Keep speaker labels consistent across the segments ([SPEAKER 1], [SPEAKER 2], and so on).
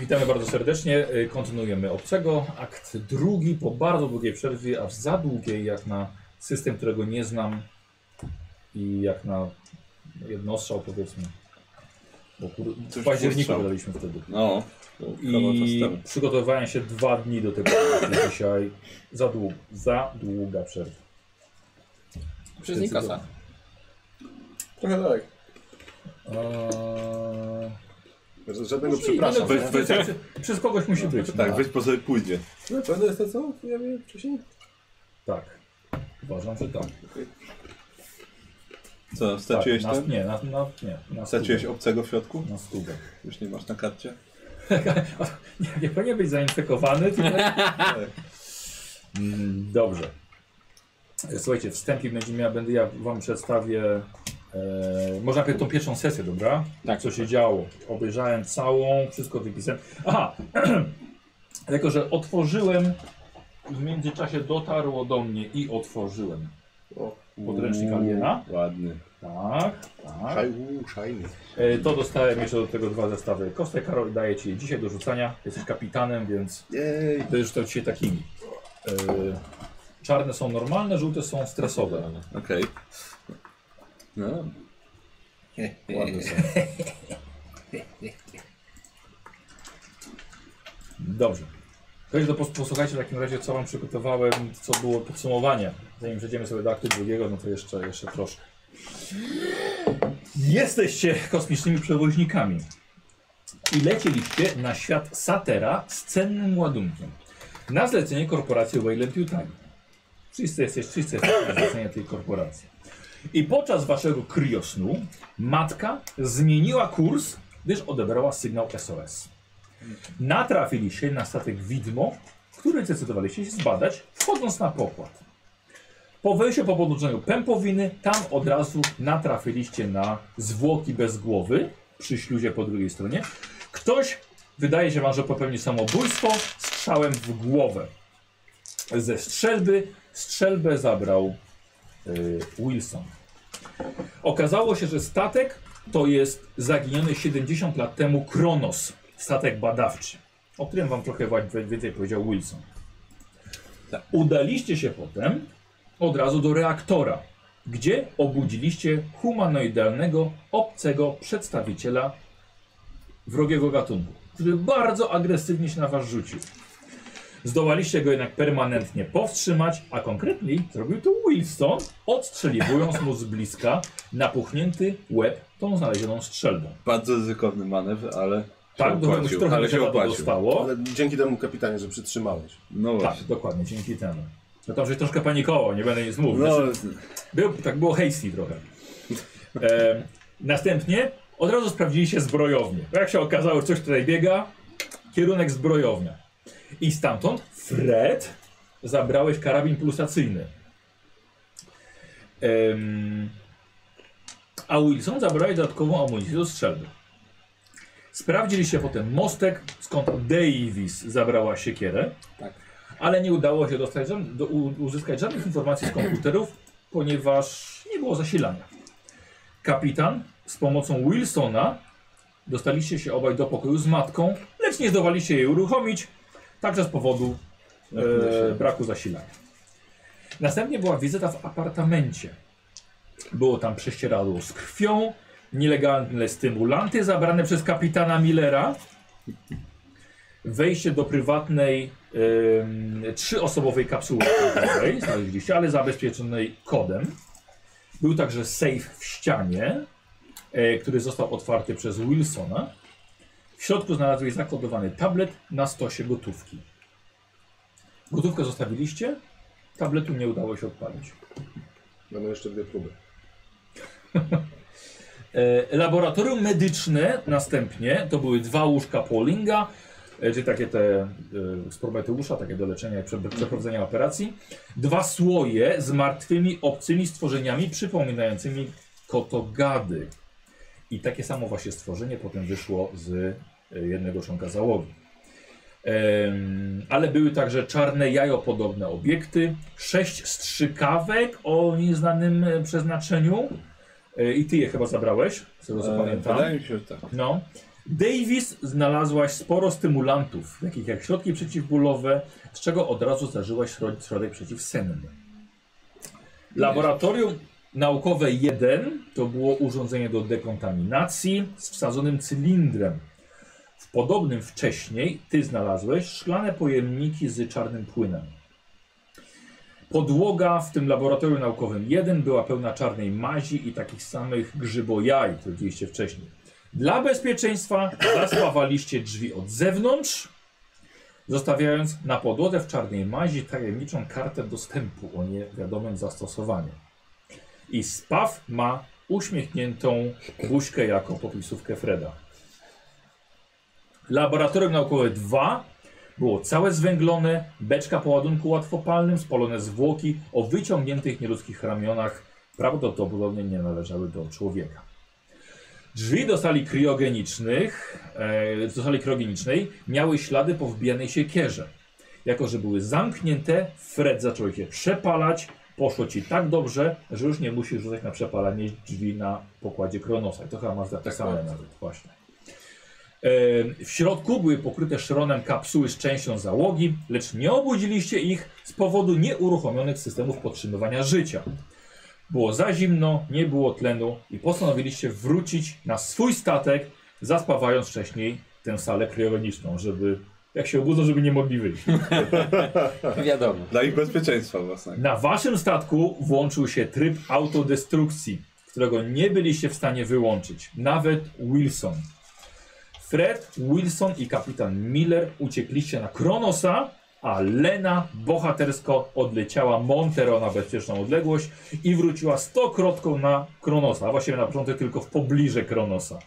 [SPEAKER 1] Witamy bardzo serdecznie. Y, Kontynuujemy obcego. Akt drugi po bardzo długiej przerwie, aż za długiej jak na system, którego nie znam i jak na jednostrzał powiedzmy. Bo kur...
[SPEAKER 2] Coś
[SPEAKER 1] W październiku
[SPEAKER 2] kurczał.
[SPEAKER 1] gadaliśmy wtedy.
[SPEAKER 2] No, to kawał czas
[SPEAKER 1] I
[SPEAKER 2] temu.
[SPEAKER 1] przygotowywałem się dwa dni do tego dzisiaj. Za długo, za długa przerwa.
[SPEAKER 3] Przez Nikasa.
[SPEAKER 4] Trochę tak.
[SPEAKER 1] Eee,
[SPEAKER 4] Ż- Żadnego
[SPEAKER 1] Możliwe,
[SPEAKER 4] przepraszam.
[SPEAKER 1] no
[SPEAKER 2] Weź,
[SPEAKER 4] nie?
[SPEAKER 2] weź, tak,
[SPEAKER 1] przez kogoś musi być. No,
[SPEAKER 2] tak, weź po sobie pójdzie.
[SPEAKER 4] Na pewno jest to co? Ja wiem wcześniej.
[SPEAKER 1] tak. Uważam, że tak.
[SPEAKER 2] Co, straciłeś
[SPEAKER 1] tak,
[SPEAKER 2] ten?
[SPEAKER 1] na, Nie, na, na, nie, na
[SPEAKER 2] Straciłeś
[SPEAKER 1] stubę.
[SPEAKER 2] obcego w środku?
[SPEAKER 1] Na stubę.
[SPEAKER 2] Już nie masz na karcie?
[SPEAKER 1] Nie, nie powinien być zainfekowany. Tutaj. Mm, Dobrze. E, Słuchajcie, wstępik będzie miała, będę ja wam przedstawię. E, może najpierw tą pierwszą sesję, dobra?
[SPEAKER 3] Tak.
[SPEAKER 1] Co się działo. Obejrzałem całą, wszystko wypisałem. Aha! Tylko, że otworzyłem, w międzyczasie dotarło do mnie i otworzyłem
[SPEAKER 4] O,
[SPEAKER 1] podręcznik Aliena.
[SPEAKER 2] Ładny.
[SPEAKER 1] Tak, tak.
[SPEAKER 4] Mm. szaj, uu, szajny.
[SPEAKER 1] E, To dostałem jeszcze do tego dwa zestawy kostek. Karol, daję ci je dzisiaj do rzucania. Jesteś kapitanem, więc
[SPEAKER 4] Jej.
[SPEAKER 1] będziesz to dzisiaj takimi. E, Czarne są normalne, żółte są stresowe.
[SPEAKER 2] Okej. No.
[SPEAKER 1] Ładne są. Dobrze. Chodź do pos- posłuchajcie w takim razie, co wam przygotowałem, co było podsumowanie. Zanim przejdziemy sobie do aktu drugiego, no to jeszcze, jeszcze troszkę. Jesteście kosmicznymi przewoźnikami i lecieliście na świat Satera z cennym ładunkiem. Na zlecenie korporacji Wayland Yutani. Wszyscy jesteście, wszyscy jesteście na zlecenie tej korporacji. I podczas waszego kryosnu matka zmieniła kurs, gdyż odebrała sygnał SOS. Natrafiliście na statek widmo, który zdecydowaliście się zbadać, wchodząc na pokład. Po wejściu po podłączeniu pępowiny, tam od razu natrafiliście na zwłoki bez głowy przy śluzie po drugiej stronie. Ktoś, wydaje się wam, że popełnił samobójstwo strzałem w głowę. Ze strzelby strzelbę zabrał y, Wilson. Okazało się, że statek to jest zaginiony 70 lat temu Kronos, statek badawczy, o którym wam trochę wa- więcej powiedział Wilson. Udaliście się potem od razu do reaktora, gdzie obudziliście humanoidalnego, obcego przedstawiciela wrogiego gatunku, który bardzo agresywnie się na was rzucił. Zdołaliście go jednak permanentnie powstrzymać, a konkretniej zrobił to Wilson, odstrzeliwując mu z bliska napuchnięty łeb tą znalezioną strzelbą.
[SPEAKER 2] Bardzo ryzykowny manewr, ale
[SPEAKER 1] Tak, do
[SPEAKER 2] opłacił,
[SPEAKER 1] się trochę
[SPEAKER 2] ale się
[SPEAKER 1] się
[SPEAKER 2] opłacił.
[SPEAKER 1] dostało.
[SPEAKER 4] Ale dzięki temu kapitanie, że przytrzymałeś.
[SPEAKER 2] No
[SPEAKER 1] Tak,
[SPEAKER 2] właśnie.
[SPEAKER 1] dokładnie, dzięki temu. No tam, że troszkę panikował, nie będę nic mówił.
[SPEAKER 2] No,
[SPEAKER 1] Znaczy, Był, tak było hasty trochę. E, następnie od razu sprawdziliście zbrojownię. Jak się okazało, że coś tutaj biega, kierunek zbrojownia. I stamtąd, Fred, zabrałeś karabin pulsacyjny. Em, a Wilson zabrałeś dodatkową amunicję do strzelby. Sprawdziliście potem mostek, skąd Davis zabrała siekierę,
[SPEAKER 3] Tak.
[SPEAKER 1] ale nie udało się dostać, żadn- do, u- uzyskać żadnych informacji z komputerów, ponieważ nie było zasilania. Kapitan z pomocą Wilsona dostaliście się obaj do pokoju z matką, lecz nie zdołaliście jej uruchomić, także z powodu e, braku zasilania. Następnie była wizyta w apartamencie. Było tam prześcieradło z krwią, nielegalne stymulanty zabrane przez kapitana Millera, wejście do prywatnej ym, trzyosobowej kapsuły, kosmicznej, znaleźliście, ale zabezpieczonej kodem. Był także safe w ścianie, e, który został otwarty przez Wilsona. W środku znalazłeś zakodowany tablet na stosie gotówki. Gotówkę zostawiliście, tabletu nie udało się odpalić.
[SPEAKER 4] Mamy jeszcze dwie próby.
[SPEAKER 1] E, Laboratorium medyczne następnie to były dwa łóżka Paulinga, e, czyli takie te e, z Prometeusza, takie do leczenia i prze, przeprowadzenia operacji. Dwa słoje z martwymi, obcymi stworzeniami przypominającymi kotogady. I takie samo właśnie stworzenie potem wyszło z e, jednego członka załogi. Em, ale były także czarne jajopodobne obiekty, sześć strzykawek o nieznanym e, przeznaczeniu. E, I ty je chyba zabrałeś, z tego co
[SPEAKER 2] e,
[SPEAKER 1] pamiętam.
[SPEAKER 2] wydaje mi się, że tak.
[SPEAKER 1] No. Davis znalazłaś sporo stymulantów, takich jak środki przeciwbólowe, z czego od razu zażyłaś środ- środek przeciwsenny. Laboratorium naukowe 1 to było urządzenie do dekontaminacji z wsadzonym cylindrem. W podobnym wcześniej ty znalazłeś szklane pojemniki z czarnym płynem. Podłoga w tym laboratorium naukowym 1 była pełna czarnej mazi i takich samych grzybojaj, które widzieliście wcześniej. Dla bezpieczeństwa zasławaliście drzwi od zewnątrz, zostawiając na podłodze w czarnej mazi tajemniczą kartę dostępu o niewiadomym zastosowaniu. I Spaw ma uśmiechniętą buźkę jako popisówkę Freda. Laboratorium naukowe 2 było całe zwęglone, beczka po ładunku łatwopalnym, spalone zwłoki o wyciągniętych nieludzkich ramionach prawdopodobnie nie należały do człowieka. Drzwi do sali kriogenicznych, e, do sali kriogenicznej miały ślady po wbijanej siekierze. Jako, że były zamknięte, Fred zaczął je przepalać. Poszło ci tak dobrze, że już nie musisz rzucać na przepalanie drzwi na pokładzie Kronosa. I to chyba masz zapisane
[SPEAKER 3] Tak, tak.
[SPEAKER 1] nawet, właśnie. E, W środku były pokryte szronem kapsuły z częścią załogi, lecz nie obudziliście ich z powodu nieuruchomionych systemów podtrzymywania życia. Było za zimno, nie było tlenu i postanowiliście wrócić na swój statek, zaspawając wcześniej tę salę kryogeniczną, żeby jak się obudzą, żeby nie mogli wyjść.
[SPEAKER 3] Wiadomo.
[SPEAKER 2] Dla ich bezpieczeństwa własnego.
[SPEAKER 1] Na waszym statku włączył się tryb autodestrukcji, którego nie byliście w stanie wyłączyć, nawet Wilson. Fred, Wilson i kapitan Miller uciekliście na Kronosa, a Lena bohatersko odleciała Montero na bezpieczną odległość i wróciła stokrotką na Kronosa, a właściwie na początek tylko w pobliże Kronosa.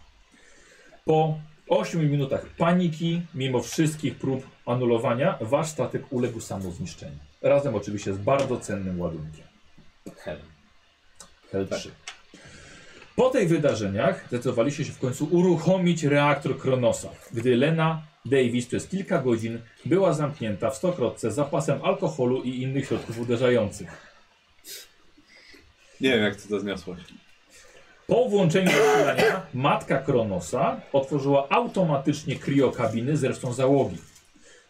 [SPEAKER 1] Po 8 minutach paniki, mimo wszystkich prób anulowania, wasz statek uległ samozniszczeniu. Razem oczywiście z bardzo cennym ładunkiem.
[SPEAKER 3] Hel.
[SPEAKER 1] Hel 3. Po tych wydarzeniach zdecydowaliście się w końcu uruchomić reaktor Kronosa, gdy Lena Davis przez kilka godzin była zamknięta w stokrotce z zapasem alkoholu i innych środków uderzających.
[SPEAKER 2] Nie wiem, jak ty to zniosłeś.
[SPEAKER 1] Po włączeniu zasilania matka Kronosa otworzyła automatycznie kriokabiny z resztą załogi.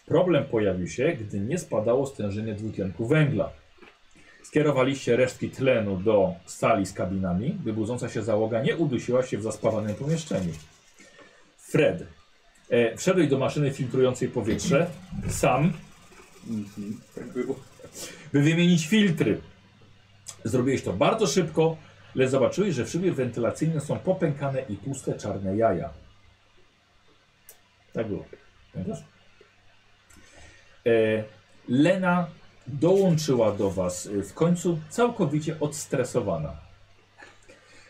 [SPEAKER 1] Problem pojawił się, gdy nie spadało stężenie dwutlenku węgla. Skierowaliście resztki tlenu do sali z kabinami, by budząca się załoga nie udusiła się w zaspawanym pomieszczeniu. Fred, e, wszedłeś do maszyny filtrującej powietrze sam,
[SPEAKER 2] Tak było.
[SPEAKER 1] by wymienić filtry. Zrobiłeś to bardzo szybko, lecz zobaczyłeś, że w szybie wentylacyjnym są popękane i puste czarne jaja. Tak było. Pamiętasz? E, Lena dołączyła do Was y, w końcu całkowicie odstresowana.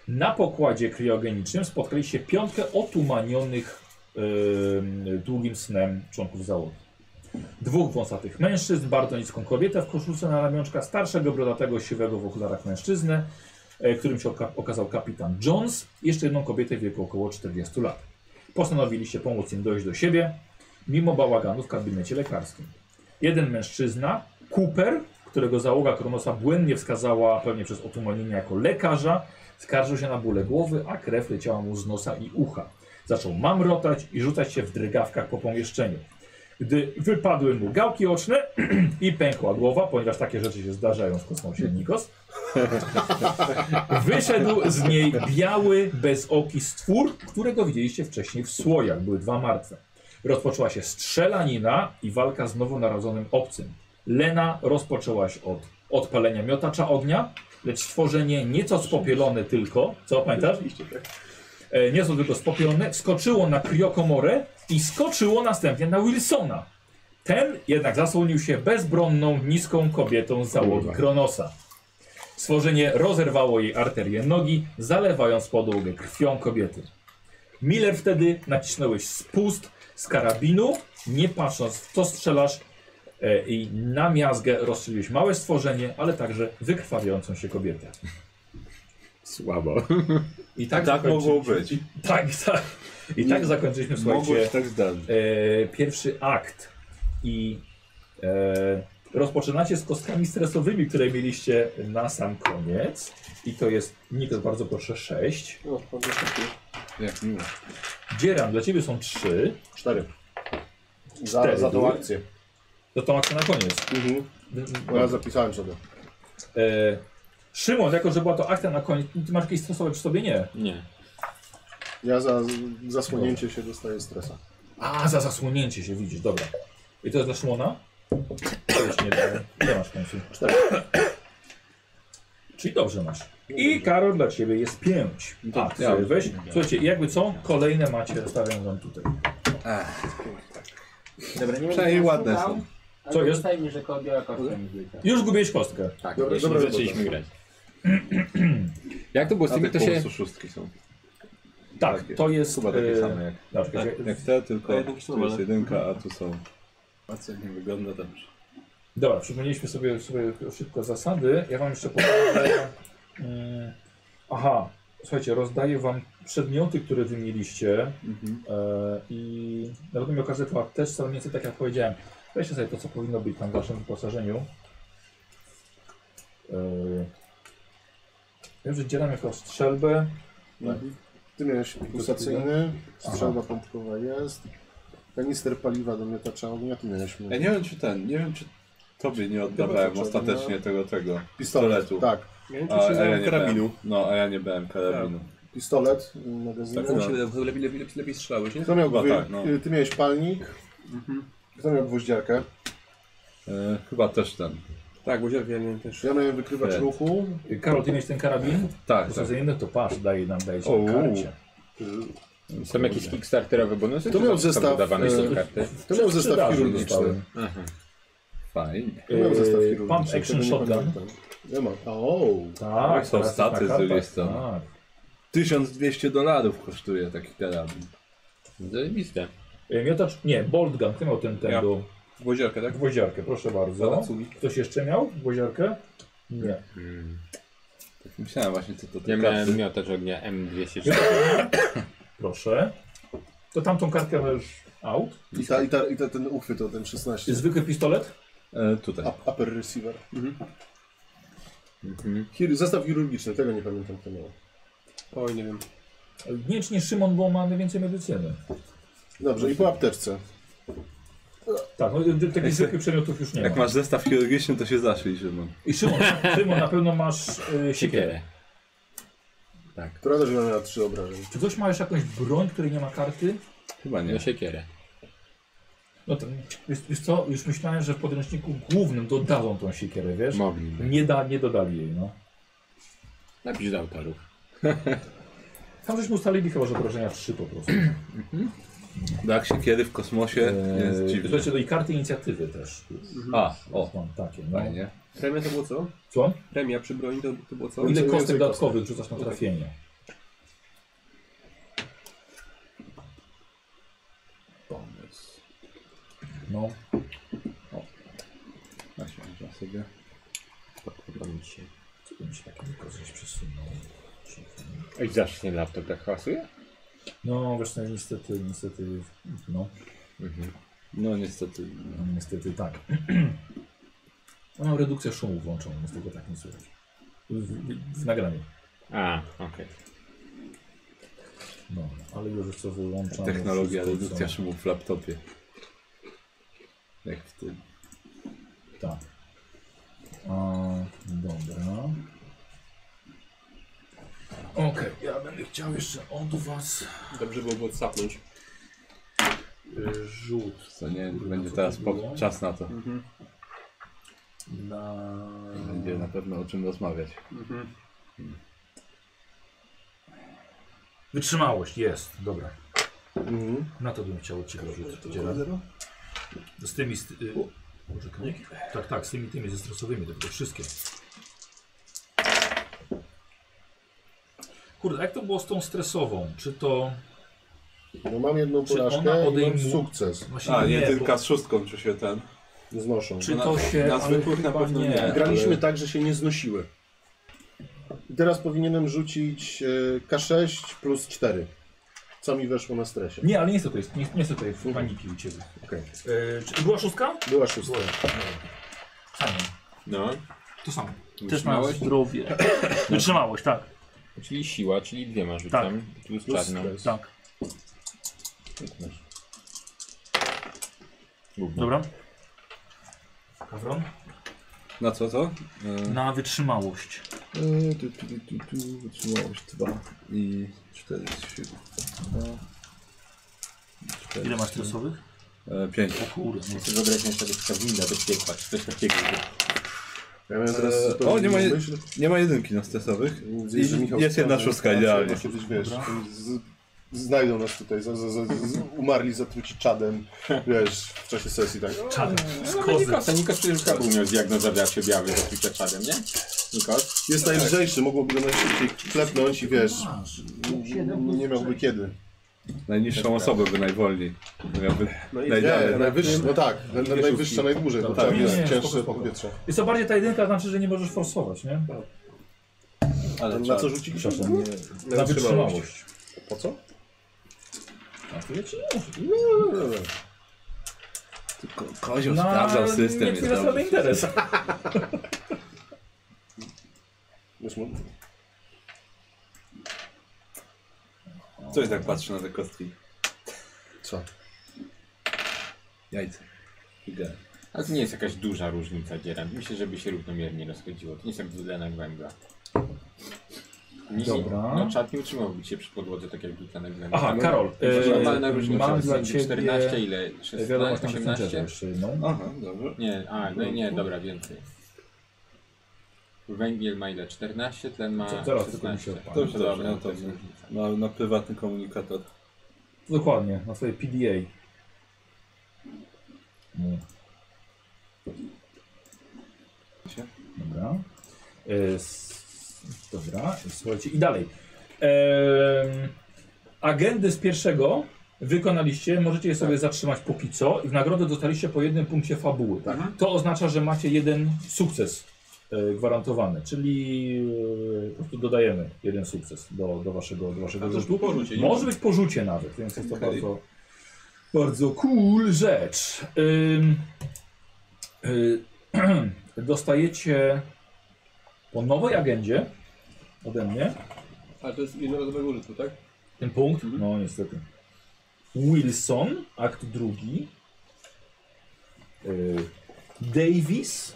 [SPEAKER 1] Na pokładzie kriogenicznym spotkaliście piątkę otumanionych ym, długim snem członków załogi. Dwóch wąsatych mężczyzn, bardzo niską kobietę w koszulce na ramionczka, starszego, brodatego, siwego w okularach mężczyznę, e, którym się oka okazał kapitan Jones, i jeszcze jedną kobietę w wieku około 40 lat. Postanowiliście pomóc im dojść do siebie, mimo bałaganu w gabinecie lekarskim. Jeden mężczyzna, Cooper, którego załoga Kronosa błędnie wskazała pewnie przez otumanienie jako lekarza, skarżył się na bóle głowy, a krew leciała mu z nosa i ucha. Zaczął mamrotać i rzucać się w drgawkach po pomieszczeniu gdy wypadły mu gałki oczne i pękła głowa, ponieważ takie rzeczy się zdarzają w kosmosie Nikos. Wyszedł z niej biały, bezoki stwór, którego widzieliście wcześniej w słojach. Były dwa martwe. Rozpoczęła się strzelanina i walka z nowonarodzonym obcym. Lena rozpoczęłaś od odpalenia miotacza ognia, lecz stworzenie nieco spopielone tylko, co pamiętasz? e, nie są tylko spopielone, skoczyło na Kriokomorę i skoczyło następnie na Wilsona. Ten jednak zasłonił się bezbronną, niską kobietą z załogi Kronosa. Stworzenie rozerwało jej arterię nogi, zalewając podłogę krwią kobiety. Miller wtedy nacisnąłeś spust z karabinu, nie patrząc w co strzelasz e, i na miazgę rozstrzeliłeś małe stworzenie, ale także wykrwawiającą się kobietę.
[SPEAKER 5] Słabo.
[SPEAKER 1] I
[SPEAKER 2] Tak,
[SPEAKER 1] zakończyliśmy-
[SPEAKER 2] mogło być.
[SPEAKER 1] tak, tak. I tak
[SPEAKER 2] Nie-
[SPEAKER 1] zakończyliśmy, e,
[SPEAKER 2] Mogło
[SPEAKER 1] tak słuchajcie,
[SPEAKER 2] się tak zdarzyć.
[SPEAKER 1] e, pierwszy akt. I e, Rozpoczynacie z kostkami stresowymi, które mieliście na sam koniec. I to jest, Nikos, bardzo proszę, 6.
[SPEAKER 4] No, pan jest taki.
[SPEAKER 2] Jak miło.
[SPEAKER 1] Dzieran, dla ciebie są 3.
[SPEAKER 4] Cztery. Za,
[SPEAKER 1] Cztery
[SPEAKER 4] za tą
[SPEAKER 1] były?
[SPEAKER 4] akcję.
[SPEAKER 1] To tą akcję na koniec.
[SPEAKER 4] Mhm. Bo ja zapisałem sobie.
[SPEAKER 1] E, Szymon, jako że była to akcja na koniec, ty masz jakieś stresowe przy sobie? Nie.
[SPEAKER 3] Nie.
[SPEAKER 4] Ja za zasłonięcie się dostaję stresa.
[SPEAKER 1] A, za zasłonięcie się widzisz, dobra. I to jest dla Szymona? To już nie dałem. Ile masz w końcu? Cztery. Czyli dobrze masz. I Karol dla ciebie jest pięć.
[SPEAKER 2] No to
[SPEAKER 1] Tak,
[SPEAKER 2] ja
[SPEAKER 1] sobie
[SPEAKER 2] już
[SPEAKER 1] weź.
[SPEAKER 2] nie miałem.
[SPEAKER 1] Słuchajcie, jakby co, kolejne macie, stawiam wam tutaj.
[SPEAKER 6] Dobra, nie
[SPEAKER 2] Przynajmniej ładne są.
[SPEAKER 1] Co
[SPEAKER 6] Co
[SPEAKER 1] jest?
[SPEAKER 6] jest? Zostajmy, że kod biała kostka mi zlika.
[SPEAKER 1] Już gubiłeś kostkę.
[SPEAKER 3] Tak,
[SPEAKER 4] Dobra,
[SPEAKER 3] jeśli
[SPEAKER 4] dobra
[SPEAKER 3] zaczęliśmy
[SPEAKER 4] robota.
[SPEAKER 3] grać. Jak to było z
[SPEAKER 2] A
[SPEAKER 3] tymi,
[SPEAKER 2] tych
[SPEAKER 3] to
[SPEAKER 2] po
[SPEAKER 3] się...
[SPEAKER 2] prostu szóstki są.
[SPEAKER 1] Tak,
[SPEAKER 2] Takie.
[SPEAKER 1] to jest...
[SPEAKER 2] Chyba takie
[SPEAKER 3] Yy,
[SPEAKER 1] e,
[SPEAKER 2] same jak, tak,
[SPEAKER 1] dobra, czekajcie.
[SPEAKER 2] jak te, tylko
[SPEAKER 6] A jednak są,
[SPEAKER 2] tu jest
[SPEAKER 6] ale-
[SPEAKER 2] jedynka, a tu są. A co nie wygląda dobrze.
[SPEAKER 1] Dobra, przypomnieliśmy sobie, sobie szybko zasady. Ja wam jeszcze powiem. że, mm, Aha, słuchajcie, rozdaję wam przedmioty, które wy mieliście.
[SPEAKER 2] Mhm.
[SPEAKER 1] E, I na pewno mi okazję to też co mniej więcej tak jak powiedziałem. Weźcie sobie to, co powinno być tam w waszym wyposażeniu. E, Wiem, że dzielam jako strzelbę.
[SPEAKER 4] Mhm. Ty miałeś pulsacyjny, strzelba pompkowa jest. Kanister paliwa do miotacza ognia, ty miałeś
[SPEAKER 2] Ja nie wiem czy ten, nie wiem czy tobie nie
[SPEAKER 4] Dobra,
[SPEAKER 2] oddawałem
[SPEAKER 4] to trzeba,
[SPEAKER 2] ostatecznie
[SPEAKER 4] no.
[SPEAKER 2] tego, tego
[SPEAKER 4] pistolet.
[SPEAKER 2] pistoletu.
[SPEAKER 4] Tak.
[SPEAKER 2] A, a ja nie brałem, no a ja nie brałem karabinu.
[SPEAKER 4] Pistolet, y, magazyn.
[SPEAKER 2] Tak, no.
[SPEAKER 6] Lepiej, lepiej, lepiej, lepiej strzelałeś, nie?
[SPEAKER 4] Kto miał
[SPEAKER 2] Chyba
[SPEAKER 4] gwy...
[SPEAKER 2] tak, no.
[SPEAKER 4] y, Ty miałeś palnik.
[SPEAKER 1] Mhm.
[SPEAKER 4] Kto miał gwoździarkę?
[SPEAKER 2] E, chyba też ten.
[SPEAKER 6] Tak, bo ja miałem też.
[SPEAKER 4] Ja miałem wykrywacz
[SPEAKER 2] Fred.
[SPEAKER 4] ruchu.
[SPEAKER 1] E, Karol, ty miałeś ten karabin?
[SPEAKER 2] Tak, tak.
[SPEAKER 1] Posadzienny to pasz daje nam, daje
[SPEAKER 2] O,
[SPEAKER 1] ci karcie.
[SPEAKER 2] tak.
[SPEAKER 5] Są jakieś kickstarterowe bonusy?
[SPEAKER 4] To
[SPEAKER 5] czy
[SPEAKER 4] miał
[SPEAKER 5] są- są
[SPEAKER 4] zestaw,
[SPEAKER 5] Wydawane
[SPEAKER 4] e,
[SPEAKER 5] są karty?
[SPEAKER 4] To miał zestaw
[SPEAKER 1] Sprzedaży
[SPEAKER 4] chirurgiczny.
[SPEAKER 1] dostałem.
[SPEAKER 2] Fajnie.
[SPEAKER 4] To miał zestaw
[SPEAKER 1] Eee,
[SPEAKER 4] chirurgiczny.
[SPEAKER 1] pump
[SPEAKER 4] tego
[SPEAKER 1] action
[SPEAKER 4] nie
[SPEAKER 1] shotgun.
[SPEAKER 4] pamiętam. Ja mam. O,
[SPEAKER 1] Tak,
[SPEAKER 2] Są
[SPEAKER 1] teraz jest
[SPEAKER 2] staty
[SPEAKER 1] na
[SPEAKER 2] z
[SPEAKER 1] kartach,
[SPEAKER 2] drugiej strony.
[SPEAKER 1] tak.
[SPEAKER 2] 1200 dolarów kosztuje taki karabin.
[SPEAKER 3] Zajebiste.
[SPEAKER 1] E, Miotacz, nie, Bolt Gun, kto miał ten, ten
[SPEAKER 6] Ja.
[SPEAKER 1] do
[SPEAKER 6] Gwoździarkę, tak?
[SPEAKER 1] gwoździarkę, proszę bardzo.
[SPEAKER 6] Zanatsugi.
[SPEAKER 1] Ktoś jeszcze miał gwoździarkę? Nie.
[SPEAKER 2] Tak myślałem właśnie co to te
[SPEAKER 3] Ja
[SPEAKER 2] karty.
[SPEAKER 3] miałem miotacz ognia M204.
[SPEAKER 1] Proszę. To tamtą kartkę masz out.
[SPEAKER 4] I, ta, i, ta, i ta, ten uchwyt o ten 16.
[SPEAKER 1] Zwykły pistolet?
[SPEAKER 2] E, tutaj.
[SPEAKER 4] Up, upper receiver.
[SPEAKER 1] Mhm.
[SPEAKER 2] Mhm.
[SPEAKER 4] Chir- zestaw chirurgiczny, tego nie pamiętam kto miał.
[SPEAKER 6] Oj, nie wiem.
[SPEAKER 1] Nie, czy nie Szymon, bo ma najwięcej medycyny.
[SPEAKER 4] Dobrze, i po apteczce.
[SPEAKER 1] Tak, no, y, takich zwykłych przedmiotów już nie
[SPEAKER 2] Jak
[SPEAKER 1] ma.
[SPEAKER 2] masz zestaw chirurgiczny, to się zaszyj, Szymon.
[SPEAKER 1] I Szymon, Szymon na pewno masz y, siekierę.
[SPEAKER 3] Siekierę.
[SPEAKER 4] Prawda, że ona miała trzy obrażeń.
[SPEAKER 1] Czy ktoś ma jeszcze jakąś broń, której nie ma karty?
[SPEAKER 2] Chyba nie.
[SPEAKER 3] No siekierę.
[SPEAKER 1] No to, wiesz, wiesz co, już myślałem, że w podręczniku głównym dodadzą tą siekierę, wiesz?
[SPEAKER 3] Mogli.
[SPEAKER 1] Nie, da, nie dodali jej, no.
[SPEAKER 3] Napisz do autorów.
[SPEAKER 1] Tam żeśmy ustalili chyba, że obrażenia trzy po prostu.
[SPEAKER 2] Tak się kiedy w kosmosie jest
[SPEAKER 1] Eee,
[SPEAKER 2] dziwne.
[SPEAKER 1] Słuchajcie, do i karty inicjatywy też.
[SPEAKER 6] No.
[SPEAKER 2] A,
[SPEAKER 1] O,
[SPEAKER 2] o,
[SPEAKER 1] mam takie. No.
[SPEAKER 2] fajnie.
[SPEAKER 6] Premia to było co?
[SPEAKER 1] Słucham?
[SPEAKER 6] Premia przy broni to, to było co?
[SPEAKER 2] No
[SPEAKER 1] Ile
[SPEAKER 4] więcej
[SPEAKER 1] kostek
[SPEAKER 4] kostek.
[SPEAKER 1] dodatkowych rzucasz na trafienie?
[SPEAKER 2] Pomysł.
[SPEAKER 1] No,
[SPEAKER 2] Właśnie, można sobie.
[SPEAKER 3] Podoba mi się.
[SPEAKER 1] co bym się takiego kogoś przesunął?
[SPEAKER 5] Ej, zawsze ten laptop tak hałasuje?
[SPEAKER 1] No, wiesz, no, niestety, niestety, no,
[SPEAKER 2] No niestety.
[SPEAKER 1] no, niestety tak. No, redukcję szumu włączoną, z tego tak nie słychać. W, w, w nagraniu.
[SPEAKER 3] A, okej.
[SPEAKER 1] No, ale już co wyłączam.
[SPEAKER 2] Technologia
[SPEAKER 1] wszystko, co-
[SPEAKER 2] redukcja szumu w laptopie. Jak w tym.
[SPEAKER 1] Tak. A, dobra. Okej, ja będę chciał jeszcze od was
[SPEAKER 6] Dobrze było było capnąć.
[SPEAKER 1] y, rzut
[SPEAKER 2] Co nie,
[SPEAKER 1] Kurwa,
[SPEAKER 2] będzie
[SPEAKER 1] co
[SPEAKER 2] teraz
[SPEAKER 1] to
[SPEAKER 2] po,
[SPEAKER 1] było?
[SPEAKER 2] czas na to.
[SPEAKER 1] na...
[SPEAKER 2] Będzie na pewno o czym rozmawiać.
[SPEAKER 1] Wytrzymałość, jest, dobra.
[SPEAKER 4] Mhm.
[SPEAKER 1] Na to bym chciał od ciebie rzut. Dzielam. Z tymi... Z, y, poczekaj. tak, tak, z tymi, tymi, ze stresowymi, tylko wszystkie. Kurde, jak to było z tą stresową? Czy to...
[SPEAKER 4] No mam jedną
[SPEAKER 1] Czy ona
[SPEAKER 4] porażkę i mam
[SPEAKER 1] odejmuje-
[SPEAKER 4] sukces.
[SPEAKER 1] Właśnie
[SPEAKER 2] A, nie,
[SPEAKER 1] bo-
[SPEAKER 2] tylko z szóstką czy się ten.
[SPEAKER 4] Znoszą.
[SPEAKER 1] Czy
[SPEAKER 2] Na-
[SPEAKER 1] to się...
[SPEAKER 2] na
[SPEAKER 1] ale
[SPEAKER 2] zwykłych na
[SPEAKER 1] chyba
[SPEAKER 2] pewno nie.
[SPEAKER 4] Graliśmy
[SPEAKER 2] ale-
[SPEAKER 4] tak, że się nie znosiły. I teraz powinienem rzucić e, K6 plus 4. Co mi weszło na stresie.
[SPEAKER 1] Nie, ale nie chcę tutaj,
[SPEAKER 2] Mhm.
[SPEAKER 1] nie, nie chcę tutaj w paniki u ciebie.
[SPEAKER 4] Okej.
[SPEAKER 1] E, czy była szóstka?
[SPEAKER 4] Była szósta.
[SPEAKER 7] Simon.
[SPEAKER 3] No.
[SPEAKER 7] To samo. Też na
[SPEAKER 3] Wytrzymałeś?
[SPEAKER 7] zdrowie. Wytrzymałość, tak.
[SPEAKER 3] Czyli siła, czyli dwiema rzucam. Plus
[SPEAKER 4] Plus
[SPEAKER 3] czarną.
[SPEAKER 4] stres.
[SPEAKER 7] Tak.
[SPEAKER 1] No.
[SPEAKER 3] Gówno.
[SPEAKER 7] Dobra. Kawron?
[SPEAKER 2] Na co to? E,
[SPEAKER 7] Na wytrzymałość.
[SPEAKER 2] e, tu, tu, tu, tu, tu, wytrzymałość 2 i 4, 7, 2,
[SPEAKER 7] Ile masz stresowych?
[SPEAKER 2] 5.
[SPEAKER 7] O kurde.
[SPEAKER 3] Chcę wyobrazić sobie skawina do piekła, czy coś takiego.
[SPEAKER 4] Ja miałem teraz
[SPEAKER 2] Eee,
[SPEAKER 4] zupełnie
[SPEAKER 2] o, nie ma
[SPEAKER 4] inną
[SPEAKER 2] je-
[SPEAKER 4] myśl.
[SPEAKER 2] Nie ma jedynki na stresowych.
[SPEAKER 4] Widzę, że Michał
[SPEAKER 2] jest jedna
[SPEAKER 4] wskazał,
[SPEAKER 2] szóstka,
[SPEAKER 4] że-
[SPEAKER 2] idealnie.
[SPEAKER 4] że kiedyś, wiesz, z, znajdą nas tutaj, za, za, za, z, umarli zatruci czadem, wiesz, w czasie sesji, tak.
[SPEAKER 7] Czarny. Z
[SPEAKER 3] No,
[SPEAKER 7] kozy.
[SPEAKER 3] Nikosa, Nikos przecież chyba był miał zdiagnozować się biały z oczywiście czadem, nie? Nikos?
[SPEAKER 4] Jest najlżejszy, mogłoby go najszybciej klepnąć i wiesz, nie miałby kiedy.
[SPEAKER 2] Najniższą osobę by najwolniej. Miałby
[SPEAKER 6] No i
[SPEAKER 4] Nie,
[SPEAKER 2] najdalej.
[SPEAKER 4] najwyższy, no tak, na- na- najwyższa najdłużej, bo
[SPEAKER 1] tak,
[SPEAKER 4] tam
[SPEAKER 1] nie,
[SPEAKER 4] jest
[SPEAKER 1] nie, spoko,
[SPEAKER 4] cięższe
[SPEAKER 1] spoko.
[SPEAKER 4] powietrze.
[SPEAKER 1] Jest to bardziej ta jedynka, znaczy, że nie możesz forsować, nie?
[SPEAKER 2] Ale
[SPEAKER 4] Na co
[SPEAKER 2] czad.
[SPEAKER 4] rzuciliśmy?
[SPEAKER 1] Przepraszam, nie. Na wytrzymałość.
[SPEAKER 4] Po co?
[SPEAKER 1] A to ja ci nie muszę.
[SPEAKER 2] Ko kozioł
[SPEAKER 1] No,
[SPEAKER 2] sprawdzał
[SPEAKER 1] nie
[SPEAKER 2] system. jest
[SPEAKER 1] tyle sobie
[SPEAKER 2] dobrze.
[SPEAKER 1] interes.
[SPEAKER 4] Wiesz, no,
[SPEAKER 2] Coś tak patrzy na te kostki.
[SPEAKER 4] co?
[SPEAKER 2] Jajce. Figa.
[SPEAKER 3] Ale to nie jest jakaś duża różnica, Dzieran. Myślę, żeby się równomiernie rozchodziło. To nie jest jak dwutlenek węgla. Nie-
[SPEAKER 1] Dobra.
[SPEAKER 3] No czad nie utrzymałby się przy podłodze tak jak dwutlenek węgla.
[SPEAKER 1] Aha,
[SPEAKER 3] No,
[SPEAKER 1] Karol,
[SPEAKER 3] to jest
[SPEAKER 1] e,
[SPEAKER 3] Normalna różnica.
[SPEAKER 1] mam dla
[SPEAKER 3] Jest
[SPEAKER 1] ciebie
[SPEAKER 3] 14 ile?
[SPEAKER 1] Wiadomość
[SPEAKER 3] 16,
[SPEAKER 1] na Messengerze
[SPEAKER 3] 18?
[SPEAKER 1] jeszcze jedną. No,
[SPEAKER 2] Aha, dobrze.
[SPEAKER 3] Nie, a, no, nie, dobra, więcej. Węgiel ma ile? 14, tlen ma
[SPEAKER 1] Co- zaraz, tylko mi się
[SPEAKER 3] 16.
[SPEAKER 1] odpali.
[SPEAKER 3] Dobrze,
[SPEAKER 2] Dobrze,
[SPEAKER 3] dobra,
[SPEAKER 2] no
[SPEAKER 3] no to
[SPEAKER 2] to-
[SPEAKER 3] jest różnica.
[SPEAKER 2] Na, na prywatny komunikator.
[SPEAKER 1] Dokładnie, na swoje PDA. Mm. Dobra. E, s- dobra, słuchajcie, i dalej. Em, agendy z pierwszego wykonaliście, możecie je sobie
[SPEAKER 6] Tak.
[SPEAKER 1] zatrzymać póki co i w nagrodę dostaliście po jednym punkcie fabuły. Tak?
[SPEAKER 6] Mhm.
[SPEAKER 1] To oznacza, że macie jeden sukces e, gwarantowany, czyli e, po prostu dodajemy jeden sukces do, do waszego, do waszego
[SPEAKER 6] A Tak, to
[SPEAKER 1] rzutu.
[SPEAKER 6] już było porzucie, nie?
[SPEAKER 1] Może być porzucie nawet, więc jest to
[SPEAKER 2] Okej.
[SPEAKER 1] bardzo, bardzo cool rzecz. Ym, y, dostajecie po nowej agendzie ode mnie
[SPEAKER 6] Ale to jest jednorazowego użytku, tak?
[SPEAKER 1] ten punkt. No niestety. Wilson, akt drugi. Y, Davis,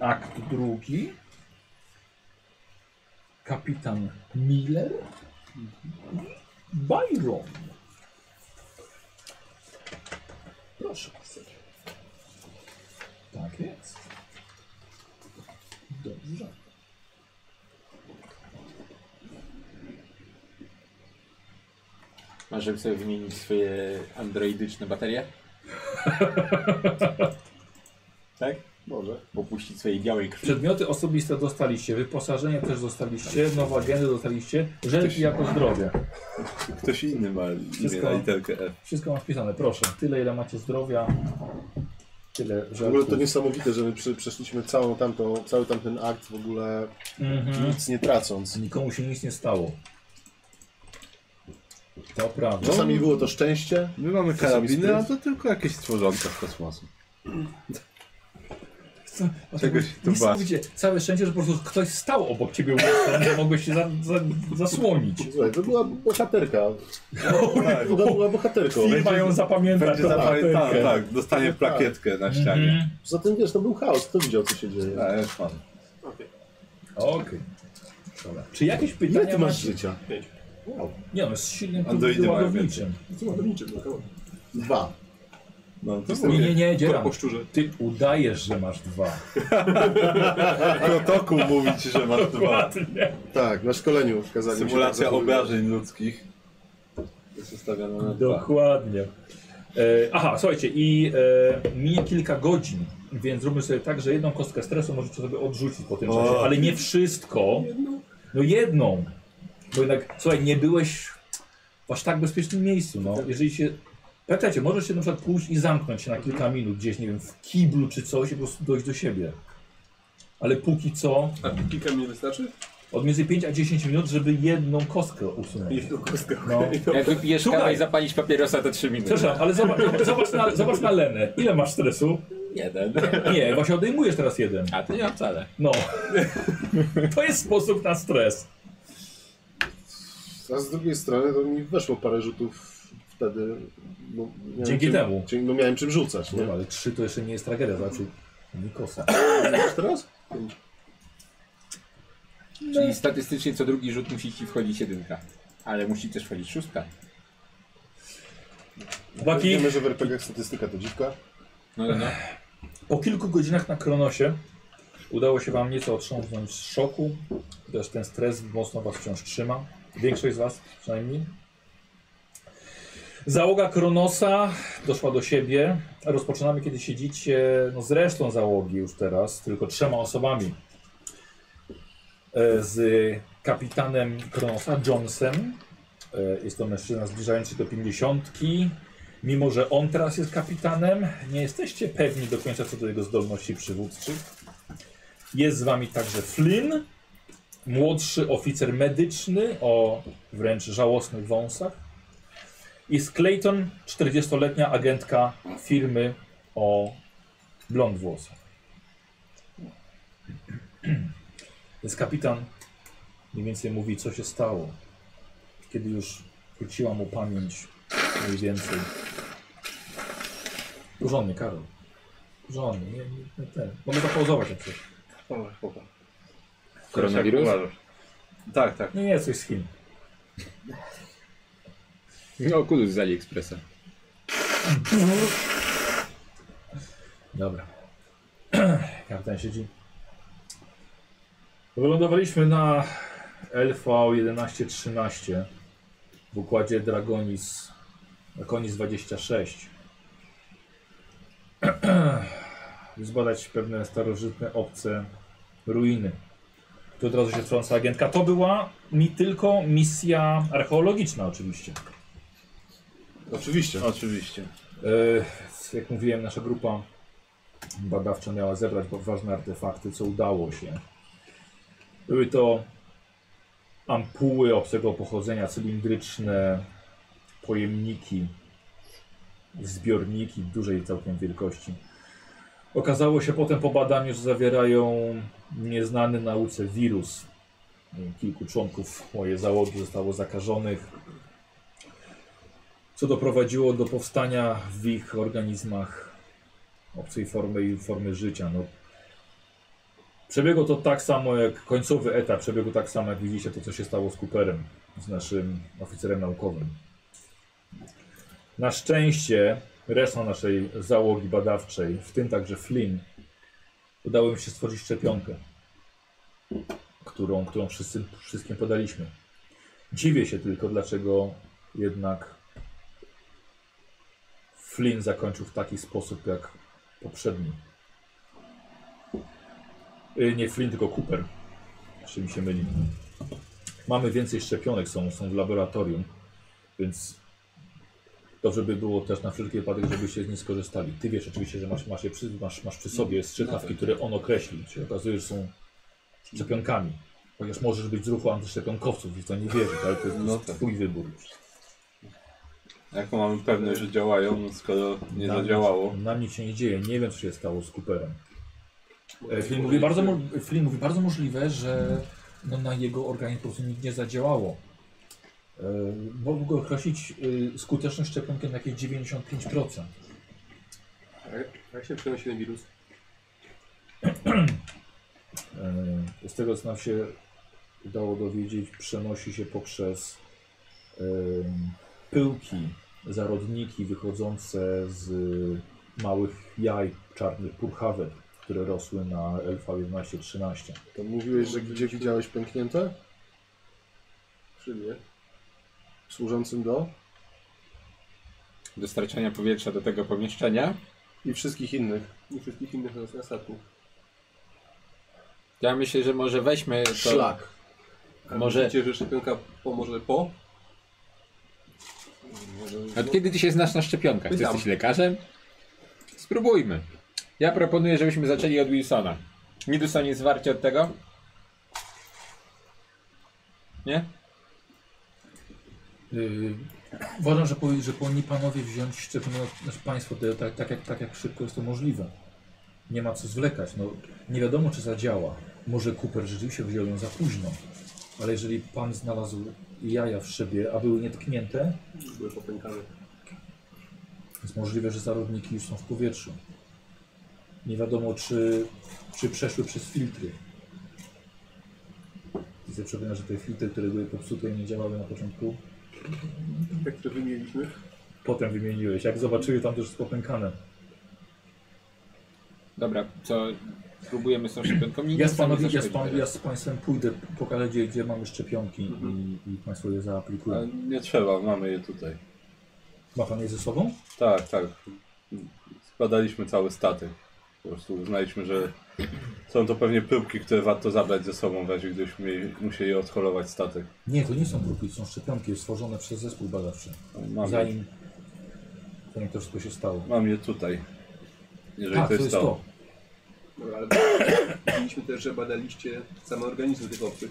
[SPEAKER 1] akt drugi. Kapitan Miller. Byron. Proszę bardzo. Tak jest. Dobrze.
[SPEAKER 3] Masz, żeby sobie wymienić swoje androidyczne baterie? tak?
[SPEAKER 4] Może.
[SPEAKER 3] Popuścić swojej białej krwi.
[SPEAKER 1] Przedmioty osobiste dostaliście, wyposażenie też dostaliście, nową agendę dostaliście, rzeczy jako zdrowie.
[SPEAKER 2] Ktoś inny ma imię
[SPEAKER 1] Wszystko.
[SPEAKER 2] na literkę F.
[SPEAKER 1] Wszystko masz wpisane, proszę. Tyle ile macie zdrowia, tyle
[SPEAKER 4] W
[SPEAKER 1] rzeczy.
[SPEAKER 4] ogóle to niesamowite, że my przy- przeszliśmy całą tamtą, cały tamten akt w ogóle
[SPEAKER 1] Mhm.
[SPEAKER 4] nic nie tracąc.
[SPEAKER 1] Nikomu się nic nie stało. To prawda. No,
[SPEAKER 4] Czasami było to szczęście,
[SPEAKER 2] My mamy
[SPEAKER 4] sobie
[SPEAKER 2] karabiny,
[SPEAKER 4] spryt?
[SPEAKER 2] a to tylko jakieś stworzonka z kosmosu.
[SPEAKER 1] Co-
[SPEAKER 2] Czegoś tu bać.
[SPEAKER 1] Niesamowicie, całe szczęście, że po prostu ktoś stał obok ciebie, że mogłeś się za, za, zasłonić.
[SPEAKER 4] Słuchaj, to była bohaterka. To była bohaterką.
[SPEAKER 1] Firma ją zapamięta.
[SPEAKER 2] Będzie
[SPEAKER 1] to
[SPEAKER 2] zapamiętana,
[SPEAKER 1] papierkę.
[SPEAKER 2] tak, dostanie plakietkę na
[SPEAKER 4] tak.
[SPEAKER 2] ścianie.
[SPEAKER 1] Mhm.
[SPEAKER 4] Zatem wiesz, to był chaos, kto widział co się dzieje.
[SPEAKER 2] A, już mam.
[SPEAKER 1] Okej. Dobra. Czy jakieś pytania
[SPEAKER 4] Ile ty No masz
[SPEAKER 1] macie?
[SPEAKER 4] życia?
[SPEAKER 1] Nie, on jest silnym
[SPEAKER 2] Androidy mają
[SPEAKER 1] ładowniczym.
[SPEAKER 4] Dwa.
[SPEAKER 2] No, to
[SPEAKER 1] Nie,
[SPEAKER 2] mówię.
[SPEAKER 1] nie, nie, Dzieran.
[SPEAKER 6] Po szczurze.
[SPEAKER 1] Ty udajesz, że masz dwa.
[SPEAKER 2] Protokół mówi ci, że masz dwa.
[SPEAKER 4] Tak, na szkoleniu kazali mi się
[SPEAKER 2] Symulacja
[SPEAKER 4] tak zachowywać.
[SPEAKER 2] obrażeń ludzkich. Jest ustawiona na dwa.
[SPEAKER 1] Dokładnie. E, aha, słuchajcie, i e, minie kilka godzin, więc zróbmy sobie tak, że jedną kostkę stresu możecie sobie odrzucić po tym
[SPEAKER 2] O.
[SPEAKER 1] czasie, ale nie wszystko. No jedną. Bo jednak, słuchaj, nie byłeś w aż tak bezpiecznym miejscu, no. Jeżeli się... Pamiętajcie, możesz się na przykład pójść i zamknąć się na kilka minut gdzieś, nie wiem, w kiblu czy coś i po prostu dojść do siebie. Ale póki co,
[SPEAKER 6] A kilka mi nie wystarczy?
[SPEAKER 1] od między 5 a 10 minut, żeby jedną kostkę usunąć.
[SPEAKER 6] Jedną kostkę.
[SPEAKER 1] No.
[SPEAKER 3] Jak wypijesz
[SPEAKER 1] Słuchaj.
[SPEAKER 3] kawę i zapalisz papierosa, to 3 minuty.
[SPEAKER 1] Przepraszam, ale zobacz, zobacz, na, zobacz na Lenę. Ile masz stresu?
[SPEAKER 3] Jeden.
[SPEAKER 1] Nie, właśnie odejmujesz teraz jeden.
[SPEAKER 3] A ty nie mam wcale.
[SPEAKER 1] No. To jest sposób na stres.
[SPEAKER 4] A z drugiej strony to mi weszło parę rzutów wtedy. No, miałem
[SPEAKER 1] Dzięki
[SPEAKER 4] czym,
[SPEAKER 1] temu.
[SPEAKER 4] czym- No miałem czym rzucać, nie?
[SPEAKER 1] No, ale trzy to jeszcze nie jest tragedia, znaczy Nikosa.
[SPEAKER 4] Już teraz?
[SPEAKER 3] Czyli statystycznie co drugi rzut musi ci wchodzić jedynka. Ale musi też wchodzić szóstka.
[SPEAKER 1] Chłopaki,
[SPEAKER 4] Wiemy, że w RPG statystyka to dziwka.
[SPEAKER 3] No, no, no.
[SPEAKER 1] po kilku godzinach na Kronosie udało się wam nieco otrząsnąć z szoku, też ten stres mocno was wciąż trzyma. Większość z was przynajmniej. Załoga Kronosa doszła do siebie. Rozpoczynamy, kiedy siedzicie no, z resztą załogi już teraz, tylko trzema osobami. E, Z kapitanem Kronosa, Johnson. E, Jest to mężczyzna zbliżający się do pięćdziesiątki. Mimo, że on teraz jest kapitanem, nie jesteście pewni do końca co do jego zdolności przywódczych. Jest z wami także Flynn, młodszy oficer medyczny o wręcz żałosnych wąsach. Jest Clayton, 40-letnia agentka firmy o blond włosach. Więc kapitan mniej więcej mówi, co się stało. Kiedy już wróciła mu pamięć mniej więcej. Porządnie, Karol. Porządnie, nie, nie, nie ten. Mogę zapauzować jak coś.
[SPEAKER 6] O, chłopak.
[SPEAKER 5] Koronawirus?
[SPEAKER 6] Tak, tak.
[SPEAKER 1] Nie, nie, coś z Chin.
[SPEAKER 5] No, kudus z AliExpressa.
[SPEAKER 1] Dobra. Kapitan siedzi. Wylądowaliśmy na LV1113 w układzie Dragonis, Dragonis 26. Zbadać pewne starożytne obce ruiny. Tu od razu się wtrąca agentka. To była mi tylko misja archeologiczna oczywiście.
[SPEAKER 4] Oczywiście.
[SPEAKER 2] Oczywiście.
[SPEAKER 1] E, Jak mówiłem, nasza grupa badawcza miała zebrać poważne artefakty, co udało się. Były to ampuły obcego pochodzenia, cylindryczne pojemniki, zbiorniki dużej całkiem wielkości. Okazało się potem po badaniu, że zawierają nieznany nauce wirus. Kilku członków mojej załogi zostało zakażonych co doprowadziło do powstania w ich organizmach obcej formy i formy życia. No, przebiegło to tak samo jak końcowy etap, przebiegło tak samo jak widzicie to, co się stało z Cooperem, z naszym oficerem naukowym. Na szczęście reszta naszej załogi badawczej, w tym także Flynn, udało mi się stworzyć szczepionkę, którą, którą wszyscy, wszystkim podaliśmy. Dziwię się tylko, dlaczego jednak Flynn zakończył w taki sposób jak poprzedni. Y, Nie Flynn, tylko Cooper. Czy mi się myli. Mamy więcej szczepionek, są, są w laboratorium, więc dobrze by było też na wszelki wypadek, żebyście z nich skorzystali. Ty wiesz oczywiście, że masz, masz, je przy, masz, masz przy sobie strzykawki, które on określił. Czyli okazuje, że są szczepionkami. Chociaż możesz być z ruchu antyszczepionkowców i w to nie wierzyć, ale to jest
[SPEAKER 6] No tak.
[SPEAKER 1] twój wybór.
[SPEAKER 6] Jaką mamy pewność, że działają, skoro nie
[SPEAKER 1] Nam-
[SPEAKER 6] zadziałało?
[SPEAKER 1] Nam nic się nie dzieje. Nie wiem, co się stało z Cooperem. E, Flynn mówi, bardzo, mo- Flynn mówi bardzo możliwe, że no, na jego organizm po prostu nic nie zadziałało. E, Mógł określić y, skuteczność szczepionki na jakieś 95%.
[SPEAKER 6] Jak- Jak się przenosi ten wirus?
[SPEAKER 1] E, Z tego co nam się udało dowiedzieć, przenosi się poprzez em, pyłki, zarodniki wychodzące z małych jaj czarnych purchawek, które rosły na LV11-13.
[SPEAKER 4] To mówiłeś, że gdzie widziałeś pęknięte?
[SPEAKER 6] Czy nie?
[SPEAKER 4] Służącym do?
[SPEAKER 3] Dostarczania powietrza do tego pomieszczenia.
[SPEAKER 4] I wszystkich innych.
[SPEAKER 6] I wszystkich innych na- na statku.
[SPEAKER 3] Ja myślę, że może weźmy to.
[SPEAKER 4] Szlak.
[SPEAKER 6] A
[SPEAKER 3] Może-
[SPEAKER 6] Myślicie, że szczepionka pomoże po?
[SPEAKER 3] Od kiedy ty się znasz na szczepionkach? Ty
[SPEAKER 6] Pytam.
[SPEAKER 3] jesteś lekarzem? Spróbujmy. Ja proponuję, żebyśmy zaczęli od Wilsona. Nie dostanie zwarcie od tego? Nie?
[SPEAKER 1] Yy, uważam, że, powi- że powinni panowie wziąć szczepionkę, znaczy państwo, te- tak, tak, jak, tak jak szybko jest to możliwe. Nie ma co zwlekać. No, nie wiadomo, czy zadziała. Może Cooper rzeczywiście wziął ją za późno. Ale jeżeli pan znalazł jaja w szybie, a były nietknięte,
[SPEAKER 6] Były popękane.
[SPEAKER 1] jest możliwe, że zarodniki już są w powietrzu. Nie wiadomo, czy, czy przeszły przez filtry. I sobie przypomina, że te filtry, które były popsute i nie działały na początku,
[SPEAKER 6] Te, które wymieniliśmy.
[SPEAKER 1] potem wymieniłeś. Jak zobaczyły, tam też jest popękane.
[SPEAKER 3] Dobra, co próbujemy z tą szczepionką? Nie,
[SPEAKER 1] Ja
[SPEAKER 3] nie
[SPEAKER 1] z, panowie,
[SPEAKER 3] chcemy
[SPEAKER 1] ja, z pan,
[SPEAKER 3] zaszkodzić.
[SPEAKER 1] ja z Państwem pójdę, pokażę gdzie, gdzie mamy szczepionki i, i Państwo je
[SPEAKER 2] A
[SPEAKER 1] zaaplikują.
[SPEAKER 2] Nie trzeba, mamy je tutaj.
[SPEAKER 1] Ma Pan je ze sobą?
[SPEAKER 2] Tak, tak. Zbadaliśmy cały statek. Po prostu uznaliśmy, że są to pewnie pyłki, które warto zabrać ze sobą, w razie gdybyśmy mieli- musieli odholować statek.
[SPEAKER 1] Nie, to nie są próbki, to są szczepionki stworzone przez zespół badawczy.
[SPEAKER 2] No, Mam, je-
[SPEAKER 1] Zanim, zanim to wszystko się stało.
[SPEAKER 2] mam je tutaj. Jeżeli
[SPEAKER 1] Tak, to jest to.
[SPEAKER 6] Dobra, ale widzieliśmy też, że badaliście same organizmy tych obcych.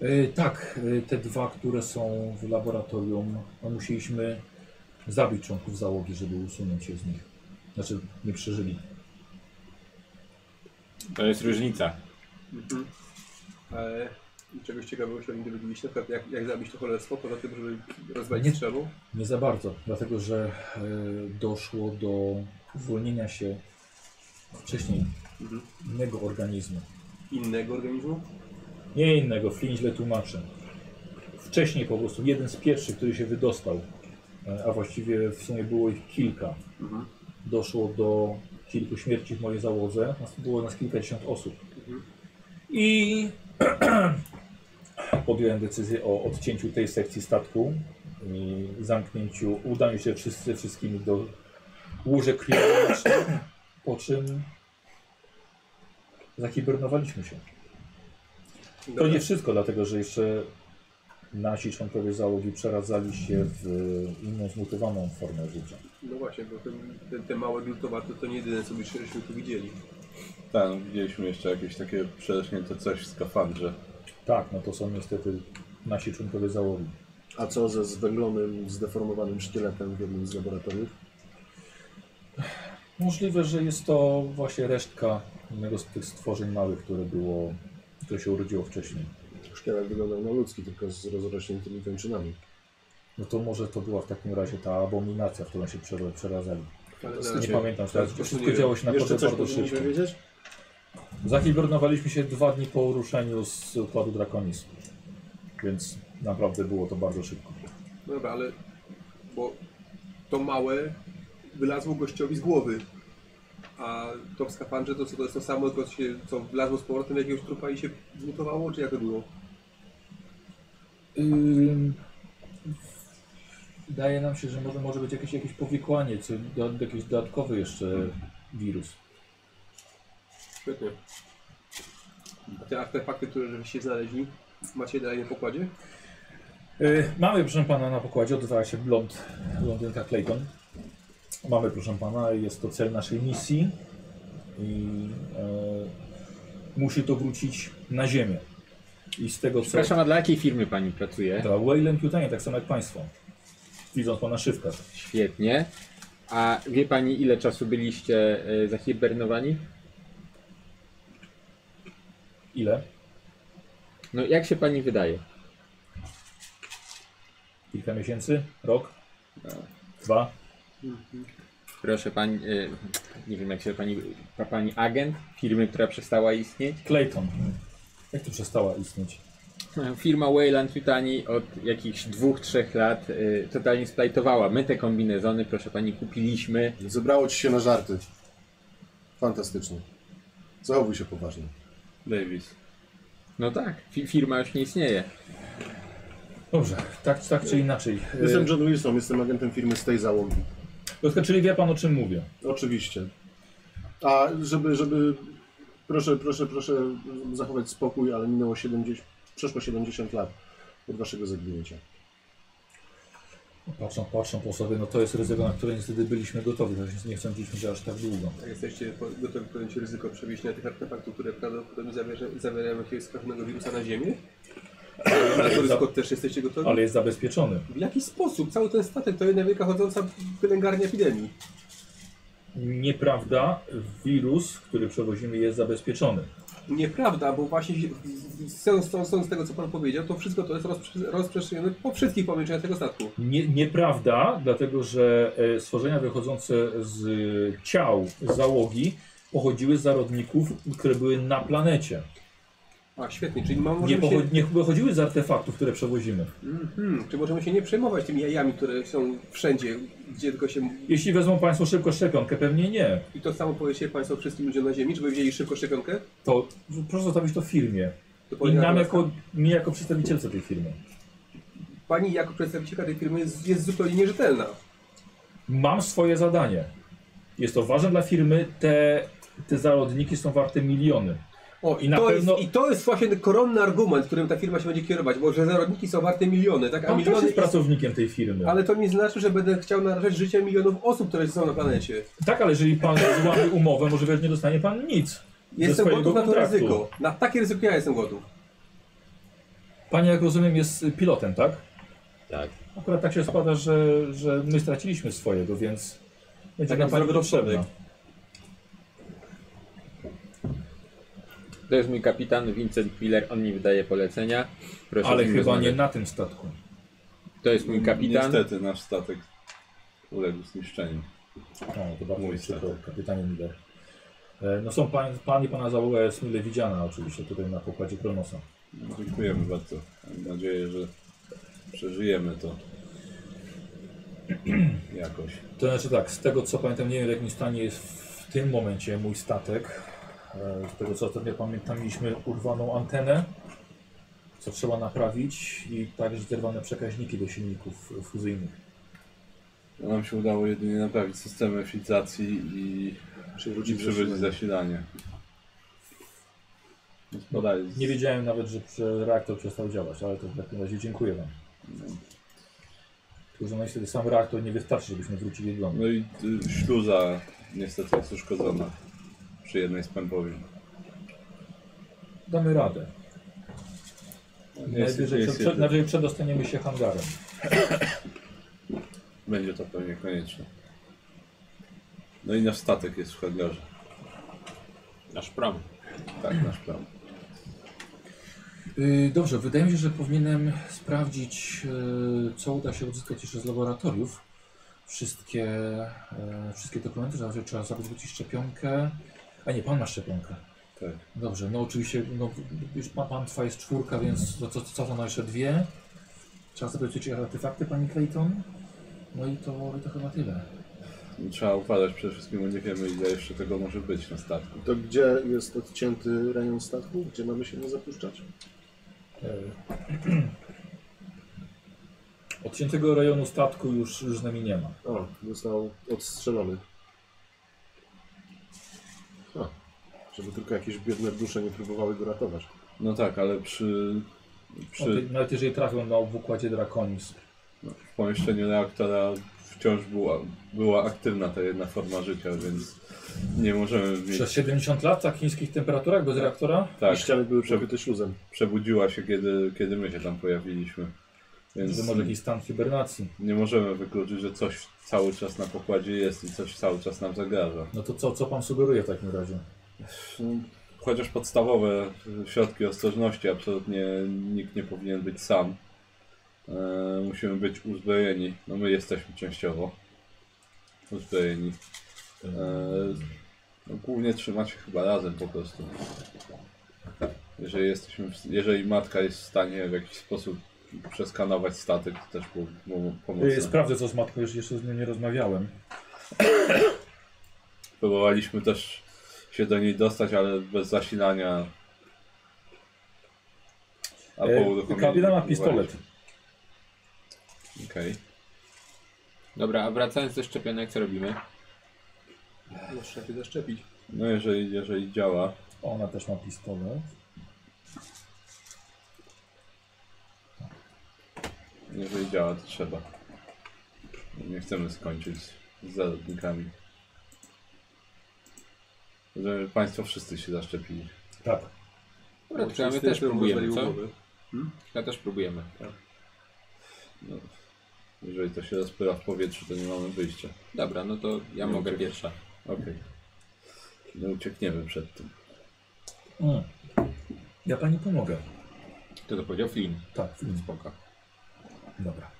[SPEAKER 1] E, tak, e, te dwa, które są w laboratorium, no, musieliśmy zabić członków załogi, żeby usunąć się z nich. Znaczy, nie przeżyli.
[SPEAKER 3] To jest różnica.
[SPEAKER 6] Mhm. Ale e, czegoś ciekawego się nie dowiedzieliście, na przykład jak, jak zabić to cholerstwo, poza tym, żeby rozwalić
[SPEAKER 1] Nie-
[SPEAKER 6] strzelbą.
[SPEAKER 1] Nie za bardzo, dlatego że e, doszło do uwolnienia się wcześniej
[SPEAKER 6] Mhm.
[SPEAKER 1] innego organizmu.
[SPEAKER 6] Innego organizmu?
[SPEAKER 1] Nie innego, Flynn źle tłumaczy. Wcześniej po prostu jeden z pierwszych, który się wydostał, e, a właściwie w sumie było ich kilka.
[SPEAKER 6] Mhm.
[SPEAKER 1] Doszło do kilku śmierci w mojej załodze. Nas było nas kilkadziesiąt osób.
[SPEAKER 6] Mhm.
[SPEAKER 1] I podjąłem decyzję o odcięciu tej sekcji statku i zamknięciu, udaniu się wszyscy wszystkimi do łóżek kryogenicznych, po czym zahibernowaliśmy się. To nie wszystko, dlatego że jeszcze nasi członkowie załogi przeradzali się w inną zmutowaną formę życia.
[SPEAKER 6] No właśnie, bo ten, te, te małe glutowate to nie jedyne, co byśmy tu widzieli.
[SPEAKER 2] Tak, widzieliśmy jeszcze jakieś takie przerośnięte coś w skafandrze.
[SPEAKER 1] Tak, no to są niestety nasi członkowie załogi.
[SPEAKER 4] A co ze zwęglonym, zdeformowanym szkieletem w jednym z laboratoriów?
[SPEAKER 1] Możliwe, że jest to właśnie resztka jednego z tych stworzeń małych, które było, które się urodziło wcześniej.
[SPEAKER 4] Szkielet wyglądał na ludzki, tylko z rozrośniętymi kończynami.
[SPEAKER 1] No to może to była w takim razie ta abominacja, w którą się przera- przeradzali.
[SPEAKER 6] Ale
[SPEAKER 1] Nie
[SPEAKER 6] zaraz-
[SPEAKER 1] pamiętam teraz,
[SPEAKER 6] Właśnie
[SPEAKER 1] wszystko
[SPEAKER 6] nie wiem.
[SPEAKER 1] działo się
[SPEAKER 4] Znaczy, tak, Jeszcze
[SPEAKER 1] naprawdę
[SPEAKER 4] coś
[SPEAKER 1] bardzo
[SPEAKER 4] powinniśmy
[SPEAKER 1] szybko.
[SPEAKER 4] wiedzieć?
[SPEAKER 1] Zahibernowaliśmy się dwa dni po ruszeniu z układu Draconis, więc naprawdę było to bardzo szybko.
[SPEAKER 6] No dobra, ale bo to małe wylazło gościowi z głowy. A to w skafandrze to co to jest to samo, co, się, co wlazło z powrotem jakiegoś trupa i się zmutowało, czy jak to było?
[SPEAKER 1] Ym, Wydaje nam się, że może, może być jakieś, jakieś powikłanie, czy do, jakiś dodatkowy jeszcze wirus.
[SPEAKER 6] Świetnie. A te artefakty, które się znaleźli, macie dalej na pokładzie?
[SPEAKER 1] Yy, mamy, proszę pana, na pokładzie, odezwała się blond, blondynka Clayton. Mamy, proszę pana, jest to cel naszej misji i e, musi to wrócić na ziemię. I z tego celu...
[SPEAKER 5] Przepraszam, a dla jakiej firmy pani pracuje?
[SPEAKER 1] To Wayland Jutania, tak samo jak państwo. Widząc pana szywka.
[SPEAKER 5] Świetnie. A wie pani ile czasu byliście e, zahibernowani?
[SPEAKER 1] Ile?
[SPEAKER 5] No jak się pani wydaje?
[SPEAKER 1] Kilka miesięcy? Rok? Dwa?
[SPEAKER 5] Proszę pani, e, nie wiem jak się pani, pa, pani agent firmy, która przestała istnieć?
[SPEAKER 1] Clayton. Jak to przestała istnieć?
[SPEAKER 5] Firma Wayland Yutani od jakichś dwóch, trzech lat e, totalnie splajtowała. My te kombinezony, proszę pani, kupiliśmy.
[SPEAKER 4] Zebrało ci się na żarty. Fantastycznie. Zachowuj się poważnie.
[SPEAKER 2] Davis.
[SPEAKER 5] No tak, fi- firma już nie istnieje.
[SPEAKER 1] Dobrze, tak, tak czy inaczej.
[SPEAKER 4] Jestem John Wilson, jestem agentem firmy z tej załogi.
[SPEAKER 1] Yy, czyli wie pan o czym mówię.
[SPEAKER 4] Oczywiście. A żeby, żeby, proszę, proszę, proszę zachować spokój, ale minęło 70, przeszło 70 lat od waszego zaginięcia.
[SPEAKER 1] Patrzą, patrzą po sobie, no to jest ryzyko, na które niestety byliśmy gotowi, chociaż nie sądziliśmy, że aż tak długo.
[SPEAKER 6] Jak jesteście po- gotowi podjąć ryzyko przewieźnia tych artefaktów, które prawdopodobnie zawiera- zawierają jakiegoś skażonego wirusa na Ziemię? Na to ryzyko też jesteście gotowi?
[SPEAKER 1] Ale jest zabezpieczony.
[SPEAKER 6] W jaki sposób? Cały ten statek to jedna wielka chodząca pielęgarnia epidemii.
[SPEAKER 1] Nieprawda, wirus, który przewozimy jest zabezpieczony.
[SPEAKER 6] Nieprawda, bo właśnie się- sąd- sąd- sąd z tego, co pan powiedział, to wszystko to jest rozprze- rozprzestrzenione po wszystkich pomieszczeniach tego statku.
[SPEAKER 1] Nie, nieprawda, dlatego że e, stworzenia wychodzące z e, ciał załogi pochodziły z zarodników, które były na planecie.
[SPEAKER 6] A, świetnie, czyli mam,
[SPEAKER 1] Nie,
[SPEAKER 6] możemy się,
[SPEAKER 1] pocho- nie pochodziły z artefaktów, które przewozimy.
[SPEAKER 6] Mhm, czy możemy się nie przejmować tymi jajami, które są wszędzie, gdzie tylko się...
[SPEAKER 1] Jeśli wezmą Państwo szybko szczepionkę, pewnie nie.
[SPEAKER 6] I to samo powiecie Państwo wszystkim ludziom na ziemi, żeby wzięli szybko szczepionkę?
[SPEAKER 1] To proszę zostawić to firmie.
[SPEAKER 6] To
[SPEAKER 1] I
[SPEAKER 6] powinna
[SPEAKER 1] nam
[SPEAKER 6] nas-
[SPEAKER 1] jako, mi jako przedstawicielce tej firmy.
[SPEAKER 6] Pani jako przedstawicielka tej firmy jest, jest zupełnie nierzetelna.
[SPEAKER 1] Mam swoje zadanie. Jest to ważne dla firmy. Te, te zarodniki są warte miliony.
[SPEAKER 6] O, i,
[SPEAKER 1] I na
[SPEAKER 6] to
[SPEAKER 1] pewno-
[SPEAKER 6] jest, I to jest właśnie ten koronny argument, którym ta firma się będzie kierować, bo że zarodniki są warte miliony, tak? A
[SPEAKER 1] Pan też
[SPEAKER 6] miliony...
[SPEAKER 1] jest pracownikiem tej firmy.
[SPEAKER 6] Ale to nie znaczy, że będę chciał narażać życie milionów osób, które są na planecie.
[SPEAKER 1] Tak, ale jeżeli pan złamie umowę, może nie dostanie pan nic. ze
[SPEAKER 6] Jestem
[SPEAKER 1] swojego
[SPEAKER 6] gotów na to
[SPEAKER 1] kontraktu.
[SPEAKER 6] ryzyko. Na takie ryzyko ja jestem gotów.
[SPEAKER 1] Pani, jak rozumiem, jest pilotem, tak?
[SPEAKER 3] Tak.
[SPEAKER 1] Akurat tak się składa, że, że my straciliśmy swojego, więc będzie
[SPEAKER 6] Tak,
[SPEAKER 1] tak pani
[SPEAKER 6] zdrowy
[SPEAKER 1] potrzebna.
[SPEAKER 6] rozsądek.
[SPEAKER 5] To jest mój kapitan Vincent Miller, on mi wydaje polecenia. Proszę
[SPEAKER 1] Ale
[SPEAKER 5] z nim
[SPEAKER 1] chyba nie
[SPEAKER 5] rozmawiać.
[SPEAKER 1] na tym statku.
[SPEAKER 5] To jest mój kapitan.
[SPEAKER 2] Niestety nasz statek uległ zniszczeniu.
[SPEAKER 1] O, Tak, to bardzo
[SPEAKER 2] Mój
[SPEAKER 1] przykro,
[SPEAKER 2] statek.
[SPEAKER 1] kapitanie Miller. E, No są pan, pan i pana załoga jest mile widziana oczywiście tutaj na pokładzie Kronosa.
[SPEAKER 2] No, Dziękujemy bardzo. Mam nadzieję, że przeżyjemy to jakoś.
[SPEAKER 1] To znaczy tak, z tego co pamiętam, nie wiem w jakim stanie jest w tym momencie mój statek. E, Z tego co ostatnio pamiętam, mieliśmy urwaną antenę, co trzeba naprawić i także zerwane przekaźniki do silników e, fuzyjnych.
[SPEAKER 2] Nam się udało jedynie naprawić systemy filtracji i, i
[SPEAKER 4] Przywrócić
[SPEAKER 2] przywrócić
[SPEAKER 4] zasilanie.
[SPEAKER 2] zasilanie. Spadaj,
[SPEAKER 1] Nie wiedziałem nawet, że prze- reaktor przestał działać, ale to w takim razie dziękuję Wam.
[SPEAKER 2] Mhm.
[SPEAKER 1] Tylko, że no niestety sam reaktor nie wystarczy, żebyśmy wrócili do domu.
[SPEAKER 2] No i y, śluza niestety jest uszkodzona przy jednej z pępowin.
[SPEAKER 1] Damy radę.
[SPEAKER 2] No, nie jest- nie
[SPEAKER 1] Najwyżej
[SPEAKER 2] jest
[SPEAKER 1] przed- przed-
[SPEAKER 2] jedyna.
[SPEAKER 1] najwyżej przedostaniemy się hangarem.
[SPEAKER 2] Będzie to pewnie konieczne. No i nasz statek jest w handlarze.
[SPEAKER 3] Nasz prom.
[SPEAKER 2] Tak, nasz plan.
[SPEAKER 1] Yy, Dobrze, wydaje mi się, że powinienem sprawdzić, yy, co uda się uzyskać jeszcze z laboratoriów. Wszystkie, yy, wszystkie dokumenty, że trzeba zabezpieczyć szczepionkę. A nie, pan ma szczepionkę.
[SPEAKER 2] Tak.
[SPEAKER 1] Dobrze, no oczywiście, no, już pan, pan twa jest czwórka, więc co, co, co są jeszcze dwie? Trzeba zabezpieczyć artefakty, pani Clayton. No i to, i to chyba tyle.
[SPEAKER 2] No, Trzeba uważać przede wszystkim, bo nie wiemy ile jeszcze tego może być na statku.
[SPEAKER 4] To gdzie jest odcięty rejon statku? Gdzie mamy się nie zapuszczać?
[SPEAKER 1] Yy. Odciętego rejonu statku już, już z nami nie ma.
[SPEAKER 4] O, został odstrzelony. Ha. Żeby tylko jakieś biedne dusze nie próbowały go ratować.
[SPEAKER 2] No tak, ale przy,
[SPEAKER 1] Nawet-
[SPEAKER 2] przy
[SPEAKER 1] Nawet jeżeli trafią na w układzie Draconis.
[SPEAKER 2] w pomieszczeniu reaktora wciąż była, była aktywna ta jedna forma życia, więc nie możemy mieć...
[SPEAKER 1] Przez 70 lat w tak chińskich temperaturach bez reaktora?
[SPEAKER 4] I
[SPEAKER 2] Tak,
[SPEAKER 4] ściany były
[SPEAKER 2] Prze-
[SPEAKER 4] przekryte śluzem.
[SPEAKER 2] przebudziła się kiedy, kiedy my się tam pojawiliśmy.
[SPEAKER 1] Więc
[SPEAKER 2] Więc
[SPEAKER 1] może jakiś stan hibernacji.
[SPEAKER 2] nie możemy wykluczyć, że coś cały czas na pokładzie jest i coś cały czas nam zagraża.
[SPEAKER 1] No to co, co pan sugeruje w takim razie?
[SPEAKER 2] Chociaż podstawowe środki ostrożności absolutnie nikt nie powinien być sam. E, musimy być uzbrojeni. No my jesteśmy częściowo uzbrojeni. E, no, głównie trzymać się chyba razem po prostu. Jeżeli, jesteśmy w, jeżeli matka jest w stanie w jakiś sposób przeskanować statek, to też było, było
[SPEAKER 1] Yy,
[SPEAKER 2] pomocne.
[SPEAKER 1] sprawdzę co z matką, już jeszcze z nią nie rozmawiałem.
[SPEAKER 2] Próbowaliśmy też się do niej dostać, ale bez zasilania. A po
[SPEAKER 1] Yy,
[SPEAKER 2] uruchomieniu
[SPEAKER 1] kabina ma
[SPEAKER 2] próbowaliśmy.
[SPEAKER 1] pistolet.
[SPEAKER 2] Okej.
[SPEAKER 5] Dobra, a wracając do szczepionek, co robimy?
[SPEAKER 6] No, trzeba się zaszczepić.
[SPEAKER 2] No jeżeli, jeżeli działa,
[SPEAKER 1] Ona też ma pistolet.
[SPEAKER 2] jeżeli działa, to trzeba. Nie chcemy skończyć z zarodnikami. Żeby Państwo wszyscy się zaszczepili.
[SPEAKER 1] Tak.
[SPEAKER 5] Dobra,
[SPEAKER 6] Bo
[SPEAKER 5] to my
[SPEAKER 6] wszyscy
[SPEAKER 5] też
[SPEAKER 6] jesteśmy
[SPEAKER 5] próbujemy,
[SPEAKER 6] obywateli
[SPEAKER 5] co?
[SPEAKER 6] umowy.
[SPEAKER 5] Ja też próbujemy.
[SPEAKER 2] No, jeżeli to się rozpyla w powietrzu, to nie mamy wyjścia.
[SPEAKER 5] Dobra, no to ja
[SPEAKER 2] Nie,
[SPEAKER 5] mogę
[SPEAKER 2] tak.
[SPEAKER 5] pierwsza.
[SPEAKER 2] Okej. No uciekniemy przed tym.
[SPEAKER 1] Mm. Ja pani pomogę.
[SPEAKER 3] Kto to powiedział? Flynn.
[SPEAKER 1] Tak, Flynn.
[SPEAKER 3] Spoko.
[SPEAKER 1] Dobra.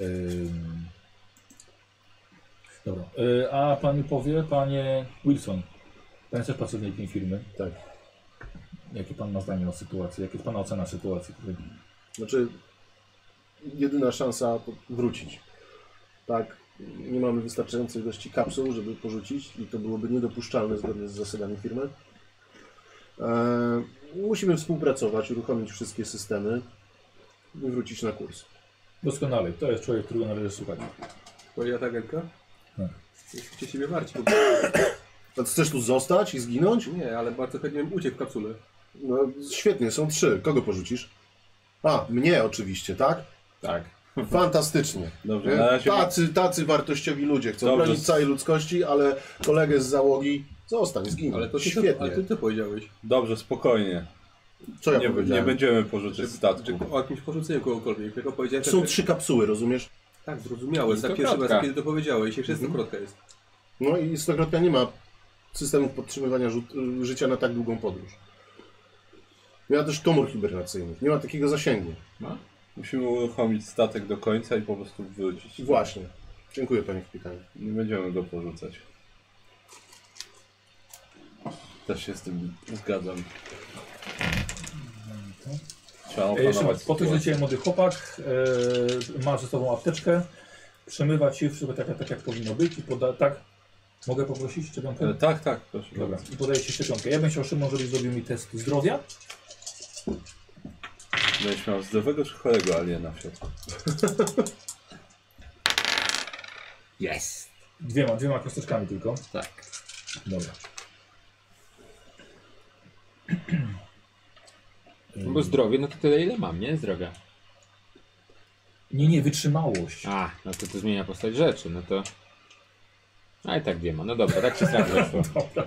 [SPEAKER 1] Ym... Dobra. Y, a pan mi powie, panie Wilson, pan jest też pracownikiem firmy.
[SPEAKER 4] Tak.
[SPEAKER 1] Jakie pan ma zdanie o sytuacji? Jakie jest pana ocena sytuacji? Tutaj?
[SPEAKER 4] Znaczy, jedyna szansa to wrócić. Tak, nie mamy wystarczającej ilości kapsuł, żeby porzucić i to byłoby niedopuszczalne zgodnie z zasadami firmy. E, musimy współpracować, uruchomić wszystkie systemy i wrócić na kurs.
[SPEAKER 1] Doskonale. To jest człowiek, którego należy słuchać.
[SPEAKER 6] Powiedziała ta agentka?
[SPEAKER 1] Tak.
[SPEAKER 6] Jesteście siebie warci.
[SPEAKER 4] A ty chcesz tu zostać i zginąć?
[SPEAKER 6] Nie, ale bardzo chętnie bym uciekł w kapsule.
[SPEAKER 4] No, świetnie, są trzy. Kogo porzucisz? A, mnie oczywiście, tak?
[SPEAKER 3] Tak.
[SPEAKER 4] Fantastycznie.
[SPEAKER 6] No,
[SPEAKER 2] Dobrze, na razie-
[SPEAKER 4] Tacy, tacy wartościowi ludzie chcą
[SPEAKER 2] Dobrze.
[SPEAKER 4] bronić całej ludzkości, ale kolegę z załogi zostań, zginął.
[SPEAKER 6] Ale to ty,
[SPEAKER 4] Świetnie.
[SPEAKER 6] to, ale ty, ty powiedziałeś.
[SPEAKER 2] Dobrze, spokojnie.
[SPEAKER 4] Co ja
[SPEAKER 2] Nie, nie
[SPEAKER 4] powiedziałem?
[SPEAKER 2] będziemy pożyczyć
[SPEAKER 6] Czy
[SPEAKER 2] statku.
[SPEAKER 6] o jakimś porzuceniu kogokolwiek. Tylko powiedziałeś.
[SPEAKER 4] Są
[SPEAKER 6] że-
[SPEAKER 4] trzy kapsuły, rozumiesz?
[SPEAKER 6] Tak, zrozumiałem. Za
[SPEAKER 3] To
[SPEAKER 6] pierwszy
[SPEAKER 3] kropka.
[SPEAKER 6] raz, kiedy to powiedziałeś. Jeszcze jest to krótka jest.
[SPEAKER 4] No i stokrotnie nie ma systemów podtrzymywania żu- y, życia na tak długą podróż. Nie ma też komór hibernacyjnych, nie ma takiego zasięgu.
[SPEAKER 2] Musimy uruchomić statek do końca i po prostu wrócić.
[SPEAKER 4] Właśnie. Dziękuję panie kapitanie.
[SPEAKER 2] Nie będziemy go porzucać. Też się z tym zgadzam. Trzeba
[SPEAKER 1] E, Jeszcze raz,
[SPEAKER 2] opanować
[SPEAKER 1] po to, że
[SPEAKER 2] sytuację.
[SPEAKER 1] ciebie młody chłopak, e, ma ze sobą apteczkę, przemywa ci wszystko tak, tak jak powinno być i poda... Tak? Mogę poprosić szczepionkę?
[SPEAKER 2] E, Tak, tak, proszę
[SPEAKER 1] Dobra,
[SPEAKER 2] bardzo.
[SPEAKER 1] i podaję ci szczepionkę. Ja bym chciał, Szymon, żebyś zrobił mi test zdrowia.
[SPEAKER 2] Będziesz miał zdrowego czy chorego aliena w środku.
[SPEAKER 5] Jest.
[SPEAKER 1] Dwiema, dwiema kosteczkami tylko.
[SPEAKER 5] Tak.
[SPEAKER 1] Dobra.
[SPEAKER 5] No Bo zdrowie, no to tyle ile mam, nie? Zdrowia.
[SPEAKER 1] Nie, nie, wytrzymałość.
[SPEAKER 5] A, no to to zmienia postać rzeczy, no to... A i tak dwiema, no dobra, tak się sam wyszło.
[SPEAKER 1] Dobra.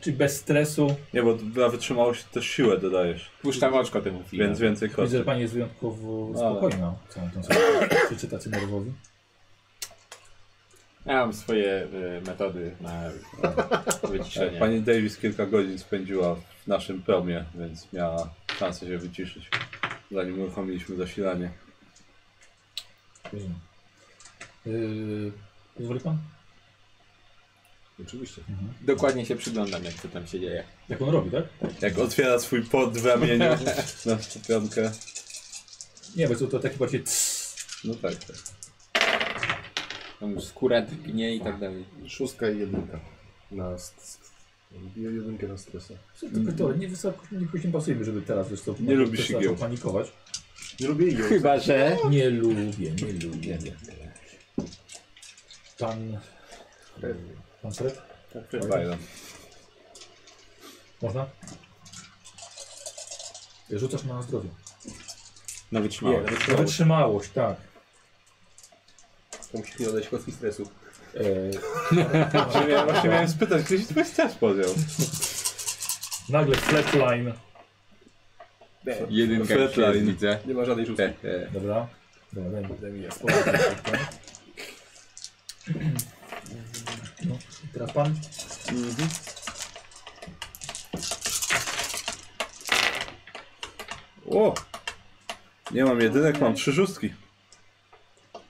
[SPEAKER 1] Czyli bez stresu.
[SPEAKER 2] Nie, bo dla wytrzymałości też siłę dodajesz,
[SPEAKER 3] Puszczam oczko temu Flynn.
[SPEAKER 2] więc więcej
[SPEAKER 1] Widzę,
[SPEAKER 2] kości.
[SPEAKER 1] że pani jest wyjątkowo
[SPEAKER 2] Ale-
[SPEAKER 1] spokojna. Całą tą Przeczytacie nerwowi.
[SPEAKER 3] Ja mam swoje y, metody na y, wyciszenie.
[SPEAKER 2] Tak, Pani Davis kilka godzin spędziła w naszym promie, więc miała szansę się wyciszyć, zanim uruchomiliśmy zasilanie.
[SPEAKER 1] Rozumiem. Yy, pozwoli pan?
[SPEAKER 4] Oczywiście.
[SPEAKER 5] Dokładnie się przyglądam, jak to tam się dzieje.
[SPEAKER 1] Jak on robi, tak?
[SPEAKER 2] Jak otwiera swój pod w ramieniu na szczepionkę.
[SPEAKER 1] Nie, bo to, to taki bardziej tss.
[SPEAKER 2] No tak, tak.
[SPEAKER 5] Tam skóra drgnie i tak dalej.
[SPEAKER 4] Szóstka i jedynka. Na st- st- jedynkę na stresa.
[SPEAKER 1] Co to kotory? Nie wysoko, nie, nie pasujemy, żeby teraz zresztą
[SPEAKER 2] Nie lubi się
[SPEAKER 1] zaczął
[SPEAKER 2] giełd.
[SPEAKER 1] panikować.
[SPEAKER 4] Nie lubię igieł.
[SPEAKER 5] Chyba, że...
[SPEAKER 1] Nie lubię, nie lubię. Pan... Pan Fred?
[SPEAKER 2] Fajne.
[SPEAKER 1] Można? Rzucasz na zdrowie.
[SPEAKER 3] Na wytrzymałość.
[SPEAKER 1] Na wytrzymałość, tak.
[SPEAKER 6] Tam śpinione środki stresu.
[SPEAKER 1] E,
[SPEAKER 2] Właśnie miałem, właśnie miałem spytać, gdzie się twój stres podział?
[SPEAKER 1] nagle flatline.
[SPEAKER 5] Jedynka już
[SPEAKER 2] Flatline.
[SPEAKER 5] jest, widzę.
[SPEAKER 6] Nie ma żadnej szóstki.
[SPEAKER 2] E, e.
[SPEAKER 1] Dobra. Dobra, daj mi, daj mi ja. spokojnie, tak, spokojnie. No, i teraz pan.
[SPEAKER 2] O! Nie mam jedynek, mam trzy szóstki.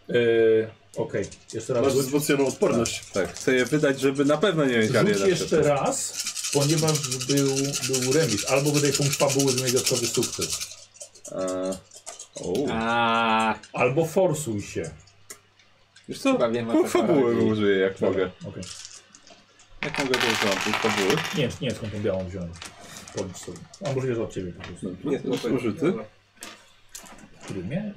[SPEAKER 1] E, Okej, jeszcze raz.
[SPEAKER 4] Masz
[SPEAKER 1] Rzuć,
[SPEAKER 4] wzmocnioną odporność.
[SPEAKER 2] Tak, chcę je wydać, żeby na pewno nie mieć
[SPEAKER 1] rzuć
[SPEAKER 2] aliena.
[SPEAKER 1] jeszcze raz, ponieważ był, był remis. Albo wydaj punkt fabuły, żeby mieć dodatkowy sukces.
[SPEAKER 2] E, o.
[SPEAKER 5] A,
[SPEAKER 1] Albo forsuj się.
[SPEAKER 2] Wiesz co?
[SPEAKER 5] Chyba wiem, o
[SPEAKER 2] Pół
[SPEAKER 5] co
[SPEAKER 2] fabuły
[SPEAKER 5] chodzi.
[SPEAKER 2] użyję, jak mogę.
[SPEAKER 1] Okej.
[SPEAKER 2] Jak mogę, to użyłam pół fabuły.
[SPEAKER 1] Nie, nie skąd tą białą wziąłem. Policz sobie. A może że od ciebie po prostu.
[SPEAKER 6] Nie,
[SPEAKER 2] No,
[SPEAKER 6] spokojnie.
[SPEAKER 2] użyty.
[SPEAKER 6] Dobra.
[SPEAKER 1] Który mnie?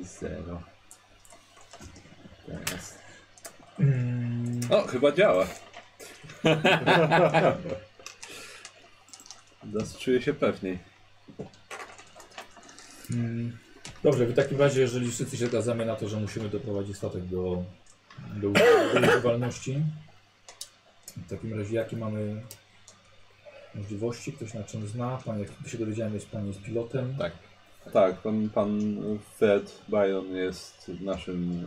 [SPEAKER 2] Zero. Teraz. O, chyba działa. Teraz czuję się pewniej.
[SPEAKER 1] Mm. Dobrze, w takim razie, jeżeli wszyscy się zgadzamy na to, że musimy doprowadzić statek do, do, do używalności, w takim razie jakie mamy możliwości? Ktoś na czym zna? Pan, jak się dowiedziałem, jest pan jest pilotem.
[SPEAKER 5] Tak.
[SPEAKER 2] Tak, pan, pan Fred Byron jest naszym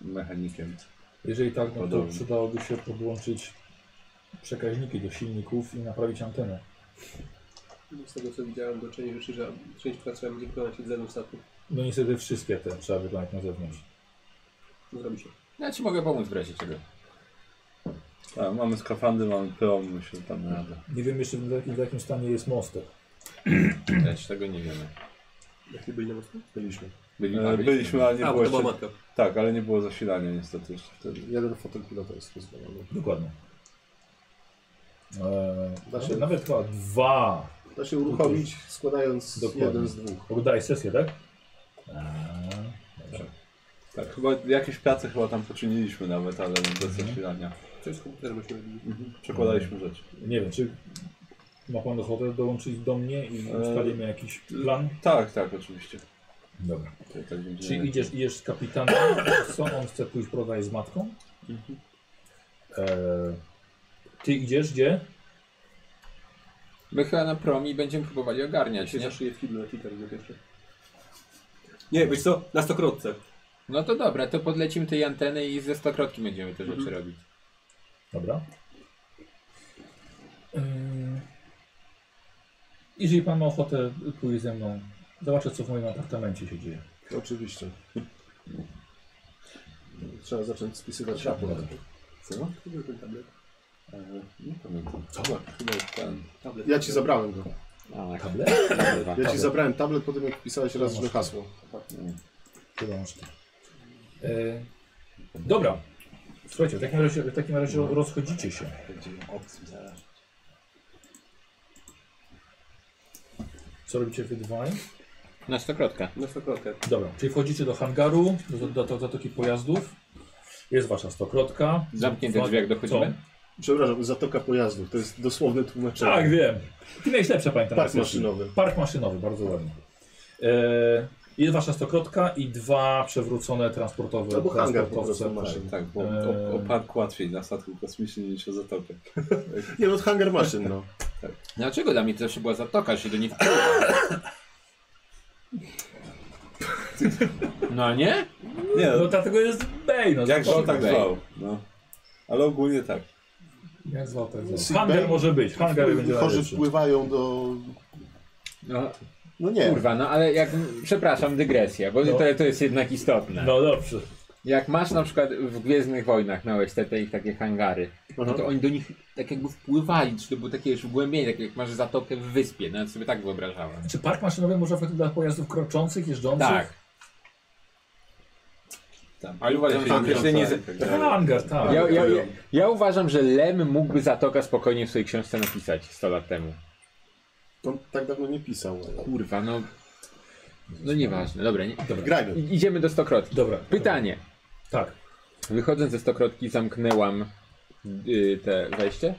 [SPEAKER 2] e, mechanikiem.
[SPEAKER 1] Jeżeli tak, no to
[SPEAKER 2] Podobnie.
[SPEAKER 1] przydałoby się podłączyć przekaźniki do silników i naprawić antenę.
[SPEAKER 6] Z tego co widziałem, do część rzeczy, że część pracuje będzie wykonać siedzeniu statku.
[SPEAKER 1] No niestety wszystkie te trzeba wykonać na zewnątrz.
[SPEAKER 6] No Zrobi się.
[SPEAKER 8] Ja ci mogę pomóc w razie czego.
[SPEAKER 2] Tak, mamy skafandy, mamy prom, myślę, że
[SPEAKER 5] Mhm.
[SPEAKER 2] tam radę.
[SPEAKER 1] Nie wiem jeszcze w jakim, w jakim stanie jest mostek.
[SPEAKER 8] Ja ci tego nie wiemy.
[SPEAKER 6] Jakie byli na mocno?
[SPEAKER 4] Byliśmy.
[SPEAKER 8] Byli,
[SPEAKER 2] E, Byliśmy, ale nie
[SPEAKER 6] A,
[SPEAKER 2] było
[SPEAKER 6] bo to była
[SPEAKER 2] jeszcze,
[SPEAKER 6] matka.
[SPEAKER 2] Tak, ale nie było zasilania niestety jeszcze wtedy.
[SPEAKER 4] Jeden fotel pilota jest rozwalony.
[SPEAKER 1] Dokładnie. Eee,
[SPEAKER 4] Znaczy-
[SPEAKER 1] nawet chyba dwa.
[SPEAKER 4] Da się uruchomić składając
[SPEAKER 1] Dokładnie.
[SPEAKER 4] jeden z dwóch.
[SPEAKER 1] Oddaj sesję, tak? Eee, dobrze.
[SPEAKER 2] Tak, chyba jakieś prace chyba tam poczyniliśmy nawet, ale bez
[SPEAKER 5] Mhm.
[SPEAKER 2] zasilania.
[SPEAKER 6] Coś z komputerem myśmy robili.
[SPEAKER 2] Przekładaliśmy rzeczy.
[SPEAKER 1] Nie wiem, czy ma pan ochotę dołączyć do mnie i
[SPEAKER 4] E,
[SPEAKER 2] Eee,
[SPEAKER 1] ustalimy jakiś plan?
[SPEAKER 2] Tak, tak, oczywiście.
[SPEAKER 1] Dobra.
[SPEAKER 2] To tak będzie-
[SPEAKER 1] Czyli idziesz, idziesz z kapitanem, co on chce pójść prowadzić z matką?
[SPEAKER 4] Mhm.
[SPEAKER 1] Eee, ty idziesz gdzie?
[SPEAKER 5] My chyba na promi będziemy próbowali ogarniać,
[SPEAKER 6] Się
[SPEAKER 5] nie?
[SPEAKER 6] zaszyję w kiblu na Twitter, nie pierwsze. Nie, wiesz co? Na stokrotce.
[SPEAKER 5] No to dobra, to podlecimy tej anteny i ze stokrotki będziemy te rzeczy robić.
[SPEAKER 1] Dobra. Eee, jeżeli pan ma ochotę, pójdź ze mną. Zobaczę, co w moim apartamencie się dzieje.
[SPEAKER 4] Oczywiście. Trzeba zacząć spisywać raport.
[SPEAKER 2] Co?
[SPEAKER 6] To był ten tablet.
[SPEAKER 2] E, Nie pamiętam. Chyba ten.
[SPEAKER 6] Tablet.
[SPEAKER 4] Ja ci zabrałem go.
[SPEAKER 1] Tablet?
[SPEAKER 4] Ja ci zabrałem Tak, tablet No po tym, jak wpisałeś raz, że hasło.
[SPEAKER 1] Przełączki. Eee, dobra. Słuchajcie, w takim razie, w takim razie rozchodzicie się.
[SPEAKER 2] Będzie obcym zaraz.
[SPEAKER 1] Co robicie wy dwaj?
[SPEAKER 5] Na stokrotkę.
[SPEAKER 6] Na stokrotkę.
[SPEAKER 1] Dobra, czyli wchodzicie do hangaru, do, do, do zatoki pojazdów. Jest wasza stokrotka.
[SPEAKER 5] Zamknięte
[SPEAKER 1] Dwa-
[SPEAKER 5] drzwi jak dochodzimy.
[SPEAKER 4] Przepraszam, zatoka pojazdów. To jest dosłowne
[SPEAKER 1] Co?
[SPEAKER 4] tłumaczenie.
[SPEAKER 1] Tak, wiem. Ty miałeś lepsze pamiętam.
[SPEAKER 4] Park
[SPEAKER 1] sesji.
[SPEAKER 4] maszynowy.
[SPEAKER 1] Park maszynowy, bardzo ładnie. E, jest wasza stokrotka i dwa przewrócone transportowe
[SPEAKER 4] Albo hangar po
[SPEAKER 1] transportowce.
[SPEAKER 4] prostu maszyn.
[SPEAKER 2] Tak, bo
[SPEAKER 1] Eee.
[SPEAKER 5] E,
[SPEAKER 2] o, o park łatwiej na statku kosmicznym niż o zatokę.
[SPEAKER 4] Nie no, hangar maszyn, no.
[SPEAKER 5] Dlaczego dla mnie to zawsze była zatoka, się do nich No nie?
[SPEAKER 2] Nie,
[SPEAKER 1] No dlatego jest Bej, no.
[SPEAKER 2] jak
[SPEAKER 1] spoko.
[SPEAKER 2] zwał, tak zwał. No. Ale ogólnie tak.
[SPEAKER 1] Jak zwał, tak
[SPEAKER 4] Si-
[SPEAKER 1] zwał. Hangar
[SPEAKER 4] Bay-
[SPEAKER 1] może być, hangar będzie
[SPEAKER 4] Chorzy
[SPEAKER 1] najlepszy.
[SPEAKER 4] wpływają do...
[SPEAKER 5] No
[SPEAKER 4] No nie.
[SPEAKER 5] kurwa, no ale jak, przepraszam, dygresja, bo
[SPEAKER 1] No.
[SPEAKER 5] to, to jest jednak istotne.
[SPEAKER 1] No dobrze.
[SPEAKER 5] Jak masz na przykład w Gwiezdnych Wojnach na OSTT ich takie hangary, no to oni do nich tak jakby wpływali, czy to było takie już głębienie, tak jak masz zatokę w wyspie, nawet sobie tak wyobrażałem.
[SPEAKER 1] Czy park maszynowy może być dla pojazdów kroczących, jeżdżących?
[SPEAKER 5] Tak.
[SPEAKER 2] Tam.
[SPEAKER 5] Ale uważam,
[SPEAKER 2] Tam
[SPEAKER 5] że nie, nie,
[SPEAKER 2] tak, tak dalej.
[SPEAKER 1] Hangar, tak.
[SPEAKER 5] Ja, ja, ja, ja uważam, że Lem mógłby Zatoka spokojnie w swojej książce napisać 100 lat temu.
[SPEAKER 4] On tak dawno nie pisał.
[SPEAKER 5] Kurwa, no. No nieważne, dobra. Nie, dobra.
[SPEAKER 4] Grajmy.
[SPEAKER 5] I- Idziemy do stokrotki.
[SPEAKER 1] Dobra.
[SPEAKER 5] Pytanie.
[SPEAKER 1] Tak.
[SPEAKER 5] Wychodząc ze stokrotki, zamknęłam y, te wejście?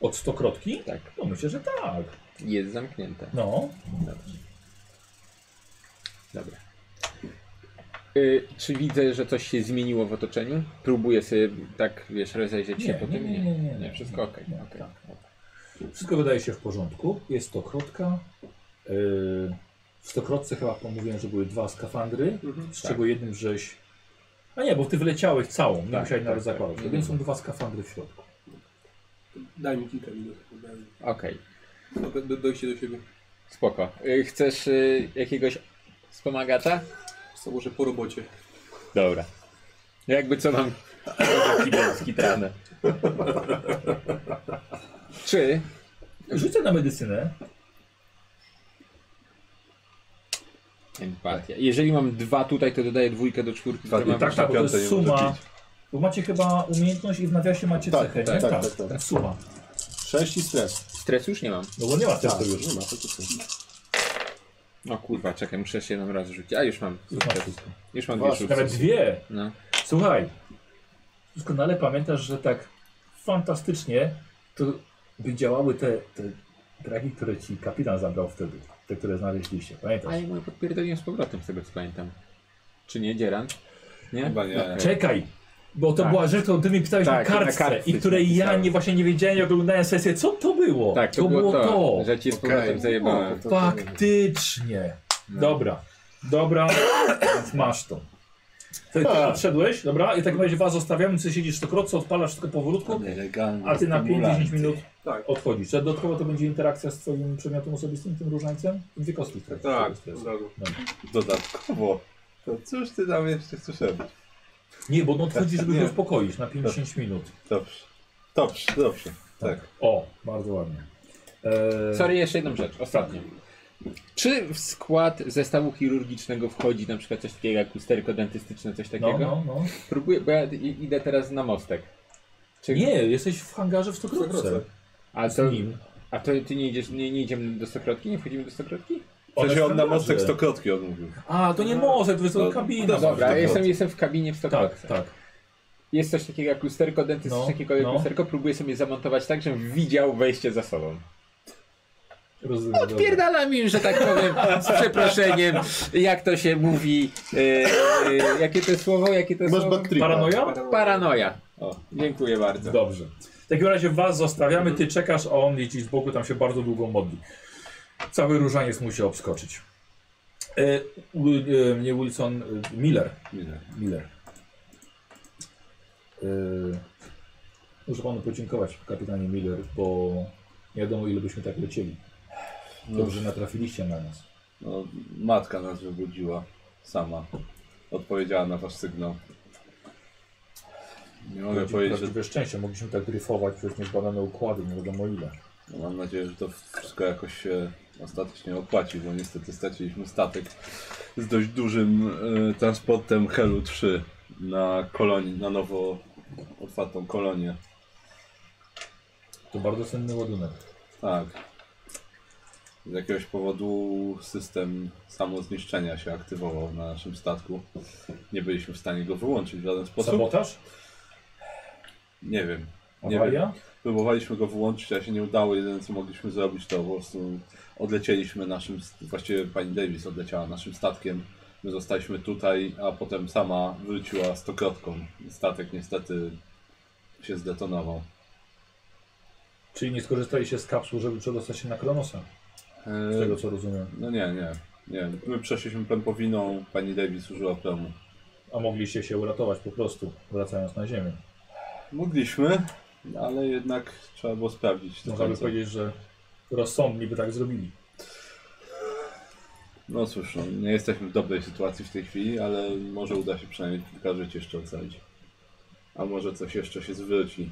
[SPEAKER 1] Od stokrotki?
[SPEAKER 5] Tak.
[SPEAKER 1] No myślę, że tak.
[SPEAKER 5] Jest zamknięte.
[SPEAKER 1] No.
[SPEAKER 5] Dobra. Y, czy widzę, że coś się zmieniło w otoczeniu? Próbuję sobie tak, wiesz, rozejrzeć się
[SPEAKER 1] Nie,
[SPEAKER 5] po
[SPEAKER 1] nie,
[SPEAKER 5] tym?
[SPEAKER 1] nie, nie, nie, nie.
[SPEAKER 5] wszystko okej.
[SPEAKER 1] Nie,
[SPEAKER 5] okej.
[SPEAKER 1] tak. Wszystko wydaje się w porządku. Jest to krótka. Yy, w stokrotce chyba pomówiłem, że były dwa skafandry, z czego jednym żeś. A nie, bo ty wyleciałeś całą, nie
[SPEAKER 5] Tak,
[SPEAKER 1] musiałeś nawet
[SPEAKER 5] tak,
[SPEAKER 1] zakładać.
[SPEAKER 5] tak.
[SPEAKER 1] Tak, więc są dwa skafandry w środku.
[SPEAKER 6] Daj mi kilka minut.
[SPEAKER 5] Okej,
[SPEAKER 6] Do, do, dojście do siebie.
[SPEAKER 5] spoko. Y, chcesz y, jakiegoś wspomagacza?
[SPEAKER 6] Co może po robocie.
[SPEAKER 5] Dobra. Jakby co mam skitane. Czy
[SPEAKER 1] Rzucę na medycynę.
[SPEAKER 5] empatia? Jeżeli mam dwa tutaj, to dodaję dwójkę do czwórki.
[SPEAKER 2] Dwa,
[SPEAKER 5] to mam
[SPEAKER 2] tak,
[SPEAKER 1] Tak, bo to
[SPEAKER 2] piątej
[SPEAKER 1] jest
[SPEAKER 2] nie
[SPEAKER 1] suma.
[SPEAKER 2] może pić.
[SPEAKER 1] Bo macie chyba umiejętność i w nawiasie macie
[SPEAKER 4] Tak,
[SPEAKER 1] cechę,
[SPEAKER 4] tak,
[SPEAKER 1] nie?
[SPEAKER 4] tak, tak, tak.
[SPEAKER 1] Suma.
[SPEAKER 4] Sześć i stres.
[SPEAKER 5] Stres już nie mam.
[SPEAKER 1] No bo nie ma testu już.
[SPEAKER 4] nie ma, faktycznie.
[SPEAKER 5] O kurwa, czekaj, muszę się nam raz rzucić. A już mam.
[SPEAKER 1] Już masz wszystko.
[SPEAKER 5] Już mam dwie
[SPEAKER 4] Właśnie,
[SPEAKER 5] szóstki.
[SPEAKER 1] Nawet dwie.
[SPEAKER 5] No.
[SPEAKER 1] Słuchaj, doskonale pamiętasz, że tak fantastycznie to by działały te, te dragi, które ci kapitan zabrał wtedy. Te, które znaleźliście, pamiętasz?
[SPEAKER 5] A ja mówię podpierdoliłem z powrotem, z tego co pamiętam. Czy nie, Dzieran? Nie?
[SPEAKER 2] Chyba nie.
[SPEAKER 5] Okej.
[SPEAKER 1] Czekaj! Bo to
[SPEAKER 5] Tak.
[SPEAKER 1] była rzecz, którą ty mi pytałeś
[SPEAKER 5] Tak,
[SPEAKER 1] na,
[SPEAKER 5] na
[SPEAKER 1] kartce,
[SPEAKER 5] kartce
[SPEAKER 1] i której
[SPEAKER 5] ci
[SPEAKER 1] ja
[SPEAKER 5] napisałem.
[SPEAKER 1] nie, właśnie nie wiedziałem, jak oglądałem sesję. Co to było?
[SPEAKER 5] Tak, to, było to,
[SPEAKER 1] to.
[SPEAKER 5] że ci z
[SPEAKER 2] Okej.
[SPEAKER 5] powrotem tak zajebałem.
[SPEAKER 4] O, to-
[SPEAKER 1] Faktycznie. Dobra, dobra, więc masz to. Ty, ty odszedłeś, dobra? I w takim razie was zostawiamy, ty siedzisz stokrotce, odpalasz tylko powolutku,
[SPEAKER 2] Nielegalny
[SPEAKER 1] a ty na
[SPEAKER 2] stymulant.
[SPEAKER 1] 5-10 minut
[SPEAKER 6] Tak.
[SPEAKER 1] odchodzisz. A dodatkowo to będzie interakcja z twoim przedmiotem osobistym, tym różańcem? Dwie kostki. które-
[SPEAKER 6] Tak,
[SPEAKER 1] które
[SPEAKER 6] od
[SPEAKER 1] jest.
[SPEAKER 6] razu.
[SPEAKER 2] Dodatkowo. To cóż ty tam jeszcze chcesz robić?
[SPEAKER 1] Nie, bo on odchodzi, żeby
[SPEAKER 2] Nie.
[SPEAKER 1] go uspokoić na 5-10 minut.
[SPEAKER 2] Dobrze. Dobrze, dobrze. Tak.
[SPEAKER 1] O, bardzo ładnie. Eee,
[SPEAKER 5] Sorry, jeszcze jedną rzecz, ostatnią. Czy w skład zestawu chirurgicznego wchodzi na przykład coś takiego jak usterko dentystyczne, coś
[SPEAKER 1] no,
[SPEAKER 5] takiego?
[SPEAKER 1] no, no.
[SPEAKER 5] Próbuję, bo ja i- idę teraz na mostek. Czy...
[SPEAKER 1] Nie, jesteś w hangarze w Stokrotce.
[SPEAKER 5] a to,
[SPEAKER 1] Z nim.
[SPEAKER 5] a to ty nie idziesz, nie, nie idziemy do stokrotki? Nie wchodzimy do stokrotki?
[SPEAKER 2] W
[SPEAKER 1] Ona
[SPEAKER 2] sensie
[SPEAKER 1] jest
[SPEAKER 2] on
[SPEAKER 1] w
[SPEAKER 2] na
[SPEAKER 1] hangarze.
[SPEAKER 2] mostek stokrotki odmówił.
[SPEAKER 1] A, to nie może, to jest
[SPEAKER 2] No,
[SPEAKER 1] kabina.
[SPEAKER 2] dobra,
[SPEAKER 5] Dobra, ja
[SPEAKER 2] Stokrotce.
[SPEAKER 5] jestem, jestem w kabinie w
[SPEAKER 1] Tak,
[SPEAKER 5] stokrotce.
[SPEAKER 1] tak.
[SPEAKER 5] Jest coś takiego jak lusterko dentystyczne,
[SPEAKER 1] No,
[SPEAKER 5] jakiekolwiek
[SPEAKER 1] no.
[SPEAKER 5] lusterko, próbuję sobie zamontować tak, żebym widział wejście za sobą.
[SPEAKER 1] Rozumiem. dobra.
[SPEAKER 5] Odpierdalam im, że tak powiem, z przeproszeniem, jak to się mówi, e, e, jakie to słowo, jakie to
[SPEAKER 4] Masz
[SPEAKER 5] słowo?
[SPEAKER 4] backtrip.
[SPEAKER 1] Paranoja?
[SPEAKER 5] Paranoja. O, dziękuję bardzo.
[SPEAKER 1] Dobrze. W takim razie was zostawiamy, ty czekasz, a on jeździ z boku, tam się bardzo długo modli. Cały różaniec musi obskoczyć. E, Wi- e, nie Wilson, e, Miller.
[SPEAKER 2] Miller.
[SPEAKER 1] Miller. E, muszę panu podziękować, kapitanie Miller, bo nie wiadomo ile byśmy tak lecieli. Dobrze natrafiliście na nas.
[SPEAKER 2] No, matka nas wybudziła sama. Odpowiedziała na wasz sygnał. Nie mogę
[SPEAKER 1] Prawdziwe-
[SPEAKER 2] powiedzieć, że
[SPEAKER 1] Prawdziwe szczęście, mogliśmy tak dryfować przez niezbadane układy, nie wiadomo ile.
[SPEAKER 2] no, mam nadzieję, że to wszystko jakoś się ostatecznie opłaci, bo niestety straciliśmy statek z dość dużym e, transportem Helu 3 na kolonię, na nowo otwartą kolonię.
[SPEAKER 1] To bardzo cenny ładunek.
[SPEAKER 2] Tak. Z jakiegoś powodu system samozniszczenia się aktywował na naszym statku. Nie byliśmy w stanie go wyłączyć w żaden sposób.
[SPEAKER 1] Sabotaż?
[SPEAKER 2] Nie wiem. Nie wiem.
[SPEAKER 1] Awaria?
[SPEAKER 2] Próbowaliśmy go wyłączyć, a się nie udało. Jedyne co mogliśmy zrobić to po prostu odlecieliśmy naszym, właściwie pani Davis odleciała naszym statkiem. My zostaliśmy tutaj, a potem sama wróciła stokrotką. Statek niestety się zdetonował.
[SPEAKER 1] Czyli nie skorzystaliście z kapsuł, żeby przedostać się na Kronosa, z tego co rozumiem.
[SPEAKER 2] No nie, nie. Nie, my przeszliśmy pępowiną, pani Davis użyła promu.
[SPEAKER 1] A mogliście się uratować po prostu, wracając na ziemię.
[SPEAKER 2] Mogliśmy, ale jednak trzeba było sprawdzić do
[SPEAKER 1] Można by
[SPEAKER 2] końca.
[SPEAKER 1] powiedzieć, że rozsądni by tak zrobili.
[SPEAKER 2] No cóż, no, nie jesteśmy w dobrej sytuacji w tej chwili, ale może uda się przynajmniej kilka żyć jeszcze ocalić. A może coś jeszcze się zwróci.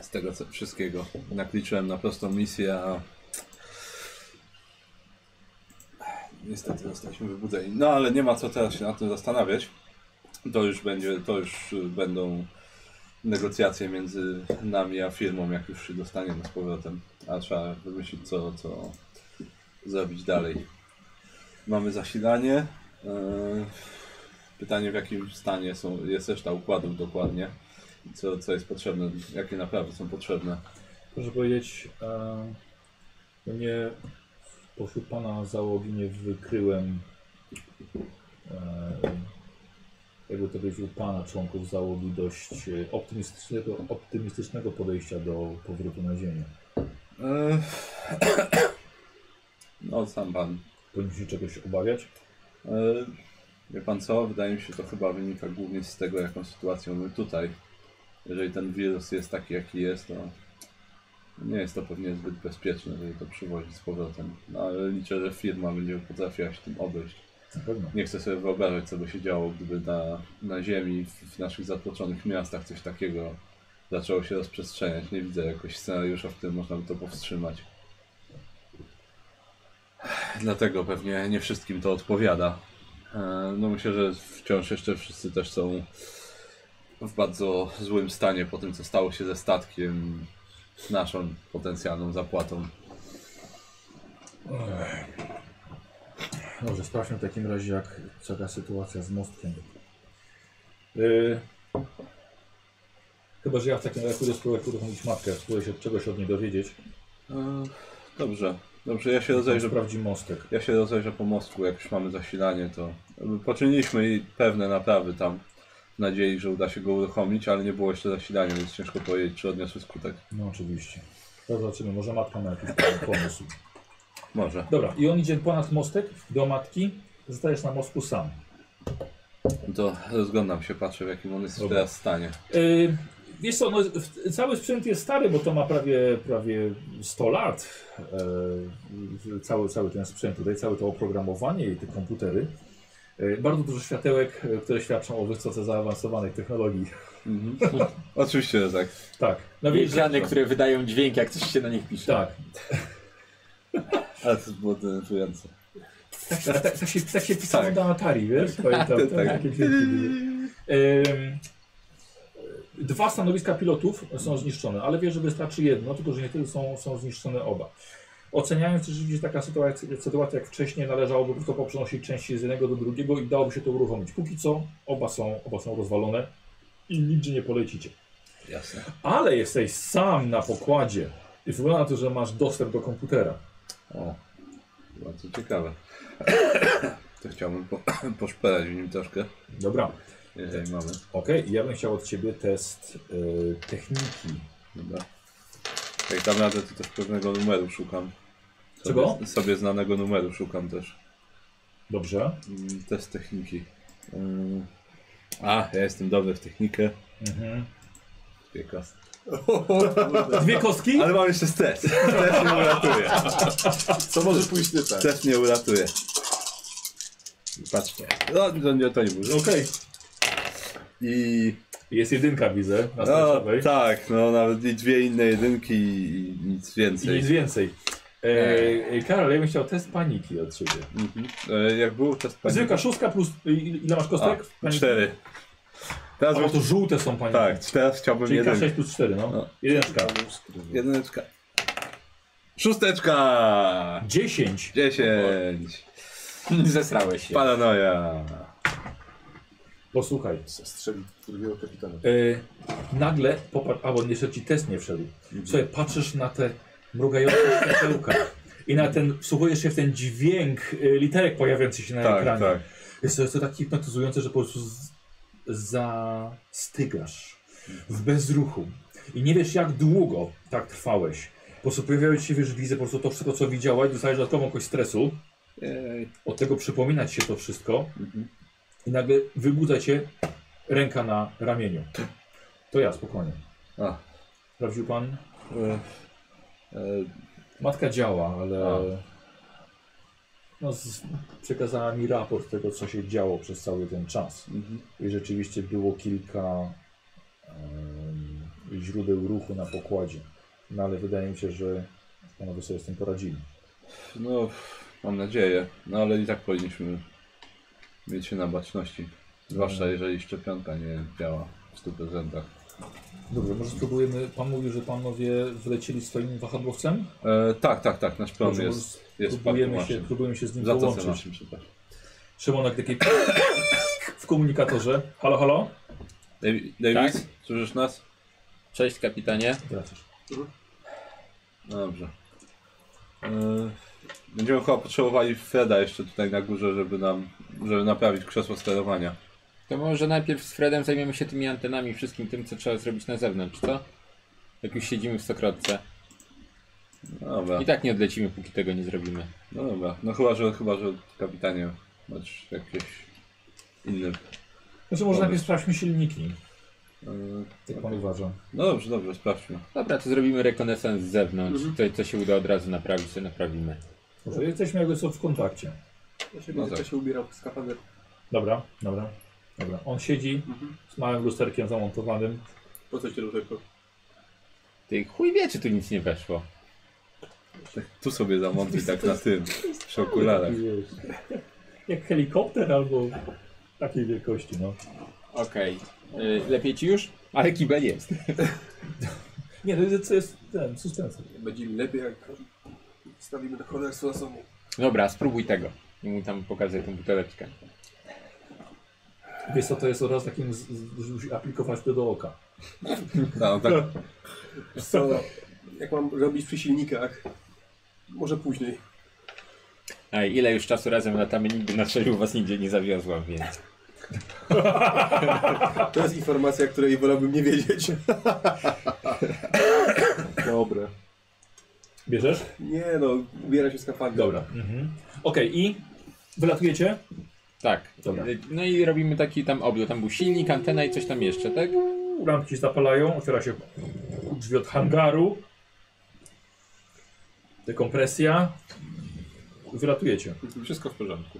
[SPEAKER 2] Z tego co, wszystkiego nakliczyłem na prostą misję, a niestety zostaliśmy wybudzeni. No ale nie ma co teraz się nad tym zastanawiać. To już będzie, to już y, będą negocjacje między nami a firmą, jak już się dostaniemy z powrotem. A trzeba wymyślić co, co zrobić dalej. Mamy zasilanie. Yy, Pytanie w jakim stanie są, jest reszta układów dokładnie. Co, co jest potrzebne, jakie naprawy są potrzebne.
[SPEAKER 1] Proszę powiedzieć, e, nie pośród pana załogi nie wykryłem, e, jakby to powiedzieć, u pana członków załogi dość e, optymistycznego, optymistycznego podejścia do powrotu na ziemię.
[SPEAKER 2] Yy, No sam pan.
[SPEAKER 1] Powinniśmy się czegoś obawiać?
[SPEAKER 2] Yy, Wie pan co? Wydaje mi się to chyba wynika głównie z tego jaką sytuację mamy tutaj. Jeżeli ten wirus jest taki jaki jest, to nie jest to pewnie zbyt bezpieczne, żeby to przywozić z powrotem. No, ale liczę, że firma będzie potrafiła się tym obejść.
[SPEAKER 1] Na pewno.
[SPEAKER 2] Nie chcę sobie wyobrażać, co by się działo, gdyby na, na ziemi, w, w naszych zatłoczonych miastach coś takiego zaczęło się rozprzestrzeniać. Nie widzę jakoś scenariusza, w którym można by to powstrzymać. Dlatego pewnie nie wszystkim to odpowiada. E, No myślę, że wciąż jeszcze wszyscy też są w bardzo złym stanie po tym, co stało się ze statkiem, naszą potencjalną zapłatą.
[SPEAKER 1] Dobrze, sprawdźmy w takim razie, jak czeka sytuacja z mostkiem. Yy, chyba, że ja w takim razie pójdę spróbować uruchomić matkę, spróbuję się czegoś od niej dowiedzieć.
[SPEAKER 2] E, Dobrze, dobrze, ja się
[SPEAKER 1] Tam
[SPEAKER 2] rozejrzę.
[SPEAKER 1] sprawdzi mostek.
[SPEAKER 2] Ja się rozejrzę po mostku, jak już mamy zasilanie, to Poczyniliśmy pewne naprawy tam w nadziei, że uda się go uruchomić, ale nie było jeszcze zasilania, więc ciężko powiedzieć, czy odniosły skutek.
[SPEAKER 1] No oczywiście. To zobaczymy, może matka ma jakiś tam pomysł.
[SPEAKER 2] Może.
[SPEAKER 1] Dobra, i on idzie ponad mostek do matki. Zostajesz na mostku sam.
[SPEAKER 2] No To rozglądam się, patrzę w jakim on jest
[SPEAKER 1] Dobra.
[SPEAKER 2] teraz stanie.
[SPEAKER 1] Yy, wiesz co, no, w- cały sprzęt jest stary, bo to ma prawie, prawie 100 lat. Yy, cały, cały ten sprzęt tutaj, całe to oprogramowanie i te komputery. Yy, bardzo dużo światełek, yy, które świadczą o wysoce zaawansowanych technologii.
[SPEAKER 2] Mhm. Oczywiście, że tak.
[SPEAKER 1] Tak. No wiesz, że...
[SPEAKER 5] Ekrany, które wydają dźwięk, jak coś się na nich pisze.
[SPEAKER 1] Tak.
[SPEAKER 2] Ale to było denerwujące.
[SPEAKER 1] Tak, tak, tak, tak, się, tak się pisało
[SPEAKER 2] Tak.
[SPEAKER 1] na Atari, wiesz? Pamiętam, tak,
[SPEAKER 2] tak.
[SPEAKER 1] takie dźwięki były. Ym, Dwa stanowiska pilotów są zniszczone, ale wie, że wystarczy jedno, tylko że niestety są, są zniszczone oba. Oceniając, że rzeczywiście taka sytuacja, sytuacja jak wcześniej, należałoby po prostu poprzenosić części z jednego do drugiego i dałoby się to uruchomić. Póki co oba są, oba są rozwalone i nigdzie nie polecicie.
[SPEAKER 2] Jasne.
[SPEAKER 1] Ale jesteś sam na pokładzie i wygląda na to, że masz dostęp do komputera.
[SPEAKER 2] O, bardzo ciekawe. To chciałbym po, poszperać w nim troszkę,
[SPEAKER 1] Dobra,
[SPEAKER 2] jeżeli mamy.
[SPEAKER 1] okej, ja bym chciał od ciebie test y, techniki.
[SPEAKER 2] Dobra. Jak tam radę, to też pewnego numeru szukam.
[SPEAKER 1] Czego?
[SPEAKER 2] Sobie, sobie znanego numeru szukam też.
[SPEAKER 1] Dobrze.
[SPEAKER 2] Mm, Test techniki. Mm. A, ja jestem dobry w technikę.
[SPEAKER 1] Mhm.
[SPEAKER 2] Dwie kostki. Tak.
[SPEAKER 1] Dwie kostki?
[SPEAKER 2] Ale mam jeszcze stres. Stres nie uratuje.
[SPEAKER 4] Co może pójść nie tak?
[SPEAKER 2] Stres nie uratuje. Patrzcie. No, to nie, to nie było.
[SPEAKER 1] Okej.
[SPEAKER 2] I
[SPEAKER 1] Jest jedynka, widzę. Na
[SPEAKER 2] No,
[SPEAKER 1] stresowej.
[SPEAKER 2] tak, no nawet i dwie inne jedynki i, i nic
[SPEAKER 1] I
[SPEAKER 2] więcej.
[SPEAKER 1] nic więcej. E, Karol, ja bym chciał test paniki od ciebie.
[SPEAKER 2] Mhm. E, jak był test
[SPEAKER 1] Zwykła szóstka plus... i- Ile masz kostek? w
[SPEAKER 2] A,
[SPEAKER 1] paniki?
[SPEAKER 2] cztery. Teraz
[SPEAKER 1] A bo
[SPEAKER 2] bym...
[SPEAKER 1] to żółte są paniki.
[SPEAKER 2] Tak, teraz chciałbym
[SPEAKER 1] Czyli
[SPEAKER 2] jeden.
[SPEAKER 1] K6 plus 4, no.
[SPEAKER 2] No.
[SPEAKER 1] Jedynka.
[SPEAKER 2] Jedyneczka. Szósteczka!
[SPEAKER 1] 10.
[SPEAKER 2] Dziesięć.
[SPEAKER 5] Zesrałeś się.
[SPEAKER 2] Paranoja.
[SPEAKER 1] Posłuchaj.
[SPEAKER 4] Strzelił drugiego kapitana.
[SPEAKER 1] E, nagle popatrz... A, bo jeszcze ci test nie wszedł.
[SPEAKER 2] Mhm.
[SPEAKER 1] Słuchaj, patrzysz na te mrugające światełka. I na ten, wsłuchujesz się w ten dźwięk e, literek pojawiający się na
[SPEAKER 2] Tak,
[SPEAKER 1] ekranie.
[SPEAKER 2] tak.
[SPEAKER 1] Jest to, jest to tak hipnotyzujące, że po prostu z- zastygasz w bezruchu. I nie wiesz, jak długo tak trwałeś. Po prostu pojawiają ci się wiesz, wizje, po prostu to wszystko, co widziałaś, dostajesz dodatkową kość stresu.
[SPEAKER 2] Ej.
[SPEAKER 1] Od tego przypominać się to wszystko.
[SPEAKER 2] Mhm.
[SPEAKER 1] I nagle wybudza cię ręka na ramieniu. To ja, spokojnie.
[SPEAKER 2] A,
[SPEAKER 1] Sprawdził pan?
[SPEAKER 2] e, e,
[SPEAKER 1] Matka działa, ale...
[SPEAKER 2] A.
[SPEAKER 1] No, z... przekazała mi raport tego, co się działo przez cały ten czas.
[SPEAKER 2] mhm.
[SPEAKER 1] I rzeczywiście było kilka em, źródeł ruchu na pokładzie. No ale wydaje mi się, że panowie sobie z tym poradzili.
[SPEAKER 2] No, mam nadzieję. No ale i tak powinniśmy mieć się na baczności. Zwłaszcza
[SPEAKER 1] No.
[SPEAKER 2] jeżeli szczepionka nie działa w 100%.
[SPEAKER 1] Dobrze, może spróbujemy. Pan mówił, że panowie wylecieli swoim wahadłowcem?
[SPEAKER 2] E, tak, tak, tak, nasz plan
[SPEAKER 1] Dobrze,
[SPEAKER 2] jest
[SPEAKER 1] może
[SPEAKER 2] jest
[SPEAKER 1] spróbujemy,
[SPEAKER 2] parkiem
[SPEAKER 1] się,
[SPEAKER 2] naszym.
[SPEAKER 1] próbujemy się z nim
[SPEAKER 2] za to, co
[SPEAKER 1] połączyć.
[SPEAKER 2] naszym, przepraszam.
[SPEAKER 1] Szymon, jak taki w komunikatorze. Halo, halo?
[SPEAKER 2] Davi-
[SPEAKER 1] Tak?
[SPEAKER 2] Davis, słyszysz nas?
[SPEAKER 5] Cześć kapitanie.
[SPEAKER 1] Wracasz.
[SPEAKER 2] No Dobrze. E, będziemy chyba potrzebowali Freda jeszcze tutaj na górze, żeby nam, żeby naprawić krzesło sterowania.
[SPEAKER 5] To może najpierw z Fredem zajmiemy się tymi antenami, wszystkim tym, co trzeba zrobić na zewnątrz, co? Jak już siedzimy w Stokrotce.
[SPEAKER 2] No dobra,
[SPEAKER 5] I tak nie odlecimy, póki tego nie zrobimy.
[SPEAKER 2] no dobra. No chyba, że, chyba, że kapitanie masz jakieś inne...
[SPEAKER 1] Znaczy, może
[SPEAKER 2] Dobra.
[SPEAKER 1] najpierw sprawdźmy silniki.
[SPEAKER 2] E,
[SPEAKER 1] Yy, Jak pan uważa?
[SPEAKER 2] no dobrze, dobrze, sprawdźmy.
[SPEAKER 5] Dobra, to zrobimy rekonesans z zewnątrz. To, co się uda od razu naprawić, to naprawimy.
[SPEAKER 1] Może jesteśmy jakby co w kontakcie.
[SPEAKER 6] Ja się w
[SPEAKER 2] No
[SPEAKER 6] międzyczasie ubieram w skafander.
[SPEAKER 1] Dobra, dobra. Dobra. On siedzi
[SPEAKER 6] Mhm.
[SPEAKER 1] z małym lusterkiem zamontowanym.
[SPEAKER 6] Po co ci do tego?
[SPEAKER 5] Ty chuj wie, czy tu nic nie weszło.
[SPEAKER 2] Tu sobie zamontuj tak na tym, przy okularach.
[SPEAKER 1] Jak helikopter albo takiej wielkości, no.
[SPEAKER 5] Okej. Y, Lepiej ci już? Ale kibel jest.
[SPEAKER 1] Nie, to jest, to jest ten, suspensor.
[SPEAKER 6] Będzie mi lepiej, jak wstawimy na cholerstwo na sobą.
[SPEAKER 5] Dobra, spróbuj tego. I mu tam pokażę tą buteleczkę.
[SPEAKER 1] Wiesz co, to jest oraz takim, z- z- że musi aplikować to do oka.
[SPEAKER 2] No, tak,
[SPEAKER 6] Wiesz co, jak mam robić przy silnikach, może później.
[SPEAKER 5] A ile już czasu razem latamy, nigdy na szczeliu was nigdzie nie zawiozłam, więc...
[SPEAKER 6] To jest informacja, której wolałbym nie wiedzieć.
[SPEAKER 4] Dobre.
[SPEAKER 1] Bierzesz?
[SPEAKER 6] Nie no, ubiera się skafandrem.
[SPEAKER 1] Dobra. Okej, i wylatujecie?
[SPEAKER 5] Tak.
[SPEAKER 1] Dobra.
[SPEAKER 5] No i robimy taki tam obiad. Tam był silnik, antena i coś tam jeszcze, tak?
[SPEAKER 1] Lampki zapalają, otwiera się drzwi od hangaru. Dekompresja. Wylatujecie.
[SPEAKER 5] Wszystko w porządku.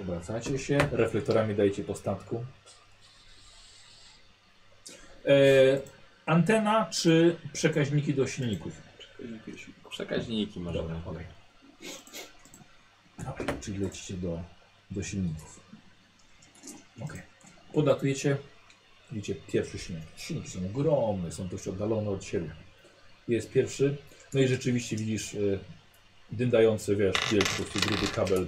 [SPEAKER 1] Obracacie się, reflektorami dajecie po statku. E, antena czy przekaźniki do silników?
[SPEAKER 5] Przekaźniki może.
[SPEAKER 1] Czyli lecicie do, do silników. Ok. Podatujecie. Widzicie pierwszy silnik. Silniki są ogromne, są dość oddalone od siebie. Jest pierwszy. No i rzeczywiście widzisz y, dyndający, wiesz, wielki po prostu gruby kabel.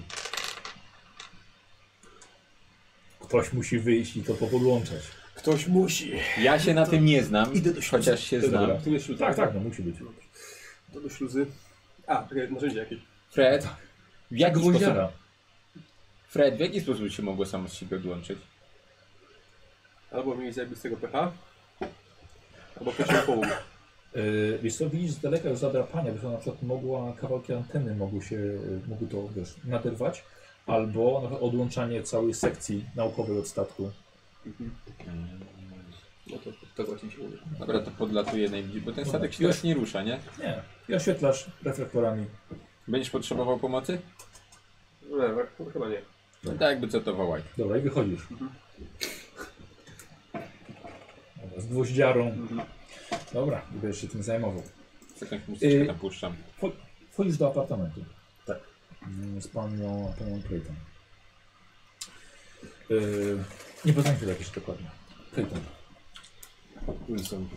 [SPEAKER 1] Ktoś musi wyjść i to popodłączać.
[SPEAKER 4] Ktoś musi.
[SPEAKER 5] Ja się na tym nie znam, chociaż się znam.
[SPEAKER 1] Dobra. Tak, tak, no musi być.
[SPEAKER 6] To do śluzy. A, czekaj, narzędzie jakieś.
[SPEAKER 5] Fred, w jaki sposób,
[SPEAKER 1] Gwoździara.
[SPEAKER 5] Fred, w jaki sposób się mogło samo z siebie odłączyć?
[SPEAKER 6] Albo mieli zajebistego pH, albo ktoś mi pomógł.
[SPEAKER 1] Yy, wiesz co, widzisz z daleka już zadrapania, bo to na przykład mogła, kawałki anteny mogły się, y, mogły to wiesz, naderwać, albo na przykład odłączanie całej sekcji naukowej od statku.
[SPEAKER 6] No to, to właśnie się mówi.
[SPEAKER 5] Dobra, to podlatuje najbliżej, bo ten
[SPEAKER 1] Dobra,
[SPEAKER 5] statek się
[SPEAKER 1] już.
[SPEAKER 5] teraz nie rusza, nie?
[SPEAKER 1] Nie, i oświetlasz reflektorami.
[SPEAKER 5] Będziesz potrzebował pomocy?
[SPEAKER 6] No, chyba nie.
[SPEAKER 5] No tak jakby co to wołaj.
[SPEAKER 1] Dobra, i wychodzisz. Dobra, z gwoździarą. Dobra, i będziesz się tym zajmował.
[SPEAKER 5] Co tam muzyczkę
[SPEAKER 1] Y-
[SPEAKER 5] tam puszczam.
[SPEAKER 1] Wchodzisz do apartamentu. Tak. Z panią, panią Clayton. Yy, nie poznam się jakiś dokładnie. Clayton.
[SPEAKER 4] Wilson.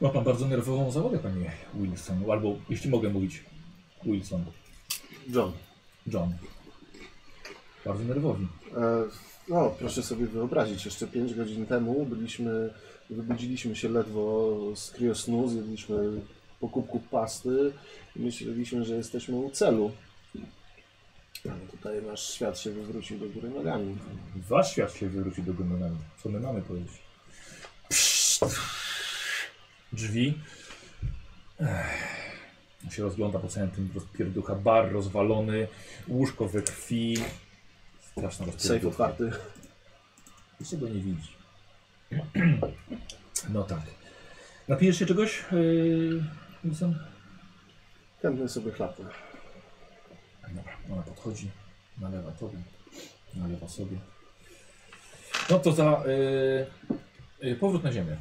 [SPEAKER 1] Ma pan bardzo nerwową zawodę, panie Wilson. Albo jeśli mogę mówić, Wilson,
[SPEAKER 4] John.
[SPEAKER 1] John. Bardzo nerwowi.
[SPEAKER 4] E, No, proszę sobie wyobrazić, jeszcze 5 godzin temu byliśmy, wybudziliśmy się ledwo z kriosnu, zjedliśmy po kubku pasty i myśleliśmy, że jesteśmy u celu. Ale tutaj nasz świat się wywrócił do góry nogami.
[SPEAKER 1] Wasz świat się wywróci do gunmenami. Co my mamy powiedzieć? Pszt. Drzwi. Ech. Się rozgląda po całym tym rozpierducha. Bar rozwalony, łóżko we krwi. Straszna
[SPEAKER 4] Sejf
[SPEAKER 1] rozpierducha.
[SPEAKER 4] otwarty.
[SPEAKER 1] Nic go nie widzi. No tak. Napijesz się czegoś, yy, Wilson?
[SPEAKER 4] Chętnie sobie chlapę.
[SPEAKER 1] Dobra, ona podchodzi, nalewa tobie, nalewa sobie. No to za y, y, powrót na ziemię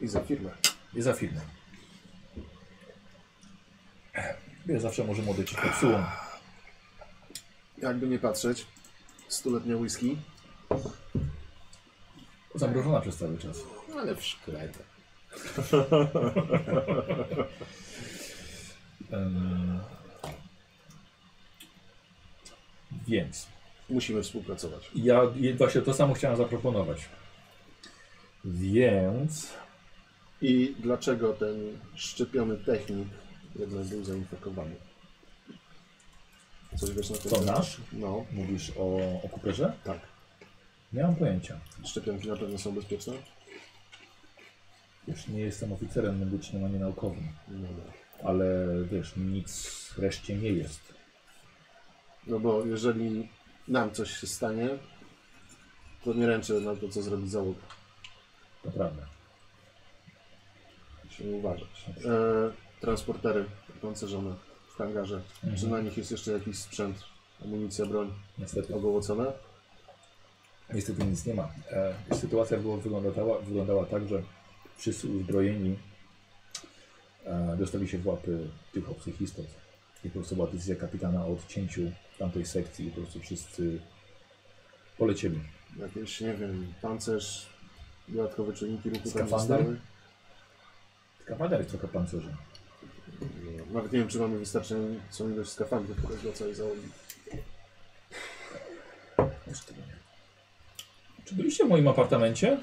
[SPEAKER 4] I za firmę.
[SPEAKER 1] i za firmę. Wiesz, zawsze może młody ci popsuło.
[SPEAKER 4] Jakby nie patrzeć, stuletnia whisky.
[SPEAKER 1] Zamrożona przez cały czas.
[SPEAKER 5] No, Ale w szklecie.
[SPEAKER 1] Ym, więc.
[SPEAKER 4] Musimy współpracować.
[SPEAKER 1] Ja i właśnie to samo chciałem zaproponować. Więc
[SPEAKER 4] I dlaczego ten szczepiony technik jednak był zainfekowany? Coś wiesz na ten
[SPEAKER 1] to
[SPEAKER 4] temat?
[SPEAKER 1] nasz,
[SPEAKER 4] No,
[SPEAKER 1] mówisz o, o Cooperze?
[SPEAKER 4] tak.
[SPEAKER 1] Nie mam pojęcia.
[SPEAKER 4] Szczepionki na pewno są bezpieczne?
[SPEAKER 1] Już nie jestem oficerem medycznym ani naukowym,
[SPEAKER 4] No, no.
[SPEAKER 1] ale wiesz, nic wreszcie nie jest.
[SPEAKER 4] no bo jeżeli nam coś się stanie, to nie ręczę na to, co zrobi załoga.
[SPEAKER 1] To prawda.
[SPEAKER 4] Musimy uważać. E, transportery pancerzone w hangarze. Czy na nich jest jeszcze jakiś sprzęt, amunicja, broń
[SPEAKER 1] Niestety,
[SPEAKER 4] ogołocona?
[SPEAKER 1] niestety nic nie ma. E, sytuacja była, wyglądała, wyglądała tak, że wszyscy uzbrojeni e, dostali się w łapy tych obcych istot. I po prostu była decyzja kapitana o odcięciu tamtej sekcji i po prostu wszyscy polecieli.
[SPEAKER 4] Jakieś, nie wiem, pancerz, dodatkowe czynniki ruchu tam
[SPEAKER 1] Skafander?
[SPEAKER 4] zostały?
[SPEAKER 1] Kawaler jest trochę pancerzem.
[SPEAKER 4] Nie, Nawet nie wiem, czy mamy wystarczającą ilość skafandrów do tego całej załogi.
[SPEAKER 1] Jeszcze nie. Czy byliście w moim apartamencie?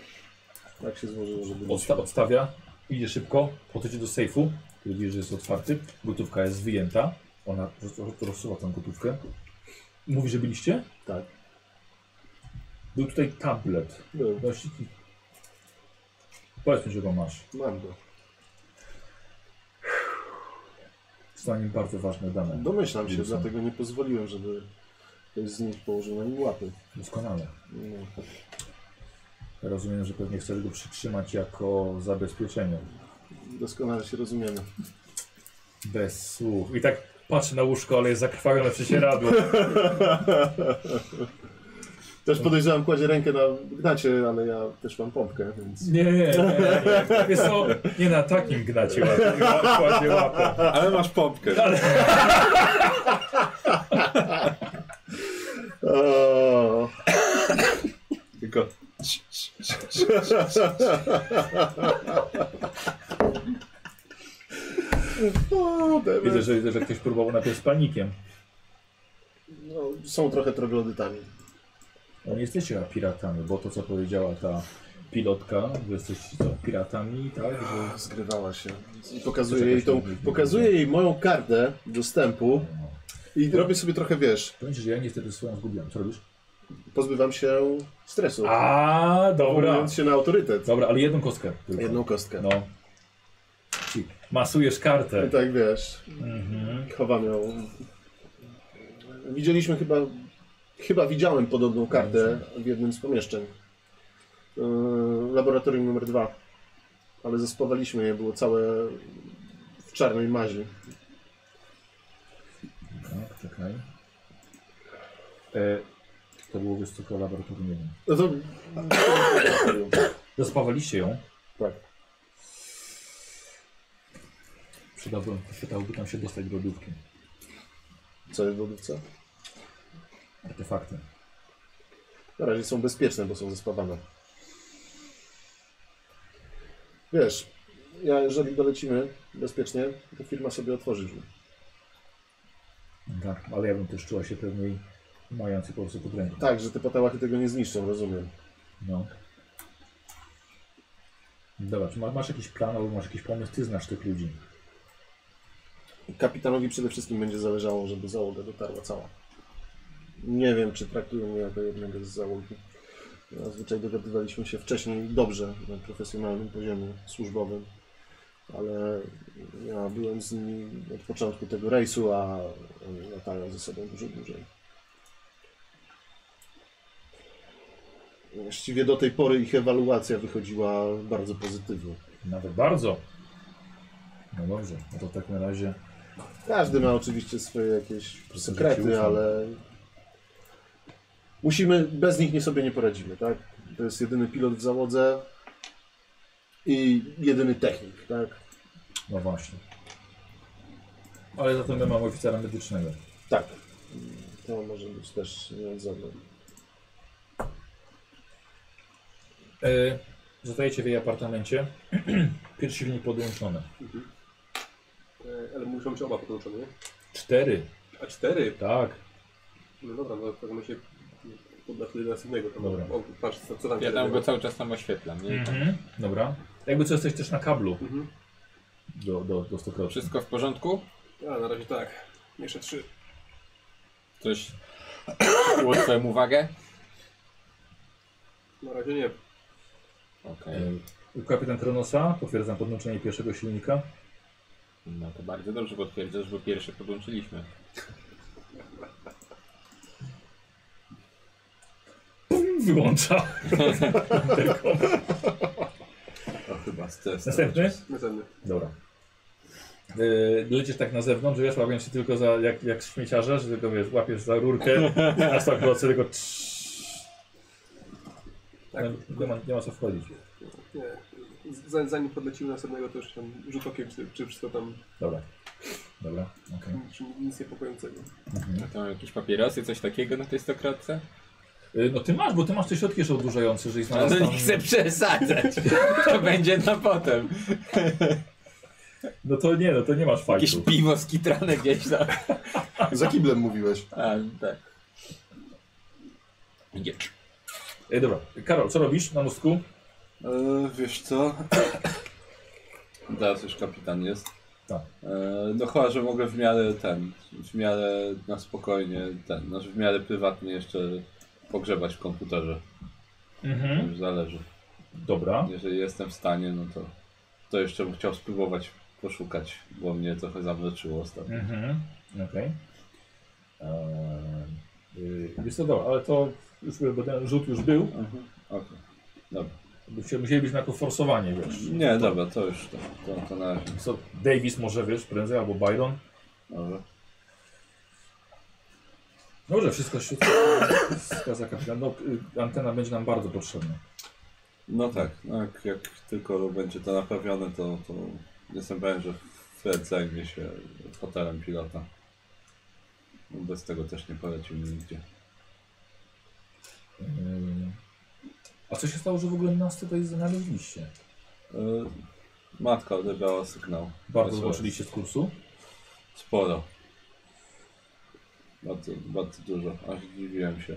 [SPEAKER 4] Tak się złożyło, żeby...
[SPEAKER 1] Odsta odstawia, idzie szybko, podchodzi do sejfu, który widzisz, że jest otwarty, gotówka jest wyjęta. Ona roz- roz- rozsuwa tą gotówkę. Mówi, że byliście?
[SPEAKER 4] Tak.
[SPEAKER 1] Był tutaj tablet.
[SPEAKER 4] Był.
[SPEAKER 1] Właściciel. Powiedz mi, że go masz.
[SPEAKER 4] Mam go.
[SPEAKER 1] Zdaniem bardzo ważne dane.
[SPEAKER 4] Domyślam się,
[SPEAKER 1] Wilson.
[SPEAKER 4] dlatego nie pozwoliłem, żeby ktoś z nich położył na nim łapy.
[SPEAKER 1] Doskonale.
[SPEAKER 4] No.
[SPEAKER 1] Rozumiem, że pewnie chcesz go przytrzymać jako zabezpieczenie.
[SPEAKER 4] Doskonale się rozumiemy.
[SPEAKER 1] Bez słów. I tak patrzę na łóżko, ale jest zakrwawione prześcieradło.
[SPEAKER 4] Też podejrzewam, kładzie rękę na gnacie, ale ja też mam pompkę, więc...
[SPEAKER 1] Nie, nie, nie. nie. Wiesz co, nie na takim gnacie łapie, kładzie łapę.
[SPEAKER 2] Ale masz pompkę.
[SPEAKER 4] O,
[SPEAKER 2] Tylko
[SPEAKER 4] o, demy.
[SPEAKER 1] Widzę, że, że ktoś próbował najpierw z panikiem.
[SPEAKER 4] no, są trochę troglodytami.
[SPEAKER 1] No nie jesteście chyba piratami, bo to co powiedziała ta pilotka, wy jesteście co, piratami, tak? Że...
[SPEAKER 4] Zgrywała się. I pokazuje jej tą, pokazuje jej moją kartę dostępu i robię sobie trochę, wiesz,
[SPEAKER 1] Powiem ci, że ja niestety swoją zgubiłem. Co robisz?
[SPEAKER 4] pozbywam się stresu.
[SPEAKER 1] A, dobra.
[SPEAKER 4] Powołując się na autorytet.
[SPEAKER 1] Dobra, ale jedną kostkę. Tylko.
[SPEAKER 4] Jedną kostkę.
[SPEAKER 1] No. Czyli Masujesz kartę.
[SPEAKER 4] I tak, wiesz,
[SPEAKER 1] Mhm.
[SPEAKER 4] chowam ją. Widzieliśmy chyba, chyba widziałem podobną kartę w jednym z pomieszczeń. Yy, Laboratorium numer dwa. Ale zaspawaliśmy je, było całe w czarnej mazi.
[SPEAKER 1] Tak, czekaj. E, to było wysoko laboratorium 1.
[SPEAKER 4] No to...
[SPEAKER 1] Zaspawaliście ją.
[SPEAKER 4] Tak.
[SPEAKER 1] Przydałby, przydałoby tam się dostać do lodówki.
[SPEAKER 4] Co jest w lodówce?
[SPEAKER 1] Artefakty.
[SPEAKER 4] Na razie są bezpieczne, bo są zespawane. Wiesz, ja jeżeli dolecimy bezpiecznie, to firma sobie otworzy drzwi.
[SPEAKER 1] Tak, ale ja bym też czuła się pewniej mający po prostu pod ręką.
[SPEAKER 4] Tak, że te patałachy tego nie zniszczą, rozumiem.
[SPEAKER 1] No. Dobra, czy ma- masz jakiś plan albo masz jakiś pomysł? Ty znasz tych ludzi.
[SPEAKER 4] Kapitanowi przede wszystkim będzie zależało, żeby załoga dotarła cała. Nie wiem, czy traktują mnie jako jednego z załogi. Zazwyczaj dogadywaliśmy się wcześniej dobrze, na profesjonalnym poziomie służbowym, ale ja byłem z nimi od początku tego rejsu, a oni latają ze sobą dużo dłużej. Właściwie do tej pory ich ewaluacja wychodziła bardzo pozytywnie.
[SPEAKER 1] Nawet bardzo. No dobrze, no to w takim razie
[SPEAKER 4] Każdy ma oczywiście swoje jakieś
[SPEAKER 1] prostu życie
[SPEAKER 4] sekrety,
[SPEAKER 1] ufam.
[SPEAKER 4] ale musimy, bez nich nie sobie nie poradzimy, tak? To jest jedyny pilot w załodze i jedyny technik, tak?
[SPEAKER 1] No właśnie. Ale zatem ja mam oficera medycznego.
[SPEAKER 4] Tak. To może być też nieodzowne.
[SPEAKER 1] E, zostajecie w jej apartamencie. Pierwszy w niej podłączone.
[SPEAKER 6] E, Ale muszą być oba podłączone, nie?
[SPEAKER 1] Cztery.
[SPEAKER 6] A cztery?
[SPEAKER 1] Tak.
[SPEAKER 6] No dobra, no w pewnym momencie podlatuje do następnego. Tam,
[SPEAKER 1] Dobra.
[SPEAKER 6] O, patrz, co, co tam
[SPEAKER 5] Ja
[SPEAKER 6] się
[SPEAKER 5] tam
[SPEAKER 6] robiło.
[SPEAKER 5] go cały czas tam oświetlam, nie? Tam
[SPEAKER 1] Mhm. Dobra. Jakby co jesteś też na kablu
[SPEAKER 6] Mhm.
[SPEAKER 1] do, do, do stokrotki.
[SPEAKER 5] Wszystko w porządku?
[SPEAKER 6] A, na razie tak. Jeszcze trzy.
[SPEAKER 5] Coś było twoją uwagę?
[SPEAKER 6] Na razie nie.
[SPEAKER 5] Okej,
[SPEAKER 1] E, Kapitan Kronosa, potwierdzam podłączenie pierwszego silnika.
[SPEAKER 5] no to bardzo dobrze potwierdzasz, bo pierwsze podłączyliśmy.
[SPEAKER 1] Wyłącza.
[SPEAKER 2] to chyba z testem.
[SPEAKER 1] Następny.
[SPEAKER 6] Następny.
[SPEAKER 1] Dobra. Yy, lecisz tak na zewnątrz, wiesz, łapiąc się tylko za, jak, jak śmieciarze, że tylko wiesz, łapiesz za rurkę, a stokrotce tylko trz. No,
[SPEAKER 6] Tak.
[SPEAKER 1] Nie, nie, ma, nie ma co wchodzić.
[SPEAKER 6] Nie. Z- za- Zanim podleciły następnego, to już tam rzut okiem, czy, czy wszystko tam
[SPEAKER 1] Dobra. Dobra, okej.
[SPEAKER 6] czy nic niepokojącego.
[SPEAKER 5] A to mam jakieś papierosy, coś takiego na tej stokrotce?
[SPEAKER 1] Yy, No ty masz, bo ty masz te środki jeszcze odurzające, że ich
[SPEAKER 5] No
[SPEAKER 1] znalazł
[SPEAKER 5] to
[SPEAKER 1] tam...
[SPEAKER 5] nie chcę przesadzać, to będzie na potem.
[SPEAKER 1] No to nie, no to nie masz
[SPEAKER 5] Jakieś
[SPEAKER 1] fajtu.
[SPEAKER 5] piwo skitrane gdzieś tam.
[SPEAKER 4] Tak. Za kiblem mówiłeś.
[SPEAKER 5] A, tak. Jecz.
[SPEAKER 1] Yy, dobra, Karol, co robisz na mózgu?
[SPEAKER 2] E, wiesz co? Teraz już kapitan jest.
[SPEAKER 1] Tak.
[SPEAKER 2] E, No chyba, że mogę w miarę ten, w miarę na spokojnie ten, znaczy w miarę prywatnie jeszcze pogrzebać w komputerze. To
[SPEAKER 1] Mhm.
[SPEAKER 2] Już zależy.
[SPEAKER 1] Dobra.
[SPEAKER 2] Jeżeli jestem w stanie, no to to jeszcze bym chciał spróbować poszukać, bo mnie trochę zamroczyło ostatnio.
[SPEAKER 1] Mhm. Okej. Eee, E, y, Jest to dobra, ale to już bo ten rzut już był.
[SPEAKER 2] Mhm. Okej. Dobra.
[SPEAKER 1] Musieli- Musielibyśmy na to forsowanie, wiesz.
[SPEAKER 2] Nie, dobra, to już to, to, to na razie.
[SPEAKER 1] Co, Davis może, wiesz, prędzej, albo Byron.
[SPEAKER 2] Dobra.
[SPEAKER 1] Dobrze, No, wszystko się wskaza kapitan. No, y, antena będzie nam bardzo potrzebna.
[SPEAKER 2] No tak, no jak, jak tylko będzie to naprawione, to, to jestem pewien, że Fred zajmie się hotelem pilota. No Bez tego też nie polecił mi nigdzie.
[SPEAKER 1] Yy. A co się stało, że w ogóle nas tutaj znaleźliście?
[SPEAKER 2] E, Matka odebrała sygnał.
[SPEAKER 1] Bardzo
[SPEAKER 2] Wysłała
[SPEAKER 1] złożyliście z kursu?
[SPEAKER 2] Sporo. Bardzo, bardzo dużo, aż dziwiłem się.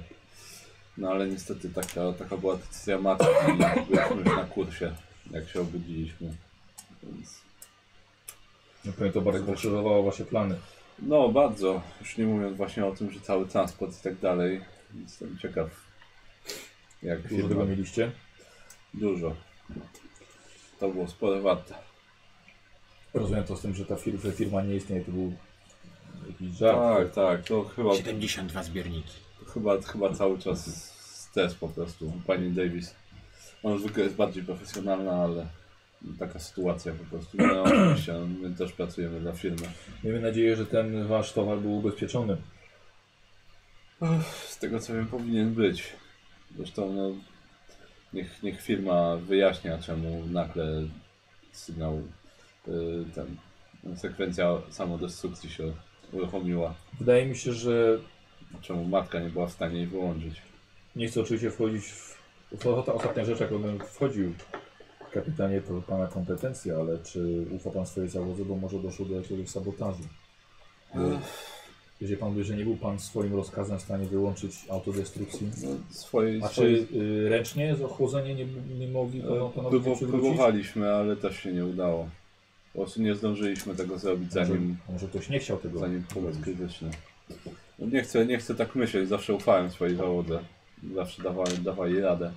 [SPEAKER 2] No ale niestety taka, taka była decyzja matki i byliśmy już na kursie, jak się obudziliśmy. Więc
[SPEAKER 1] No pewnie to bardzo pokrzyżowało wasze plany.
[SPEAKER 2] No bardzo, już nie mówiąc właśnie o tym, że cały transport i tak dalej. Jestem ciekaw, jak
[SPEAKER 1] Dużo
[SPEAKER 2] firma-
[SPEAKER 1] tego mieliście.
[SPEAKER 2] Dużo. To było spore warte.
[SPEAKER 1] Rozumiem to z tym, że ta firma, że firma nie istnieje, to był jakiś żart.
[SPEAKER 2] Tak, tak, to chyba,
[SPEAKER 3] 72 zbiorniki.
[SPEAKER 2] chyba, chyba cały czas stres po prostu. Pani Davis. Ona zwykle jest bardziej profesjonalna, ale taka sytuacja po prostu. No, oczywiście, my też pracujemy dla firmy.
[SPEAKER 1] Miejmy nadzieję, że ten wasz towar był ubezpieczony.
[SPEAKER 2] Z tego co wiem, powinien być. Zresztą, no, niech, niech firma wyjaśnia, czemu nagle sygnał, y, ten, sekwencja samodestrukcji się uruchomiła.
[SPEAKER 1] Wydaje mi się, że
[SPEAKER 2] Czemu matka nie była w stanie jej wyłączyć.
[SPEAKER 1] nie chcę oczywiście wchodzić w... To ta ostatnia rzecz, jaką bym wchodził, kapitanie, to pana kompetencje, ale czy ufa pan swojej załodze, bo może doszło do jakiegoś sabotażu? Bo Jeżeli pan wie, że nie był pan swoim rozkazem w stanie wyłączyć autodestrukcji,
[SPEAKER 2] No, swojej,
[SPEAKER 1] a
[SPEAKER 2] swojej...
[SPEAKER 1] czy y, ręcznie z ochłodzenie nie, nie mogli
[SPEAKER 2] e,
[SPEAKER 1] panu- panowie
[SPEAKER 2] próbu-
[SPEAKER 1] przywrócić?
[SPEAKER 2] Próbowaliśmy, ale też się nie udało. Po prostu nie zdążyliśmy tego zrobić, zanim
[SPEAKER 1] Może, może ktoś nie chciał tego.
[SPEAKER 2] zanim punkt krytyczny. No nie, chcę, nie chcę tak myśleć, zawsze ufałem swojej załodze. Zawsze dawałem, dawali radę.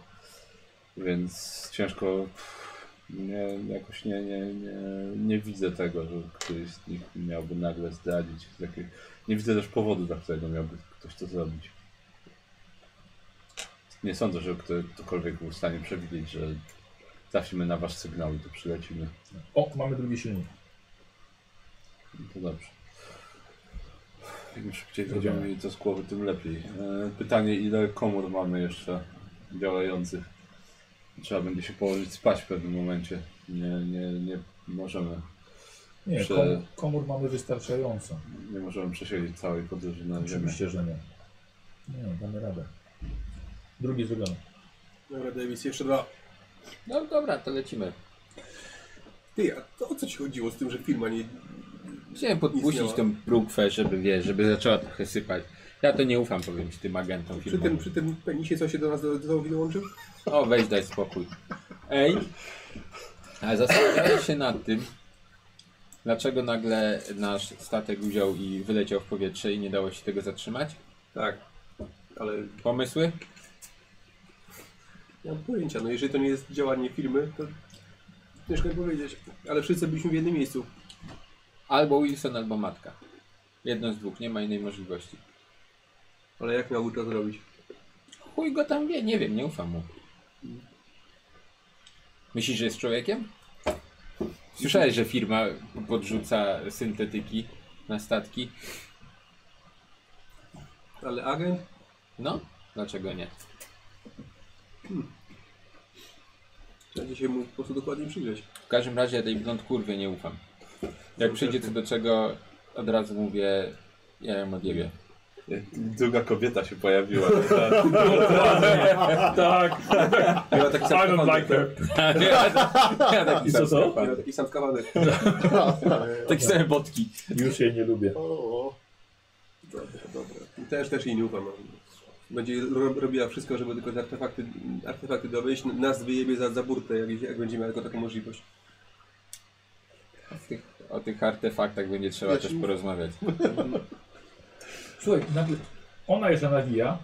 [SPEAKER 2] Więc ciężko. pff, Nie, jakoś nie, nie, nie, nie widzę tego, że któryś z nich miałby nagle zdradzić. z jakiej- Nie widzę też powodu, dla którego miałby ktoś to zrobić. Nie sądzę, że kto- ktokolwiek był w stanie przewidzieć, że trafimy na wasz sygnał i tu przylecimy.
[SPEAKER 1] O, mamy drugi silnik.
[SPEAKER 2] No To dobrze. Im szybciej będziemy mieli to z głowy, tym lepiej. E, Pytanie, ile komór mamy jeszcze działających? Trzeba będzie się położyć spać w pewnym momencie. Nie, nie, nie możemy.
[SPEAKER 1] Nie,
[SPEAKER 2] Prze-
[SPEAKER 1] komór, komór mamy wystarczająco.
[SPEAKER 2] Nie możemy przesiedzieć całej podróży na ziemię.
[SPEAKER 1] Oczywiście, że nie. Nie, no, damy radę. Drugi z wyglądu.
[SPEAKER 6] Dobra, Davis, jeszcze dwa.
[SPEAKER 5] No dobra, to lecimy.
[SPEAKER 6] Ty, a to o co ci chodziło z tym, że firma nie...
[SPEAKER 5] Chciałem podpuścić
[SPEAKER 6] Istniała.
[SPEAKER 5] tą prókwę, żeby wiesz, żeby zaczęła trochę sypać. Ja to nie ufam, powiem ci, tym agentom
[SPEAKER 6] Przy tym,
[SPEAKER 5] filmowym.
[SPEAKER 6] przy tym penisie, co się do nas do, do załogi dołączył?
[SPEAKER 5] O, weź daj spokój. Ej, a zastanawiam się nad tym, dlaczego nagle nasz statek uziął i wyleciał w powietrze i nie dało się tego zatrzymać?
[SPEAKER 6] Tak. Ale
[SPEAKER 5] Pomysły?
[SPEAKER 6] nie mam pojęcia, no jeżeli to nie jest działanie firmy, to ciężko mi powiedzieć. Ale wszyscy byliśmy w jednym miejscu.
[SPEAKER 5] Albo Wilson, albo matka. Jedno z dwóch, nie ma innej możliwości.
[SPEAKER 6] Ale jak miałby to zrobić?
[SPEAKER 5] Chuj go tam wie, nie wiem, nie ufam mu. Myślisz, że jest człowiekiem? Słyszałeś, że firma podrzuca syntetyki na statki?
[SPEAKER 6] Ale agent?
[SPEAKER 5] No, dlaczego nie?
[SPEAKER 6] Trzeba się mu po prostu dokładnie przyjrzeć.
[SPEAKER 5] W każdym razie tej blond kurwie nie ufam. Jak przyjdzie co do czego, od razu mówię, ja ją odjebię.
[SPEAKER 2] E, Druga kobieta się pojawiła.
[SPEAKER 1] Tak,
[SPEAKER 5] Miała taki sam
[SPEAKER 2] tak?
[SPEAKER 5] skafander. Miała taki
[SPEAKER 1] I
[SPEAKER 5] sam
[SPEAKER 1] co, co?
[SPEAKER 5] skafander.
[SPEAKER 6] I sam skawanek.
[SPEAKER 5] Takie tak same botki.
[SPEAKER 1] Już jej nie lubię.
[SPEAKER 6] Dobra, dobra. Też, też jej nie ufam. no. Będzie ro- robiła wszystko, żeby tylko te artefakty, artefakty dowieść. Nas wyjebie za, za burtę, jak, jak będzie miała tylko taką możliwość.
[SPEAKER 5] W tych O tych artefaktach będzie trzeba
[SPEAKER 4] Ja
[SPEAKER 5] też
[SPEAKER 4] ci ufam.
[SPEAKER 5] porozmawiać.
[SPEAKER 1] Słuchaj, nagle ona jeszcze nawija,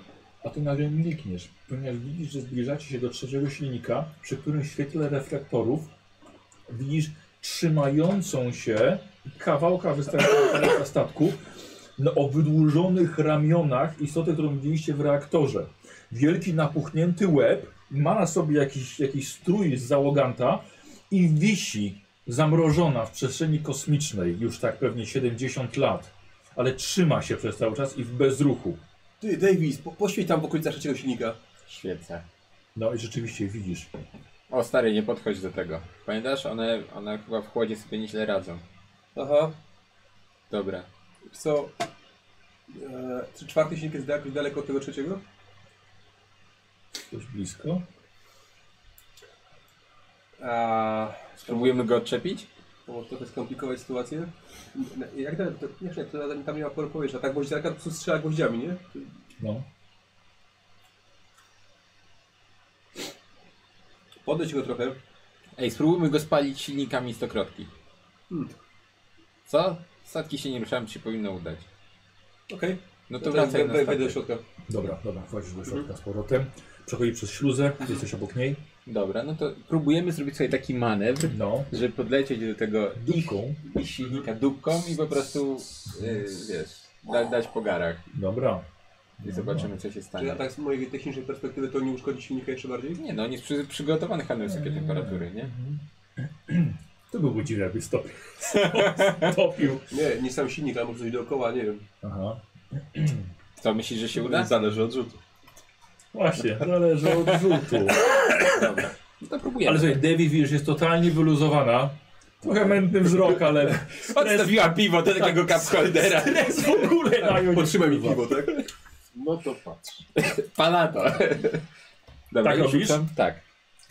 [SPEAKER 1] a ty nagle milkniesz, ponieważ widzisz, że zbliżacie się do trzeciego silnika, przy którym w świetle reflektorów widzisz trzymającą się kawałka wystającego statku na o wydłużonych ramionach istotę, którą widzieliście w reaktorze. Wielki napuchnięty łeb, ma na sobie jakiś, jakiś strój z załoganta i wisi zamrożona w przestrzeni kosmicznej już tak pewnie 70 lat ale trzyma się przez cały czas i w bezruchu.
[SPEAKER 6] Ty, Davis, po, poświeć tam w okolicach trzeciego silnika.
[SPEAKER 5] Świecę.
[SPEAKER 1] No i rzeczywiście widzisz.
[SPEAKER 5] O stary, nie podchodź do tego. Pamiętasz, one, one chyba w chłodzie sobie nieźle radzą.
[SPEAKER 6] Aha,
[SPEAKER 5] Dobra.
[SPEAKER 6] wiesz co? E, czy czwarty silnik jest jakoś daleko od tego trzeciego?
[SPEAKER 1] Coś blisko.
[SPEAKER 6] A,
[SPEAKER 5] Spróbujemy go odczepić?
[SPEAKER 6] to może trochę skomplikować sytuację. N- Jak daleko? To, nie, nie, to nawet tam nie ma pory powietrza. Tak gwoździarka po prostu strzela gwoździami, nie?
[SPEAKER 1] No.
[SPEAKER 6] Podejść go trochę.
[SPEAKER 5] Ej, spróbujmy go spalić silnikami stokrotki.
[SPEAKER 6] Hmm.
[SPEAKER 5] Co? Statki się nie ruszają, ci się powinno udać.
[SPEAKER 6] Okej.
[SPEAKER 5] No to
[SPEAKER 6] Ja teraz
[SPEAKER 5] wracaj
[SPEAKER 6] we-
[SPEAKER 5] na
[SPEAKER 6] we- Wejdę do
[SPEAKER 5] statek.
[SPEAKER 6] środka.
[SPEAKER 1] Dobra, dobra, wchodzisz do środka z powrotem. Przechodzi przez śluzę, jesteś obok niej.
[SPEAKER 5] Dobra, no to próbujemy zrobić sobie taki manewr,
[SPEAKER 1] No.
[SPEAKER 5] żeby podlecieć do tego ich,
[SPEAKER 1] Dupką.
[SPEAKER 5] ich silnika dupką i po prostu, yy, wiesz, da, dać po garach.
[SPEAKER 1] Dobra.
[SPEAKER 5] I zobaczymy, co się
[SPEAKER 6] Czy ja
[SPEAKER 5] stanie.
[SPEAKER 6] tak z mojej technicznej perspektywy to nie uszkodzi silnika jeszcze bardziej?
[SPEAKER 5] Nie no, on jest przy, przygotowany na wysokie temperatury, nie?
[SPEAKER 1] To byłby dziwne, jakby stopił. stopił.
[SPEAKER 6] Nie, nie sam silnik, ale może coś dookoła, nie wiem.
[SPEAKER 1] Aha.
[SPEAKER 5] Co, myślisz, że się uda?
[SPEAKER 2] Zależy od rzutu.
[SPEAKER 1] Właśnie, zależy od rzutu.
[SPEAKER 5] Dobra. No to próbujemy.
[SPEAKER 1] Ale
[SPEAKER 5] Ale
[SPEAKER 1] słuchaj, Devi widzisz, jest totalnie wyluzowana. Trochę mętny wzrok, ale
[SPEAKER 5] Odstawiła piwo do takiego cup holdera.
[SPEAKER 1] stres w ogóle na nią nie
[SPEAKER 6] Potrzymaj mi
[SPEAKER 1] wpływa.
[SPEAKER 6] piwo, tak?
[SPEAKER 4] No to patrz.
[SPEAKER 5] Pana to. Dobra,
[SPEAKER 1] Tak
[SPEAKER 5] i
[SPEAKER 1] robisz?
[SPEAKER 5] rzucam. Tak.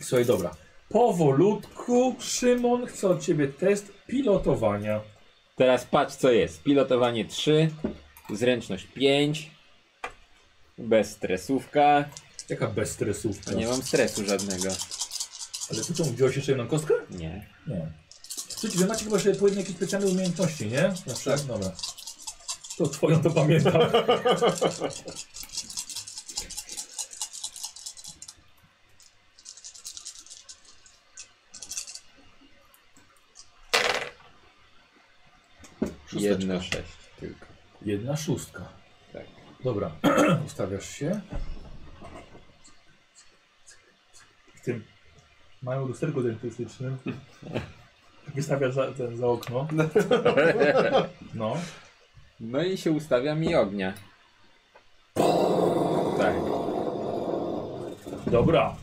[SPEAKER 1] Słuchaj, dobra. Powolutku, Szymon chce od ciebie test pilotowania.
[SPEAKER 5] Teraz patrz co jest. Pilotowanie 3, zręczność 5, bez stresówka.
[SPEAKER 1] Jaka bezstresówka.
[SPEAKER 5] A nie mam stresu żadnego.
[SPEAKER 1] Ale ty tą wziąłeś jeszcze jedną kostkę?
[SPEAKER 5] Nie.
[SPEAKER 1] Nie. Słuchajcie, wy macie chyba sobie po jednej jakieś specjalne umiejętności, nie? Na
[SPEAKER 5] Tak.
[SPEAKER 1] przykład, dobra. To twoją to pamiętam.
[SPEAKER 5] Jedno 6 tylko.
[SPEAKER 1] Jedna szóstka.
[SPEAKER 5] Tak.
[SPEAKER 1] Dobra, ustawiasz się. W tym małym lusterku dentystycznym. Wystawiasz za, ten, za okno. No.
[SPEAKER 5] No i się ustawia mi ognia. Tak.
[SPEAKER 1] Dobra.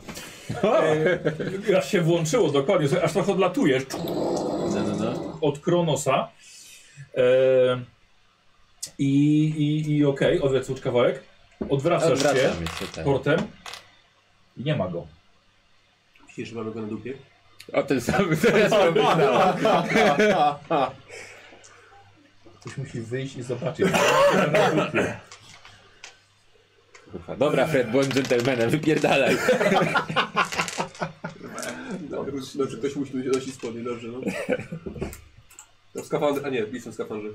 [SPEAKER 1] E, aż się włączyło dokładnie, słuchaj, aż trochę odlatujesz
[SPEAKER 5] No, no, no.
[SPEAKER 1] od Kronosa. E, I i, i okej, odlecę już kawałek. Odwracasz się
[SPEAKER 5] Odwracam się tak.
[SPEAKER 1] portem i nie ma go.
[SPEAKER 6] Myślisz, że mamy go na dupie?
[SPEAKER 5] O tym samym teraz pomyślałem.
[SPEAKER 1] Ktoś musi wyjść i zobaczyć.
[SPEAKER 5] Kurwa, Dobra, Fred, bądź dżentelmenem, wypierdalaj.
[SPEAKER 6] No, no czy ktoś musi nosić spodnie, dobrze, no. no w skafandrze, a nie, w w skafandrze.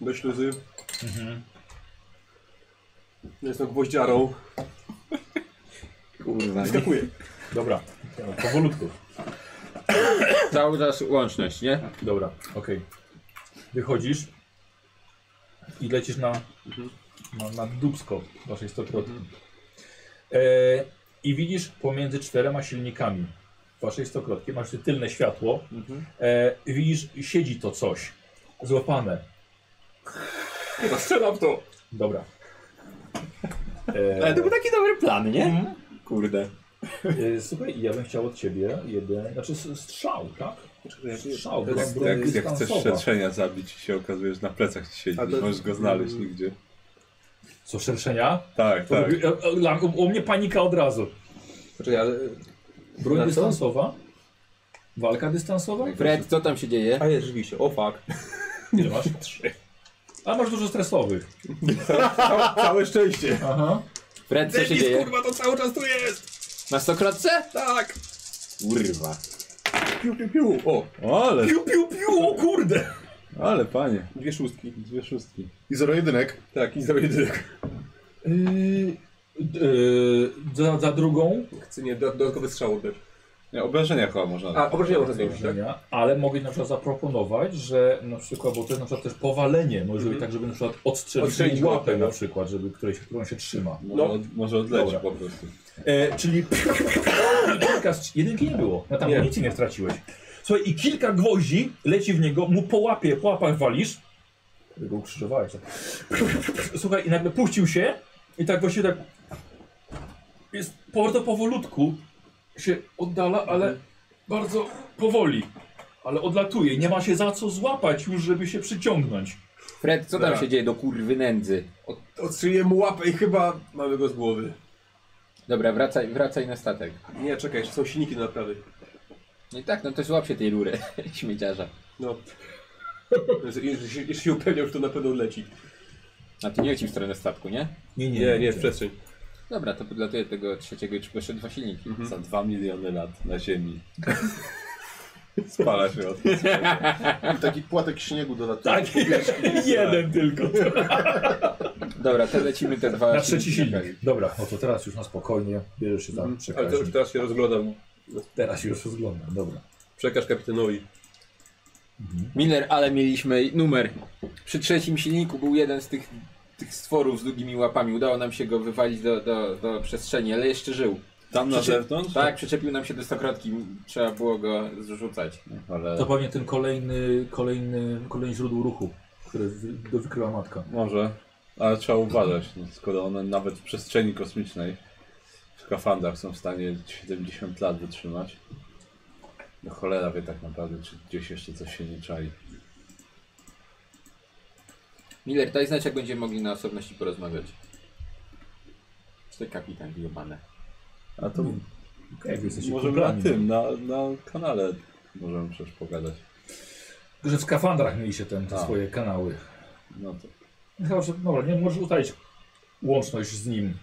[SPEAKER 6] Do śluzy. Mhm. No Jestem gwoździarą.
[SPEAKER 5] Kurwa, nie.
[SPEAKER 6] Skakuję.
[SPEAKER 1] Dobra, powolutku.
[SPEAKER 5] Cały czas łączność, nie?
[SPEAKER 1] Dobra, okej. Wychodzisz i lecisz na,
[SPEAKER 6] Mhm.
[SPEAKER 1] na, na dubsko waszej stokrotki. E, I widzisz pomiędzy czterema silnikami waszej stokrotki, masz tu tylne światło,
[SPEAKER 6] Mhm.
[SPEAKER 1] e, i widzisz, siedzi to coś, złapane.
[SPEAKER 6] Chyba strzelam w to.
[SPEAKER 1] Dobra.
[SPEAKER 5] Ale
[SPEAKER 1] E,
[SPEAKER 5] to był taki dobry plan, nie? Kurde.
[SPEAKER 1] e, słuchaj, ja bym chciał od ciebie jeden, znaczy s- strzał, tak? Strzał,
[SPEAKER 6] To jest-
[SPEAKER 1] broń, broń
[SPEAKER 2] Tak, Jak, jak chcesz
[SPEAKER 1] dystansowa.
[SPEAKER 2] szerszenia zabić i się okazuje, że na plecach ci siedzi,
[SPEAKER 6] A to-
[SPEAKER 2] nie możesz go znaleźć nigdzie.
[SPEAKER 1] Co, szerszenia?
[SPEAKER 2] Tak, tak.
[SPEAKER 1] Tak. U, u mnie panika od razu.
[SPEAKER 6] Poczekaj, ale...
[SPEAKER 1] Broń
[SPEAKER 6] Na co?
[SPEAKER 1] dystansowa? Walka dystansowa?
[SPEAKER 5] Fred, co tam się dzieje?
[SPEAKER 6] A jest, rzeczywiście, o fuck.
[SPEAKER 1] Ile masz? Trzy. A masz dużo stresowych.
[SPEAKER 6] Całe szczęście.
[SPEAKER 1] Aha.
[SPEAKER 5] Fred, co się dzieje?
[SPEAKER 6] kurwa, to cały czas tu jest!
[SPEAKER 5] Na stokrotce?
[SPEAKER 6] Tak!
[SPEAKER 5] Kurwa.
[SPEAKER 2] Piu, piu, piu. O, ale,
[SPEAKER 1] Piu, piu, piu, o kurde!
[SPEAKER 2] ale panie.
[SPEAKER 6] Dwie szóstki.
[SPEAKER 2] Dwie szóstki.
[SPEAKER 4] I zero jedynek.
[SPEAKER 6] Tak, i zrobię dyk.
[SPEAKER 1] Yy, yy, za, za drugą
[SPEAKER 6] Chcę, nie, do- dodatkowy strzał oddać.
[SPEAKER 2] Nie, obrażenia chyba można.
[SPEAKER 6] A, obrażenia można zrobić, tak?
[SPEAKER 1] obrażenia, ale mogę na przykład zaproponować, że na przykład, bo to jest na przykład też powalenie, może
[SPEAKER 6] Mhm.
[SPEAKER 1] tak, żeby na przykład odstrzelić,
[SPEAKER 6] Odstrzelić
[SPEAKER 1] odstrzelić
[SPEAKER 6] łapę,
[SPEAKER 1] łapę
[SPEAKER 6] no.
[SPEAKER 1] na przykład, żeby którejś, którą się trzyma.
[SPEAKER 2] Może,
[SPEAKER 6] No.
[SPEAKER 2] od, może odleci
[SPEAKER 1] Dobra.
[SPEAKER 2] po prostu.
[SPEAKER 1] E, czyli kilka, strz- jedynki nie było, na tam
[SPEAKER 6] Nie.
[SPEAKER 1] nic nie straciłeś. Słuchaj, i kilka gwoździ leci w niego, mu po łapie, po łapach walisz. Ty go ukrzyżowałeś. tak. Słuchaj, i nagle puścił się i tak właściwie tak jest bardzo powolutku się oddala, ale
[SPEAKER 6] Mhm.
[SPEAKER 1] bardzo powoli. Ale odlatuje, i nie ma się za co złapać już, żeby się przyciągnąć.
[SPEAKER 5] Fred, co tam
[SPEAKER 6] Tak.
[SPEAKER 5] się dzieje do kurwy nędzy?
[SPEAKER 6] Od, odstrzeliłem mu łapę i chyba mamy go z głowy.
[SPEAKER 5] Dobra, wracaj, wracaj na statek.
[SPEAKER 6] Nie, czekaj, jeszcze są silniki do naprawy.
[SPEAKER 5] No i tak, no to złap się tej rury śmieciarza.
[SPEAKER 6] No. Znaczy, Jeśli- Jeśli jeśli się upewniam, że to na pewno leci.
[SPEAKER 5] A ty nie leci w stronę statku, nie?
[SPEAKER 1] Nie,
[SPEAKER 6] Nie, nie, w przestrzeń.
[SPEAKER 5] Dobra, to podlatuje tego trzeciego i jeszcze dwa silniki.
[SPEAKER 1] Mhm.
[SPEAKER 2] Za dwa miliony lat na Ziemi. Spala się od
[SPEAKER 4] I taki płatek śniegu dodatkowy.
[SPEAKER 1] Tak, jeden tylko.
[SPEAKER 5] Dobra, to lecimy te dwa
[SPEAKER 1] Na trzeci
[SPEAKER 5] silnika.
[SPEAKER 1] silnik. Dobra, no to teraz już na spokojnie. Bierzesz się tam,
[SPEAKER 6] Ale
[SPEAKER 2] Mhm,
[SPEAKER 1] przekaż.
[SPEAKER 6] to już teraz się rozglądam.
[SPEAKER 1] Teraz się już rozglądam, dobra.
[SPEAKER 6] Przekaż kapitanowi.
[SPEAKER 5] Miller, ale mieliśmy numer. Przy trzecim silniku był jeden z tych, tych stworów z długimi łapami. Udało nam się go wywalić do, do, do przestrzeni, ale jeszcze żył.
[SPEAKER 2] Tam na
[SPEAKER 5] Przyczep-
[SPEAKER 2] zewnątrz?
[SPEAKER 5] Tak, przyczepił nam się do stokrotki. Trzeba było go zrzucać.
[SPEAKER 2] Ale
[SPEAKER 1] To pewnie ten kolejny, kolejny, kolejny źródło ruchu, które wy- do- wykryła matka.
[SPEAKER 2] może. Ale trzeba uważać, no, skoro one nawet w przestrzeni kosmicznej w skafandach są w stanie 70 lat wytrzymać. No cholera wie tak naprawdę, czy gdzieś jeszcze coś się nie czai.
[SPEAKER 5] Miller, daj znać, jak będziemy mogli na osobności porozmawiać. Czy to kapitan wyjebane?
[SPEAKER 2] A to
[SPEAKER 1] Okej, wy jesteście no.
[SPEAKER 2] możemy na
[SPEAKER 1] kuplami.
[SPEAKER 2] tym, na, na kanale możemy przecież pogadać.
[SPEAKER 1] Tylko, Że w skafandrach mieli się ten, te
[SPEAKER 2] A.
[SPEAKER 1] swoje kanały.
[SPEAKER 2] No to
[SPEAKER 1] No Chyba, że dobra, nie możesz ustalić łączność z nim.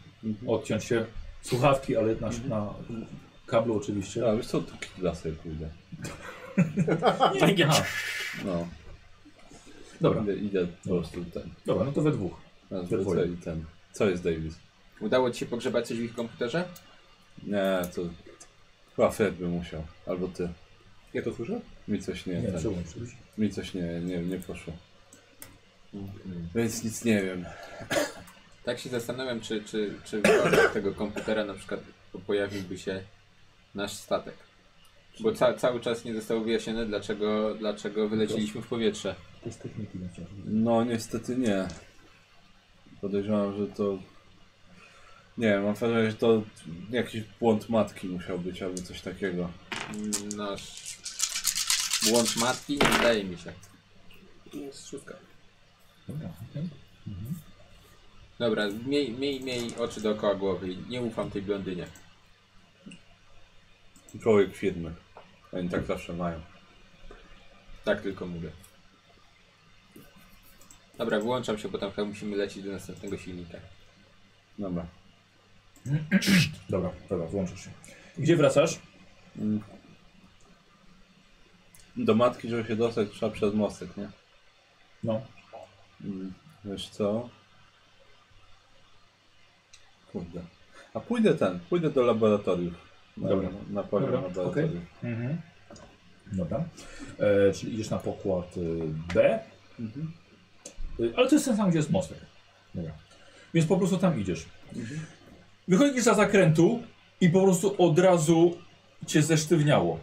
[SPEAKER 1] Odciąć się słuchawki, ale na, na kablu oczywiście.
[SPEAKER 2] Ja, wiesz co, tu kibla sobie pójdę.
[SPEAKER 1] Nie, aha,
[SPEAKER 2] No,
[SPEAKER 1] dobra,
[SPEAKER 2] idę, idę po prostu ten.
[SPEAKER 1] dobra, no to we dwóch.
[SPEAKER 2] Na
[SPEAKER 1] dwoje.
[SPEAKER 2] zwrócę i ten. Co jest Davis?
[SPEAKER 5] Udało ci się pogrzebać coś w ich komputerze?
[SPEAKER 2] Nie, to chyba Fred by musiał. Albo ty.
[SPEAKER 6] Ja to słyszę?
[SPEAKER 2] Mi coś nie,
[SPEAKER 1] Nie,
[SPEAKER 2] ten,
[SPEAKER 1] przełączyć.
[SPEAKER 2] mi coś nie, nie, nie poszło. Więc nic nie wiem.
[SPEAKER 5] Tak się zastanawiam, czy, czy, czy w bazach tego komputera na przykład pojawiłby się nasz statek. Bo ca, cały czas nie zostało wyjaśnione, dlaczego, dlaczego wylecieliśmy w powietrze.
[SPEAKER 1] To jest techniki na ciągu.
[SPEAKER 2] No niestety nie. Podejrzewam, że to... Nie wiem, mam wrażenie, że to jakiś błąd matki musiał być albo coś takiego.
[SPEAKER 5] Nasz błąd matki nie wydaje mi się.
[SPEAKER 6] Jest szóstka.
[SPEAKER 1] Dobra, okej.
[SPEAKER 5] Dobra, miej, miej, miej oczy dookoła głowy. i Nie ufam tej blondynie.
[SPEAKER 2] Człowiek firmy. Oni tak zawsze mają.
[SPEAKER 5] Tak tylko mówię. Dobra, wyłączam się, bo tam chyba musimy lecieć do następnego silnika.
[SPEAKER 2] Dobra.
[SPEAKER 1] Dobra, dobra, włączysz się. Gdzie wracasz?
[SPEAKER 2] Do matki, żeby się dostać, trzeba przez mostek, nie?
[SPEAKER 1] No.
[SPEAKER 2] Mm, Wiesz co? Kurde. A pójdę ten, pójdę do laboratoriów. Na,
[SPEAKER 1] Dobra.
[SPEAKER 2] Na poziom
[SPEAKER 1] Dobra,
[SPEAKER 2] laboratoriów.
[SPEAKER 1] okej. Mhm. Dobra. E, czyli idziesz na pokład y, B. Y, ale to jest ten sam, gdzie jest mostek. Dobra. Więc po prostu tam idziesz. Wychodzisz za zakrętu i po prostu od razu cię zesztywniało.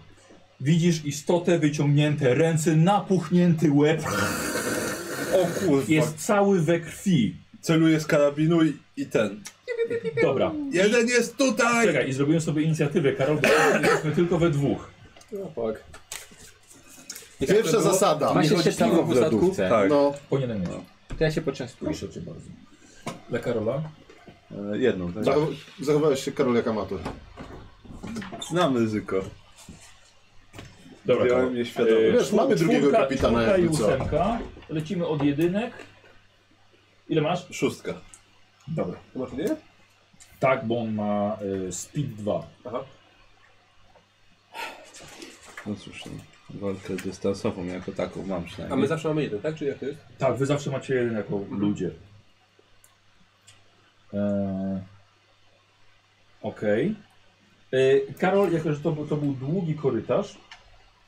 [SPEAKER 1] Widzisz istotę, wyciągnięte ręce, napuchnięty łeb.
[SPEAKER 2] O kurwa,
[SPEAKER 1] Jest cały we krwi.
[SPEAKER 2] celuję z karabinu i, i ten.
[SPEAKER 1] Dobra.
[SPEAKER 2] Jeden jest tutaj!
[SPEAKER 1] Czekaj, i zrobiłem sobie inicjatywę, Karol, bo jesteśmy tylko we dwóch.
[SPEAKER 4] Pierwsza zasada.
[SPEAKER 5] Masz jeszcze piwo w lodówce?
[SPEAKER 2] Tak,
[SPEAKER 4] No,
[SPEAKER 1] Powinienem mieć.
[SPEAKER 5] To ja się poczęstuję.
[SPEAKER 1] Proszę cię bardzo. Dla Karola?
[SPEAKER 2] e, jedną. Tak.
[SPEAKER 4] zachow- zachowałeś się Karol jak amator.
[SPEAKER 2] Znam ryzyko.
[SPEAKER 1] Dobra, Karol.
[SPEAKER 2] Wziąłem nieświadomie.
[SPEAKER 4] Wiesz, mamy drugiego
[SPEAKER 1] Czwórka-
[SPEAKER 4] kapitana
[SPEAKER 1] czwórka i
[SPEAKER 4] jakby co.
[SPEAKER 1] ósemka. Lecimy od jedynek. Ile masz?
[SPEAKER 2] Szóstka.
[SPEAKER 1] Dobra.
[SPEAKER 6] To masz nie?
[SPEAKER 1] Tak, bo on ma y, speed 2.
[SPEAKER 6] Aha.
[SPEAKER 2] No cóż, no, walkę dystansową jako taką mam
[SPEAKER 6] A my
[SPEAKER 2] przynajmniej.
[SPEAKER 6] zawsze mamy jeden, tak? Czy jak to jest?
[SPEAKER 1] Tak, wy zawsze macie jeden jako ludzie. Eee, Okej. Eee, Karol, jako że to, był- to był długi korytarz,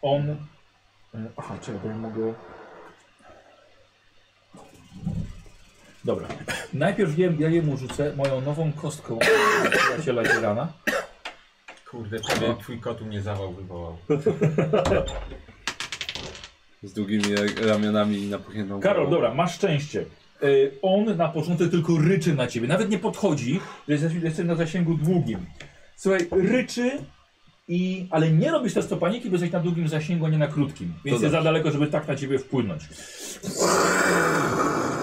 [SPEAKER 1] on... Eee, aha, czekaj, bo ja mogę... Dobra. Najpierw jem, ja jemu rzucę moją nową kostką przyjaciela Zierana.
[SPEAKER 3] Kurde, prawie twój kot u mnie zawał wywołał.
[SPEAKER 2] Z długimi ramionami i napuchniętą
[SPEAKER 1] Karol,
[SPEAKER 2] głową.
[SPEAKER 1] dobra, masz szczęście. Y, On na początek tylko ryczy na ciebie, nawet nie podchodzi, że jesteś, jesteś na zasięgu długim. Słuchaj, ryczy, i, ale nie robisz testu paniki, bo jesteś na długim zasięgu, a nie na krótkim. Więc jest za daleko, żeby tak na ciebie wpłynąć.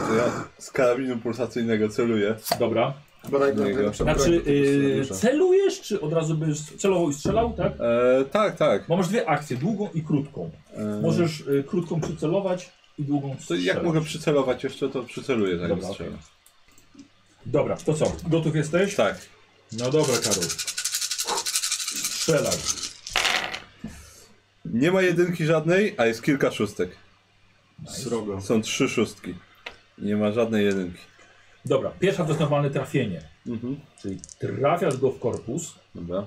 [SPEAKER 2] To ja z karabinu pulsacyjnego celuję.
[SPEAKER 1] Dobra.
[SPEAKER 4] Chyba najgorzej.
[SPEAKER 1] Znaczy, y,
[SPEAKER 2] Dobrze.
[SPEAKER 1] celujesz, czy od razu byś celował i strzelał, tak?
[SPEAKER 2] E, tak, tak.
[SPEAKER 1] Bo masz dwie akcje, długą i krótką.
[SPEAKER 2] E,
[SPEAKER 1] Możesz y, krótką przycelować i długą
[SPEAKER 2] To
[SPEAKER 1] strzelać.
[SPEAKER 2] jak mogę przycelować jeszcze, to przyceluję tak
[SPEAKER 1] Dobra,
[SPEAKER 2] strzelę.
[SPEAKER 1] Dobra, to co? Gotów jesteś?
[SPEAKER 2] Tak.
[SPEAKER 1] No dobra, Karol. Strzelaj.
[SPEAKER 2] Nie ma jedynki żadnej, a jest kilka szóstek.
[SPEAKER 4] Srogo.
[SPEAKER 2] Są trzy szóstki. Nie ma żadnej jedynki.
[SPEAKER 1] Dobra, pierwsza to jest normalne trafienie.
[SPEAKER 2] Mhm.
[SPEAKER 1] Czyli trafiasz go w korpus.
[SPEAKER 2] Dobra.
[SPEAKER 1] E,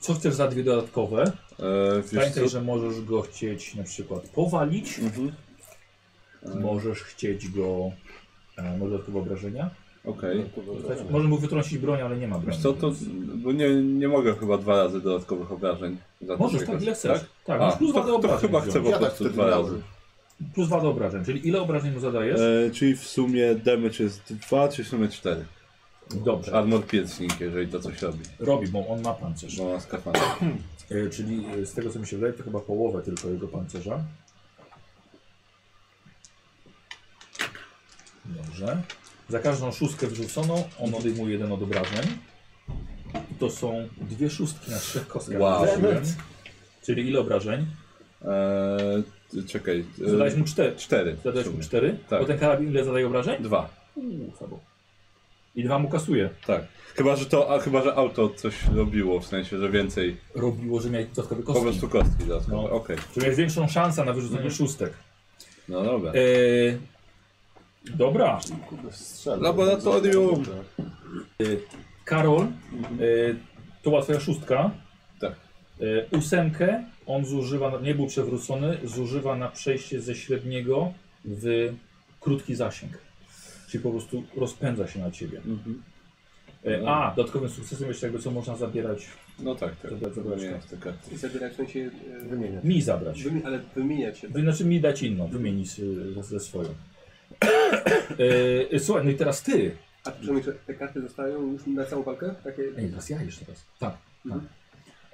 [SPEAKER 1] co chcesz za dwie dodatkowe?
[SPEAKER 2] E, wiesz
[SPEAKER 1] Pamiętaj,
[SPEAKER 2] co?
[SPEAKER 1] że możesz go chcieć na przykład powalić.
[SPEAKER 2] Mhm.
[SPEAKER 1] Możesz chcieć go. E, może dodatkowe obrażenia?
[SPEAKER 2] Okej.
[SPEAKER 1] No, Dostać- Może mu wytrącić broń, ale nie ma broni.
[SPEAKER 2] Wiesz co, to... Bo nie, nie mogę chyba dwa razy dodatkowych obrażeń. za
[SPEAKER 1] Możesz
[SPEAKER 2] to
[SPEAKER 1] tak, ile
[SPEAKER 2] jakoś,
[SPEAKER 1] chcesz. Tak,
[SPEAKER 2] A,
[SPEAKER 1] masz plus dwa do
[SPEAKER 2] to, to
[SPEAKER 1] obrażeń.
[SPEAKER 2] chyba chcę
[SPEAKER 1] wziąć.
[SPEAKER 2] po
[SPEAKER 4] Ja tak
[SPEAKER 2] prostu
[SPEAKER 4] wtedy
[SPEAKER 2] dwa
[SPEAKER 4] miałem.
[SPEAKER 2] razy.
[SPEAKER 1] Plus dwa do obrażeń, czyli ile obrażeń mu zadajesz?
[SPEAKER 2] E, czyli w sumie damage jest dwa, czy w sumie cztery.
[SPEAKER 1] Dobrze,
[SPEAKER 2] Armor piercing, jeżeli to coś robi.
[SPEAKER 1] robi, bo on ma pancerz.
[SPEAKER 2] Bo ma skafander.
[SPEAKER 1] E, czyli e, z tego co mi się wydaje, to chyba połowę tylko jego pancerza. Dobrze. Za każdą szóstkę wrzuconą on odejmuje jeden od obrażeń. I to są dwie szóstki na trzech kostkach.
[SPEAKER 2] Wow.
[SPEAKER 1] Wrzuciłem. Czyli ile obrażeń?
[SPEAKER 2] Eee, ty- czekaj. e,
[SPEAKER 1] Zadałeś mu cztery.
[SPEAKER 2] cztery.
[SPEAKER 1] Zadałeś mu
[SPEAKER 2] w sumie.
[SPEAKER 1] cztery?
[SPEAKER 2] Tak.
[SPEAKER 1] Bo ten karabin ile zadaje obrażeń?
[SPEAKER 2] Dwa.
[SPEAKER 1] Uuu, słabo. I dwa mu kasuje.
[SPEAKER 2] Tak. Chyba, że to, a chyba, że auto coś robiło, w sensie, że więcej.
[SPEAKER 1] Robiło, że miałeś dodatkowe
[SPEAKER 2] Po
[SPEAKER 1] kostki.
[SPEAKER 2] prostu Mhm. kostki dodatkowe.
[SPEAKER 1] No.
[SPEAKER 2] Okej.
[SPEAKER 1] Czyli miałeś większą szansę na wyrzucenie szóstek.
[SPEAKER 2] No dobra.
[SPEAKER 1] E, dobra.
[SPEAKER 2] Laboratorium!
[SPEAKER 1] Karol, y, to była twoja szóstka.
[SPEAKER 2] Mhm. Tak.
[SPEAKER 1] Y, ósemkę on zużywa, na- nie był przewrócony, zużywa na przejście ze średniego w krótki zasięg. Czyli po prostu rozpędza się na ciebie.
[SPEAKER 2] Mhm.
[SPEAKER 1] Y, a, dodatkowym sukcesem jeszcze jakby co można zabierać,
[SPEAKER 2] No tak, tak.
[SPEAKER 1] Dobra, dobra,
[SPEAKER 2] Wymieniam te karty.
[SPEAKER 6] I zabierać w sensie... e,
[SPEAKER 4] Wymienię.
[SPEAKER 1] mi zabrać.
[SPEAKER 6] wymi- Ale wymieniać się.
[SPEAKER 1] Wy- Znaczy mi dać inną, wymienić y, ze- ze swoją. Y, y, słuchaj, no i teraz ty.
[SPEAKER 6] A przynajmniej że te karty zostają już na całą walkę? Takie...
[SPEAKER 1] Ej, teraz ja jeszcze raz. Tak, tak.
[SPEAKER 6] Mhm.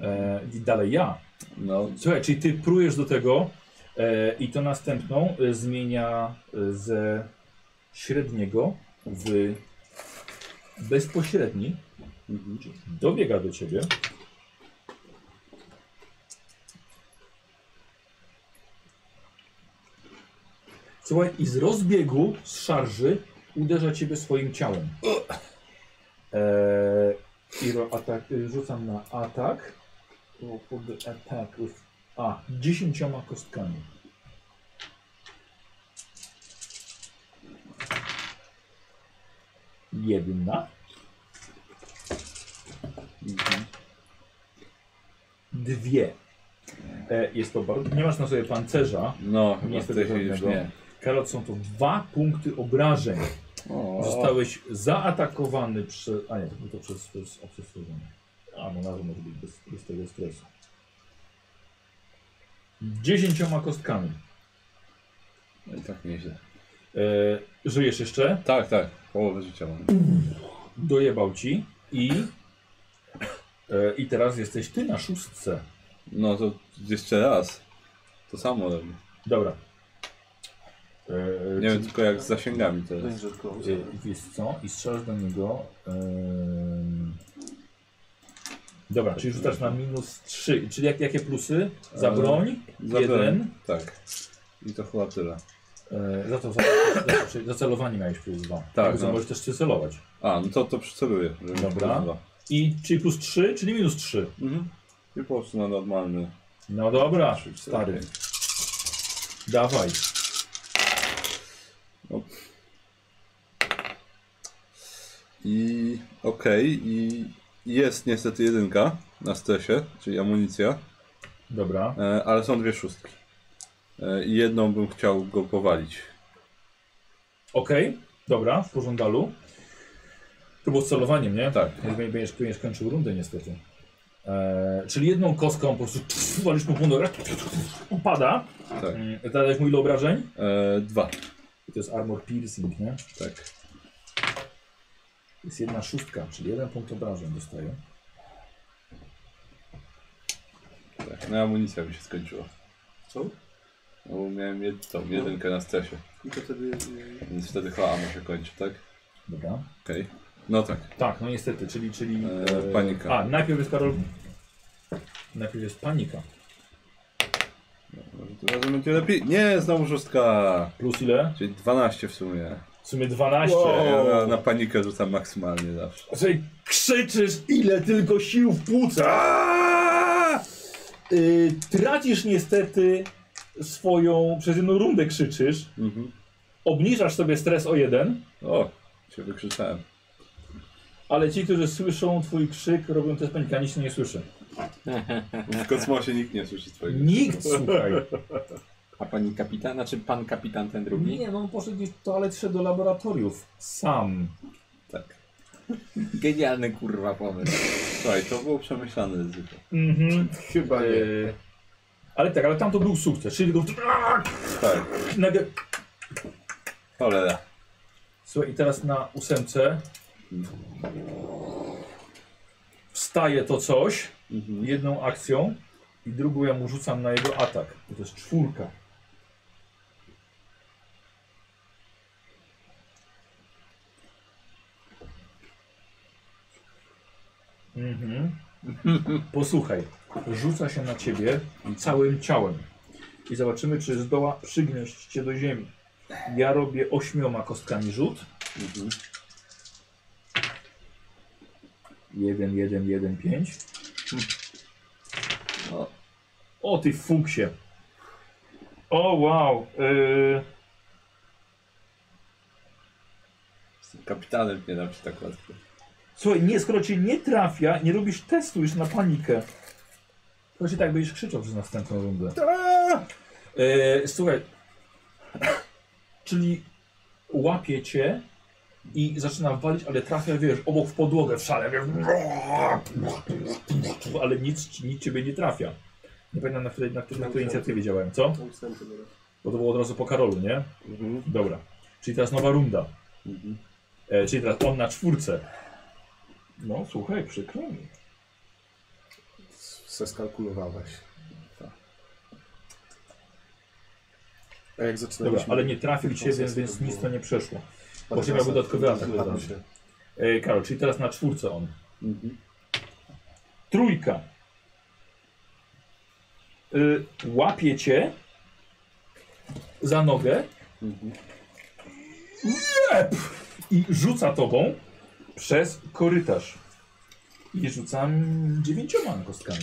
[SPEAKER 1] E, I dalej ja.
[SPEAKER 2] No,
[SPEAKER 1] Słuchaj, czyli ty prujesz do tego e, i to następną e, zmienia e, ze średniego w bezpośredni. Dobiega do ciebie. Słuchaj, i z rozbiegu, z szarży uderza ciebie swoim ciałem. E, I ro, atak, y, rzucam na atak. To pod atak. with- A, dziesięcioma kostkami. Jedna. Dwie. E, jest to bardzo. Nie masz na sobie pancerza.
[SPEAKER 2] no chyba w
[SPEAKER 1] Niestety
[SPEAKER 2] tej chwili już
[SPEAKER 1] żadnego.
[SPEAKER 2] nie.
[SPEAKER 1] Karol, są to dwa punkty obrażeń.
[SPEAKER 2] O,
[SPEAKER 1] Zostałeś zaatakowany przez. A nie, to było to przez, przez opcję wstrzymania. A no nawet może być bez, bez tego stresu. Dziesięcioma kostkami.
[SPEAKER 2] I tak nieźle.
[SPEAKER 1] E, żyjesz jeszcze,
[SPEAKER 2] Tak, tak. Połowę życia mam.
[SPEAKER 1] dojebał ci i. E, I teraz jesteś ty na szóstce.
[SPEAKER 2] No to jeszcze raz. To samo robię.
[SPEAKER 1] Dobra. E,
[SPEAKER 2] Nie wiem tylko jak z zasięgami teraz.
[SPEAKER 4] Będzie to.
[SPEAKER 1] I wiesz co? I strzelasz do niego. em. Dobra, czyli rzucasz na minus 3. Czyli jak, jakie plusy? Za
[SPEAKER 2] Em,
[SPEAKER 1] broń?
[SPEAKER 2] E, Za
[SPEAKER 1] Jeden.
[SPEAKER 2] broń. Tak. I to chyba tyle.
[SPEAKER 1] E, za to za, za, za, za celowanie miałeś plus 2.
[SPEAKER 2] Tak,
[SPEAKER 1] Tak.
[SPEAKER 2] no.
[SPEAKER 1] Możesz też przycelować.
[SPEAKER 2] A, no to to przyceluję. żeby
[SPEAKER 1] Dobra.
[SPEAKER 2] to było.
[SPEAKER 1] I czyli plus 3, czyli minus 3.
[SPEAKER 2] Mhm. I po prostu na normalny
[SPEAKER 1] No dobra, stary. Dawaj.
[SPEAKER 2] I okej, i jest niestety jedynka na stresie, czyli amunicja,
[SPEAKER 1] Dobra.
[SPEAKER 2] e, ale są dwie szóstki. E, I jedną bym chciał go powalić.
[SPEAKER 1] Okej, dobra, w pożądalu. To było z celowaniem, nie?
[SPEAKER 2] Tak.
[SPEAKER 1] Będziesz- Będziesz, będziesz kończył rundę niestety. Eee, czyli jedną kostką po prostu pff, walisz mu punkt, upada.
[SPEAKER 2] Tak.
[SPEAKER 1] Mm, Zadałeś mu ile obrażeń?
[SPEAKER 2] E, dwa.
[SPEAKER 1] To jest armor piercing, nie?
[SPEAKER 2] Tak.
[SPEAKER 1] Jest jedna szóstka, czyli jeden punkt obrażeń dostaje.
[SPEAKER 2] tak. No amunicja mi się skończyła.
[SPEAKER 6] Co?
[SPEAKER 2] No bo miałem jed tą jedynkę na stresie,
[SPEAKER 6] I to wtedy... y,
[SPEAKER 2] więc wtedy chyba ammo się kończy, tak?
[SPEAKER 1] Dobra.
[SPEAKER 2] Okej. No tak.
[SPEAKER 1] Tak, no niestety, czyli... czyli
[SPEAKER 2] E, Mhm. panika.
[SPEAKER 1] A, najpierw jest Karol... Najpierw jest panika.
[SPEAKER 2] Może tym razem będzie lepiej. Nie, znowu szóstka!
[SPEAKER 1] Plus ile?
[SPEAKER 2] Czyli 12 w sumie.
[SPEAKER 1] W sumie 12.
[SPEAKER 2] Ja na, na panikę rzucam maksymalnie zawsze.
[SPEAKER 1] Czyli krzyczysz ile tylko sił w płuca. Yy, tracisz niestety swoją, przez jedną rundę krzyczysz,
[SPEAKER 2] Mhm.
[SPEAKER 1] obniżasz sobie stres o jeden,
[SPEAKER 2] O, się wykrzyczałem.
[SPEAKER 1] ale ci, którzy słyszą twój krzyk, robią test panika, nic się nie słyszy.
[SPEAKER 2] W kosmosie nikt nie słyszy twojego.
[SPEAKER 1] Nikt, słuchaj.
[SPEAKER 5] A pani kapitan, znaczy pan kapitan ten drugi?
[SPEAKER 1] Nie, no on poszedł gdzieś w toalecie do laboratoriów. Sam.
[SPEAKER 2] Tak.
[SPEAKER 5] Genialny kurwa pomysł.
[SPEAKER 2] Słuchaj, to było przemyślane ryzyko.
[SPEAKER 1] Mhm.
[SPEAKER 4] Chyba nie.
[SPEAKER 1] Yy, ale tak, ale tam to był sukces, czyli go...
[SPEAKER 2] Tak.
[SPEAKER 1] Nagle...
[SPEAKER 2] Cholera.
[SPEAKER 1] Słuchaj, i teraz na ósemce wstaje to coś jedną akcją i drugą ja mu rzucam na jego atak. Bo To jest czwórka. Mhm. Posłuchaj, rzuca się na ciebie całym ciałem i zobaczymy, czy zdoła przygnieść cię do ziemi. Ja robię ośmioma kostkami rzut. Jeden, jeden, jeden, pięć. O, o ty fuksie. O wow. Yy,
[SPEAKER 2] Z kapitanem nie dam się tak łatwo.
[SPEAKER 1] słuchaj, nie, skoro cię nie trafia, nie robisz testu już na panikę. To się tak będziesz krzyczał przez następną rundę. Yy, słuchaj. Czyli łapie cię i zaczyna walić, ale trafia, wiesz, obok w podłogę, w szale, wiesz, ale nic, nic ciebie nie trafia. Nie pamiętam na której, na której, na której inicjatywie działałem, co?
[SPEAKER 6] Tam wstępy teraz.
[SPEAKER 1] Bo to było od razu po Karolu, nie? Dobra. Czyli teraz nowa runda. E, czyli teraz on na czwórce. No słuchaj, przykro mi.
[SPEAKER 4] Se skalkulowałeś. Tak. A jak zaczynaliśmy...
[SPEAKER 1] Dobra, ale nie trafił cię, więc, więc nic to nie przeszło. Bo się miał dodatkowy atak.
[SPEAKER 4] Zgadzam tak, się.
[SPEAKER 1] E, Karol, czyli teraz na czwórce on. Trójka. Y, łapie cię za nogę. Jep! I rzuca tobą przez korytarz. I rzucam dziewięcioma kostkami.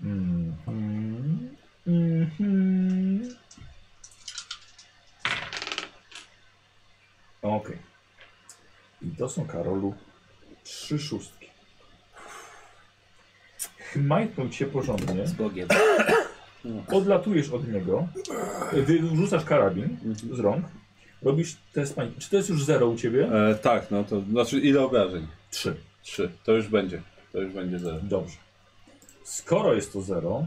[SPEAKER 1] Mhm. Mhm. Okej. I to są, Karolu, trzy szóstki. Chmajtnął cię porządnie.
[SPEAKER 5] Z Bogiem.
[SPEAKER 1] Odlatujesz od niego. Wyrzucasz karabin z rąk. Robisz test paniki. Czy to jest już zero u ciebie?
[SPEAKER 2] E, tak, no to znaczy ile obrażeń?
[SPEAKER 1] Trzy.
[SPEAKER 2] Trzy. To już będzie. To już będzie zero.
[SPEAKER 1] Dobrze. Skoro jest to zero,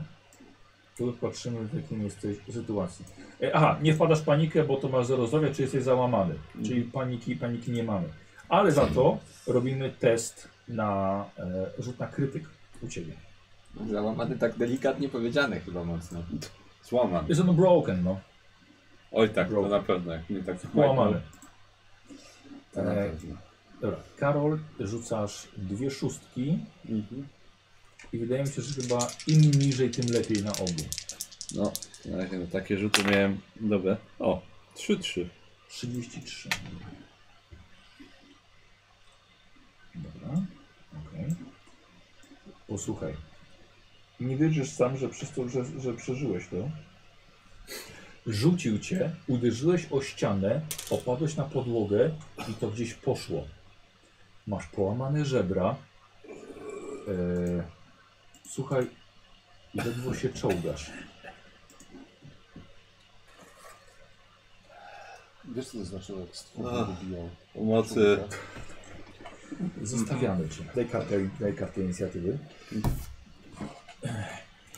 [SPEAKER 1] to patrzymy w jakim jesteś sytuacji. E, aha, nie wpadasz w panikę, bo to masz zero zdrowia, czy jesteś załamany. Czyli paniki, paniki nie mamy. Ale za to robimy test na e, rzut na krytyk u ciebie.
[SPEAKER 5] Załamany tak delikatnie powiedziane chyba mocno.
[SPEAKER 2] Złamany.
[SPEAKER 1] Jest ono broken, no.
[SPEAKER 2] Oj tak, to
[SPEAKER 1] Broken.
[SPEAKER 2] na pewno. Jak nie tak
[SPEAKER 1] Połamane.
[SPEAKER 2] To na
[SPEAKER 1] E,
[SPEAKER 2] pewno.
[SPEAKER 1] Dobra, Karol, rzucasz dwie szóstki
[SPEAKER 2] Mhm.
[SPEAKER 1] i wydaje mi się, że chyba im niżej, tym lepiej na obu.
[SPEAKER 2] No, na razie na takie rzuty miałem. Dobre. O, 3-3.
[SPEAKER 1] 33. Dobra, okej. Posłuchaj. nie wierzysz sam, że przez to, że, że przeżyłeś to. Rzucił cię, uderzyłeś o ścianę, opadłeś na podłogę i to gdzieś poszło. Masz połamane żebra. Eee, słuchaj, ledwo się czołgasz.
[SPEAKER 4] Wiesz co to znaczyło, jak
[SPEAKER 2] Ach.
[SPEAKER 4] stwór wybiją?
[SPEAKER 2] Pomocy.
[SPEAKER 1] Zostawiamy cię. Daj kartę, daj kartę inicjatywy.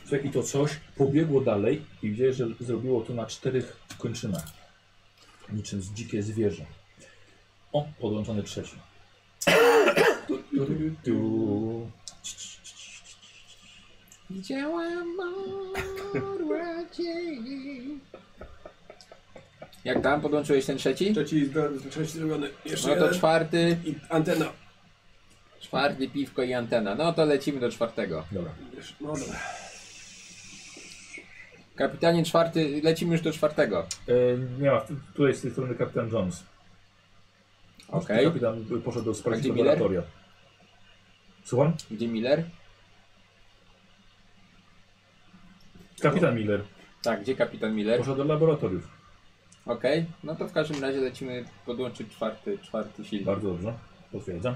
[SPEAKER 1] Słuchaj, i to coś pobiegło dalej i widziałeś, że zrobiło to na czterech kończynach. Niczym z dzikie zwierzę. O, podłączony trzeci. Tu, tu, tu, tu.
[SPEAKER 5] Widziałam orła dzień. Jak tam podłączyłeś ten trzeci?
[SPEAKER 6] Trzeci, zda- trzeci zrobiony. Jeszcze
[SPEAKER 5] No to
[SPEAKER 6] jeden.
[SPEAKER 5] czwarty,
[SPEAKER 6] I antena.
[SPEAKER 5] czwarty piwko i antena. No to lecimy do czwartego.
[SPEAKER 1] Dobra.
[SPEAKER 6] Wiesz, No dobra.
[SPEAKER 5] Kapitanie czwarty, lecimy już do czwartego.
[SPEAKER 1] E, nie ma, tu- tutaj z tej strony kapitan Jones.
[SPEAKER 5] Okej.
[SPEAKER 1] Kapitan poszedł do
[SPEAKER 5] A
[SPEAKER 1] sprawdzić
[SPEAKER 5] gdzie Miller?
[SPEAKER 1] laboratoria. Słucham?
[SPEAKER 5] Gdzie Miller?
[SPEAKER 1] Kapitan Miller.
[SPEAKER 5] Tak, gdzie kapitan Miller?
[SPEAKER 1] Poszedł do laboratoriów.
[SPEAKER 5] Okej, no to w każdym razie lecimy podłączyć czwarty, czwarty silnik.
[SPEAKER 1] Bardzo dobrze. Potwierdzam.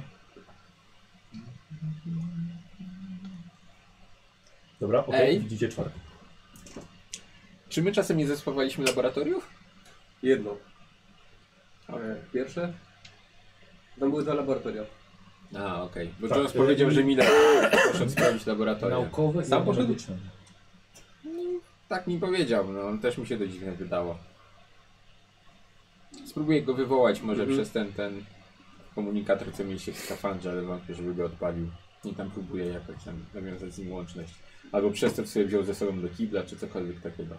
[SPEAKER 1] Dobra, okej,
[SPEAKER 5] Ej.
[SPEAKER 1] widzicie czwarty.
[SPEAKER 5] Czy my czasem nie zespawaliśmy laboratoriów?
[SPEAKER 6] Jedno. E, Pierwsze. Tam były dwa laboratoria.
[SPEAKER 5] A, okej. Bo
[SPEAKER 1] Tak,
[SPEAKER 5] Jones
[SPEAKER 1] e,
[SPEAKER 5] powiedział, że Miller poszedł sprawdzić laboratorium.
[SPEAKER 1] Naukowe
[SPEAKER 5] Sam
[SPEAKER 1] i
[SPEAKER 5] poszedł?
[SPEAKER 1] medyczne.
[SPEAKER 5] Tak mi powiedział, no też mi się to dziwne wydało. Spróbuję go wywołać może
[SPEAKER 6] Mhm.
[SPEAKER 5] przez ten, ten komunikator, co mieliście w skafandrze, ale wątpię, żeby go odpalił. I tam próbuję jakoś tam nawiązać z nim łączność. Albo przez to sobie wziął ze sobą do kibla, czy cokolwiek takiego.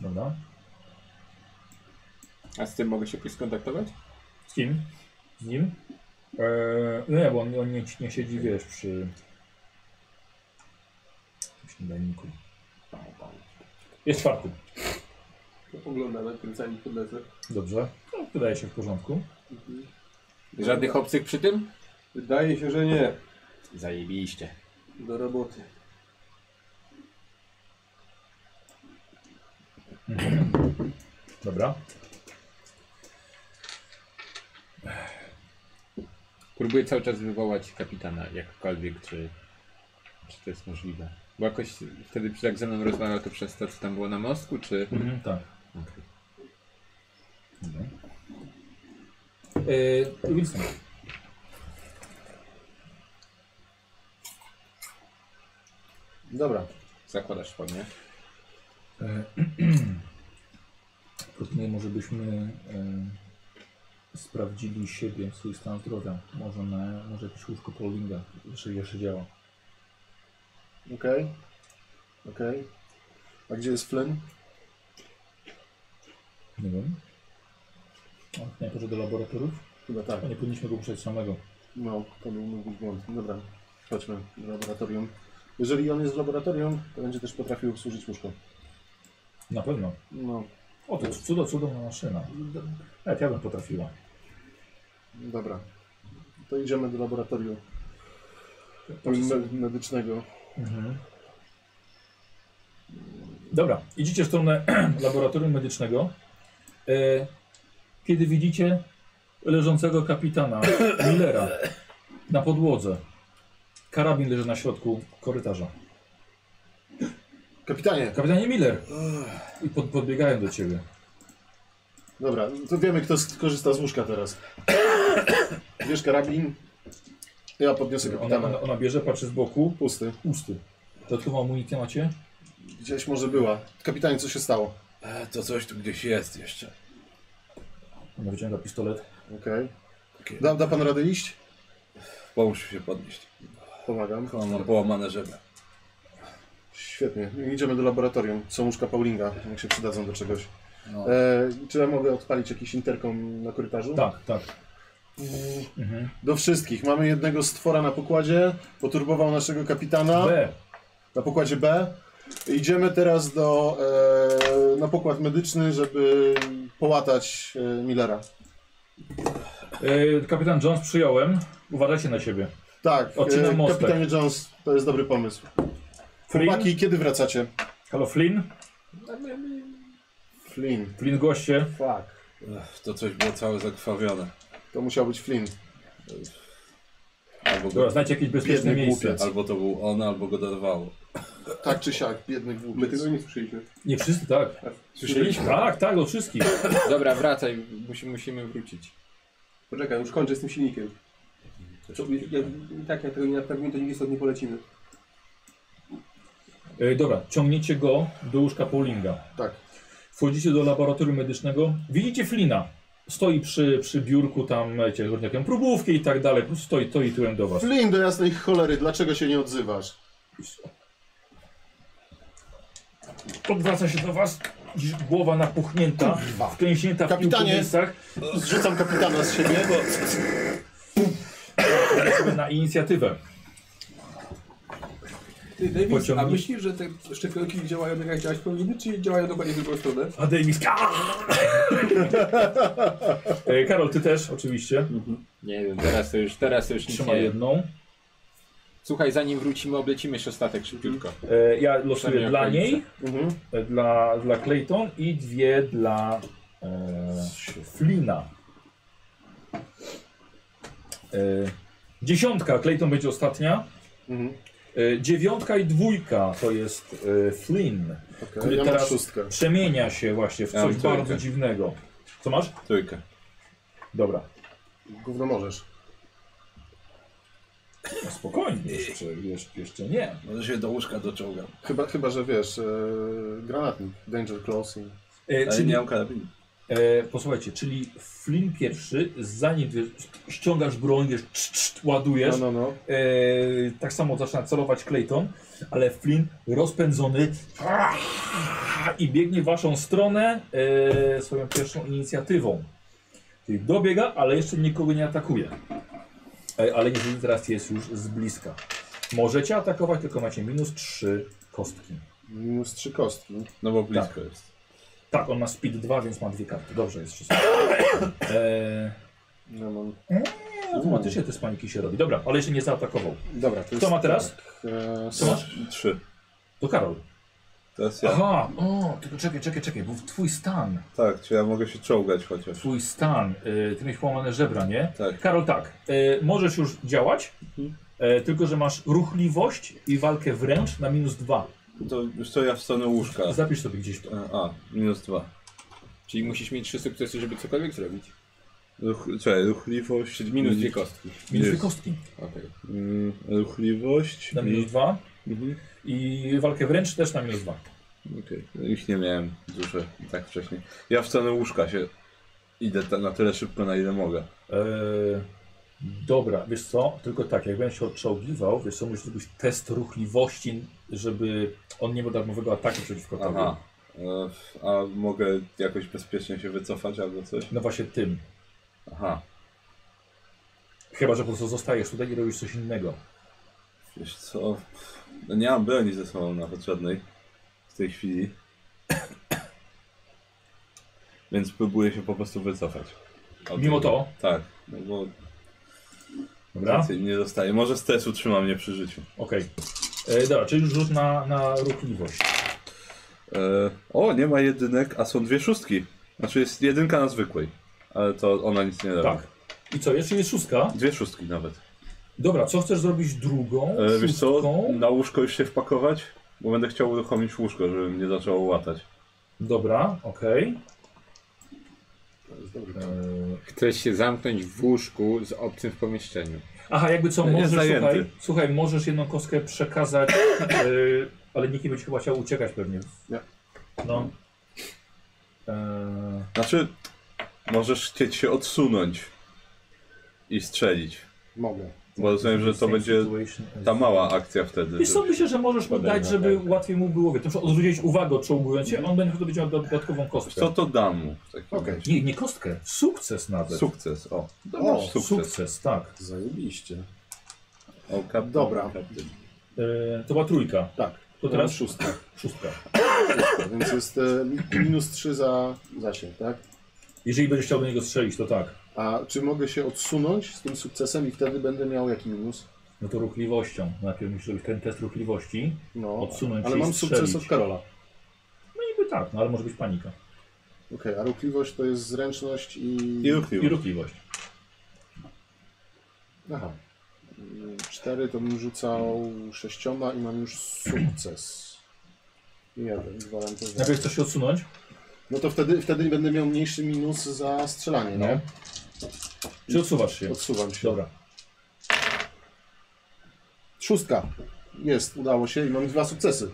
[SPEAKER 1] Dobra.
[SPEAKER 5] A z tym mogę się jakoś skontaktować?
[SPEAKER 1] Z kim? Z nim? Eee, no nie, bo on, on nie, nie siedzi, wiesz, przy... przy śniadaniku. Jest czwarty.
[SPEAKER 6] Oglądamy kręcani podlecy.
[SPEAKER 1] Dobrze. No, wydaje się w porządku.
[SPEAKER 5] Żadnych obcych przy tym?
[SPEAKER 6] Wydaje się, że nie.
[SPEAKER 5] Zajebiście.
[SPEAKER 6] Do roboty.
[SPEAKER 1] Dobra.
[SPEAKER 5] Próbuję cały czas wywołać kapitana, jakkolwiek, czy, czy to jest możliwe. Bo jakoś wtedy jak ze mną rozmawiał to przez to, co tam było na mostku, czy...
[SPEAKER 1] Mhm, tak.
[SPEAKER 5] Okej.
[SPEAKER 1] Dobra. Eee, Wilson.
[SPEAKER 4] Dobra,
[SPEAKER 5] Zakładasz spodnie.
[SPEAKER 1] E, Proponuję, może byśmy e, sprawdzili siebie, swój stan zdrowia. Może, na, może jakieś łóżko Paulinga jeszcze, jeszcze działa.
[SPEAKER 4] okej. Okej. A gdzie jest Flynn?
[SPEAKER 1] Nie wiem. On nie poszedł do laboratoriów?
[SPEAKER 4] Chyba tak.
[SPEAKER 1] Chyba nie powinniśmy go puszczać samego.
[SPEAKER 4] No, to był mój błąd. Dobra, chodźmy do laboratorium. Jeżeli on jest w laboratorium, to będzie też potrafił obsłużyć łóżko.
[SPEAKER 1] Na pewno.
[SPEAKER 4] No,
[SPEAKER 1] O, to cudo, cudowna maszyna. Nawet ja bym potrafiła.
[SPEAKER 4] dobra. To idziemy do laboratorium me- medycznego.
[SPEAKER 1] Mhm. Dobra, idziecie w stronę laboratorium medycznego. E, kiedy widzicie leżącego kapitana Millera na podłodze, karabin leży na środku korytarza.
[SPEAKER 4] Kapitanie!
[SPEAKER 1] Kapitanie Miller! I pod, podbiegają do ciebie.
[SPEAKER 4] Dobra, to wiemy, kto skorzysta z łóżka teraz. Wiesz, karabin. Ja podniosę
[SPEAKER 2] No,
[SPEAKER 1] Ona,
[SPEAKER 4] kapitana.
[SPEAKER 1] ona, ona bierze, patrzy z boku,
[SPEAKER 4] Pusty.
[SPEAKER 1] pusty. Dodatkową amunicję macie?
[SPEAKER 4] Gdzieś może była. Kapitanie, co się stało?
[SPEAKER 2] E, To coś tu gdzieś jest jeszcze.
[SPEAKER 1] Ona wyciąga pistolet.
[SPEAKER 4] Okej.
[SPEAKER 2] Okej.
[SPEAKER 4] Da, da pan radę iść?
[SPEAKER 2] Pomóż mi się podnieść.
[SPEAKER 4] Pomagam.
[SPEAKER 2] Chyba mam połamane żebra.
[SPEAKER 4] Świetnie. Idziemy do laboratorium. Są łóżka Paulinga, jak się przydadzą do czegoś.
[SPEAKER 2] No.
[SPEAKER 4] E, czy ja mogę odpalić jakiś interkom na korytarzu?
[SPEAKER 1] Tak, tak. Mhm.
[SPEAKER 4] Do wszystkich. Mamy jednego stwora na pokładzie. Poturbował naszego kapitana
[SPEAKER 1] B.
[SPEAKER 4] na pokładzie B. Idziemy teraz do, e, na pokład medyczny, żeby połatać e, Millera.
[SPEAKER 1] E, kapitan Jones przyjąłem. Uważajcie na siebie.
[SPEAKER 4] Tak,
[SPEAKER 1] Odcinam
[SPEAKER 4] e,
[SPEAKER 1] mostek.
[SPEAKER 4] kapitanie Jones, to jest dobry pomysł.
[SPEAKER 1] Flynn?
[SPEAKER 4] Chłopaki, kiedy wracacie?
[SPEAKER 1] Halo Flynn?
[SPEAKER 4] Flynn.
[SPEAKER 1] Flynn goście.
[SPEAKER 4] Fuck.
[SPEAKER 2] Ech, to coś było całe zakrwawione.
[SPEAKER 4] To musiał być Flynn.
[SPEAKER 2] Albo,
[SPEAKER 1] Dobra,
[SPEAKER 2] go,
[SPEAKER 1] znajdźcie jakieś bezpieczne
[SPEAKER 4] Biedny
[SPEAKER 1] miejsce.
[SPEAKER 4] głupiec.
[SPEAKER 2] albo to był on, albo go dorwało.
[SPEAKER 4] Tak czy siak, biedny
[SPEAKER 6] My
[SPEAKER 4] głupiec.
[SPEAKER 6] tego nie słyszeliśmy.
[SPEAKER 1] Nie wszyscy, tak.
[SPEAKER 3] Słyszeliśmy?
[SPEAKER 1] Tak, tak, do wszystkich.
[SPEAKER 5] Dobra, wracaj, musi, musimy wrócić.
[SPEAKER 6] Poczekaj, już kończę z tym silnikiem. To, ja, i tak, jak tego nie naprawimy, to nigdy stąd nie polecimy.
[SPEAKER 1] E, dobra, ciągniecie go do łóżka Paulinga.
[SPEAKER 4] Tak.
[SPEAKER 1] Wchodzicie do laboratorium medycznego. Widzicie Flina. Stoi przy, przy biurku tam, wiecie, górniakiem próbówki i tak dalej. Po prostu Stoi, stoi tyłem do was.
[SPEAKER 4] Flynn, do jasnej cholery, dlaczego się nie odzywasz?
[SPEAKER 1] Odwraca się do was. Widzisz, Głowa napuchnięta,
[SPEAKER 4] Kurwa.
[SPEAKER 1] wklęśnięta w kilku
[SPEAKER 4] Kapitanie!
[SPEAKER 1] miejscach.
[SPEAKER 4] Zrzucam kapitana z siebie.
[SPEAKER 1] Teraz sobie na inicjatywę.
[SPEAKER 6] Ty, Davis,
[SPEAKER 1] Pociągnij.
[SPEAKER 6] a myślisz, że te szczepionki działają tak jak działać powinny, czy działają dokładnie w drugą stronę?
[SPEAKER 1] A Davis... e, Karol, ty też oczywiście. No,
[SPEAKER 5] Nie wiem, teraz to już, teraz to już nic
[SPEAKER 1] Trzyma
[SPEAKER 5] nie wiem.
[SPEAKER 1] jedną.
[SPEAKER 5] Słuchaj, zanim wrócimy, oblecimy jeszcze statek szybciutko.
[SPEAKER 1] E, ja losuję
[SPEAKER 5] Przynajmniej
[SPEAKER 1] dla
[SPEAKER 5] okolice.
[SPEAKER 1] niej,
[SPEAKER 4] Mhm.
[SPEAKER 1] e, dla, dla Clayton i dwie dla e, Flina. E, dziesiątka, Clayton będzie ostatnia.
[SPEAKER 4] Mhm.
[SPEAKER 1] E, dziewiątka i dwójka to jest e, Flynn.
[SPEAKER 4] Okay.
[SPEAKER 1] Który
[SPEAKER 4] Ja mam
[SPEAKER 1] teraz-
[SPEAKER 4] szóstkę.
[SPEAKER 1] Przemienia się właśnie w
[SPEAKER 2] Ja mam
[SPEAKER 1] coś
[SPEAKER 2] trójkę.
[SPEAKER 1] bardzo dziwnego. Co masz?
[SPEAKER 2] Trójkę.
[SPEAKER 1] Dobra.
[SPEAKER 4] Gówno możesz.
[SPEAKER 1] No spokojnie, jeszcze, jeszcze, jeszcze nie. E,
[SPEAKER 2] Może się do łóżka doczołgam.
[SPEAKER 4] Chyba, chyba że wiesz, e, granatnik, danger crossing.
[SPEAKER 1] E,
[SPEAKER 2] Ale
[SPEAKER 1] czyli,
[SPEAKER 2] nie mam karabinu.
[SPEAKER 1] e, posłuchajcie, czyli Flynn pierwszy, zanim wiesz, ściągasz broń, wiesz, czt, czt, ładujesz,
[SPEAKER 4] No, no, no.
[SPEAKER 1] E, tak samo zaczyna celować Clayton, ale Flynn rozpędzony i biegnie w waszą stronę e, swoją pierwszą inicjatywą. Czyli dobiega, ale jeszcze nikogo nie atakuje. E, ale niestety teraz jest już z bliska. Możecie atakować, tylko macie minus 3 kostki.
[SPEAKER 4] Minus trzy kostki.
[SPEAKER 2] No bo blisko jest.
[SPEAKER 1] Tak, on ma speed 2, więc ma dwie karty. Dobrze jest wszystko. E,
[SPEAKER 4] Ja mam...
[SPEAKER 1] automatycznie te spaniki się robi. Dobra, ale jeszcze nie zaatakował.
[SPEAKER 4] Dobra, to jest...
[SPEAKER 1] Kto ma teraz?
[SPEAKER 4] E,
[SPEAKER 1] Co masz?
[SPEAKER 2] Trzy.
[SPEAKER 1] To Karol.
[SPEAKER 2] Teraz ja.
[SPEAKER 1] Aha, o, tylko czekaj, czekaj, czekaj, bo twój stan,
[SPEAKER 2] Tak, czy ja mogę się czołgać chociaż.
[SPEAKER 1] twój stan, y, ty miałeś połamane żebra, nie?
[SPEAKER 2] Tak. Mhm.
[SPEAKER 1] Karol, tak, y, możesz już działać, y, tylko że masz ruchliwość i walkę wręcz na minus dwa.
[SPEAKER 2] To już co ja w stronę łóżka.
[SPEAKER 1] Zapisz sobie gdzieś to.
[SPEAKER 2] E, A, minus dwa.
[SPEAKER 5] Czyli musisz mieć trzy sukcesy, żeby cokolwiek zrobić.
[SPEAKER 2] Ruch, czekaj, ruchliwość.
[SPEAKER 5] Minus dwie kostki.
[SPEAKER 1] Minus dwie
[SPEAKER 2] Jest.
[SPEAKER 1] kostki
[SPEAKER 5] Okej.
[SPEAKER 2] Mm, Ruchliwość.
[SPEAKER 1] na minus
[SPEAKER 2] i-
[SPEAKER 1] dwa
[SPEAKER 2] Mhm.
[SPEAKER 1] i walkę wręcz też na minus dwa.
[SPEAKER 2] Okej, ich nie miałem dużo tak wcześniej. Ja w stronę łóżka się idę ta, na tyle szybko, na ile mogę.
[SPEAKER 1] E, dobra, wiesz co, tylko tak, jak będę się odczołgiwał, wiesz co, musisz zrobić test ruchliwości, żeby on nie miał darmowego ataku przeciwko tobie.
[SPEAKER 2] Aha. E, A mogę jakoś bezpiecznie się wycofać albo coś?
[SPEAKER 1] No właśnie tym.
[SPEAKER 2] Aha.
[SPEAKER 1] Chyba, że po prostu zostajesz tutaj i robisz coś innego.
[SPEAKER 2] Wiesz co? No nie mam broni ze sobą nawet żadnej w tej chwili. Więc próbuję się po prostu wycofać. Od
[SPEAKER 1] Mimo
[SPEAKER 2] tego.
[SPEAKER 1] to?
[SPEAKER 2] Tak, no bo
[SPEAKER 1] Dobra?
[SPEAKER 5] Tak.
[SPEAKER 2] więcej nie dostaję. Może stres utrzyma mnie przy życiu.
[SPEAKER 1] Okej. E, Dobra, czyli rzut na, na ruchliwość.
[SPEAKER 2] E, o, nie ma jedynek, a są dwie szóstki. Znaczy jest jedynka na zwykłej, ale to ona nic nie robi.
[SPEAKER 1] Tak. I co, jeszcze jest szóstka?
[SPEAKER 2] Dwie szóstki nawet.
[SPEAKER 1] Dobra, co chcesz zrobić drugą?
[SPEAKER 2] E, wiesz co,
[SPEAKER 1] Szóstką?
[SPEAKER 2] na łóżko już się wpakować? Bo będę chciał uruchomić łóżko, żeby mnie zaczęło łatać.
[SPEAKER 1] Dobra, okej. E,
[SPEAKER 5] Chcesz się zamknąć w łóżku z obcym w pomieszczeniu. E,
[SPEAKER 1] Aha, jakby co,
[SPEAKER 2] Jest
[SPEAKER 1] możesz,
[SPEAKER 2] zajęty.
[SPEAKER 1] słuchaj, słuchaj, możesz jedną kostkę przekazać, e, ale nikt nie będzie chyba chciał uciekać pewnie.
[SPEAKER 4] Nie.
[SPEAKER 1] No. E,
[SPEAKER 2] Znaczy, możesz chcieć się odsunąć i strzelić.
[SPEAKER 4] Mogę.
[SPEAKER 2] Bo rozumiem, że to
[SPEAKER 1] same
[SPEAKER 2] będzie
[SPEAKER 1] situation as-
[SPEAKER 2] ta mała akcja wtedy.
[SPEAKER 1] Wiesz co, myślę, że możesz mu
[SPEAKER 5] Podejmę,
[SPEAKER 1] dać, żeby
[SPEAKER 5] tak.
[SPEAKER 1] łatwiej mu było, wiesz, na przykład odwrócić uwagę odczołgując się, on będzie wtedy miał dodatkową
[SPEAKER 2] Wiesz
[SPEAKER 1] kostkę.
[SPEAKER 2] Co to da mu? w takim
[SPEAKER 4] Okej.
[SPEAKER 1] Nie, nie kostkę, sukces
[SPEAKER 2] razie?
[SPEAKER 1] nawet.
[SPEAKER 2] Sukces, o.
[SPEAKER 4] O,
[SPEAKER 2] Sukces.
[SPEAKER 1] sukces. tak.
[SPEAKER 4] zajebiście.
[SPEAKER 2] o kapitan,
[SPEAKER 4] Dobra.
[SPEAKER 2] kapitan.
[SPEAKER 1] E, to była trójka,
[SPEAKER 4] Tak,
[SPEAKER 1] to teraz szó-
[SPEAKER 4] szóstka.
[SPEAKER 1] szóstka.
[SPEAKER 4] Więc jest e, mi- minus 3 za zasięg, tak?
[SPEAKER 1] Jeżeli będziesz chciał do niego strzelić, to tak.
[SPEAKER 4] A czy mogę się odsunąć z tym sukcesem i wtedy będę miał jaki minus?
[SPEAKER 1] No to ruchliwością. Najpierw musisz zrobić ten test ruchliwości.
[SPEAKER 4] No,
[SPEAKER 1] Odsunąć
[SPEAKER 4] ale
[SPEAKER 1] się i
[SPEAKER 4] mam sukces od
[SPEAKER 1] strzelić.
[SPEAKER 4] Karola.
[SPEAKER 1] No niby tak, no ale może być panika.
[SPEAKER 4] Okej, a ruchliwość to jest zręczność i...
[SPEAKER 2] I
[SPEAKER 1] I
[SPEAKER 2] ruchliwy.
[SPEAKER 1] ruchliwość.
[SPEAKER 4] Aha. Mm, Cztery to bym rzucał sześcioma i mam już sukces. Jeden, gwarantowanie.
[SPEAKER 1] Najpierw chcesz się odsunąć?
[SPEAKER 4] No to wtedy, wtedy będę miał mniejszy minus za strzelanie,
[SPEAKER 1] No.
[SPEAKER 4] nie?
[SPEAKER 1] Czy odsuwasz się?
[SPEAKER 4] Odsuwam się.
[SPEAKER 1] Dobra.
[SPEAKER 4] Szóstka. Jest, udało się i mam dwa sukcesy.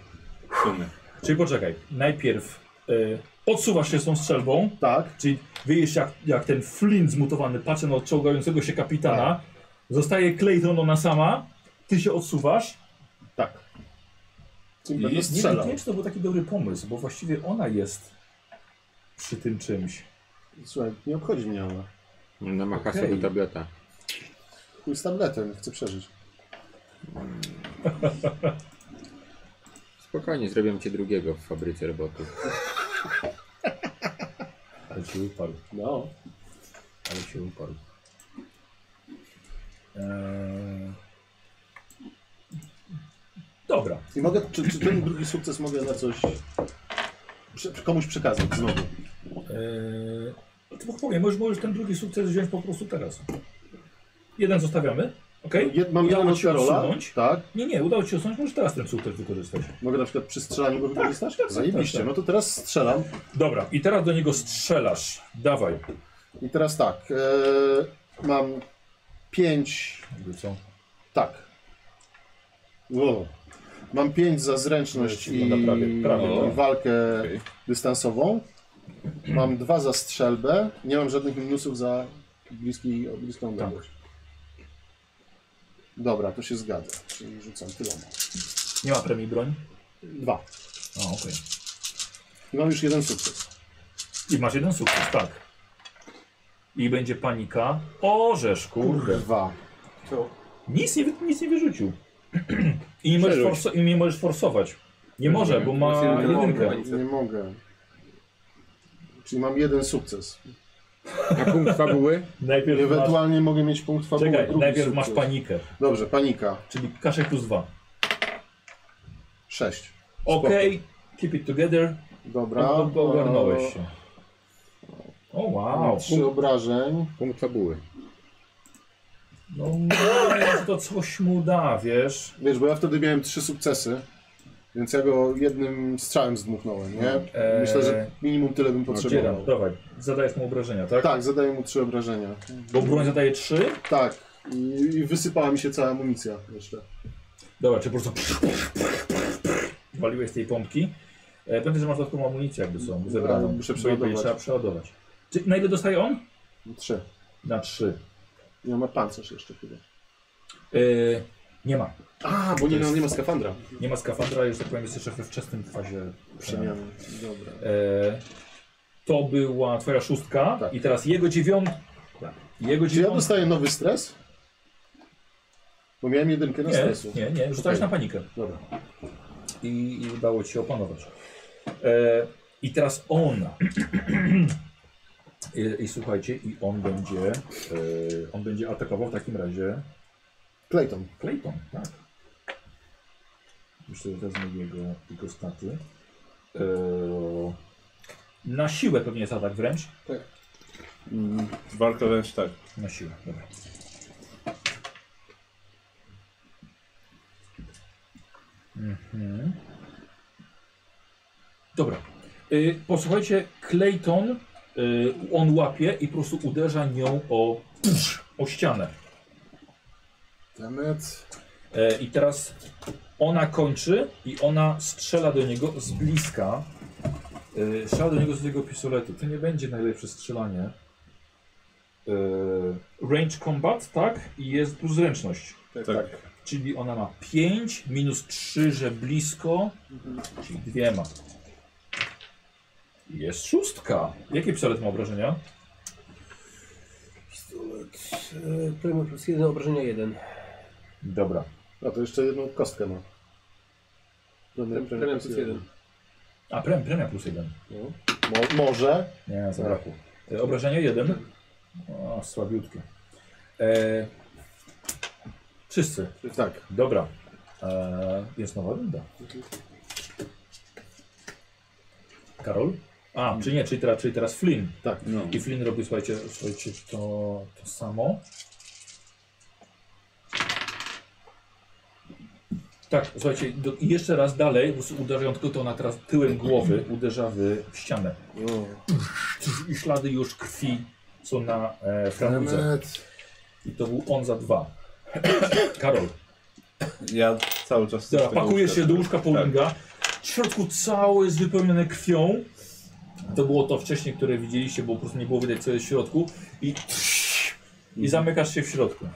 [SPEAKER 2] W sumie.
[SPEAKER 1] Czyli poczekaj. Najpierw y, odsuwasz się z tą strzelbą,
[SPEAKER 4] Tak.
[SPEAKER 1] czyli wyjesz jak, jak ten flint zmutowany, patrzę na odczołgającego się kapitana. Zostaje Clayton ona sama, ty się odsuwasz.
[SPEAKER 4] Tak. I
[SPEAKER 1] I
[SPEAKER 4] będę
[SPEAKER 1] nie, nie
[SPEAKER 4] strzelał.
[SPEAKER 1] wiem, czy to był taki dobry pomysł, bo właściwie ona jest przy tym czymś.
[SPEAKER 4] Słuchaj, nie obchodzi mnie ona.
[SPEAKER 5] No macha
[SPEAKER 1] Okej.
[SPEAKER 5] sobie tableta.
[SPEAKER 4] Chuj z tabletem, chcę przeżyć.
[SPEAKER 5] Spokojnie, zrobią cię drugiego w fabryce robotów.
[SPEAKER 1] Ale się uparł.
[SPEAKER 4] No.
[SPEAKER 1] Ale się uparł. Eee... Dobra.
[SPEAKER 4] I mogę, czy, czy ten drugi sukces mogę na coś prze, komuś przekazać znowu?
[SPEAKER 1] Eee, to Bóg powie, możesz, możesz ten drugi sukces wziąć po prostu teraz. Jeden zostawiamy, ok?
[SPEAKER 4] Jed, mam
[SPEAKER 1] Udało
[SPEAKER 4] jeden od
[SPEAKER 1] ci się
[SPEAKER 4] Karola.
[SPEAKER 1] odsunąć?
[SPEAKER 4] Tak.
[SPEAKER 1] Nie, nie, udało ci się osądzić, możesz teraz ten sukces wykorzystać.
[SPEAKER 4] Mogę na przykład przy strzelaniu go wykorzystać?
[SPEAKER 1] tak, tak,
[SPEAKER 4] Zajebiście.
[SPEAKER 1] tak.
[SPEAKER 4] No to teraz strzelam.
[SPEAKER 1] Dobra, i teraz do niego strzelasz. Dawaj.
[SPEAKER 4] I teraz tak. E, mam pięć.
[SPEAKER 1] Jakby Co?
[SPEAKER 4] Tak. Wow. Mam pięć za zręczność
[SPEAKER 1] To
[SPEAKER 4] i,
[SPEAKER 1] wygląda No, prawie- prawie,
[SPEAKER 4] i
[SPEAKER 2] tak.
[SPEAKER 4] walkę
[SPEAKER 2] Okej.
[SPEAKER 4] dystansową. Mam dwa za strzelbę. Nie mam żadnych minusów za bliski, bliską
[SPEAKER 1] Tak.
[SPEAKER 4] odległość. Dobra, to się zgadza. Czyli rzucam tyloma.
[SPEAKER 1] Nie ma premii broń?
[SPEAKER 4] Dwa.
[SPEAKER 1] A, okej.
[SPEAKER 4] I mam już jeden sukces.
[SPEAKER 1] I masz jeden sukces, tak. I będzie panika. Orzesz, kurde.
[SPEAKER 4] Dwa.
[SPEAKER 1] Nic nie, wy- nic nie wyrzucił. I nie, możesz forso- I nie możesz forsować. Nie może, bo ma
[SPEAKER 5] Jest jeden
[SPEAKER 1] jedynkę.
[SPEAKER 5] moment.
[SPEAKER 4] Nie mogę. Czyli mam jeden sukces.
[SPEAKER 5] A punkt fabuły?
[SPEAKER 1] Najpierw masz,
[SPEAKER 4] Ewentualnie mogę mieć punkt fabuły.
[SPEAKER 1] czekaj,
[SPEAKER 4] drugi
[SPEAKER 1] najpierw masz
[SPEAKER 4] sukces.
[SPEAKER 1] panikę,
[SPEAKER 4] Dobrze, panika.
[SPEAKER 1] czyli kaszek plus dwa.
[SPEAKER 4] Sześć.
[SPEAKER 1] Okej, keep it together.
[SPEAKER 4] Dobra.
[SPEAKER 1] Bra, No ogarnąłeś się. O wow.
[SPEAKER 4] Mam trzy obrażeń.
[SPEAKER 5] Punkt fabuły.
[SPEAKER 1] No, może to coś mu da, wiesz.
[SPEAKER 4] Wiesz, bo ja wtedy miałem trzy sukcesy, więc ja go jednym strzałem zdmuchnąłem, nie?
[SPEAKER 1] Eee.
[SPEAKER 4] Myślę, że minimum tyle bym
[SPEAKER 1] Dzieram,
[SPEAKER 4] potrzebował.
[SPEAKER 1] dawaj. Zadajesz mu obrażenia, tak?
[SPEAKER 4] Tak, zadaję mu trzy obrażenia.
[SPEAKER 1] Bo broń zadaje trzy.
[SPEAKER 4] Tak. I, I wysypała mi się cała amunicja jeszcze.
[SPEAKER 1] Dobra, czy po prostu waliłeś z tej pompki. E, Pamiętaj, że masz dodatkową amunicję jakby są zebraną.
[SPEAKER 4] Dobra, muszę
[SPEAKER 1] Bo
[SPEAKER 4] przeładować.
[SPEAKER 1] jakby Trzeba przeładować. Czy, na ile dostaje on?
[SPEAKER 4] No, Trzy.
[SPEAKER 1] Na trzy.
[SPEAKER 4] Nie ma pancerz jeszcze chyba.
[SPEAKER 1] E, nie ma.
[SPEAKER 4] A, bo nie, no, nie ma skafandra.
[SPEAKER 1] Nie ma skafandra, już tak powiem, jest jeszcze we wczesnym fazie przemiany.
[SPEAKER 4] Przemiany. Dobra.
[SPEAKER 1] E, to była twoja szóstka
[SPEAKER 4] Tak.
[SPEAKER 1] i teraz jego dziewiątka. Jego
[SPEAKER 4] Czy ja
[SPEAKER 1] dziewiątka.
[SPEAKER 4] dostaję nowy stres? Bo miałem jedynkę na
[SPEAKER 1] Nie,
[SPEAKER 4] stresu.
[SPEAKER 1] nie, nie, rzucałeś na
[SPEAKER 4] Okej.
[SPEAKER 1] panikę
[SPEAKER 4] Dobra.
[SPEAKER 1] i, i udało ci się opanować. E, I teraz ona. I, I słuchajcie, i on będzie, e, on będzie atakował w takim razie
[SPEAKER 4] Clayton.
[SPEAKER 1] Clayton, tak. Jeszcze wezmę jego, jego staty. E, na siłę pewnie jest atak wręcz.
[SPEAKER 2] Walka wręcz tak.
[SPEAKER 1] Na siłę, dobra. Mhm. Dobra. Y, posłuchajcie, Clayton, y, on łapie i po prostu uderza nią o, o ścianę.
[SPEAKER 4] Demet.
[SPEAKER 1] E, I teraz ona kończy i ona strzela do niego z bliska. E, Strzela do niego z jego pistoletu. To nie będzie najlepsze strzelanie. E, Range combat, tak? I jest plus zręczność.
[SPEAKER 2] Tak.
[SPEAKER 1] Czyli ona ma 5 minus 3, że blisko. Czyli dwiema. Jest szóstka. Jaki pistolet ma obrażenia?
[SPEAKER 6] Pistolet. e, Premium plus jeden, obrażenia jeden.
[SPEAKER 1] Dobra.
[SPEAKER 4] A to jeszcze jedną kostkę ma. No, Premium,
[SPEAKER 6] Premium plus jeden.
[SPEAKER 1] A, prem, premia plus 1.
[SPEAKER 4] No. Mo może.
[SPEAKER 1] Nie, zabrakło. E, Obrażenie 1. O, słabiutkie. E, wszyscy.
[SPEAKER 4] Tak.
[SPEAKER 1] Dobra. E, jest nowa runda. Karol? A, czy nie, czyli teraz, czyli teraz Flynn.
[SPEAKER 4] Tak.
[SPEAKER 2] No.
[SPEAKER 1] I Flynn robi, słuchajcie, słuchajcie to, to samo. Tak, słuchajcie, do, i jeszcze raz dalej, uderzają tylko to na teraz tyłem głowy, uderza w ścianę.
[SPEAKER 4] No.
[SPEAKER 1] I ślady już krwi są na e, franudze. I to był on za dwa. Karol,
[SPEAKER 2] Ja cały czas... z
[SPEAKER 1] Dobra,
[SPEAKER 2] tego
[SPEAKER 1] pakujesz
[SPEAKER 2] łóżka- Tak.
[SPEAKER 1] się do łóżka Paulinga.
[SPEAKER 4] Tak.
[SPEAKER 1] W środku cały jest wypełnione krwią. To było to wcześniej, które widzieliście, bo po prostu nie było widać co jest w środku. I,
[SPEAKER 4] Mhm.
[SPEAKER 1] i zamykasz się w środku.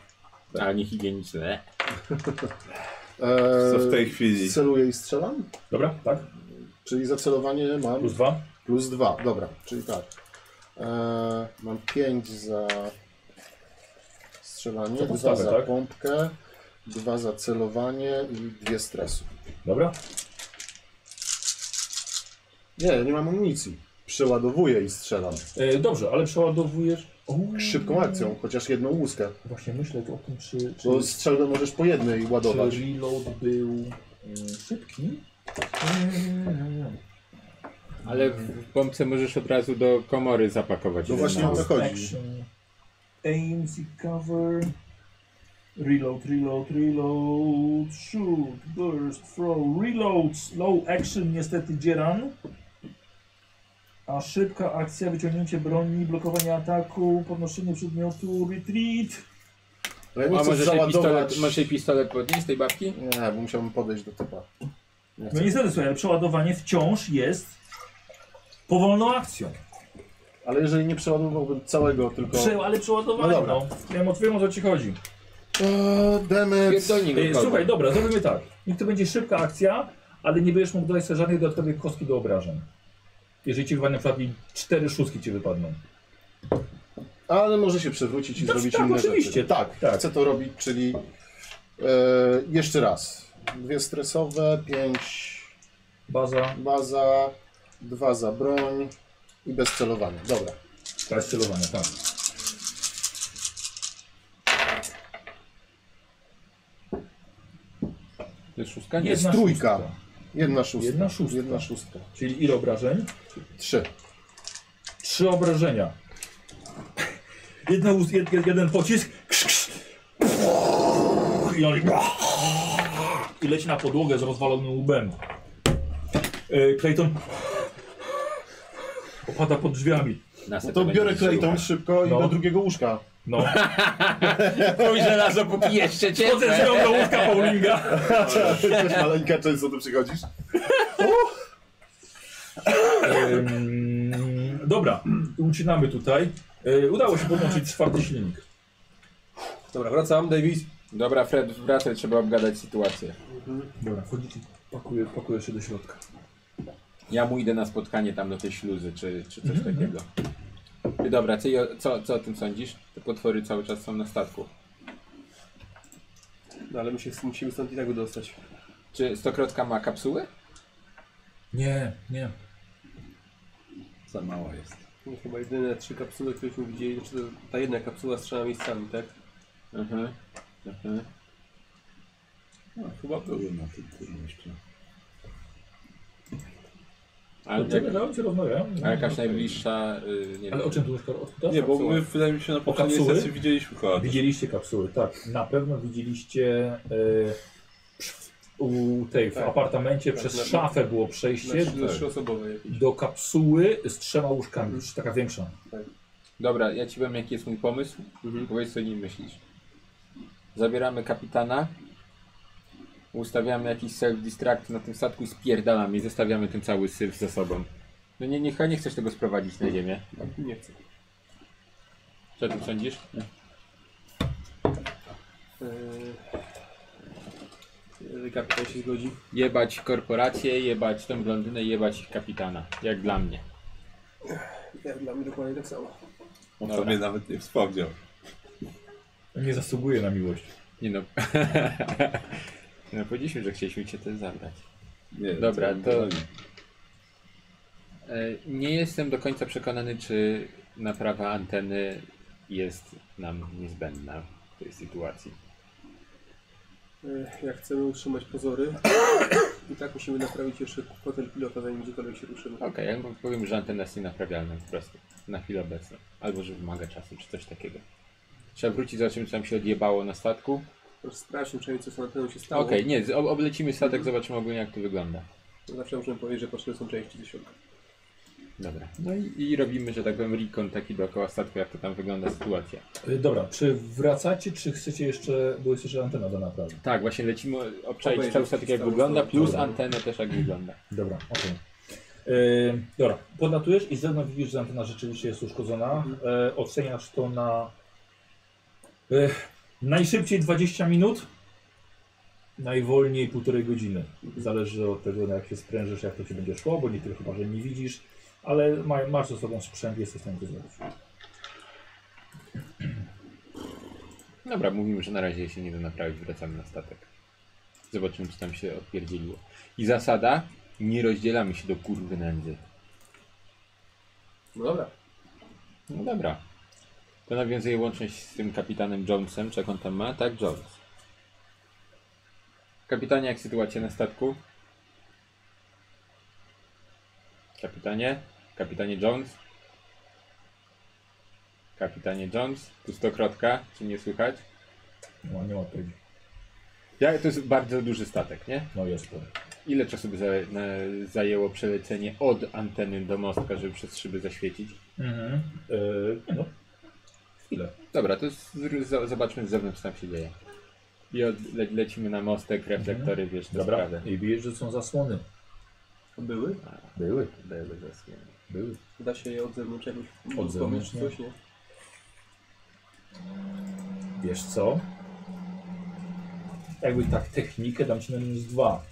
[SPEAKER 3] A niehigieniczne.
[SPEAKER 4] Eee,
[SPEAKER 2] Co w tej chwili?
[SPEAKER 4] Celuję i strzelam?
[SPEAKER 1] Dobra, tak?
[SPEAKER 4] Czyli zacelowanie mam
[SPEAKER 1] Plus dwa.
[SPEAKER 4] plus dwa. Dobra, czyli tak. Eee, mam pięć za strzelanie,
[SPEAKER 1] Za
[SPEAKER 4] dwa
[SPEAKER 1] podstawę,
[SPEAKER 4] za
[SPEAKER 1] tak?
[SPEAKER 4] pompkę, dwa za celowanie i dwie stresu.
[SPEAKER 1] Dobra.
[SPEAKER 4] Nie, ja nie mam amunicji. Przeładowuję i strzelam.
[SPEAKER 1] E, dobrze, ale przeładowujesz. O,
[SPEAKER 4] Szybką akcją, chociaż jedną łuskę.
[SPEAKER 1] Właśnie myślę o tym, czy, czy,
[SPEAKER 4] Bo strzelbę możesz po jednej
[SPEAKER 1] czy
[SPEAKER 4] ładować.
[SPEAKER 1] reload był e, szybki.
[SPEAKER 4] Tak.
[SPEAKER 1] E,
[SPEAKER 5] Ale w pompce możesz od razu do komory zapakować.
[SPEAKER 4] No właśnie o to chodzi.
[SPEAKER 1] Action. Aims i cover. Reload, reload, reload. Shoot, burst, throw, reload. Slow action niestety dzieran. A szybka akcja, wyciągnięcie broni, blokowanie ataku, podnoszenie przedmiotu, retreat.
[SPEAKER 4] Ale
[SPEAKER 5] A
[SPEAKER 4] nie chcesz
[SPEAKER 5] możesz jej,
[SPEAKER 4] załadować...
[SPEAKER 5] pistolet, możesz jej pistolet podnieść z tej babki?
[SPEAKER 4] Nie, bo musiałbym podejść do typa. Nie
[SPEAKER 1] No
[SPEAKER 4] chcę.
[SPEAKER 1] niestety, słuchaj, ale przeładowanie wciąż jest powolną akcją.
[SPEAKER 4] Ale jeżeli nie przeładowałbym całego, tylko...
[SPEAKER 1] Prze ale przeładowanie,
[SPEAKER 4] No
[SPEAKER 1] no.
[SPEAKER 4] dobra.
[SPEAKER 1] Wiem, o- wiem o co ci chodzi.
[SPEAKER 4] O, demet!
[SPEAKER 5] Pierdolnij go.
[SPEAKER 1] Ej,
[SPEAKER 5] kogo.
[SPEAKER 1] Słuchaj, dobra, zrobimy tak. Niech to będzie szybka akcja, ale nie będziesz mógł dodać sobie żadnej dodatkowej kostki do obrażeń. Jeżeli ci wypadnie na przykład i cztery szóstki ci wypadną.
[SPEAKER 4] Ale może się przewrócić i
[SPEAKER 1] Tak,
[SPEAKER 4] zrobić
[SPEAKER 1] tak,
[SPEAKER 4] inne
[SPEAKER 1] oczywiście,
[SPEAKER 4] rzeczy. Tak,
[SPEAKER 1] tak.
[SPEAKER 4] chcę to robić, czyli... E, jeszcze raz. Dwie stresowe, pięć
[SPEAKER 1] Baza,
[SPEAKER 4] baza, dwa za broń i bez celowania. Dobra.
[SPEAKER 1] teraz celowanie, tak.
[SPEAKER 5] To jest szóstka? Nie.
[SPEAKER 1] Jedna
[SPEAKER 4] trójka.
[SPEAKER 1] szóstka.
[SPEAKER 4] Jedna szóstka.
[SPEAKER 1] Jedna szóstka.
[SPEAKER 4] Jedna szóstka.
[SPEAKER 1] Czyli ile obrażeń?
[SPEAKER 4] Trzy.
[SPEAKER 1] Trzy obrażenia. Jedna, łuz- jed, jed, jeden pocisk. Krz, krz. I, on, I leci na podłogę z rozwalonym łbem. E, Clayton opada pod drzwiami.
[SPEAKER 4] No to biorę Clayton szybko
[SPEAKER 1] No.
[SPEAKER 4] i do drugiego łóżka.
[SPEAKER 1] No.
[SPEAKER 5] Chuj żelazo, póki jeszcze cię.
[SPEAKER 1] Chodzę z nią do łóżka Paulinga.
[SPEAKER 4] Cześć maleńka, często tu przychodzisz?
[SPEAKER 1] Ym, Dobra, ucinamy tutaj. Y, Udało się podłączyć czwarty silnik.
[SPEAKER 6] Dobra, wracam, Davis.
[SPEAKER 5] Dobra, Fred, wracaj, trzeba obgadać sytuację.
[SPEAKER 1] Dobra, wchodzicie, pakuję, pakuję się do środka.
[SPEAKER 5] Ja mu idę na spotkanie tam do tej śluzy, czy, czy coś takiego. Ty, Dobra, ty, o- co, co o tym sądzisz? Te potwory cały czas są na statku.
[SPEAKER 6] No ale my się musimy stąd i tak wydostać.
[SPEAKER 5] Czy stokrotka ma kapsuły?
[SPEAKER 1] Nie, nie.
[SPEAKER 2] Za mała jest.
[SPEAKER 6] No, chyba jedyne trzy kapsuły, któreśmy widzieli, znaczy to ta jedna kapsuła z trzema miejscami, tak?
[SPEAKER 5] Mhm. Mhm.
[SPEAKER 2] No, chyba były na tym tym jeszcze.
[SPEAKER 5] Ale,
[SPEAKER 2] tak-
[SPEAKER 5] jak,
[SPEAKER 1] Czekaj, się rozmawiają.
[SPEAKER 5] a jakaś najbliższa, y, nie
[SPEAKER 1] Ale
[SPEAKER 5] wiem.
[SPEAKER 1] o czym tu już Karol?
[SPEAKER 2] Nie, bo
[SPEAKER 5] Kapsuła.
[SPEAKER 2] my wydaje mi się na poprzedniej
[SPEAKER 1] kapsuły?
[SPEAKER 2] sesji widzieliśmy chyba.
[SPEAKER 1] Widzieliście kapsuły, tak. Na pewno widzieliście e, przy- u tej, w
[SPEAKER 6] Tak.
[SPEAKER 1] apartamencie
[SPEAKER 6] Tak,
[SPEAKER 1] przez
[SPEAKER 6] na-
[SPEAKER 1] szafę było
[SPEAKER 6] Na,
[SPEAKER 1] przejście
[SPEAKER 6] Znaczy, trzy- na trzyosobowe jakieś.
[SPEAKER 1] do kapsuły z trzema łóżkami, już taka większa.
[SPEAKER 5] Dobra, ja ci powiem jaki jest mój pomysł.
[SPEAKER 6] Mhm.
[SPEAKER 5] Powiedz co o nim myślisz. Zabieramy kapitana, ustawiamy jakiś self-distract na tym statku i spierdalamy i zostawiamy ten cały syf za sobą. No nie, nie, chyba nie chcesz tego sprowadzić na ziemię.
[SPEAKER 6] Nie chcę.
[SPEAKER 5] Co ty sądzisz?
[SPEAKER 6] Eee, Jeżeli kapitan się zgodzi.
[SPEAKER 5] Jebać korporacje, jebać tą blondynę, jebać ich kapitana. Jak dla mnie.
[SPEAKER 6] Ja dla mnie dokładnie tak samo.
[SPEAKER 2] On
[SPEAKER 5] Dobra.
[SPEAKER 2] sobie
[SPEAKER 1] tak.
[SPEAKER 2] nawet nie wspomniał.
[SPEAKER 1] Nie zasługuje na miłość.
[SPEAKER 5] Nie no. no powiedzieliśmy, że chcieliśmy cię też zabrać.
[SPEAKER 2] Nie, no
[SPEAKER 5] Dobra, to-
[SPEAKER 2] nie.
[SPEAKER 5] E, Nie jestem do końca przekonany, czy naprawa anteny jest nam niezbędna w tej sytuacji.
[SPEAKER 6] E, Jak chcemy utrzymać pozory, i tak musimy naprawić jeszcze hotel pilota, zanim gdziekolwiek się ruszymy.
[SPEAKER 5] Okej, ja mu powiem, że antena jest nienaprawialna po prostu. Na chwilę obecną. Albo że wymaga czasu, czy coś takiego. Trzeba wrócić, zobaczymy, co tam się odjebało na statku.
[SPEAKER 6] Proszę sprawdźmy przynajmniej, co z anteną się stało.
[SPEAKER 5] Okej, nie, z- ob- oblecimy statek, zobaczymy ogólnie, jak to wygląda.
[SPEAKER 6] Zawsze możemy powiedzieć, że potrzebne są części ze środka.
[SPEAKER 5] Dobra. No i, i robimy, że tak powiem, recon taki dookoła statku, jak to tam wygląda sytuacja.
[SPEAKER 1] Y, Dobra, czy wracacie, czy chcecie jeszcze, bo jest jeszcze antena do naprawy.
[SPEAKER 5] Tak, właśnie lecimy obczaić
[SPEAKER 6] Obejrzeć
[SPEAKER 5] cały statek, jak
[SPEAKER 6] całą
[SPEAKER 5] wygląda,
[SPEAKER 6] stronę.
[SPEAKER 5] plus antenę też, jak wygląda.
[SPEAKER 1] Dobra, okej. Y, dobra, podlatujesz i z zewnątrz widzisz, że antena rzeczywiście jest uszkodzona. Y, oceniasz to na y, najszybciej 20 minut, najwolniej półtorej godziny. Zależy od tego, na jak się sprężysz, jak to ci będzie szło, bo niektórych chyba, że nie widzisz, ale ma, masz ze sobą sprzęt, jesteś w stanie to zrobić.
[SPEAKER 5] Dobra, mówimy, że na razie się nie da naprawić, wracamy na statek. Zobaczymy, co tam się odpierdzieliło. I zasada, nie rozdzielamy się do kurwy nędzy.
[SPEAKER 6] No dobra.
[SPEAKER 5] No dobra. To nawiązuje łączność z tym kapitanem Jonesem, czy jak on tam ma? Tak, Jones. Kapitanie, jak sytuacja na statku? Kapitanie? Kapitanie Jones? Kapitanie Jones? Tu stokrotka, czy nie słychać?
[SPEAKER 1] No, nie ma odpowiedzi.
[SPEAKER 5] Ja, to jest bardzo duży statek, nie?
[SPEAKER 1] No jest to.
[SPEAKER 5] Ile czasu by zaje- na, zajęło przelecenie od anteny do mostka, żeby przez szyby zaświecić?
[SPEAKER 1] Mhm. Y, nie no, chwilę.
[SPEAKER 5] Dobra, to z, z, zobaczmy z zewnątrz, co tam się dzieje. I od, le, lecimy na mostek, reflektory, wiesz, to
[SPEAKER 1] Dobra,
[SPEAKER 5] sprawę.
[SPEAKER 1] i widzisz, że są zasłony.
[SPEAKER 6] Były?
[SPEAKER 1] Były,
[SPEAKER 5] Były zasłony.
[SPEAKER 1] były.
[SPEAKER 6] Da się je od zewnątrz jakoś
[SPEAKER 1] Od zewnątrz,
[SPEAKER 6] czy coś, nie?
[SPEAKER 1] Wiesz co? Jakby tak technikę dam ci na minus dwa.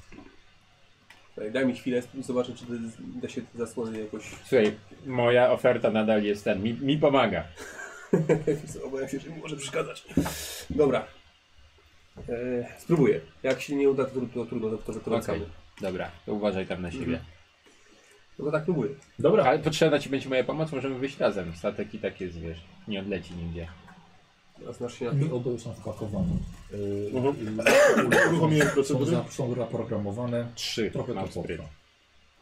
[SPEAKER 6] Tak, Daj mi chwilę, zobaczę, czy da- da się te zasłony jakoś...
[SPEAKER 5] Słuchaj, moja oferta nadal jest ten, mi, mi pomaga.
[SPEAKER 6] Obawiam się, że mi może przeszkadzać. Dobra. E, spróbuję. Jak się nie uda, to, to trudno, to, to wytrącamy.
[SPEAKER 5] Okej. Dobra, to uważaj tam na siebie.
[SPEAKER 6] No to tak próbuję.
[SPEAKER 1] Mhm. Dobra,
[SPEAKER 5] Ale potrzebna ci będzie moja pomoc, możemy wyjść razem. Statek i tak jest, wiesz, nie odleci nigdzie.
[SPEAKER 6] A Znasz się na
[SPEAKER 1] mi
[SPEAKER 6] tym?
[SPEAKER 1] oboje są wpakowane. Yy,
[SPEAKER 4] Mhm.
[SPEAKER 1] yy,
[SPEAKER 4] Uruchomiłem
[SPEAKER 1] są,
[SPEAKER 4] procedury.
[SPEAKER 1] za, są zaprogramowane.
[SPEAKER 5] Trzy,
[SPEAKER 1] Trochę
[SPEAKER 5] mam
[SPEAKER 1] to
[SPEAKER 5] spryt.
[SPEAKER 1] potrwa.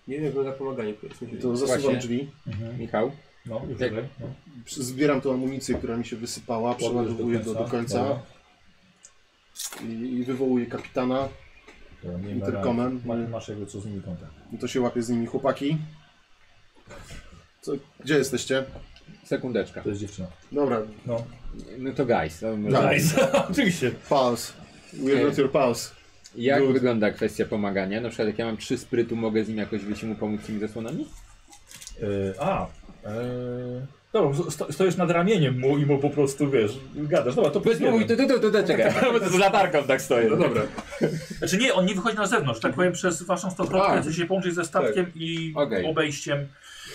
[SPEAKER 6] Nie wiem, jak wygląda pomaganie, powiedzmy się.
[SPEAKER 4] To
[SPEAKER 5] Właśnie.
[SPEAKER 4] zasuwam drzwi,
[SPEAKER 1] Mhm.
[SPEAKER 5] Michał?
[SPEAKER 1] No, już
[SPEAKER 5] Jak-
[SPEAKER 1] tak. no.
[SPEAKER 4] zbieram tą amunicję, która mi się wysypała, przeładowuję do, do końca
[SPEAKER 1] Dobra.
[SPEAKER 4] i, i wywołuję kapitana.
[SPEAKER 1] Dobra, nie ma
[SPEAKER 4] Interkomem.
[SPEAKER 1] rady. Ma, masz jakby co z nimi kontakt.
[SPEAKER 4] No to się łapie z nimi chłopaki. Co, gdzie jesteście?
[SPEAKER 5] Sekundeczka.
[SPEAKER 1] To jest dziewczyna.
[SPEAKER 4] Dobra,
[SPEAKER 1] No.
[SPEAKER 5] No to guys. No,
[SPEAKER 1] Tak.
[SPEAKER 5] może-
[SPEAKER 4] Guys.
[SPEAKER 1] Oczywiście.
[SPEAKER 4] pause. We're not your pause.
[SPEAKER 5] Jak
[SPEAKER 4] Good.
[SPEAKER 5] wygląda kwestia pomagania? Na przykład jak ja mam trzy sprytu, mogę z nim jakoś wyjść i mu pomóc z tymi zasłonami?
[SPEAKER 1] Yy, a. Yy, dobra, sto, stoisz nad ramieniem mu i mu po prostu wiesz, gadasz. Dobra, to
[SPEAKER 5] Powiedz, mój,
[SPEAKER 1] powiedzmy.
[SPEAKER 5] to, to, to, to, to, czekaj. Z latarką tak stoję. No dobra.
[SPEAKER 9] Znaczy nie, on nie wychodzi na zewnątrz, tak powiem przez waszą stokrotkę,
[SPEAKER 5] Tak.
[SPEAKER 9] chce się połączyć ze statkiem i
[SPEAKER 5] Okej.
[SPEAKER 9] obejściem.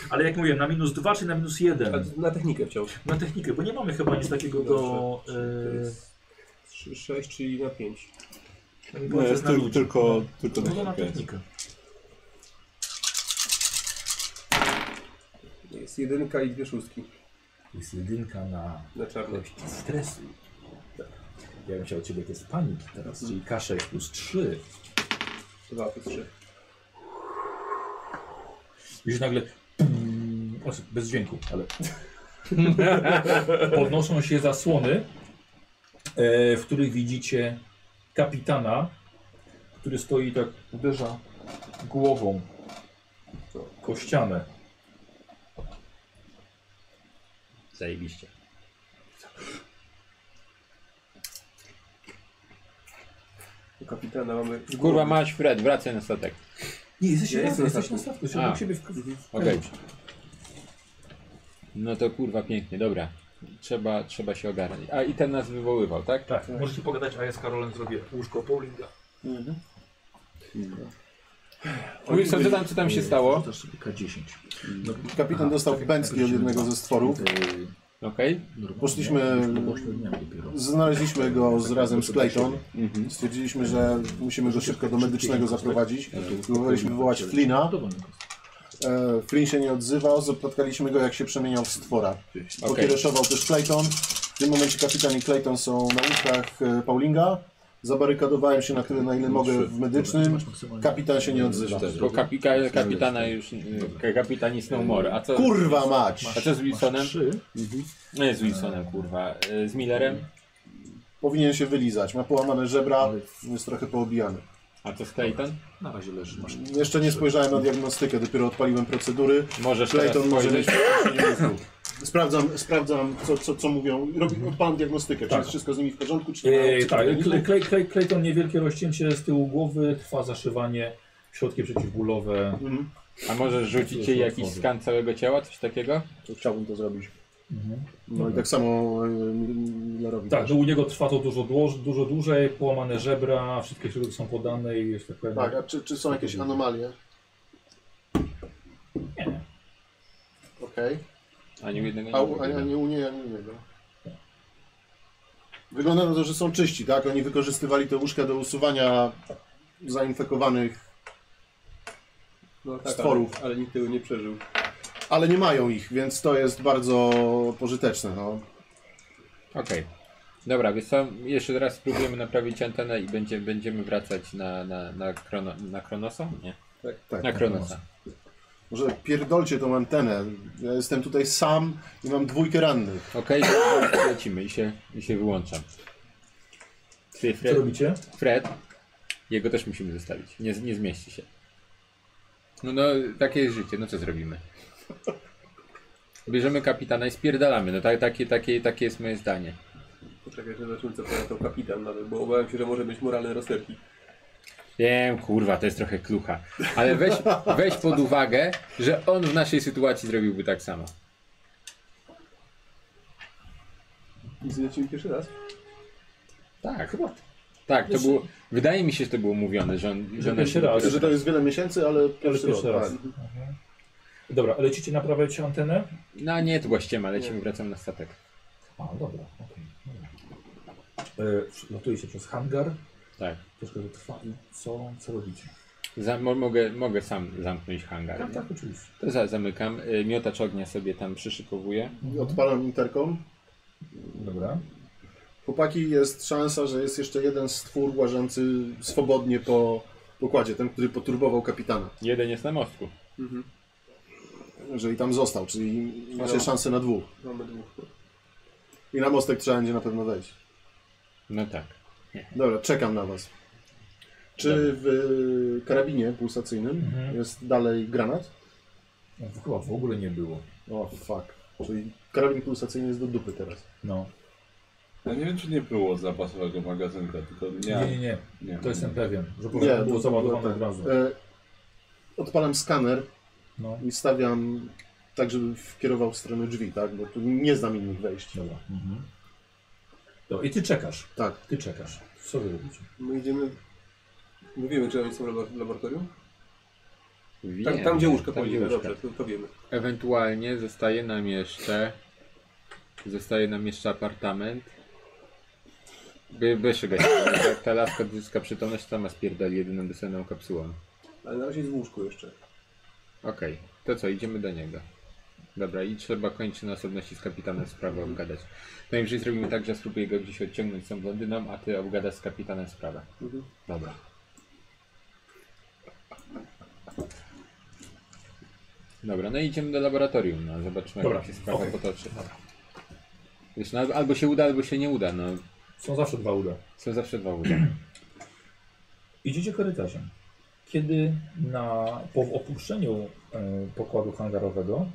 [SPEAKER 9] Ale jak mówiłem, na minus dwa czy na minus
[SPEAKER 6] Ale
[SPEAKER 9] jeden?
[SPEAKER 6] to Na technikę wciąż.
[SPEAKER 9] Na technikę, bo nie mamy chyba nic takiego do...
[SPEAKER 6] To
[SPEAKER 1] e,
[SPEAKER 9] Yy,
[SPEAKER 6] jest 3, 6, czyli na 5.
[SPEAKER 2] No jest
[SPEAKER 9] na
[SPEAKER 2] tylko,
[SPEAKER 9] ludzi.
[SPEAKER 2] tylko, tylko
[SPEAKER 9] No to na
[SPEAKER 2] na pięć.
[SPEAKER 9] technikę.
[SPEAKER 6] Jest jedynka i dwie szóstki
[SPEAKER 1] Jest jedynka na
[SPEAKER 6] na czarność.
[SPEAKER 1] kość stresu.
[SPEAKER 9] Tak.
[SPEAKER 1] Ja bym chciał od ciebie, jak jest panik teraz, czyli K6 plus 3.
[SPEAKER 6] Dwa plus trzy.
[SPEAKER 1] Już nagle. Znaczy, bez dźwięku, ale. Podnoszą się zasłony, e, w których widzicie kapitana, który stoi i tak uderza głową o ścianę.
[SPEAKER 5] Zajebiście.
[SPEAKER 6] U kapitana mamy...
[SPEAKER 5] Kurwa, masz Fred, wracaj na statek.
[SPEAKER 1] Nie, jesteś
[SPEAKER 6] Ja
[SPEAKER 1] ja
[SPEAKER 6] jestem
[SPEAKER 1] razem,
[SPEAKER 6] na
[SPEAKER 1] jesteś na
[SPEAKER 6] statku.
[SPEAKER 1] statku,
[SPEAKER 5] A.
[SPEAKER 1] czyli u siebie w
[SPEAKER 5] Okej. No to kurwa pięknie, dobra. Trzeba, trzeba się ogarnąć. A i ten nas wywoływał, tak?
[SPEAKER 9] Tak, możecie pogadać, a ja z Karolem zrobię łóżko bowlinga.
[SPEAKER 5] Mówisz, co tam, co tam się stało?
[SPEAKER 1] Też E, sobie K10.
[SPEAKER 4] Kapitan
[SPEAKER 1] Aha,
[SPEAKER 4] dostał
[SPEAKER 1] czekaj,
[SPEAKER 4] pędzli
[SPEAKER 1] tak,
[SPEAKER 4] od jednego
[SPEAKER 1] tak,
[SPEAKER 4] ze stworów.
[SPEAKER 1] Yy,
[SPEAKER 5] Okej.
[SPEAKER 1] normalnie,
[SPEAKER 4] Poszliśmy-
[SPEAKER 1] już po ośmiu dniach dopiero.
[SPEAKER 4] Znaleźliśmy go z,
[SPEAKER 1] Tak,
[SPEAKER 4] razem z
[SPEAKER 1] to się
[SPEAKER 4] Clayton.
[SPEAKER 2] Mhm.
[SPEAKER 4] Stwierdziliśmy, że musimy go szybko do medycznego zaprowadzić.
[SPEAKER 1] Tu
[SPEAKER 4] Próbowaliśmy wywołać Flina.
[SPEAKER 1] Dowolny kostek.
[SPEAKER 4] E, Flynn się nie odzywał, zapotkaliśmy go jak się przemieniał w stwora. Pokiereszował też Clayton. W tym momencie kapitan i Clayton są na ustach e, Paulinga. Zabarykadowałem się na tyle, na ile mogę w medycznym. Kapitan się nie odzywa.
[SPEAKER 5] Bo kapika, kapitana już... y, Kapitan is no more. A co,
[SPEAKER 4] Kurwa mać!
[SPEAKER 5] a co z Wilsonem? Mhm.
[SPEAKER 10] Trzy.
[SPEAKER 5] Nie z Wilsonem, kurwa. Y, Z Millerem?
[SPEAKER 4] Powinien się wylizać. Ma połamane żebra, jest trochę poobijany.
[SPEAKER 5] A co z Clayton?
[SPEAKER 10] Na razie leży. Masz
[SPEAKER 4] Jeszcze nie spojrzałem na diagnostykę, dopiero odpaliłem procedury.
[SPEAKER 5] Możesz
[SPEAKER 4] Clayton
[SPEAKER 5] teraz
[SPEAKER 4] może
[SPEAKER 5] spojrzeć.
[SPEAKER 4] mieć Sprawdzam, sprawdzam co, co, co mówią. Robię, odpalam diagnostykę, czy jest wszystko z nimi w porządku, czy nie.
[SPEAKER 1] Eee, tak, Clay- Clay- Clay- Clayton niewielkie rozcięcie z tyłu głowy, trwa zaszywanie, środki przeciwbólowe.
[SPEAKER 4] Mhm.
[SPEAKER 5] A możesz rzucić jej jakiś skan całego ciała, coś takiego?
[SPEAKER 4] To chciałbym to zrobić. No i tak samo e, Millerowi
[SPEAKER 1] Tak,
[SPEAKER 4] też.
[SPEAKER 1] no u niego trwa to dużo, dło- dużo dłużej, połamane żebra, wszystkie środki są podane i jest tak powiem.
[SPEAKER 4] Tak, a czy, czy są jakieś anomalie?
[SPEAKER 1] Nie.
[SPEAKER 4] Okej.
[SPEAKER 5] Ani u jednego
[SPEAKER 4] A,
[SPEAKER 5] nie
[SPEAKER 4] u- a, nie- a nie u niej, ani u niego. Wygląda na to, że są czyści, tak? Oni wykorzystywali te łóżka do usuwania zainfekowanych,
[SPEAKER 6] No tak, ale,
[SPEAKER 4] Stworów.
[SPEAKER 6] ale nikt tego nie przeżył.
[SPEAKER 4] ale nie mają ich, więc to jest bardzo pożyteczne. No.
[SPEAKER 5] Okej. Dobra, więc co, jeszcze raz spróbujemy naprawić antenę i będzie, będziemy wracać na, na, na, krono, na Kronosa? Nie.
[SPEAKER 4] Tak.
[SPEAKER 5] Na Kronosa.
[SPEAKER 4] Może pierdolcie tą antenę. Ja jestem tutaj sam i mam dwójkę rannych.
[SPEAKER 5] Okej, lecimy i się, i się wyłączam. Ty,
[SPEAKER 1] Co
[SPEAKER 5] Fred,
[SPEAKER 1] robicie?
[SPEAKER 5] Fred, jego też musimy zostawić. Nie, nie zmieści się. No, no, takie jest życie, no co zrobimy? Bierzemy kapitana i spierdalamy. No tak, takie, takie, takie jest moje zdanie.
[SPEAKER 6] Poczekaj, że zobaczymy co powiedział kapitan nawet, bo obawiam się, że może być moralny rozterki.
[SPEAKER 5] Wiem, kurwa, to jest trochę klucha. Ale weź, weź pod uwagę, że on w naszej sytuacji zrobiłby tak samo.
[SPEAKER 6] Nic nie lecimy pierwszy raz.
[SPEAKER 5] Tak, chyba. Tak, to było. Wydaje mi się, że to było mówione, że on. Że on
[SPEAKER 1] pierwszy raz.
[SPEAKER 4] Że to jest wiele miesięcy, ale pierwszy,
[SPEAKER 1] pierwszy
[SPEAKER 4] rok,
[SPEAKER 1] raz.
[SPEAKER 4] tak.
[SPEAKER 1] Dobra, lecicie naprawiać antenę?
[SPEAKER 5] No nie, to była ściema, lecimy, wracam na statek.
[SPEAKER 1] A, dobra, okej. Okay. Lotujecie przez hangar,
[SPEAKER 5] Tak.
[SPEAKER 1] troszkę to trwa i co, co robicie?
[SPEAKER 5] Za, mo, mogę, mogę sam zamknąć hangar.
[SPEAKER 1] Tak,
[SPEAKER 5] nie?
[SPEAKER 1] tak, oczywiście.
[SPEAKER 5] To za, zamykam. Y, Miotacz ognia sobie tam przyszykowuję.
[SPEAKER 4] Odpalam interkom.
[SPEAKER 1] Dobra.
[SPEAKER 4] Chłopaki, jest szansa, że jest jeszcze jeden stwór łażący swobodnie po pokładzie, ten, który poturbował kapitana.
[SPEAKER 5] Jeden jest na mostku.
[SPEAKER 4] Jeżeli tam został, czyli macie szansę na dwóch.
[SPEAKER 6] Mamy dwóch.
[SPEAKER 4] I na mostek trzeba będzie na pewno wejść.
[SPEAKER 5] No tak.
[SPEAKER 4] Dobra, czekam na was. Czy w y, karabinie pulsacyjnym
[SPEAKER 1] Mhm.
[SPEAKER 4] jest dalej granat?
[SPEAKER 1] No, Chyba w ogóle nie było.
[SPEAKER 4] O, fuck. Czyli karabin pulsacyjny jest do dupy teraz.
[SPEAKER 1] No.
[SPEAKER 2] Ja nie wiem, czy nie było zapasowego magazynka, tylko
[SPEAKER 1] Nie, nie,
[SPEAKER 2] nie.
[SPEAKER 1] nie.
[SPEAKER 2] nie.
[SPEAKER 1] To jestem pewien, że po prostu było załadowane od razu.
[SPEAKER 4] E, odpalam skaner
[SPEAKER 1] No.
[SPEAKER 4] i stawiam tak, żeby kierował w stronę drzwi, tak? Bo tu nie znam innych wejść.
[SPEAKER 1] Dobra. Mhm. No i ty czekasz,
[SPEAKER 4] Tak.
[SPEAKER 1] ty czekasz. Co wy robicie?
[SPEAKER 6] My idziemy... My wiemy, czy oni są w labor- laboratorium? Tam,
[SPEAKER 5] Wiem,
[SPEAKER 6] tam gdzie łóżka
[SPEAKER 5] tam, gdzie
[SPEAKER 6] pójdziemy,
[SPEAKER 5] łóżka.
[SPEAKER 6] dobrze, to, to wiemy.
[SPEAKER 5] Ewentualnie zostaje nam jeszcze. Zostaje nam jeszcze apartament. By, by szukać. Jak ta laska odzyska przytomność, sama spierdali jedyną dostaną kapsułą.
[SPEAKER 6] Ale na razie jest w łóżku jeszcze.
[SPEAKER 5] Okej, to co, idziemy do niego. Dobra, i trzeba kończyć na osobności z kapitanem sprawę obgadać. Najwyżej zrobimy tak, że spróbuję go gdzieś odciągnąć stąd Londyną, a ty obgadasz z kapitanem sprawę.
[SPEAKER 1] Mhm.
[SPEAKER 5] Dobra. Dobra, no i idziemy do laboratorium, no zobaczymy
[SPEAKER 1] Dobra,
[SPEAKER 5] jak się sprawa
[SPEAKER 1] okej.
[SPEAKER 5] potoczy. Wiesz, no, albo się uda, albo się nie uda, no
[SPEAKER 1] Są zawsze dwa uda.
[SPEAKER 5] są zawsze dwa uda.
[SPEAKER 1] Idziecie korytarzem. Kiedy na, po opuszczeniu e, pokładu hangarowego,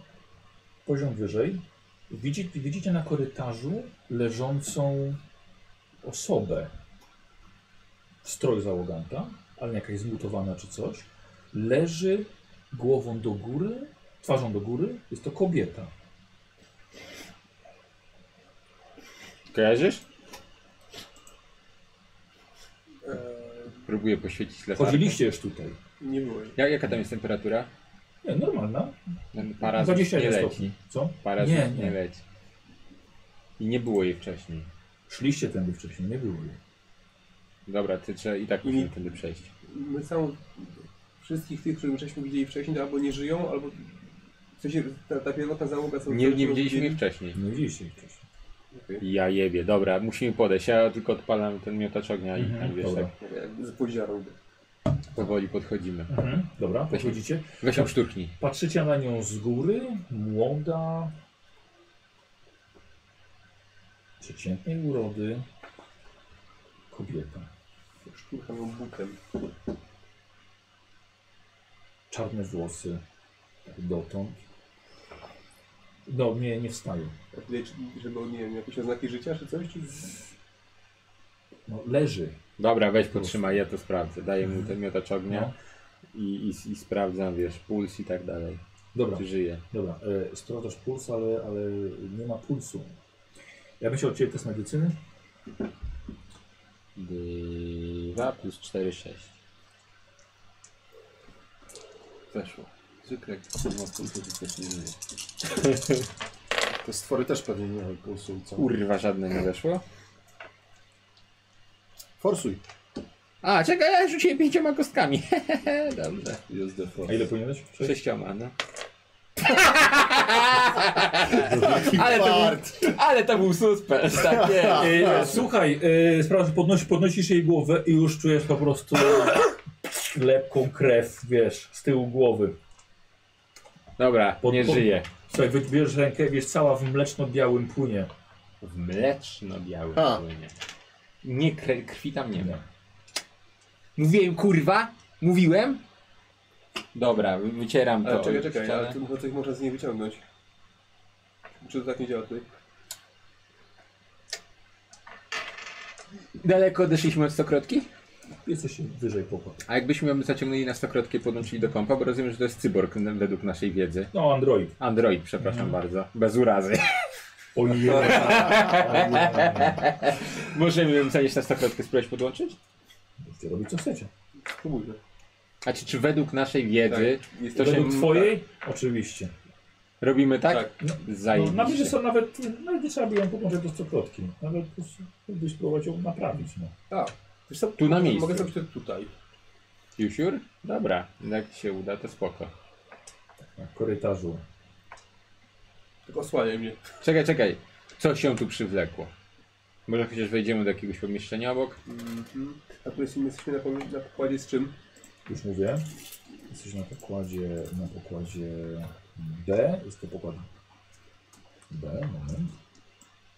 [SPEAKER 1] poziom wyżej, widzi, widzicie na korytarzu leżącą osobę. Stroj załoganta, ale nie jakaś zmutowana czy coś. Leży głową do góry, twarzą do góry. Jest to kobieta.
[SPEAKER 5] Kojarzysz?
[SPEAKER 6] Eee,
[SPEAKER 5] Próbuję poświecić latarką.
[SPEAKER 1] Chodziliście już tutaj.
[SPEAKER 6] nie było jej.
[SPEAKER 5] Ja, jaka tam jest temperatura?
[SPEAKER 1] Nie, normalna.
[SPEAKER 5] Ten parazit nie
[SPEAKER 1] 21
[SPEAKER 5] leci.
[SPEAKER 1] stopni. Co?
[SPEAKER 5] Para
[SPEAKER 1] nie,
[SPEAKER 5] nie, nie
[SPEAKER 1] nie.
[SPEAKER 5] leci. I nie było jej wcześniej.
[SPEAKER 1] Szliście tędy wcześniej, nie było jej.
[SPEAKER 5] Dobra, ty trzeba i tak
[SPEAKER 6] I-
[SPEAKER 5] musimy tędy przejść.
[SPEAKER 6] My całą... wszystkich tych, których żeśmy widzieli wcześniej, to albo nie żyją, albo w sensie ta, ta pierwotna załoga... co-
[SPEAKER 5] Nie, nie
[SPEAKER 6] którą
[SPEAKER 5] widzieliśmy ich
[SPEAKER 6] widzieli-
[SPEAKER 5] wcześniej.
[SPEAKER 1] Nie widzieliście ich wcześniej.
[SPEAKER 5] Ja jebie, dobra, musimy podejść. Ja tylko odpalam ten miotacz ognia i tam wiesz,
[SPEAKER 1] dobra.
[SPEAKER 5] tak
[SPEAKER 6] Jak Z poziarą idę.
[SPEAKER 5] powoli podchodzimy.
[SPEAKER 1] Mhm. Dobra, podchodzicie.
[SPEAKER 5] Weź ją szturchnij.
[SPEAKER 1] Patrzycie na nią z góry, młoda, przeciętnej urody kobieta.
[SPEAKER 6] Szturcham ją butem.
[SPEAKER 1] Czarne włosy, tak dotąd. No, nie, nie wstają.
[SPEAKER 6] Tak lecz, żeby, nie wiem, jakieś oznaki życia czy coś? Czy...
[SPEAKER 1] No, leży.
[SPEAKER 5] Dobra, weź potrzymaj, ja to sprawdzę. Daję mu ten miotacz
[SPEAKER 1] No.
[SPEAKER 5] ognia i, i, i sprawdzam, wiesz, puls i tak dalej.
[SPEAKER 1] Dobra,
[SPEAKER 5] Czy żyje.
[SPEAKER 1] dobra. E, sprawdzasz puls, ale, ale nie ma pulsu. Ja bym chciał od Ciebie test medycyny.
[SPEAKER 5] Dwa plus cztery, sześć.
[SPEAKER 2] Weszło. Zwykle jak to ma pulsu, to coś nie żyje.
[SPEAKER 4] Te stwory też pewnie nie mają pulsu i co?
[SPEAKER 5] Kurwa, żadne nie weszło.
[SPEAKER 4] Forsuj.
[SPEAKER 5] A, czekaj, ja rzuciłem pięcioma kostkami. Dobrze.
[SPEAKER 2] Jest default.
[SPEAKER 1] A ile powinieneś? Sześć?
[SPEAKER 5] Sześcioma, no. ale, to był, ale to był suspens, tak jest.
[SPEAKER 1] E, słuchaj, e, sprawdzasz, podnoś, podnosisz jej głowę i już czujesz po prostu lepką krew, wiesz, z tyłu głowy.
[SPEAKER 5] Dobra, nie
[SPEAKER 1] Pod-
[SPEAKER 5] żyje.
[SPEAKER 1] Słuchaj, wy- bierzesz rękę, wiesz, cała w mleczno-białym płynie.
[SPEAKER 5] W mleczno-białym
[SPEAKER 4] Ha.
[SPEAKER 5] płynie. Nie, kre, krwi tam nie ma.
[SPEAKER 1] Nie.
[SPEAKER 5] Mówiłem, kurwa? Mówiłem? Dobra, wy- wycieram
[SPEAKER 6] Ale
[SPEAKER 5] to.
[SPEAKER 6] czekaj,
[SPEAKER 5] od
[SPEAKER 6] czekaj,
[SPEAKER 5] ściany.
[SPEAKER 6] ale tu chyba coś można z niej wyciągnąć. Czy to tak nie działa tutaj?
[SPEAKER 5] Daleko odeszliśmy od stokrotki?
[SPEAKER 1] Jesteś wyżej pokład.
[SPEAKER 5] A jakbyśmy ją zaciągnęli na stokrotkę i podłączyli do kompa, bo rozumiem, że to jest cyborg n- według naszej wiedzy.
[SPEAKER 1] No, Android.
[SPEAKER 5] Android, przepraszam bardzo. Bez urazy.
[SPEAKER 1] Ojej.
[SPEAKER 5] Możemy ją zanieść na stokrotkę, spróbować podłączyć?
[SPEAKER 1] Możecie robić co chcecie.
[SPEAKER 6] Spróbujmy.
[SPEAKER 5] A czy, czy według naszej wiedzy
[SPEAKER 6] Jest
[SPEAKER 5] To
[SPEAKER 6] to
[SPEAKER 5] się-
[SPEAKER 1] Według twojej? Oczywiście.
[SPEAKER 5] robimy tak?
[SPEAKER 6] Tak.
[SPEAKER 1] No,
[SPEAKER 5] Zajebiście.
[SPEAKER 1] nawet, że są nawet, nawet nie trzeba by ją podłączać do stokrotki. Nawet po prostu byś próbować ją naprawić. No.
[SPEAKER 5] Tu na miejscu.
[SPEAKER 6] Mogę zrobić to tutaj.
[SPEAKER 5] You sure? Dobra, jak ci się uda, to spoko.
[SPEAKER 1] Na korytarzu.
[SPEAKER 6] Tylko osłaniaj mnie.
[SPEAKER 5] Czekaj, czekaj. Co się tu przywlekło? Może chociaż wejdziemy do jakiegoś pomieszczenia obok?
[SPEAKER 6] Mhm. A tu jesteśmy, jesteśmy na, pomi- na pokładzie z czym?
[SPEAKER 1] Już mówię. Jesteś na pokładzie, na pokładzie D. Jest to pokład B, moment.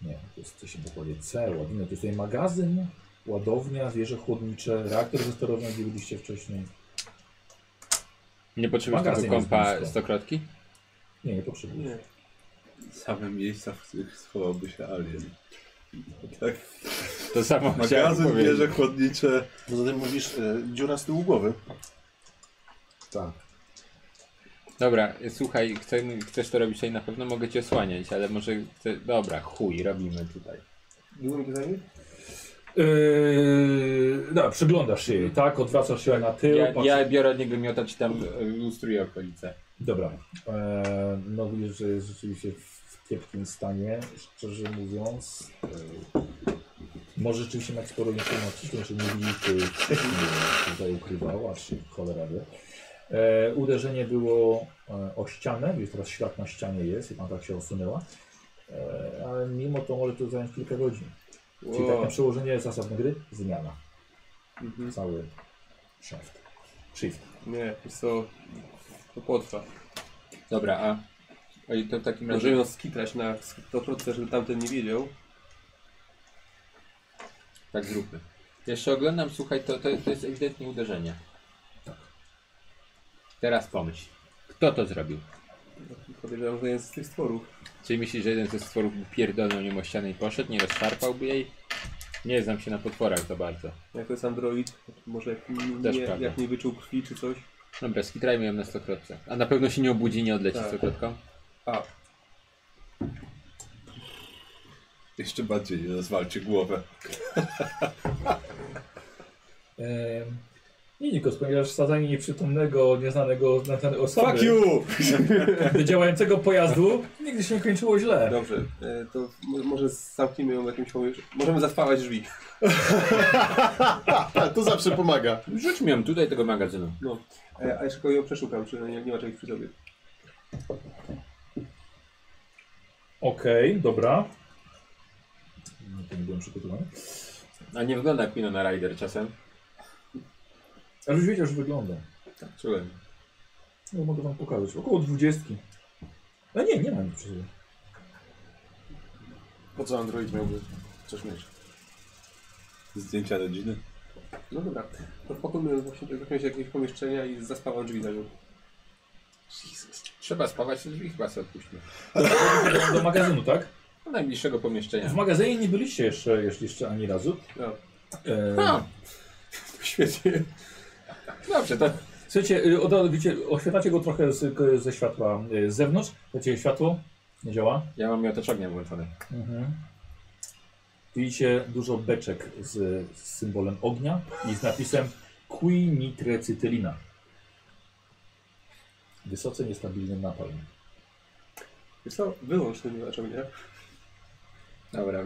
[SPEAKER 1] Nie, to jest coś na pokładzie C, ładunek. To jest tutaj magazyn, ładownia, wieże chłodnicze, reaktor ze sterownią, gdzie byliście wcześniej.
[SPEAKER 5] Nie potrzebujesz
[SPEAKER 1] Magazyn
[SPEAKER 5] tego kompa
[SPEAKER 1] jest
[SPEAKER 5] stokrotki?
[SPEAKER 1] Nie, nie potrzebuję.
[SPEAKER 6] Nie.
[SPEAKER 2] Same miejsca, w których schowałby się alien. Tak.
[SPEAKER 5] To samo chciałem
[SPEAKER 2] Magazyn,
[SPEAKER 5] powiedzieć.
[SPEAKER 2] wieże chłodnicze.
[SPEAKER 4] Poza tym mówisz e, dziura z tyłu głowy. Tak.
[SPEAKER 5] Dobra, słuchaj, chcemy, chcesz to robić tutaj na pewno, mogę cię osłaniać, ale może... Chcę... Dobra, chuj, robimy tutaj.
[SPEAKER 6] Długo mi to zajmie?
[SPEAKER 1] Yy, no, przyglądasz się jej, tak? Odwracasz się na tył.
[SPEAKER 5] Ja,
[SPEAKER 1] patrzysz-
[SPEAKER 5] ja biorę od niego miotacz i tam e, lustruję okolice.
[SPEAKER 1] Dobra. Eee, no widzisz, że jest rzeczywiście w kiepskim stanie, szczerze mówiąc. Eee, może rzeczywiście mieć sporo informacji, znaczy nie widzi, czy wcześniej ją tutaj ukrywała, czy cholera wie. Eee, uderzenie było e, o ścianę, widzisz, teraz ślad na ścianie jest i tam tak się osunęła. Eee, ale mimo to może to zająć kilka godzin. Czyli tak na przełożenie zasad gry, zmiana. Cały shaft. Shift.
[SPEAKER 6] Nie, wiesz co, to potrwa.
[SPEAKER 5] Dobra, a... a i to w takim razie...
[SPEAKER 6] Możemy ją skitrać na stokrotce, żeby tamten nie wiedział.
[SPEAKER 5] Tak zróbmy. Jeszcze oglądam, słuchaj, to, to, to jest ewidentnie uderzenie. Teraz pomyśl. Kto to zrobił?
[SPEAKER 6] Podejrzewam, że jest z tych stworów.
[SPEAKER 5] Czy myślisz, że jeden ze stworów by pierdolnął nią o ścianę i poszedł, nie rozszarpałby jej? Nie znam się na potworach za bardzo.
[SPEAKER 6] Jak to jest android, może jak nie,
[SPEAKER 5] Też
[SPEAKER 6] nie,
[SPEAKER 5] prawda.
[SPEAKER 6] jak nie wyczuł krwi czy coś.
[SPEAKER 5] Dobra, skitrajmy ją na stokrotce. A na pewno się nie obudzi, nie odleci
[SPEAKER 6] Tak.
[SPEAKER 5] stokrotką?
[SPEAKER 6] A,
[SPEAKER 2] Jeszcze bardziej rozwalcie głowę.
[SPEAKER 1] Em, Nie, Nikos, ponieważ wsadzanie nieprzytomnego, nieznanego, znanej osoby
[SPEAKER 2] Fuck you!
[SPEAKER 1] do działającego pojazdu nigdy się nie kończyło źle.
[SPEAKER 6] Dobrze, e, to mo- może zamknijmy ją jakimś pomiesz... Możemy zatwalać drzwi.
[SPEAKER 4] to zawsze pomaga.
[SPEAKER 5] Rzuć mi ją tutaj tego magazynu.
[SPEAKER 6] No. E, A jeszcze tylko ją przeszukam, czy nie, nie ma czegoś przy sobie.
[SPEAKER 1] Okej, dobra. No, To nie byłem przygotowany.
[SPEAKER 5] A nie wygląda jak Minona Rider czasem.
[SPEAKER 1] Ale już wiedział, że wygląda.
[SPEAKER 5] Tak, czułem.
[SPEAKER 1] No, mogę wam pokazać. Około dwudziestki. No nie, nie mam nic przy sobie.
[SPEAKER 4] Po co Android miałby coś mieć?
[SPEAKER 2] Zdjęcia rodziny.
[SPEAKER 6] No dobra, to wpakujmy ją właśnie do jakiegoś jakiegoś pomieszczenia i zaspawam drzwi za nią.
[SPEAKER 5] Trzeba spawać te drzwi, chyba sobie odpuśćmy.
[SPEAKER 1] Do magazynu, tak?
[SPEAKER 5] Do najbliższego pomieszczenia.
[SPEAKER 1] W magazynie nie byliście jeszcze, jeszcze, jeszcze ani razu.
[SPEAKER 6] No.
[SPEAKER 1] E,
[SPEAKER 5] Ha! No. Świetnie. Dobrze, to
[SPEAKER 1] Słuchajcie, y, od, wiecie, oświetlacie go trochę z, k- ze światła y, z zewnątrz. Wiecie, światło nie działa.
[SPEAKER 5] ja mam miotacz ognia włączony.
[SPEAKER 1] Widzicie dużo beczek z, z symbolem ognia i z napisem quinitrecytylina. Wysoce niestabilny napal.
[SPEAKER 6] Wiesz co, wyłącz ten dlaczego nie?
[SPEAKER 5] Dobra.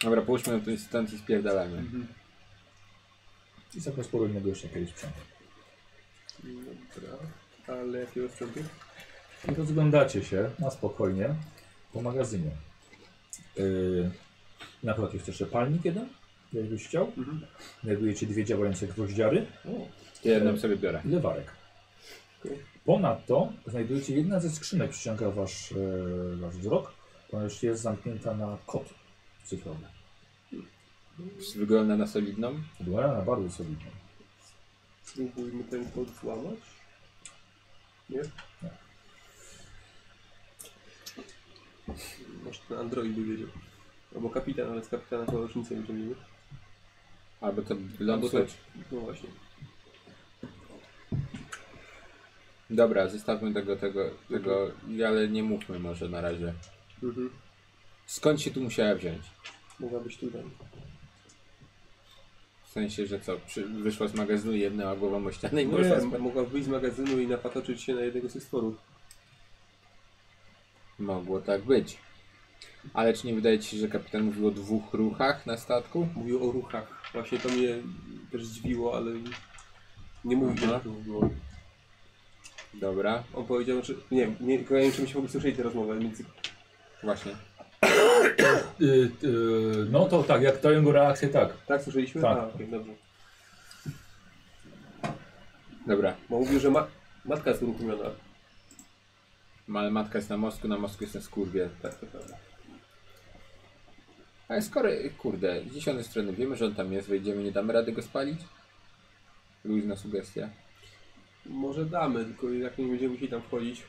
[SPEAKER 5] Dobra, połóżmy ją tu stąd i spierdalamy.
[SPEAKER 6] Mhm.
[SPEAKER 1] I zakład spokojnego jeszcze jakiegoś sprzętu.
[SPEAKER 6] Dobra, ale jakiego sprzętu?
[SPEAKER 1] I rozglądacie się na spokojnie po magazynie. Yy, na przykład jest jeszcze palnik jeden, jakbyś chciał. Znajdujecie dwie działające gwoździary.
[SPEAKER 5] Jedną sobie biorę.
[SPEAKER 1] lewarek. Ponadto znajdujecie jedna ze skrzynek, przyciąga wasz, e, wasz wzrok, ponieważ jest zamknięta na kod cyfrowy.
[SPEAKER 5] Wygląda na solidną.
[SPEAKER 1] Była na bardzo solidną.
[SPEAKER 6] Spróbujmy ten kod złamać. Nie?
[SPEAKER 1] Nie.
[SPEAKER 6] Może ten android by wiedział. Albo kapitan, ale z kapitana to rocznicę nie czynimy.
[SPEAKER 5] Albo to
[SPEAKER 6] Albo
[SPEAKER 5] wygląda...
[SPEAKER 6] to... No właśnie.
[SPEAKER 5] Dobra, zostawmy tego, tego, tego, ale nie mówmy może na razie.
[SPEAKER 6] Mhm.
[SPEAKER 5] Skąd się tu musiała wziąć?
[SPEAKER 6] Mogła być tutaj.
[SPEAKER 5] W sensie, że co, przy, wyszła z magazynu jedna, a głową o ścianę i
[SPEAKER 6] No
[SPEAKER 5] poszła
[SPEAKER 6] nie,
[SPEAKER 5] spać?
[SPEAKER 6] mogła wyjść z magazynu i napatoczyć się na jednego z stworów.
[SPEAKER 5] Mogło tak być. Ale czy nie wydaje ci się, że kapitan mówił o dwóch ruchach na statku?
[SPEAKER 6] Mówił o ruchach. Właśnie to mnie też zdziwiło, ale nie mówił
[SPEAKER 5] Aha.
[SPEAKER 6] o ruchach. Było.
[SPEAKER 5] Dobra,
[SPEAKER 6] On powiedział, że... Nie, nie, tylko ja nie wiem, czy myśmy w ogóle słyszeli tę rozmowę między...
[SPEAKER 5] właśnie.
[SPEAKER 1] Y, y, no to tak, jak to jego reakcję, tak.
[SPEAKER 6] Tak, słyszeliśmy?
[SPEAKER 1] Tak.
[SPEAKER 6] A, okej, dobrze.
[SPEAKER 5] Dobra,
[SPEAKER 6] Bo mówił, że ma... matka jest uruchomiona.
[SPEAKER 5] ale matka jest na mostku, na mostku jest na skurwie.
[SPEAKER 6] Tak, to prawda.
[SPEAKER 5] Ale skoro, kurde, z dziesiątej strony wiemy, że on tam jest, wejdziemy, nie damy rady go spalić? Luźna sugestia.
[SPEAKER 6] Może damy, tylko jak nie będziemy musieli tam wchodzić.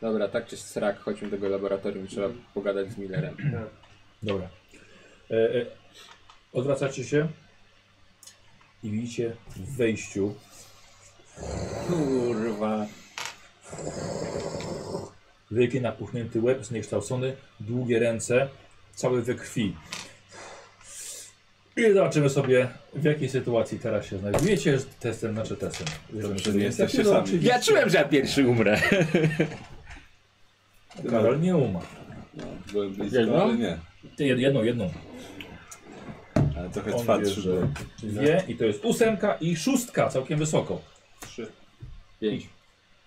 [SPEAKER 5] Dobra, tak czy srak, chodźmy do tego laboratorium, trzeba pogadać z Millerem.
[SPEAKER 6] Tak.
[SPEAKER 1] Dobra. E, e, odwracacie się i widzicie w wejściu
[SPEAKER 5] Kurwa.
[SPEAKER 1] wielki napuchnięty łeb, zniekształcony, długie ręce, cały we krwi. I zobaczymy sobie, w jakiej sytuacji teraz się znajdujecie. z Testem, znaczy testem. tak,
[SPEAKER 2] Dobrze, nie jesteście sami.
[SPEAKER 1] Ja czułem,
[SPEAKER 5] że ja pierwszy umrę.
[SPEAKER 1] Karol nie umarł.
[SPEAKER 2] Byłem
[SPEAKER 5] Jedno?
[SPEAKER 2] blisko, ale nie.
[SPEAKER 1] Ty, jed- Jedną, jedną.
[SPEAKER 2] Ale trochę
[SPEAKER 1] On
[SPEAKER 2] trwa
[SPEAKER 1] wie,
[SPEAKER 2] trzy
[SPEAKER 1] że-
[SPEAKER 2] dni.
[SPEAKER 1] Dwie i to jest ósemka i szóstka, całkiem wysoko.
[SPEAKER 5] Pięć.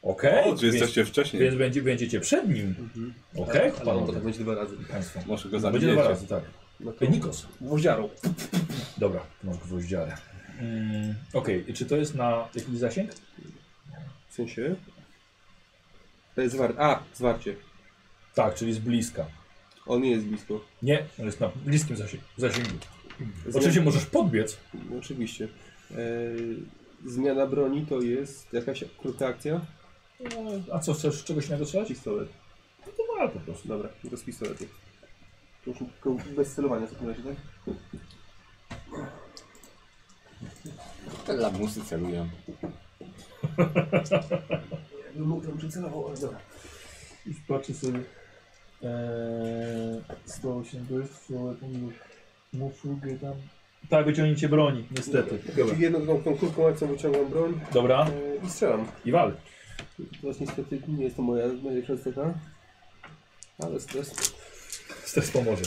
[SPEAKER 1] Okej,
[SPEAKER 2] O, czy
[SPEAKER 1] więc,
[SPEAKER 2] jesteście wcześniej?
[SPEAKER 1] więc będzie, będziecie przed nim. Okej,
[SPEAKER 6] Ale on to tak
[SPEAKER 1] panowie.
[SPEAKER 6] będzie dwa razy.
[SPEAKER 1] Państwo.
[SPEAKER 2] Może
[SPEAKER 1] Będzie
[SPEAKER 2] go
[SPEAKER 1] dwa
[SPEAKER 2] zabijecie.
[SPEAKER 1] razy, tak.
[SPEAKER 6] No to...
[SPEAKER 1] Ej, Nikos.
[SPEAKER 6] Gwoździarą.
[SPEAKER 1] Dobra, masz gwoździarę. Mm, Okej, i czy to jest na jakiś zasięg?
[SPEAKER 6] W sensie? To jest zwarcie. A, zwarcie.
[SPEAKER 1] Tak, czyli z bliska.
[SPEAKER 6] On nie jest blisko.
[SPEAKER 1] Nie, on jest na bliskim zasię- zasięgu.
[SPEAKER 6] Zmian-
[SPEAKER 1] Oczywiście możesz podbiec.
[SPEAKER 6] No, Oczywiście. Eee, zmiana broni to jest jakaś krótka akcja?
[SPEAKER 1] A co, chcesz czegoś innego strzelać?
[SPEAKER 6] Pistolet.
[SPEAKER 1] No to ma po prostu.
[SPEAKER 6] Dobra, to z pistoletu. To już tylko bez celowania w takim razie, tak?
[SPEAKER 5] Te lamusy celują.
[SPEAKER 6] Jakbym mógł, to bym przycelował, ale dobra.
[SPEAKER 11] Już patrzę sobie. Eee, 180 to jest, to jak mówił.
[SPEAKER 1] mu fugę tam. Tak, wyciągnięcie broni, niestety. Dobra.
[SPEAKER 6] Czyli jedną tą, tą krótką akcją wyciągam broń
[SPEAKER 1] Dobra.
[SPEAKER 6] e, i strzelam.
[SPEAKER 1] I wal.
[SPEAKER 6] To jest niestety nie jest to moja największa cecha. Ale stres.
[SPEAKER 1] Stres pomoże.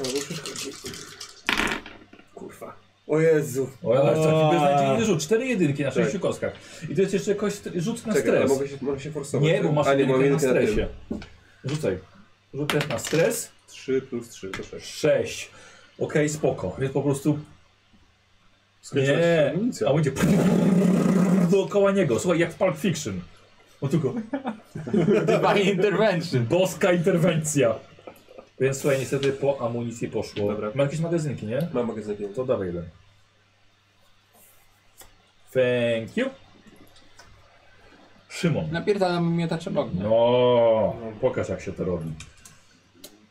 [SPEAKER 6] O, bo przeszkodzi. Kurwa. O Jezu.
[SPEAKER 1] O, ale
[SPEAKER 11] O.
[SPEAKER 1] taki beznadziejny rzut. Cztery jedynki na sześciu kostkach. I to jest jeszcze jakoś rzut na
[SPEAKER 6] Tak. Czekaj, ale
[SPEAKER 1] stres.
[SPEAKER 6] mogę się, mogę się forsować.
[SPEAKER 1] Nie, bo masz
[SPEAKER 6] A nie, mam
[SPEAKER 1] jedynkę na
[SPEAKER 6] jedynkę na tym.
[SPEAKER 1] stresie. Rzucaj. Rzut też na stres.
[SPEAKER 2] 3 plus 3 to 6.
[SPEAKER 1] Sześć. Okej, spoko. Jest po prostu...
[SPEAKER 4] Skończyła się
[SPEAKER 1] Nie.
[SPEAKER 4] amunicja.
[SPEAKER 1] A będzie... Dookoła niego. Słuchaj, jak w Pulp Fiction. O tylko...
[SPEAKER 5] Divine Intervention.
[SPEAKER 1] Boska interwencja. Więc słuchaj, niestety po amunicji poszło.
[SPEAKER 6] Dobra.
[SPEAKER 1] Ma jakieś magazynki, nie?
[SPEAKER 6] Mam magazyn pięć.
[SPEAKER 1] To dawaj jeden. Thank you. Szymon.
[SPEAKER 5] Napierdalam miotaczem ognia.
[SPEAKER 1] No, pokaż jak się to robi.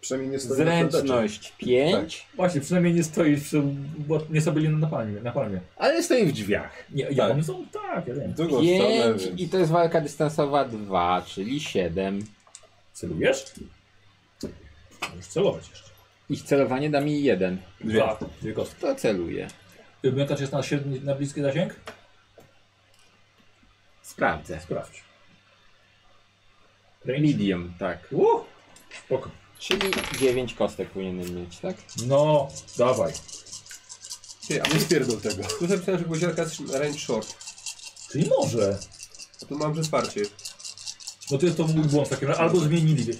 [SPEAKER 4] Przynajmniej nie stoi na plantacie.
[SPEAKER 5] Zręczność 5.
[SPEAKER 1] Właśnie, przynajmniej nie stoisz przy... Bo nie sobie byli na palmie. Na palmie.
[SPEAKER 3] Ale stoi w drzwiach.
[SPEAKER 1] Nie, ja one są? Tak, ja wiem.
[SPEAKER 2] Drugą stronę,
[SPEAKER 5] 5 i
[SPEAKER 2] więc
[SPEAKER 5] to jest walka dystansowa 2, czyli 7.
[SPEAKER 1] Celujesz? Możesz celować jeszcze.
[SPEAKER 5] Ich celowanie da mi 1.
[SPEAKER 2] dwie.
[SPEAKER 1] Dwa. Dwie kostki.
[SPEAKER 5] To celuję.
[SPEAKER 1] Miotacz jest na, średni, na bliski zasięg?
[SPEAKER 5] Sprawdzę.
[SPEAKER 1] Sprawdź.
[SPEAKER 5] Medium, tak.
[SPEAKER 1] Uh, spoko.
[SPEAKER 5] Czyli 9 kostek powinienem mieć, tak?
[SPEAKER 1] No, dawaj.
[SPEAKER 6] Ty, a
[SPEAKER 4] Nie spierdol tego.
[SPEAKER 6] tu zapisałem, że gwoździarka jest range short.
[SPEAKER 1] Czyli może.
[SPEAKER 6] A tu mam, że wsparcie.
[SPEAKER 1] No to jest to mój błąd w takim razie. Albo zmienili. wie-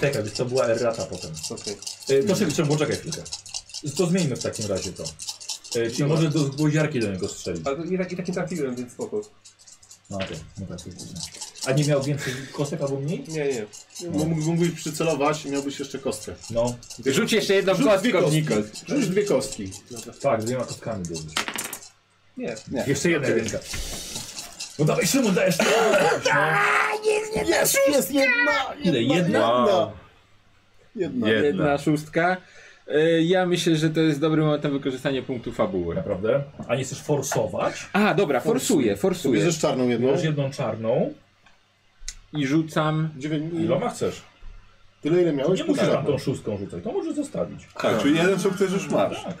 [SPEAKER 1] Czekaj, wiesz, to była errata potem.
[SPEAKER 6] Okej.
[SPEAKER 1] E, to się trzeba poczekaj chwilkę. To zmieńmy w takim razie to. E, czyli może do gwoździarki do niego strzelić.
[SPEAKER 6] Ale to i tak, i tak nie trafiłem, więc spoko.
[SPEAKER 1] No tak, no tak. jest źle. A nie miał więcej kostek albo mniej?
[SPEAKER 6] Nie, nie.
[SPEAKER 4] Mógłbyś przycelować i miałbyś jeszcze kostkę.
[SPEAKER 1] No,
[SPEAKER 5] Rzuć jeszcze jedną
[SPEAKER 4] Rzuć dwie
[SPEAKER 5] kostką,
[SPEAKER 4] kostki.
[SPEAKER 5] Nikos.
[SPEAKER 4] Rzuć dwie kostki.
[SPEAKER 1] tak, dwiema kostkami byłbyś.
[SPEAKER 6] Nie.
[SPEAKER 1] Jeszcze jedna jedynka. No dawaj Szymon, dajesz. No.
[SPEAKER 4] Jest, jest jedna!
[SPEAKER 1] Ile? Jedna?
[SPEAKER 4] Jedna. Jedna.
[SPEAKER 5] Jedna szóstka. Y, Ja myślę, że to jest dobry moment na wykorzystanie punktu fabuły.
[SPEAKER 1] Naprawdę? A nie chcesz forsować?
[SPEAKER 5] A, dobra, forsuję,
[SPEAKER 4] Tu
[SPEAKER 5] forsuję.
[SPEAKER 4] bierzesz czarną jedną.
[SPEAKER 1] Masz jedną czarną.
[SPEAKER 5] I rzucam
[SPEAKER 4] Dziewię-
[SPEAKER 1] Iloma chcesz?
[SPEAKER 4] Tyle ile
[SPEAKER 1] To
[SPEAKER 4] miałeś?
[SPEAKER 1] nie musisz
[SPEAKER 4] tak.
[SPEAKER 1] tam tą szóstką rzucać, to możesz zostawić.
[SPEAKER 2] Tak, czyli jeden sukces już masz.
[SPEAKER 1] Tak.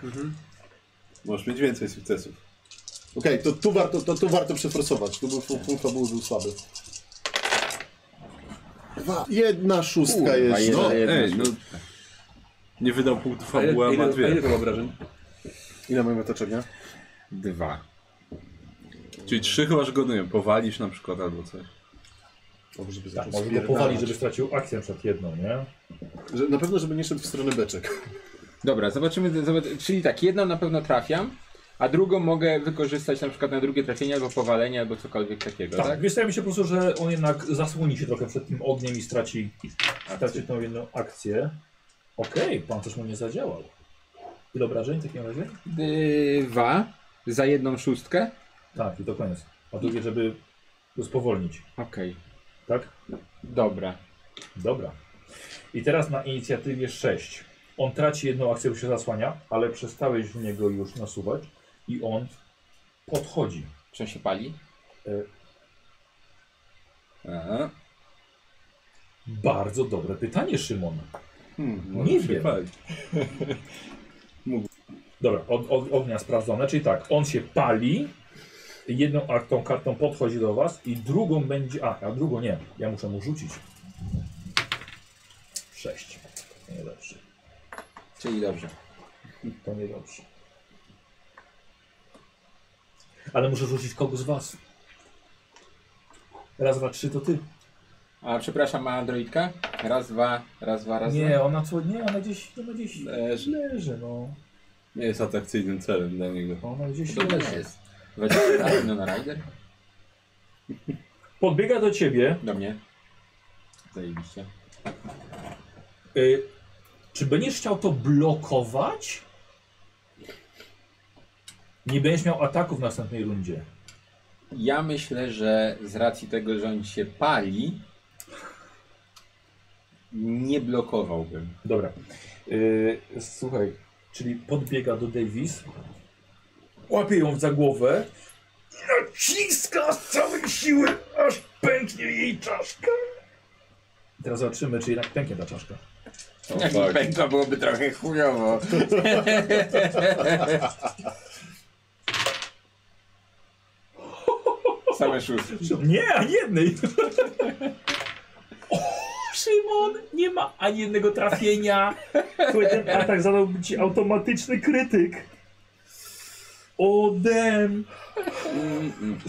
[SPEAKER 2] Możesz mieć więcej sukcesów.
[SPEAKER 4] Okej, to tu warto, to tu warto przeforsować. Tu był fu- punkt fabuły był słaby. Dwa. Jedna szóstka
[SPEAKER 5] Kurwa,
[SPEAKER 4] jest.
[SPEAKER 5] jedna,
[SPEAKER 4] No,
[SPEAKER 5] jedna.
[SPEAKER 2] Ej, no. Nie wydał punktu
[SPEAKER 6] A ile,
[SPEAKER 2] fabuła, ma
[SPEAKER 6] a ile
[SPEAKER 2] dwie.
[SPEAKER 6] to ma obrażeń?
[SPEAKER 4] Ile mamy otoczenia?
[SPEAKER 5] dwa.
[SPEAKER 2] Czyli trzy chyba, że go nie wiem, powalisz na przykład albo coś.
[SPEAKER 4] Dobrze, żeby
[SPEAKER 1] Tak,
[SPEAKER 4] zaczął
[SPEAKER 1] może go
[SPEAKER 4] spierdalać.
[SPEAKER 1] powalić, żeby stracił akcję przed jedną, nie?
[SPEAKER 4] Że, na pewno, żeby nie szedł w stronę beczek.
[SPEAKER 5] Dobra, zobaczymy, zobac... czyli tak, jedną na pewno trafiam, a drugą mogę wykorzystać na przykład na drugie trafienie, albo powalenie, albo cokolwiek takiego,
[SPEAKER 1] Tak,
[SPEAKER 5] tak?
[SPEAKER 1] tak? wystaje mi się po prostu, że on jednak zasłoni się trochę przed tym ogniem i straci, straci tą jedną akcję. Okej, pan też mu nie zadziałał. Ile obrażeń w takim razie?
[SPEAKER 5] Dwa za jedną szóstkę.
[SPEAKER 1] Tak, i to koniec. A drugie, żeby go spowolnić,
[SPEAKER 5] Okej,
[SPEAKER 1] tak?
[SPEAKER 5] dobra.
[SPEAKER 1] Dobra. I teraz na inicjatywie 6. On traci jedną akcję, bo się zasłania, ale przestałeś w niego już nasuwać i on podchodzi.
[SPEAKER 5] Czy on się pali?
[SPEAKER 2] Aha.
[SPEAKER 1] Bardzo dobre pytanie, Szymon.
[SPEAKER 2] Hmm,
[SPEAKER 1] Nie
[SPEAKER 2] może się
[SPEAKER 1] wiem.
[SPEAKER 2] palić.
[SPEAKER 1] Dobra, od, od ognia sprawdzone, czyli tak, on się pali, jedną ar- tą kartą podchodzi do was i drugą będzie, a, a drugą nie, ja muszę mu rzucić. Sześć. To niedobrze,
[SPEAKER 5] Czyli dobrze.
[SPEAKER 1] to niedobrze. Ale muszę rzucić kogo z was. Raz, dwa, trzy to ty.
[SPEAKER 5] A przepraszam, ma androidka? Raz, dwa, raz, dwa, raz,
[SPEAKER 1] Nie,
[SPEAKER 5] dwa.
[SPEAKER 1] ona co, nie, ona gdzieś, ona gdzieś
[SPEAKER 2] Leży.
[SPEAKER 1] leży, no.
[SPEAKER 2] Nie jest atrakcyjnym celem dla niego.
[SPEAKER 1] Ona gdzieś
[SPEAKER 5] Dobra
[SPEAKER 1] leży.
[SPEAKER 5] jest. 20 razy, no na rider?
[SPEAKER 1] Podbiega do ciebie.
[SPEAKER 5] Do mnie. Zajebiście.
[SPEAKER 1] Y, czy będziesz chciał to blokować? Nie będziesz miał ataków w następnej rundzie.
[SPEAKER 5] Ja myślę, że z racji tego, że on się pali, nie blokowałbym.
[SPEAKER 1] Dobra. Y, słuchaj, czyli podbiega do Davis, łapie ją za głowę, naciska z całej siły, aż pęknie jej czaszka. I Teraz zobaczymy, czy jednak pęknie ta czaszka.
[SPEAKER 2] O,
[SPEAKER 5] Jak
[SPEAKER 2] tak.
[SPEAKER 5] pęka byłoby trochę chujowo. Same szóstki.
[SPEAKER 1] Nie, ani jednej. O, Szymon, nie ma ani jednego trafienia. Słuchaj, ten atak zadałby tak ci automatyczny krytyk. Odem.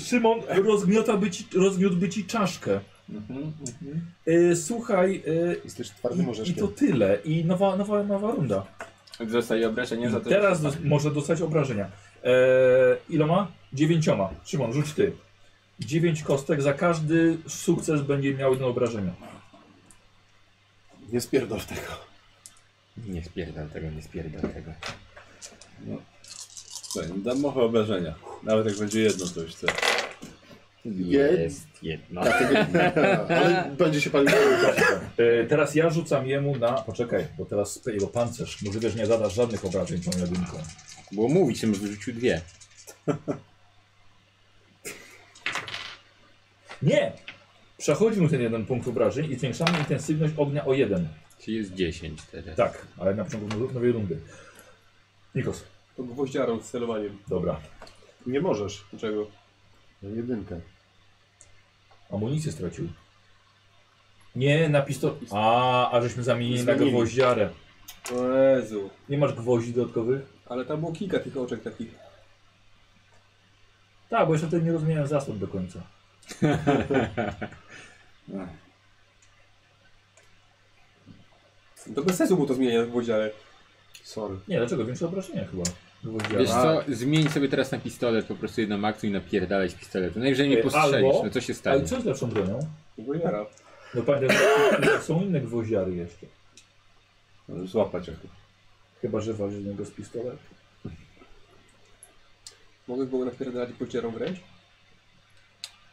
[SPEAKER 1] Szymon, rozgniotałby ci, rozgniótłby ci czaszkę. Mhm, Y, słuchaj, y,
[SPEAKER 4] Jesteś twardym
[SPEAKER 1] i, i to
[SPEAKER 4] orzeszkiem.
[SPEAKER 1] tyle. I nowa, nowa, nowa runda.
[SPEAKER 5] Zostaje obrażenie za to. że-
[SPEAKER 1] Teraz dos- może dostać obrażenia. E, iloma? Dziewięcioma. Szymon, rzuć ty. Dziewięć kostek, za każdy sukces będzie miał jedno obrażenie.
[SPEAKER 4] Nie spierdol tego.
[SPEAKER 3] Nie spierdam tego, nie spierdam tego.
[SPEAKER 2] Słuchaj, nie dam mowy obrażenia. Nawet jak będzie jedno, to już chcę.
[SPEAKER 3] Jest jedno.
[SPEAKER 4] Ale będzie się palił.
[SPEAKER 1] E, teraz ja rzucam jemu na... Poczekaj, bo teraz jego pancerz. Może wiesz, nie zadasz żadnych obrażeń tą jedynką.
[SPEAKER 3] Było mówić, że wyrzucił dwie.
[SPEAKER 1] Nie! Przechodzi mu ten jeden punkt obrażeń i zwiększamy intensywność ognia o jeden.
[SPEAKER 3] Czyli jest 10 teraz.
[SPEAKER 1] Tak, ale na początku nowej rundy. Nikos,
[SPEAKER 6] To gwoździarą z celowaniem.
[SPEAKER 1] dobra.
[SPEAKER 4] Nie możesz.
[SPEAKER 6] Dlaczego?
[SPEAKER 4] No, Jedynkę.
[SPEAKER 1] Amunicję stracił. Nie, na pistolet. A, a żeśmy zamienili na
[SPEAKER 4] Zamienili.
[SPEAKER 1] gwoździarę.
[SPEAKER 6] O Jezu.
[SPEAKER 1] Nie masz gwoździ dodatkowych?
[SPEAKER 6] Ale tam było kilka tych oczek takich.
[SPEAKER 1] Tak, bo jeszcze wtedy nie rozumiałem zasad do końca.
[SPEAKER 6] To bez sensu było to zmieniać w gwoździarę.
[SPEAKER 4] Sorry.
[SPEAKER 1] Nie, dlaczego? Większe obrażenia chyba. Gwoździara.
[SPEAKER 3] Wiesz co, zmień sobie teraz na pistolet, po prostu jedną akcję i napierdalać pistoletu. Najwyżej mnie
[SPEAKER 1] Albo-
[SPEAKER 3] postrzelisz, no co się
[SPEAKER 1] Ale
[SPEAKER 3] stanie?
[SPEAKER 1] co jest lepszą bronią?
[SPEAKER 6] Gwoździara.
[SPEAKER 1] No pamiętaj, że że są inne gwoździary jeszcze.
[SPEAKER 2] Możesz złapać jakoś.
[SPEAKER 1] Chyba, że waży jednego z pistoletu.
[SPEAKER 6] Mogę go napierdalać gwoździarą wręcz?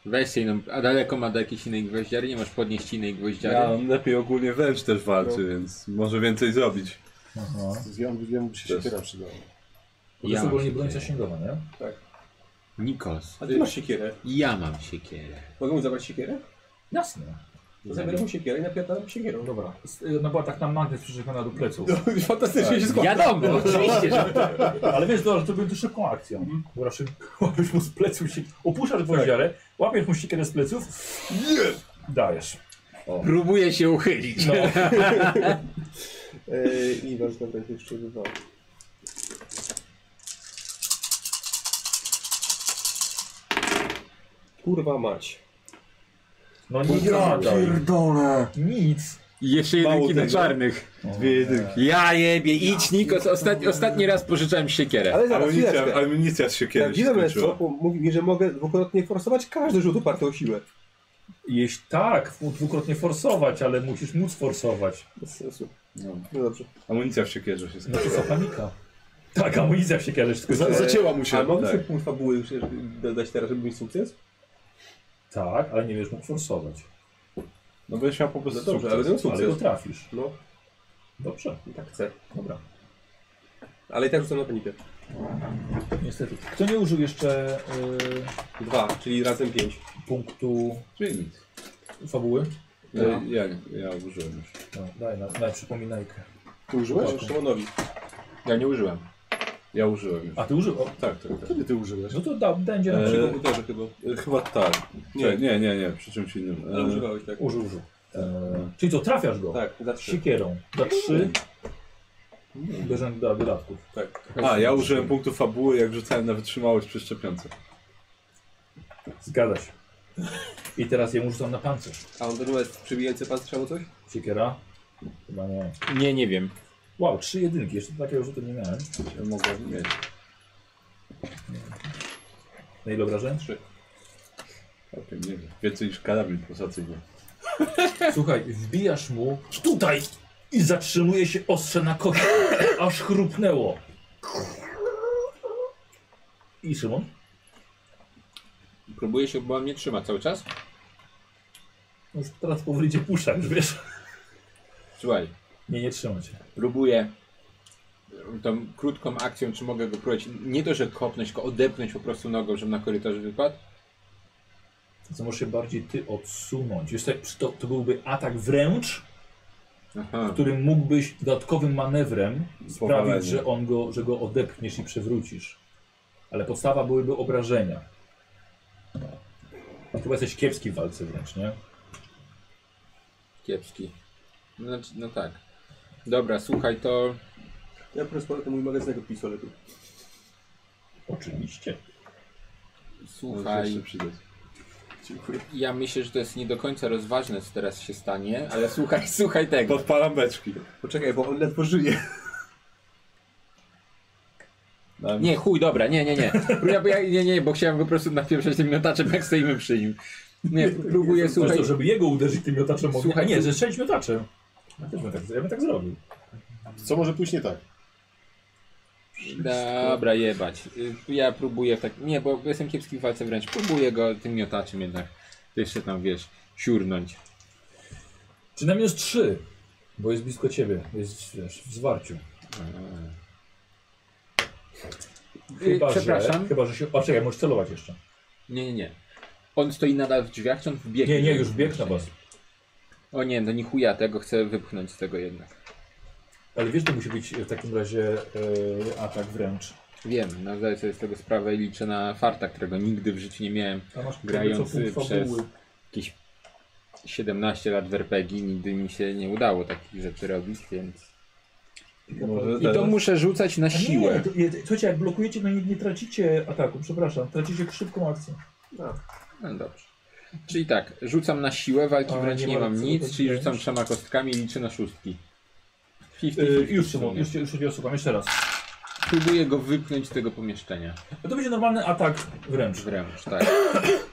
[SPEAKER 3] Weź się inną, a daleko ma do jakiejś innej gwoździary, nie masz podnieść innej gwoździary?
[SPEAKER 2] Ja on lepiej ogólnie wręcz też walczy, więc może więcej zrobić.
[SPEAKER 1] Aha.
[SPEAKER 4] Wiem, wiem, by się
[SPEAKER 2] Też.
[SPEAKER 4] siekiera przydała.
[SPEAKER 1] To jest
[SPEAKER 3] mam
[SPEAKER 1] ogólnie
[SPEAKER 3] siekierę.
[SPEAKER 1] broń zasięgowa, nie?
[SPEAKER 3] Nikos,
[SPEAKER 6] Tak. A ty masz siekierę.
[SPEAKER 3] ja mam siekierę.
[SPEAKER 6] Mogę mu zabrać siekierę?
[SPEAKER 1] Jasne.
[SPEAKER 6] To zabieram mu siekierę i napierdalam siekierą.
[SPEAKER 1] Dobra. S- y, No była tak na magnes przyrzekana do pleców.
[SPEAKER 6] Fantastycznie się składa.
[SPEAKER 3] Wiadomo, oczywiście, że
[SPEAKER 1] Ale wiesz, dobra, to będzie to szybką akcją. Bo raczej łapiesz mu z pleców, się, opuszczasz gwoździarę, łapiesz mu siekierę z pleców, dajesz.
[SPEAKER 3] próbuję się uchylić.
[SPEAKER 1] No.
[SPEAKER 6] Eee, I was dobra, jeszcze dwa. Kurwa mać.
[SPEAKER 1] No nie gadaj. Nic.
[SPEAKER 3] I jeszcze jedynki na czarnych.
[SPEAKER 2] Dwie jedynki.
[SPEAKER 3] Ja jebie, idź Nikos, ostatni, ostatni raz pożyczałem siekierę.
[SPEAKER 6] Ale zaraz,
[SPEAKER 2] Amunicja,
[SPEAKER 6] chwileczkę.
[SPEAKER 2] amunicja się kiedyś
[SPEAKER 6] Prawdziwe
[SPEAKER 2] skończyła.
[SPEAKER 6] męstwo mówi mi, że mogę dwukrotnie forsować każdy rzut oparty o siłę.
[SPEAKER 1] Jeść tak, mu- dwukrotnie forsować, ale musisz móc forsować.
[SPEAKER 6] Bez sensu.
[SPEAKER 2] No.
[SPEAKER 6] No dobrze.
[SPEAKER 2] Amunicja w siekierze się
[SPEAKER 1] No to
[SPEAKER 2] skończyła.
[SPEAKER 1] co panika. Tak, amunicja w siekierze się tylko za-
[SPEAKER 2] Zacięła mu
[SPEAKER 6] A mogę
[SPEAKER 2] tak.
[SPEAKER 6] sobie punkt fabuły już dodać teraz, żeby mieć sukces?
[SPEAKER 1] Tak, ale nie wiesz mógł forsować.
[SPEAKER 2] No będziesz miał po prostu
[SPEAKER 6] No dobrze, ale
[SPEAKER 2] sukces.
[SPEAKER 6] będę
[SPEAKER 1] Ale go
[SPEAKER 6] sukces.
[SPEAKER 1] trafisz.
[SPEAKER 6] No,
[SPEAKER 1] Dobrze,
[SPEAKER 6] i tak chcę.
[SPEAKER 1] dobra.
[SPEAKER 6] Ale i tak rzucam na panikę.
[SPEAKER 1] Niestety. Kto nie użył jeszcze y,
[SPEAKER 6] Dwa, czyli razem pięć.
[SPEAKER 1] punktu
[SPEAKER 2] Czyli nic.
[SPEAKER 1] fabuły?
[SPEAKER 2] Ja, ja, nie- ja użyłem już.
[SPEAKER 1] No, daj na, na przypominajkę.
[SPEAKER 4] Ty użyłeś?
[SPEAKER 6] Szymonowi.
[SPEAKER 3] Ja nie użyłem.
[SPEAKER 2] Ja użyłem już.
[SPEAKER 1] A ty użył? O,
[SPEAKER 2] Tak, tak, tak.
[SPEAKER 4] Kiedy ty użyłeś?
[SPEAKER 1] no to da, będzie na
[SPEAKER 2] E,
[SPEAKER 6] Przy
[SPEAKER 1] przykład.
[SPEAKER 6] komputerze chyba.
[SPEAKER 2] E, Chyba tak. Nie, nie, nie, nie, przy czymś innym.
[SPEAKER 6] Ale
[SPEAKER 2] E,
[SPEAKER 6] używałeś tak.
[SPEAKER 1] Użył, użył. E, czyli co, trafiasz go?
[SPEAKER 6] Tak, za trzy.
[SPEAKER 1] Siekierą. Za trzy. Uderzeń do dodatków.
[SPEAKER 6] Tak.
[SPEAKER 2] a, ja użyłem punktu fabuły, jak rzucałem na wytrzymałość przy szczepionce.
[SPEAKER 1] Zgadza się. I teraz jemu rzucam na pancerz.
[SPEAKER 6] A on to nie ma przybijający pan strzał coś?
[SPEAKER 1] Siekiera? Chyba nie.
[SPEAKER 3] Nie, nie wiem.
[SPEAKER 1] Wow, trzy jedynki. Jeszcze takiego rzutu nie miałem.
[SPEAKER 2] Ja mogłem mieć.
[SPEAKER 1] Na ile obrażeń?
[SPEAKER 2] Całkiem nieźle. Więcej niż karabin pulsacyjny.
[SPEAKER 1] Słuchaj, wbijasz mu tutaj i zatrzymuje się ostrze na kości, aż chrupnęło. I Szymon?
[SPEAKER 3] Próbuję się, bo on mnie trzyma cały czas.
[SPEAKER 1] Już teraz powoli cię puszcza, już wiesz.
[SPEAKER 3] Słuchaj,
[SPEAKER 1] Nie, nie trzyma cię.
[SPEAKER 3] próbuję
[SPEAKER 5] e,
[SPEAKER 3] tą krótką akcją, czy mogę go próbować, nie to, że kopnąć, tylko odepnąć po prostu nogą, żeby na korytarz wypadł.
[SPEAKER 1] To co, możesz się bardziej ty odsunąć. Wiesz, to, to byłby atak wręcz,
[SPEAKER 5] Aha.
[SPEAKER 1] którym mógłbyś dodatkowym manewrem
[SPEAKER 2] Powalenie.
[SPEAKER 1] sprawić, że, on go, że go odepchniesz i przewrócisz. Ale podstawa byłyby obrażenia. No Chyba jesteś kiepski w walce wręcz, nie?
[SPEAKER 5] Kiepski. No, znaczy, no tak. Dobra, słuchaj, to
[SPEAKER 6] Ja przesporę to mój magazynek od pistoletu.
[SPEAKER 1] Oczywiście.
[SPEAKER 2] Może
[SPEAKER 5] słuchaj.
[SPEAKER 2] jeszcze przydać.
[SPEAKER 6] Dziękuję.
[SPEAKER 5] Ja myślę, że to jest nie do końca rozważne, co teraz się stanie, ale słuchaj, słuchaj tego.
[SPEAKER 2] Podpalam beczki.
[SPEAKER 6] Poczekaj, bo on ledwo żyje.
[SPEAKER 2] Dałem
[SPEAKER 5] Nie, chuj, dobra, nie, nie, nie. Ja, ja, nie, nie, bo chciałem go po prostu napieprzać tym miotaczem, jak stoimy przy nim. Nie, próbuję,
[SPEAKER 1] Słuchaj,
[SPEAKER 5] słuchaj,
[SPEAKER 1] to, żeby jego uderzyć tym miotaczem ognia.
[SPEAKER 5] Słuchaj,
[SPEAKER 1] Słuchaj, nie,
[SPEAKER 5] tu-
[SPEAKER 1] że sześć miotaczem. Ja też bym tak, ja bym tak zrobił.
[SPEAKER 4] Co może pójść nie tak?
[SPEAKER 5] Dobra, jebać. Y, Ja próbuję tak. Nie, bo jestem kiepski w walce wręcz. Próbuję go tym miotaczem jednak. To jeszcze tam wiesz, siurnąć.
[SPEAKER 1] Czy na minus trzy? Bo jest blisko ciebie, jest wiesz, w zwarciu.
[SPEAKER 5] Eee.
[SPEAKER 1] Chyba,
[SPEAKER 5] przepraszam.
[SPEAKER 1] Że, chyba, że się... A czekaj, możesz celować jeszcze.
[SPEAKER 5] Nie, nie, nie. On stoi nadal w drzwiach, czy on wbiegł?
[SPEAKER 1] Nie, nie, już bieg na was.
[SPEAKER 5] O nie, no ni chuja, tego chcę wypchnąć z tego jednak.
[SPEAKER 1] Ale wiesz, to musi być w takim razie e, atak wręcz.
[SPEAKER 5] Wiem, no zdaję sobie z tego sprawę i liczę na farta, którego nigdy w życiu nie miałem.
[SPEAKER 1] A masz
[SPEAKER 5] Grający
[SPEAKER 1] tego, co pół
[SPEAKER 5] przez-
[SPEAKER 1] fabuły.
[SPEAKER 5] Jakieś 17 lat w RPG, nigdy mi się nie udało takich rzeczy robić, więc...
[SPEAKER 2] Może
[SPEAKER 5] I to
[SPEAKER 2] teraz?
[SPEAKER 5] muszę rzucać na
[SPEAKER 1] No A nie,
[SPEAKER 5] siłę.
[SPEAKER 1] to- nie, to- Słuchajcie, jak blokujecie, no nie, nie tracicie ataku, przepraszam. Tracicie szybką akcję.
[SPEAKER 5] No dobrze. Czyli tak, rzucam na siłę, walki
[SPEAKER 1] A,
[SPEAKER 5] wręcz
[SPEAKER 1] nie
[SPEAKER 5] nie,
[SPEAKER 1] ma
[SPEAKER 5] mam
[SPEAKER 1] co
[SPEAKER 5] nic,
[SPEAKER 1] dodać.
[SPEAKER 5] czyli rzucam trzema kostkami i liczę na szóstki. 50,
[SPEAKER 1] Yy, już Szymon, już, cię- już cię osłucham, jeszcze raz.
[SPEAKER 5] Próbuję go wypchnąć z tego pomieszczenia.
[SPEAKER 1] No to będzie normalny atak wręcz.
[SPEAKER 5] Wręcz, tak.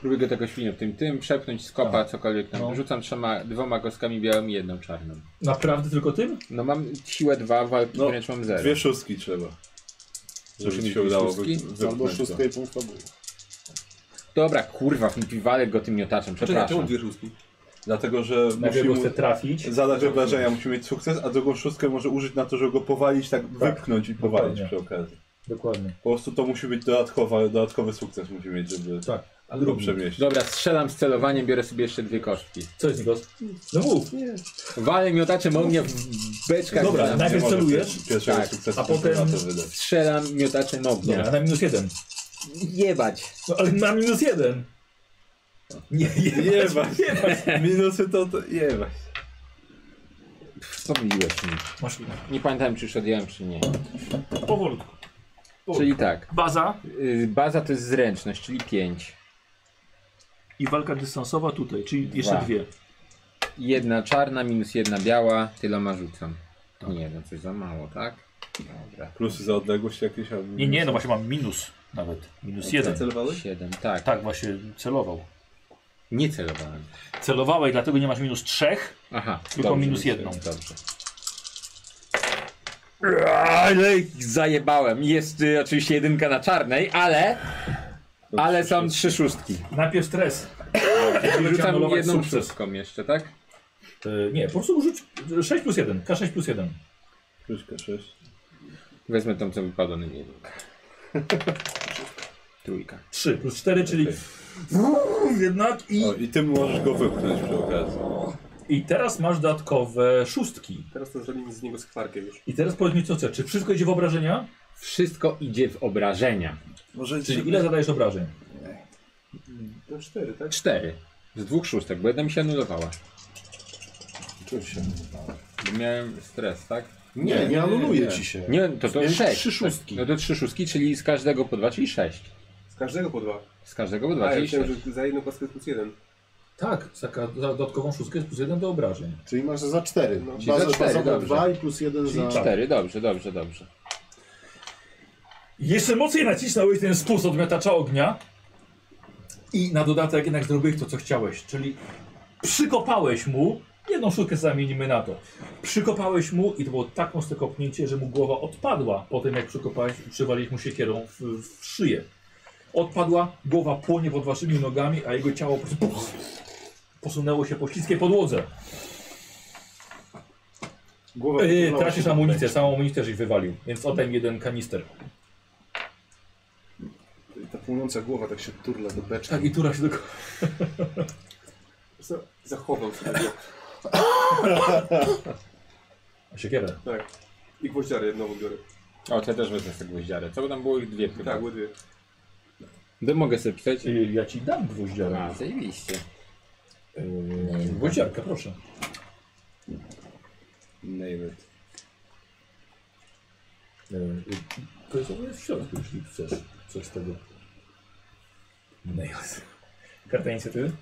[SPEAKER 5] Próbuję go tego świnią tym tym, przepchnąć z kopa, cokolwiek tam.
[SPEAKER 1] No.
[SPEAKER 5] Rzucam trzema, dwoma kostkami białymi, jedną czarną.
[SPEAKER 1] Naprawdę tylko tym?
[SPEAKER 5] No mam siłę 2, walki
[SPEAKER 2] No,
[SPEAKER 5] wręcz mam 0.
[SPEAKER 2] Dwie szóstki trzeba. Żeby
[SPEAKER 5] Muszę
[SPEAKER 2] ci
[SPEAKER 5] mieć
[SPEAKER 2] się
[SPEAKER 5] dwie
[SPEAKER 2] udało
[SPEAKER 5] szóstki?
[SPEAKER 2] wy-
[SPEAKER 4] Albo
[SPEAKER 2] wypchnąć to.
[SPEAKER 4] szóstka i pół fabuły.
[SPEAKER 5] Dobra, kurwa, walę go tym miotaczem,
[SPEAKER 6] Poczekaj, czemu
[SPEAKER 5] przepraszam.
[SPEAKER 6] dwie szóstki?
[SPEAKER 2] Dlatego, że musi
[SPEAKER 1] Najpierw go
[SPEAKER 2] mu
[SPEAKER 1] chce trafić.
[SPEAKER 2] zadać obrażenia, musi mieć sukces, a drugą szóstkę może użyć na to, żeby go powalić, tak, wypchnąć
[SPEAKER 1] No
[SPEAKER 2] i powalić
[SPEAKER 1] Dokładnie.
[SPEAKER 2] przy okazji.
[SPEAKER 1] Dokładnie.
[SPEAKER 2] Po prostu to musi być dodatkowa, dodatkowy sukces musi mieć, żeby
[SPEAKER 1] Tak. A
[SPEAKER 2] go
[SPEAKER 1] drugi.
[SPEAKER 2] przemieścić.
[SPEAKER 5] Dobra, strzelam z celowaniem, biorę sobie jeszcze dwie kostki.
[SPEAKER 1] Co jest Nikos? No mów.
[SPEAKER 5] Walę miotaczem ognia w beczkach.
[SPEAKER 1] Dobra,
[SPEAKER 5] na-
[SPEAKER 1] najpierw
[SPEAKER 2] Tak, Nie może
[SPEAKER 1] celujesz?
[SPEAKER 2] pie- Pierwszego
[SPEAKER 5] Tak.
[SPEAKER 2] sukcesu
[SPEAKER 1] A potem-
[SPEAKER 2] na to wydać.
[SPEAKER 5] Strzelam miotaczem ognia.
[SPEAKER 1] Dobra, na minus jeden.
[SPEAKER 5] Jebać.
[SPEAKER 1] No ale na minus jeden. Nie, nie,
[SPEAKER 2] Nie Minusy to, to jebać.
[SPEAKER 5] Pomyliłeś mnie.
[SPEAKER 7] Masz
[SPEAKER 5] Nie pamiętałem, czy już odjąłem, czy nie.
[SPEAKER 7] powolutku.
[SPEAKER 5] Czyli tak.
[SPEAKER 7] Baza
[SPEAKER 5] y, Baza to jest zręczność, czyli 5.
[SPEAKER 7] i walka dystansowa tutaj, czyli jeszcze
[SPEAKER 5] Dwa.
[SPEAKER 7] dwie.
[SPEAKER 5] Jedna czarna, minus jedna biała, tyloma rzucam. Nie, no coś za mało, tak? Dobra.
[SPEAKER 2] Plusy za odległość jakieś, albo...
[SPEAKER 7] Nie, nie, no właśnie mam minus nawet. Minus jeden.
[SPEAKER 6] Zacelowałeś?
[SPEAKER 5] 7, tak.
[SPEAKER 7] Tak, właśnie celował.
[SPEAKER 5] Nie celowałem.
[SPEAKER 7] Celowałeś, dlatego nie masz minus trzech.
[SPEAKER 5] Aha.
[SPEAKER 7] Tylko minus jedną.
[SPEAKER 5] Dobrze. Ale zajebałem. Jest y, oczywiście jedynka na czarnej, ale. Ale są trzy szóstki.
[SPEAKER 1] Najpierw stres.
[SPEAKER 5] I rzucam
[SPEAKER 1] anulować
[SPEAKER 5] jedną
[SPEAKER 1] sukces.
[SPEAKER 5] szóstką jeszcze, tak?
[SPEAKER 1] Y, nie, po prostu użyć 6 plus 1. K6 plus 1.
[SPEAKER 2] Kruszka 6.
[SPEAKER 5] Wezmę tą, co wypadła na jedynkę. Trójka.
[SPEAKER 1] 3 plus 4, czyli Wuuu, jednak i...
[SPEAKER 2] O, i ty możesz go wypchnąć przy okazji.
[SPEAKER 1] I teraz masz dodatkowe szóstki.
[SPEAKER 6] Teraz to zrobimy z niego skwarkę już.
[SPEAKER 1] I teraz powiedz mi co chcesz. Czy wszystko idzie w obrażenia?
[SPEAKER 5] Wszystko idzie w obrażenia.
[SPEAKER 2] Może
[SPEAKER 1] Czyli ile zadajesz obrażeń?
[SPEAKER 6] No cztery, tak?
[SPEAKER 5] Cztery. Z dwóch szóstek, bo jedna mi się anulowała.
[SPEAKER 4] Czuj się.
[SPEAKER 5] Bo miałem stres, tak?
[SPEAKER 4] Nie, nie, anuluje ci się.
[SPEAKER 5] Nie, to to
[SPEAKER 4] Miałeś
[SPEAKER 5] sześć.
[SPEAKER 4] trzy szóstki.
[SPEAKER 5] No to trzy szóstki, czyli z każdego po dwa, czyli sześć.
[SPEAKER 6] Z każdego po dwa.
[SPEAKER 5] Z każdego po dwa,
[SPEAKER 6] A, ja
[SPEAKER 5] czyli sześć.
[SPEAKER 6] myślałem, że za jedną kostkę plus jeden.
[SPEAKER 1] Tak, za, ka- za dodatkową szóstkę jest plus 1 do obrażeń.
[SPEAKER 4] Czyli masz za cztery.
[SPEAKER 6] No.
[SPEAKER 4] Baza,
[SPEAKER 5] Czyli za cztery,
[SPEAKER 4] bazowa
[SPEAKER 5] dobrze.
[SPEAKER 4] dwa i plus jeden
[SPEAKER 5] Czyli
[SPEAKER 4] za...
[SPEAKER 6] Tak.
[SPEAKER 5] cztery, dobrze, dobrze, dobrze.
[SPEAKER 1] Jeszcze mocniej nacisnąłeś ten spust od miotacza ognia. I na dodatek jednak zrobiłeś to, co chciałeś, czyli przykopałeś mu, jedną sztukę zamienimy na to, przykopałeś mu i to było tak mocne kopnięcie, że mu głowa odpadła po tym, jak przykopałeś i przywaliłeś mu siekierą w, w szyję. Odpadła, głowa płonie pod waszymi nogami, a jego ciało po prostu posunęło się po śliskiej podłodze.
[SPEAKER 4] Głowa
[SPEAKER 1] Yy,
[SPEAKER 4] wychylała
[SPEAKER 1] tracisz
[SPEAKER 4] się.
[SPEAKER 1] amunicję, samą amunicję też ich wywalił, więc oddaj mi jeden kanister.
[SPEAKER 4] Ta płonąca głowa tak się turla do beczki.
[SPEAKER 1] Tak, i tura się do...
[SPEAKER 6] Za- Zachował sobie go.
[SPEAKER 1] Siekierę.
[SPEAKER 6] Tak. I gwoździarę jedną biorę.
[SPEAKER 5] O, to ja też wezmę sobie gwoździarę. Co by tam było ich dwie chyba.
[SPEAKER 6] Tak, ładnie.
[SPEAKER 5] To mogę sobie pisać?
[SPEAKER 1] Y, Ja ci dam gwoździarę.
[SPEAKER 5] A, zajebiście.
[SPEAKER 1] Yy, gwoździarkę, proszę.
[SPEAKER 2] Name it.
[SPEAKER 1] Y, y, To jest ono jest w środku, jeśli chcesz coś z tego. Nails. Karta inicjatywy?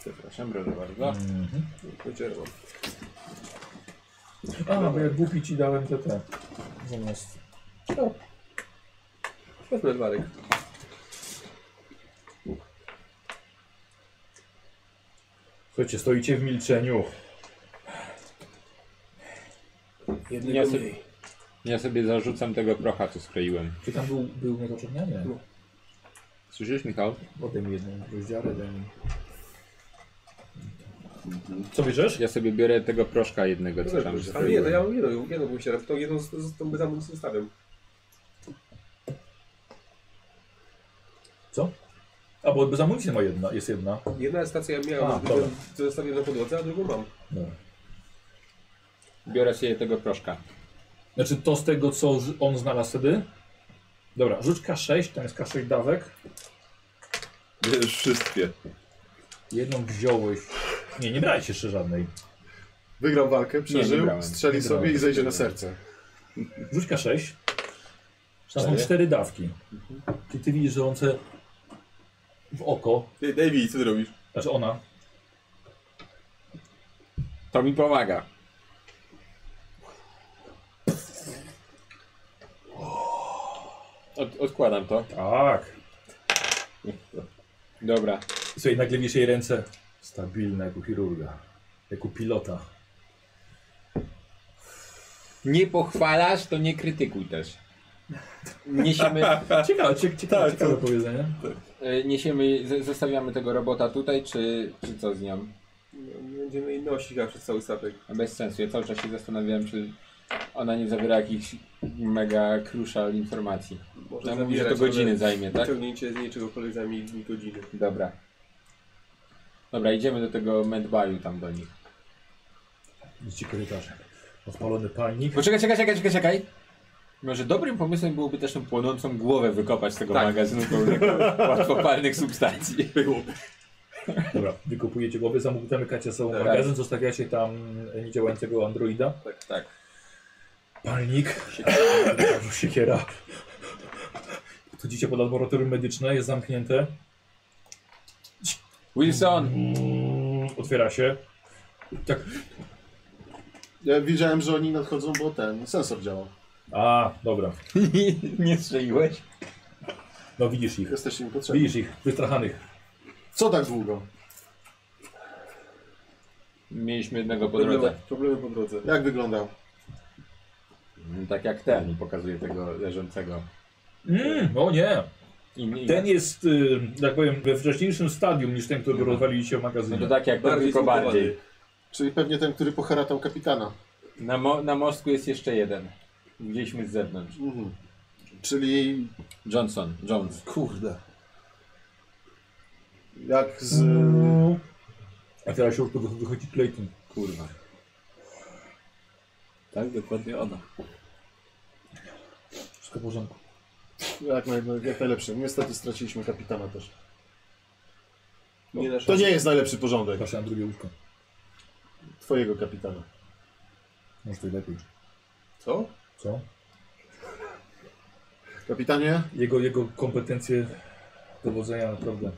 [SPEAKER 5] Przepraszam, proszę bardzo.
[SPEAKER 1] Mhm.
[SPEAKER 6] Gwoździarę mam.
[SPEAKER 1] A, bo ja głupi ci dałem tak. No, te te. Zamiast. O,
[SPEAKER 6] Wezmę dwarek.
[SPEAKER 1] Słuchajcie, stoicie w milczeniu.
[SPEAKER 5] Ja sobie, ja sobie zarzucam tego procha, co skleiłem.
[SPEAKER 1] Czy tam był, był niedoczernianie?
[SPEAKER 5] Słyszysz, Michał?
[SPEAKER 1] Podaj mi jedną gwoździarę, daj mi. Co bierzesz?
[SPEAKER 5] Ja sobie biorę tego proszka jednego, co tam
[SPEAKER 6] Ale nie, to ja
[SPEAKER 5] skleiłem.
[SPEAKER 6] mam jedną, jedną gwoździarę. To jedną z, z tą bezamą zostawiam.
[SPEAKER 1] A, bo bez amunicji ma jedna, jest jedna.
[SPEAKER 6] Jedna stacja ja
[SPEAKER 1] A,
[SPEAKER 6] miałem,
[SPEAKER 1] dobra.
[SPEAKER 6] co zostawiłem na podłodze, a drugą mam.
[SPEAKER 1] Dobra.
[SPEAKER 5] Biorę sobie tego proszka.
[SPEAKER 1] Znaczy to z tego, co z- on znalazł wtedy? Dobra, rzuć K6, tam jest K6 dawek.
[SPEAKER 2] Bierzesz wszystkie.
[SPEAKER 1] Jedną wziąłeś. Nie, nie brałeś jeszcze żadnej.
[SPEAKER 4] Wygrał walkę, przeżył,
[SPEAKER 5] brałem.
[SPEAKER 4] strzeli
[SPEAKER 1] Nie
[SPEAKER 4] sobie
[SPEAKER 1] brałem.
[SPEAKER 4] i zejdzie na serce.
[SPEAKER 1] Rzuć K6. Tam są
[SPEAKER 5] Cztery.
[SPEAKER 1] cztery dawki. Ty, ty widzisz, że on chce w oko,
[SPEAKER 6] Ej, Davey, co ty robisz?
[SPEAKER 1] znaczy ona,
[SPEAKER 5] To mi pomaga. Od, odkładam to.
[SPEAKER 1] tak.
[SPEAKER 5] Dobra.
[SPEAKER 1] Słuchaj, nagle wiesz jej ręce stabilne jako chirurga, jako pilota.
[SPEAKER 5] Nie pochwalasz, to nie krytykuj też. Niesiemy,
[SPEAKER 6] Tak.
[SPEAKER 1] Ciekawe, cie, ciekawe, ciekawe powiedzenie.
[SPEAKER 5] e, niesiemy, z- zostawiamy tego robota tutaj, czy, czy co z nią?
[SPEAKER 6] No, nie Będziemy jej nosić chyba przez cały statek.
[SPEAKER 5] Bez sensu. Ja cały czas się zastanawiałem, czy ona nie zawiera jakichś mega crucial informacji.
[SPEAKER 6] Może
[SPEAKER 5] Ja mówi, No, że to
[SPEAKER 6] zabierać,
[SPEAKER 5] godziny
[SPEAKER 6] ale
[SPEAKER 5] zajmie, tak?
[SPEAKER 6] Wyciągnięcie z niej czegokolwiek zajmie mi godziny.
[SPEAKER 5] Dobra. Dobra, idziemy do tego medbaju tam do nich.
[SPEAKER 1] Widzicie korytarze. Odpalony palnik.
[SPEAKER 5] Poczekaj, czekaj, czekaj, czekaj, czekaj. Może dobrym pomysłem byłoby też tą płonącą głowę wykopać z tego magazynu pełnego łatwopalnych substancji.
[SPEAKER 1] Dobra, wykupujecie głowę, zamów- zamykacie sobą
[SPEAKER 5] Tak.
[SPEAKER 1] magazyn, zostawiacie tam niedziałającego androida.
[SPEAKER 6] Tak, tak.
[SPEAKER 1] Palnik, siekiera. Chodzicie pod laboratorium medyczne, jest zamknięte.
[SPEAKER 5] Wilson!
[SPEAKER 1] Otwiera się. Tak.
[SPEAKER 4] Ja widziałem, że oni nadchodzą, bo ten sensor działał.
[SPEAKER 1] A, dobra.
[SPEAKER 5] nie strzeliłeś?
[SPEAKER 1] No widzisz ich.
[SPEAKER 4] Jesteście mi potrzebni.
[SPEAKER 1] Widzisz ich, wystrachanych.
[SPEAKER 4] Co tak długo?
[SPEAKER 5] Mieliśmy jednego po
[SPEAKER 6] Problemy,
[SPEAKER 5] drodze.
[SPEAKER 6] problemy po drodze.
[SPEAKER 4] Jak wyglądał?
[SPEAKER 5] Tak jak ten, pokazuje tego leżącego.
[SPEAKER 1] Mm, o nie.
[SPEAKER 5] I, i,
[SPEAKER 1] Ten jest, y, jak powiem, we wcześniejszym stadium niż ten, którego rozwaliliście w
[SPEAKER 5] no to
[SPEAKER 1] magazynie.
[SPEAKER 5] tak jak ten,
[SPEAKER 6] Bardziej
[SPEAKER 5] tylko
[SPEAKER 6] zmutowany.
[SPEAKER 5] bardziej.
[SPEAKER 4] Czyli pewnie ten, który poharatał kapitana.
[SPEAKER 5] Na, mo- na mostku jest jeszcze jeden. Widzieliśmy z zewnątrz.
[SPEAKER 4] Mhm. Czyli
[SPEAKER 5] Johnson, Jones.
[SPEAKER 4] kurde. Jak z...
[SPEAKER 1] A teraz już tu wych- wychodzi Clayton.
[SPEAKER 2] Kurwa. Tak, dokładnie ona.
[SPEAKER 1] Wszystko w porządku.
[SPEAKER 4] Jak, naj, jak najlepszy. Niestety straciliśmy kapitana też.
[SPEAKER 5] No.
[SPEAKER 6] Nie na
[SPEAKER 4] To
[SPEAKER 6] szans.
[SPEAKER 4] nie jest najlepszy porządek
[SPEAKER 1] Proszę na drugie łóżko.
[SPEAKER 4] twojego kapitana.
[SPEAKER 1] Może to i lepiej.
[SPEAKER 6] Co?
[SPEAKER 1] Co?
[SPEAKER 4] Kapitanie,
[SPEAKER 1] Jego, jego kompetencje dowodzenia naprawdę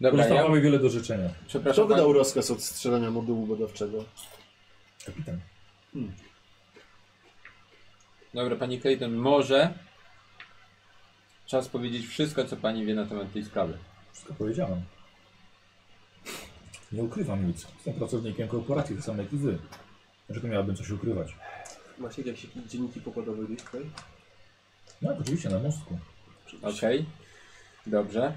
[SPEAKER 5] Dobra, ja,
[SPEAKER 1] pozostawały wiele do życzenia.
[SPEAKER 4] kto
[SPEAKER 5] przepraszam, pan,
[SPEAKER 4] wydał rozkaz od strzelania modułu badawczego?
[SPEAKER 1] Kapitan.
[SPEAKER 5] dobra, pani Clayton, może czas powiedzieć wszystko, co pani wie na temat tej sprawy.
[SPEAKER 1] Wszystko powiedziałem. Nie ukrywam nic. Jestem pracownikiem korporacji, tak samo jak i wy. Dlaczego miałabym coś ukrywać?
[SPEAKER 6] Masz jakieś dzienniki pokładowe gdzieś tutaj?
[SPEAKER 1] No, tak, oczywiście, na mostku.
[SPEAKER 5] Okej? Dobrze.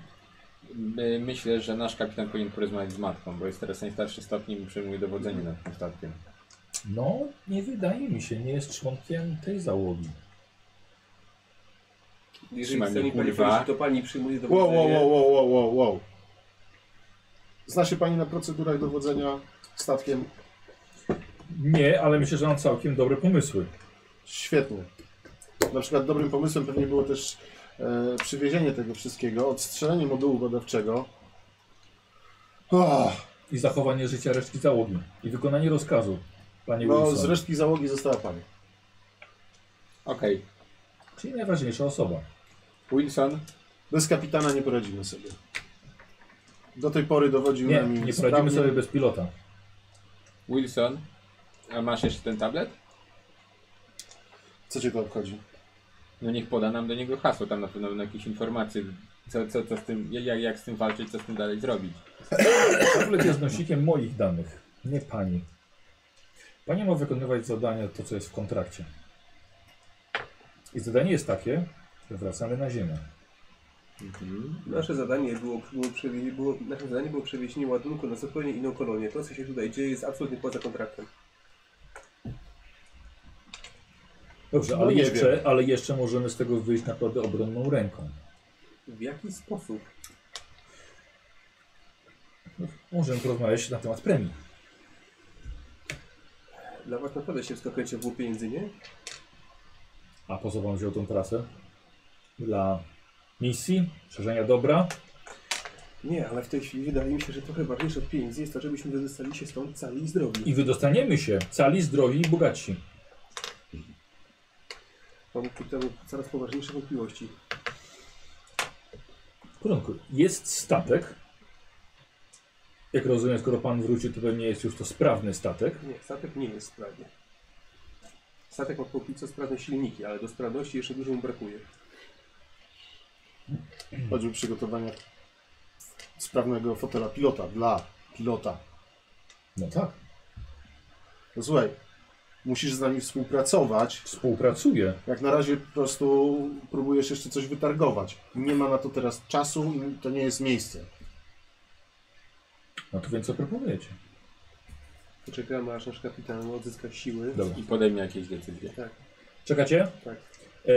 [SPEAKER 5] My, myślę, że nasz kapitan powinien porozmawiać z matką, bo jest teraz najstarszy stopień i przejmuje dowodzenie nad tym statkiem.
[SPEAKER 1] No, nie wydaje mi się, nie jest członkiem tej załogi.
[SPEAKER 6] Jeżeli
[SPEAKER 5] Trzymaj
[SPEAKER 6] chce mi
[SPEAKER 5] mnie,
[SPEAKER 6] pani
[SPEAKER 5] kurwa.
[SPEAKER 6] powiedzieć, to pani przyjmuje do
[SPEAKER 4] Wow,
[SPEAKER 1] Eee.
[SPEAKER 4] wow, wow, wow, wow, wow, wow. Zna się pani na procedurach dowodzenia statkiem?
[SPEAKER 1] Nie, ale myślę, że mam całkiem dobre pomysły.
[SPEAKER 4] Świetnie. Na przykład dobrym pomysłem pewnie było też e, przywiezienie tego wszystkiego, odstrzelenie modułu badawczego. Ah, O,
[SPEAKER 1] I zachowanie życia resztki załogi. I wykonanie rozkazu, panie
[SPEAKER 4] no,
[SPEAKER 1] Wilson.
[SPEAKER 4] z resztki załogi została pani.
[SPEAKER 5] Okej.
[SPEAKER 1] Czyli najważniejsza osoba.
[SPEAKER 5] Wilson,
[SPEAKER 4] Bez kapitana nie poradzimy sobie. Do tej pory dowodził
[SPEAKER 1] Nie,
[SPEAKER 4] nami
[SPEAKER 1] nie poradzimy
[SPEAKER 4] sprawnie.
[SPEAKER 1] sobie bez pilota.
[SPEAKER 5] Wilson, a masz jeszcze ten tablet?
[SPEAKER 4] Co cię to obchodzi?
[SPEAKER 5] No niech poda nam do niego hasło, tam na pewno będą jakieś informacje, co, co, co z tym, jak, jak z tym walczyć, co z tym dalej zrobić.
[SPEAKER 1] Tablet jest nosikiem moich danych, nie pani. Pani ma wykonywać zadania, to co jest w kontrakcie. I zadanie jest takie, że wracamy na ziemię.
[SPEAKER 6] Nasze zadanie było, było, przewie, było, nasze zadanie było przewiezienie ładunku na zupełnie inną kolonię. To, co się tutaj dzieje, jest absolutnie poza kontraktem.
[SPEAKER 1] Dobrze,
[SPEAKER 4] No
[SPEAKER 1] ale,
[SPEAKER 4] nie
[SPEAKER 1] jeszcze, ale jeszcze możemy z tego wyjść naprawdę obronną ręką.
[SPEAKER 6] W jaki sposób?
[SPEAKER 1] Możemy porozmawiać na temat premii.
[SPEAKER 6] Dla was naprawdę się wszystko kręci było pieniędzy, nie?
[SPEAKER 1] A po co pan wziął tą pracę? Dla misji, szerzenia dobra.
[SPEAKER 6] Nie, ale w tej chwili wydaje mi się, że trochę ważniejsze od pieniędzy jest to, żebyśmy wydostali się stąd cali i zdrowi.
[SPEAKER 1] I wydostaniemy się cali, zdrowi i bogatsi.
[SPEAKER 6] Mam ku temu coraz poważniejsze wątpliwości.
[SPEAKER 1] W porządku. Jest statek. Jak rozumiem, skoro pan wróci, to pewnie jest już to sprawny statek.
[SPEAKER 6] Nie, statek nie jest sprawny. Statek ma póki co sprawne silniki, ale do sprawności jeszcze dużo mu brakuje.
[SPEAKER 4] Choćby przygotowania sprawnego fotela pilota dla pilota.
[SPEAKER 1] No tak.
[SPEAKER 4] No słuchaj, musisz z nami współpracować.
[SPEAKER 1] Współpracuje.
[SPEAKER 4] Jak na razie po prostu próbujesz jeszcze coś wytargować. Nie ma na to teraz czasu i to nie jest miejsce.
[SPEAKER 1] No to więc co proponujecie?
[SPEAKER 6] Poczekamy, aż nasz kapitan odzyska siły.
[SPEAKER 1] Dobra.
[SPEAKER 5] I podejmie jakieś decyzje.
[SPEAKER 1] Czekacie?
[SPEAKER 6] Tak.
[SPEAKER 1] E,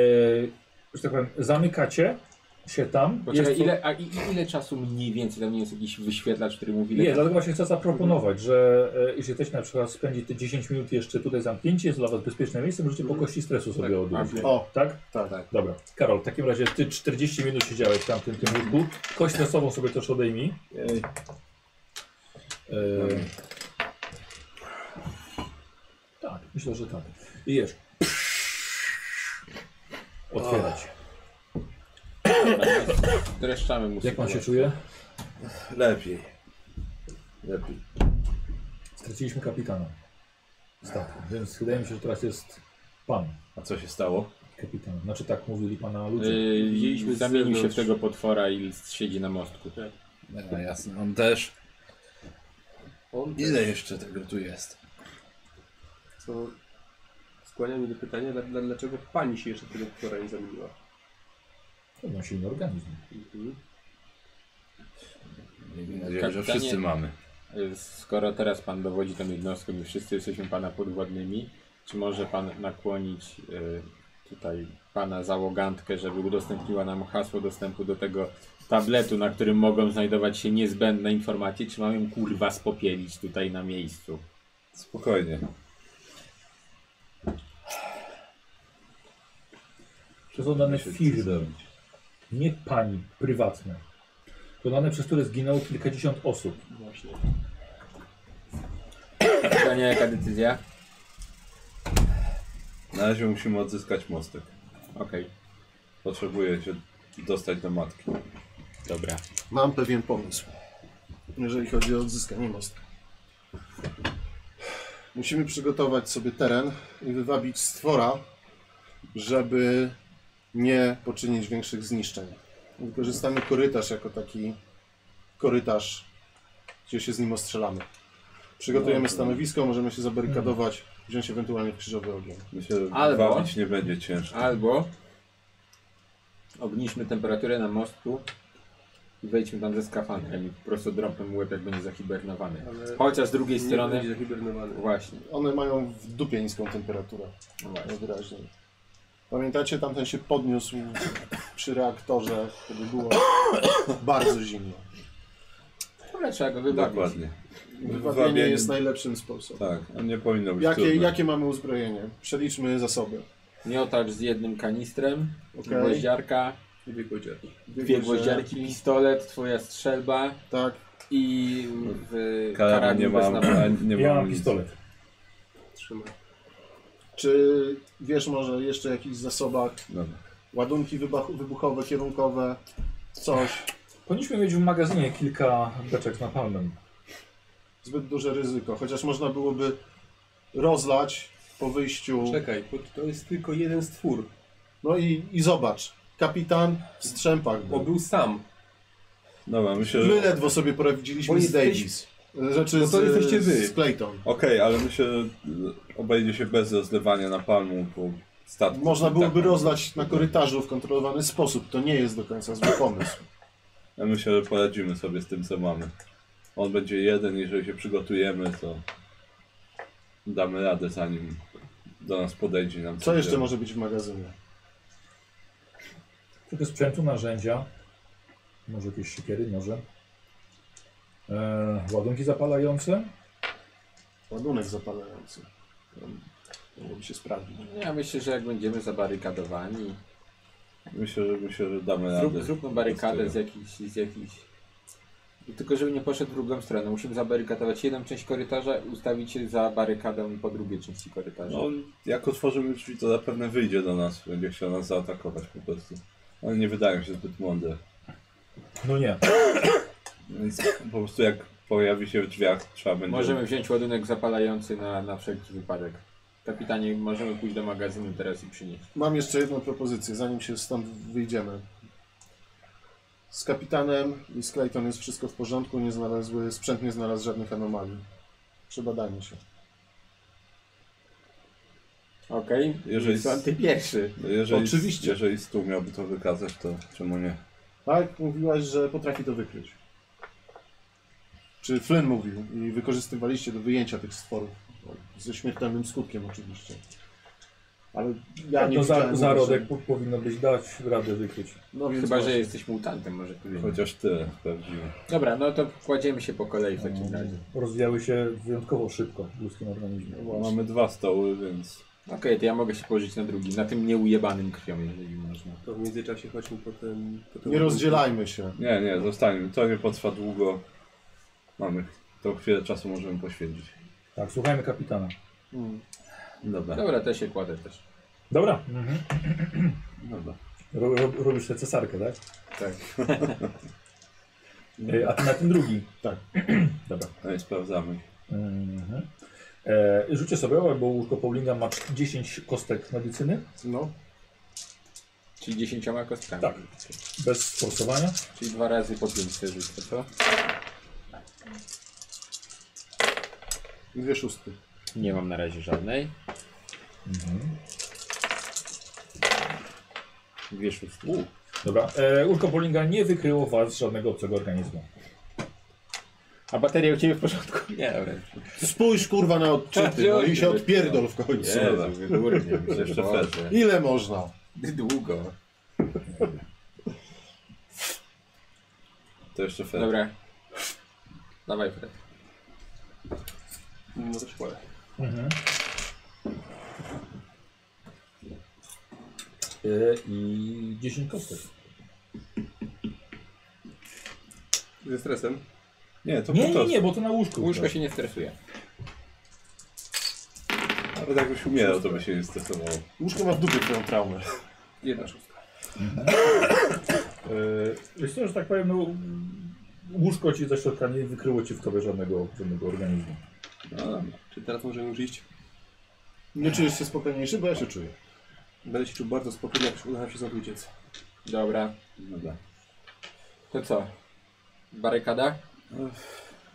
[SPEAKER 1] że tak powiem, zamykacie się tam.
[SPEAKER 5] Poczekaj,
[SPEAKER 1] Jest to-
[SPEAKER 5] ile, a i, i ile czasu mniej więcej, tam nie jest jakiś wyświetlacz, który mówi... ile Mhm.
[SPEAKER 1] Nie,
[SPEAKER 5] czasu-
[SPEAKER 1] dlatego właśnie chcę zaproponować, że e, jeśli chcecie na przykład spędzić te 10 minut jeszcze tutaj zamknięcie, jest dla was bezpieczne miejsce, możecie po kości stresu sobie
[SPEAKER 5] Tak,
[SPEAKER 1] odbyć.
[SPEAKER 5] tak.
[SPEAKER 4] O,
[SPEAKER 1] Tak?
[SPEAKER 4] tak.
[SPEAKER 5] Tak.
[SPEAKER 1] Dobra. Karol, w takim razie ty 40 minut siedziałeś tam w tym, tym łóżku. Kość stresową sobie też odejmij.
[SPEAKER 4] Ej,
[SPEAKER 1] E, tak, myślę, że tak. I jesz. Otwierać.
[SPEAKER 5] Dreszczamy mu
[SPEAKER 1] Jak pan się
[SPEAKER 5] sytuację.
[SPEAKER 1] czuje?
[SPEAKER 2] Lepiej. Lepiej.
[SPEAKER 1] Straciliśmy kapitana. Statku. Więc wydaje mi się, że teraz jest pan
[SPEAKER 2] A co się stało?
[SPEAKER 1] kapitan. Znaczy tak mówili pana ludzie.
[SPEAKER 5] Yy,
[SPEAKER 2] Widzieliśmy z
[SPEAKER 5] zamienił się w
[SPEAKER 2] zewnątrz.
[SPEAKER 5] tego potwora i siedzi na mostku.
[SPEAKER 2] No jasne, on też.
[SPEAKER 6] On tak
[SPEAKER 2] Ile jeszcze tego tu jest?
[SPEAKER 6] co skłania mnie do pytania, dla- dla- dlaczego pani się jeszcze tego wczoraj nie zamieniła.
[SPEAKER 1] To ma silny organizm.
[SPEAKER 5] Mhm.
[SPEAKER 2] Miejmy nadzieję, że
[SPEAKER 5] Kapitanie.
[SPEAKER 2] wszyscy mamy.
[SPEAKER 5] Yy, Skoro teraz pan dowodzi tą jednostką i wszyscy jesteśmy pana podwładnymi, czy może pan nakłonić yy, tutaj pana załogantkę, żeby udostępniła nam hasło dostępu do tego tabletu, na którym mogą znajdować się niezbędne informacje, czy mam ją kurwa spopielić tutaj na miejscu?
[SPEAKER 2] Spokojnie.
[SPEAKER 1] To są dane firmy, nie pani, prywatne. To dane, przez które zginęło kilkadziesiąt osób.
[SPEAKER 5] Pytanie, jaka decyzja?
[SPEAKER 2] Na razie musimy odzyskać mostek.
[SPEAKER 5] Okej,
[SPEAKER 2] Potrzebuję się dostać do matki.
[SPEAKER 5] dobra.
[SPEAKER 4] Mam pewien pomysł, jeżeli chodzi o odzyskanie mostka. Musimy przygotować sobie teren i wywabić stwora, żeby nie poczynić większych zniszczeń. Wykorzystamy korytarz jako taki korytarz, gdzie się z nim ostrzelamy. Przygotujemy stanowisko, możemy się zabarykadować, wziąć ewentualnie krzyżowy ogień.
[SPEAKER 2] Myślę, że
[SPEAKER 5] Albo-
[SPEAKER 2] bawić nie będzie ciężko.
[SPEAKER 5] Albo obniżmy temperaturę na mostku i wejdźmy tam ze skafandrem i po prostu drąbmy mu łeb, jak będzie zahibernowany.
[SPEAKER 6] Ale-
[SPEAKER 5] Chociaż z drugiej
[SPEAKER 6] Nie
[SPEAKER 5] strony...
[SPEAKER 6] będzie zahibernowany.
[SPEAKER 5] Właśnie,
[SPEAKER 4] One mają w dupie niską temperaturę.
[SPEAKER 5] no właśnie.
[SPEAKER 4] Najwyraźniej. Pamiętacie, tamten się podniósł przy reaktorze, kiedy było bardzo zimno.
[SPEAKER 5] Dobra, trzeba go wybawić.
[SPEAKER 2] Dokładnie.
[SPEAKER 4] Wywabienie jest najlepszym sposobem.
[SPEAKER 2] Tak, a nie powinno być
[SPEAKER 4] Jakie,
[SPEAKER 2] trudne.
[SPEAKER 4] jakie mamy uzbrojenie? Przeliczmy zasoby.
[SPEAKER 5] Miotacz z jednym kanistrem,
[SPEAKER 4] Okej.
[SPEAKER 5] gwoździarka,
[SPEAKER 6] Dwie gwoździarki.
[SPEAKER 5] dwie gwoździarki, pistolet, twoja strzelba
[SPEAKER 4] Tak.
[SPEAKER 5] i w
[SPEAKER 2] Karabin nie
[SPEAKER 5] karabin bez
[SPEAKER 2] mam,
[SPEAKER 5] naboju.
[SPEAKER 2] a nie
[SPEAKER 4] No
[SPEAKER 1] Ja
[SPEAKER 2] mam
[SPEAKER 1] mam
[SPEAKER 2] nic.
[SPEAKER 1] pistolet.
[SPEAKER 6] Trzymaj.
[SPEAKER 4] Czy wiesz może jeszcze o jakichś zasobach?
[SPEAKER 2] Dobra.
[SPEAKER 4] Ładunki wybuch- wybuchowe, kierunkowe, coś.
[SPEAKER 1] Powinniśmy mieć w magazynie kilka beczek na palmem.
[SPEAKER 4] Zbyt duże ryzyko. Chociaż można byłoby rozlać po wyjściu.
[SPEAKER 6] Czekaj, bo to jest tylko jeden stwór.
[SPEAKER 4] No i, i zobacz. Kapitan w strzępach.
[SPEAKER 6] Bo
[SPEAKER 4] Był.
[SPEAKER 6] był sam.
[SPEAKER 2] Dobra, myślę, że...
[SPEAKER 4] My ledwo sobie poradziliśmy
[SPEAKER 6] Bo
[SPEAKER 4] z
[SPEAKER 6] jesteś-
[SPEAKER 4] Davis. Rzeczy
[SPEAKER 6] No to jesteście wy.
[SPEAKER 4] z, z Clayton.
[SPEAKER 2] Okej, ale myślę, że obejdzie się bez rozlewania na palmu po statku.
[SPEAKER 4] Można
[SPEAKER 2] Tak.
[SPEAKER 4] byłoby rozlać na korytarzu w kontrolowany sposób. To nie jest do końca zły pomysł.
[SPEAKER 2] Ja myślę, że poradzimy sobie z tym, co mamy. On będzie jeden, jeżeli się przygotujemy, to damy radę, zanim do nas podejdzie nam.
[SPEAKER 4] Co
[SPEAKER 2] coś
[SPEAKER 4] jeszcze
[SPEAKER 2] wiele.
[SPEAKER 4] może być w magazynie?
[SPEAKER 1] Trochę sprzętu, narzędzia. Może jakieś siekiery, noże. E, ładunki zapalające.
[SPEAKER 4] Ładunek zapalający. Um, Mogłoby się sprawdzić.
[SPEAKER 5] Ja myślę, że jak będziemy zabarykadowani,
[SPEAKER 2] Myślę, że myślę, że damy radę.
[SPEAKER 5] zrób, zróbmy barykadę z jakichś, z jakichś... Tylko żeby nie poszedł w drugą stronę. Musimy zabarykadować jedną część korytarza, ustawić się za barykadą po drugiej części korytarza.
[SPEAKER 2] No, jak otworzymy drzwi, to zapewne wyjdzie do nas. Będzie chciał nas zaatakować po prostu. One nie wydają się zbyt mądre.
[SPEAKER 1] No nie.
[SPEAKER 2] Więc po prostu jak pojawi się w drzwiach, trzeba będzie...
[SPEAKER 5] Możemy wziąć ładunek zapalający na, na wszelki wypadek. Kapitanie, możemy pójść do magazynu teraz i przynieść.
[SPEAKER 4] Mam jeszcze jedną propozycję, zanim się stąd wyjdziemy. Z kapitanem i z Clayton jest wszystko w porządku, nie znalazły, sprzęt nie znalazł żadnych anomalii. Przebadajmy się.
[SPEAKER 5] Okej?
[SPEAKER 2] Jeżeli-
[SPEAKER 5] Są ty pierwszy.
[SPEAKER 2] Jeżeli,
[SPEAKER 4] Oczywiście.
[SPEAKER 2] Jeżeli Stu miałby to wykazać, to czemu nie?
[SPEAKER 4] Tak? Mówiłaś, że potrafi to wykryć. Czy Flynn mówił i wykorzystywaliście do wyjęcia tych stworów. No, Ze śmiertelnym skutkiem oczywiście. Ale ja nie
[SPEAKER 1] to za,
[SPEAKER 4] widziałem
[SPEAKER 1] zarodek
[SPEAKER 4] że-
[SPEAKER 1] po- powinno być dać radę wykryć.
[SPEAKER 4] No więc
[SPEAKER 5] Chyba,
[SPEAKER 4] właśnie.
[SPEAKER 5] że jesteś mutantem, może tu wiemy.
[SPEAKER 2] Chociaż tyle, prawdziwe.
[SPEAKER 5] Dobra, no to kładziemy się po kolei w takim razie.
[SPEAKER 1] Rozwijały się wyjątkowo szybko w ludzkim organizmie.
[SPEAKER 2] Mamy dwa stoły, więc
[SPEAKER 5] Okej, to ja mogę się położyć na drugim, na tym nieujebanym krwią, jeżeli można.
[SPEAKER 6] To w międzyczasie chodźmy po ten... Po ten
[SPEAKER 4] Nie rozdzielajmy się.
[SPEAKER 2] nie, nie, zostańmy. To nie potrwa długo. Mamy tą chwilę czasu, możemy poświęcić.
[SPEAKER 1] Tak, słuchajmy kapitana.
[SPEAKER 2] Dobra,
[SPEAKER 5] Dobra, też się kładę też.
[SPEAKER 1] Dobra.
[SPEAKER 2] dobra.
[SPEAKER 1] Ro, ro, robisz tę cesarkę, tak?
[SPEAKER 5] Tak.
[SPEAKER 1] E, a ty na tym drugi.
[SPEAKER 4] Tak.
[SPEAKER 1] Dobra.
[SPEAKER 2] No i sprawdzamy.
[SPEAKER 1] Mhm. E, rzućcie sobie, bo łóżko Paulinga ma 10 kostek medycyny.
[SPEAKER 4] No.
[SPEAKER 5] Czyli dziesięcioma kostkami.
[SPEAKER 1] Tak. Bez forsowania.
[SPEAKER 5] Czyli dwa razy po pięć chcę rzucę, co?
[SPEAKER 4] Dwie szósty.
[SPEAKER 5] Nie mam na razie żadnej. Dwie szóstki.
[SPEAKER 1] Dobra. E, łóżko Paulinga nie wykryło was żadnego obcego organizmu.
[SPEAKER 5] A bateria u Ciebie w porządku? Nie, dobra.
[SPEAKER 4] Spójrz kurwa na odczyty no i się odpierdol w końcu.
[SPEAKER 2] Dobra.
[SPEAKER 5] Jezu, wygórnie,
[SPEAKER 2] Jeszcze
[SPEAKER 5] Boże.
[SPEAKER 4] Ile można?
[SPEAKER 5] Długo.
[SPEAKER 2] To jeszcze fair.
[SPEAKER 5] Dobra. Dawaj Fred.
[SPEAKER 6] No to się kładę.
[SPEAKER 1] E, I 10 kostek.
[SPEAKER 6] Ze stresem.
[SPEAKER 2] Nie, to
[SPEAKER 1] Nie,
[SPEAKER 2] po
[SPEAKER 1] nie,
[SPEAKER 2] to.
[SPEAKER 1] nie, bo to na łóżku.
[SPEAKER 5] Łóżko się nie stresuje.
[SPEAKER 2] Ale jakbyś umierał, to by się nie stresowało.
[SPEAKER 4] Łóżko ma w dupie twoją traumę.
[SPEAKER 6] Jedna szóstka.
[SPEAKER 1] Yy, Wiesz co, że tak powiem, no, łóżko ci ze środka nie wykryło ci w tobie żadnego, żadnego organizmu.
[SPEAKER 2] No,
[SPEAKER 6] Czy teraz możemy już iść?
[SPEAKER 4] Nie czujesz się spokojniejszy, bo ja się czuję.
[SPEAKER 6] Będę się czuł bardzo spokojnie, jak już uda nam się stąd uciec.
[SPEAKER 5] Dobra.
[SPEAKER 2] dobra.
[SPEAKER 5] To co? Barykada?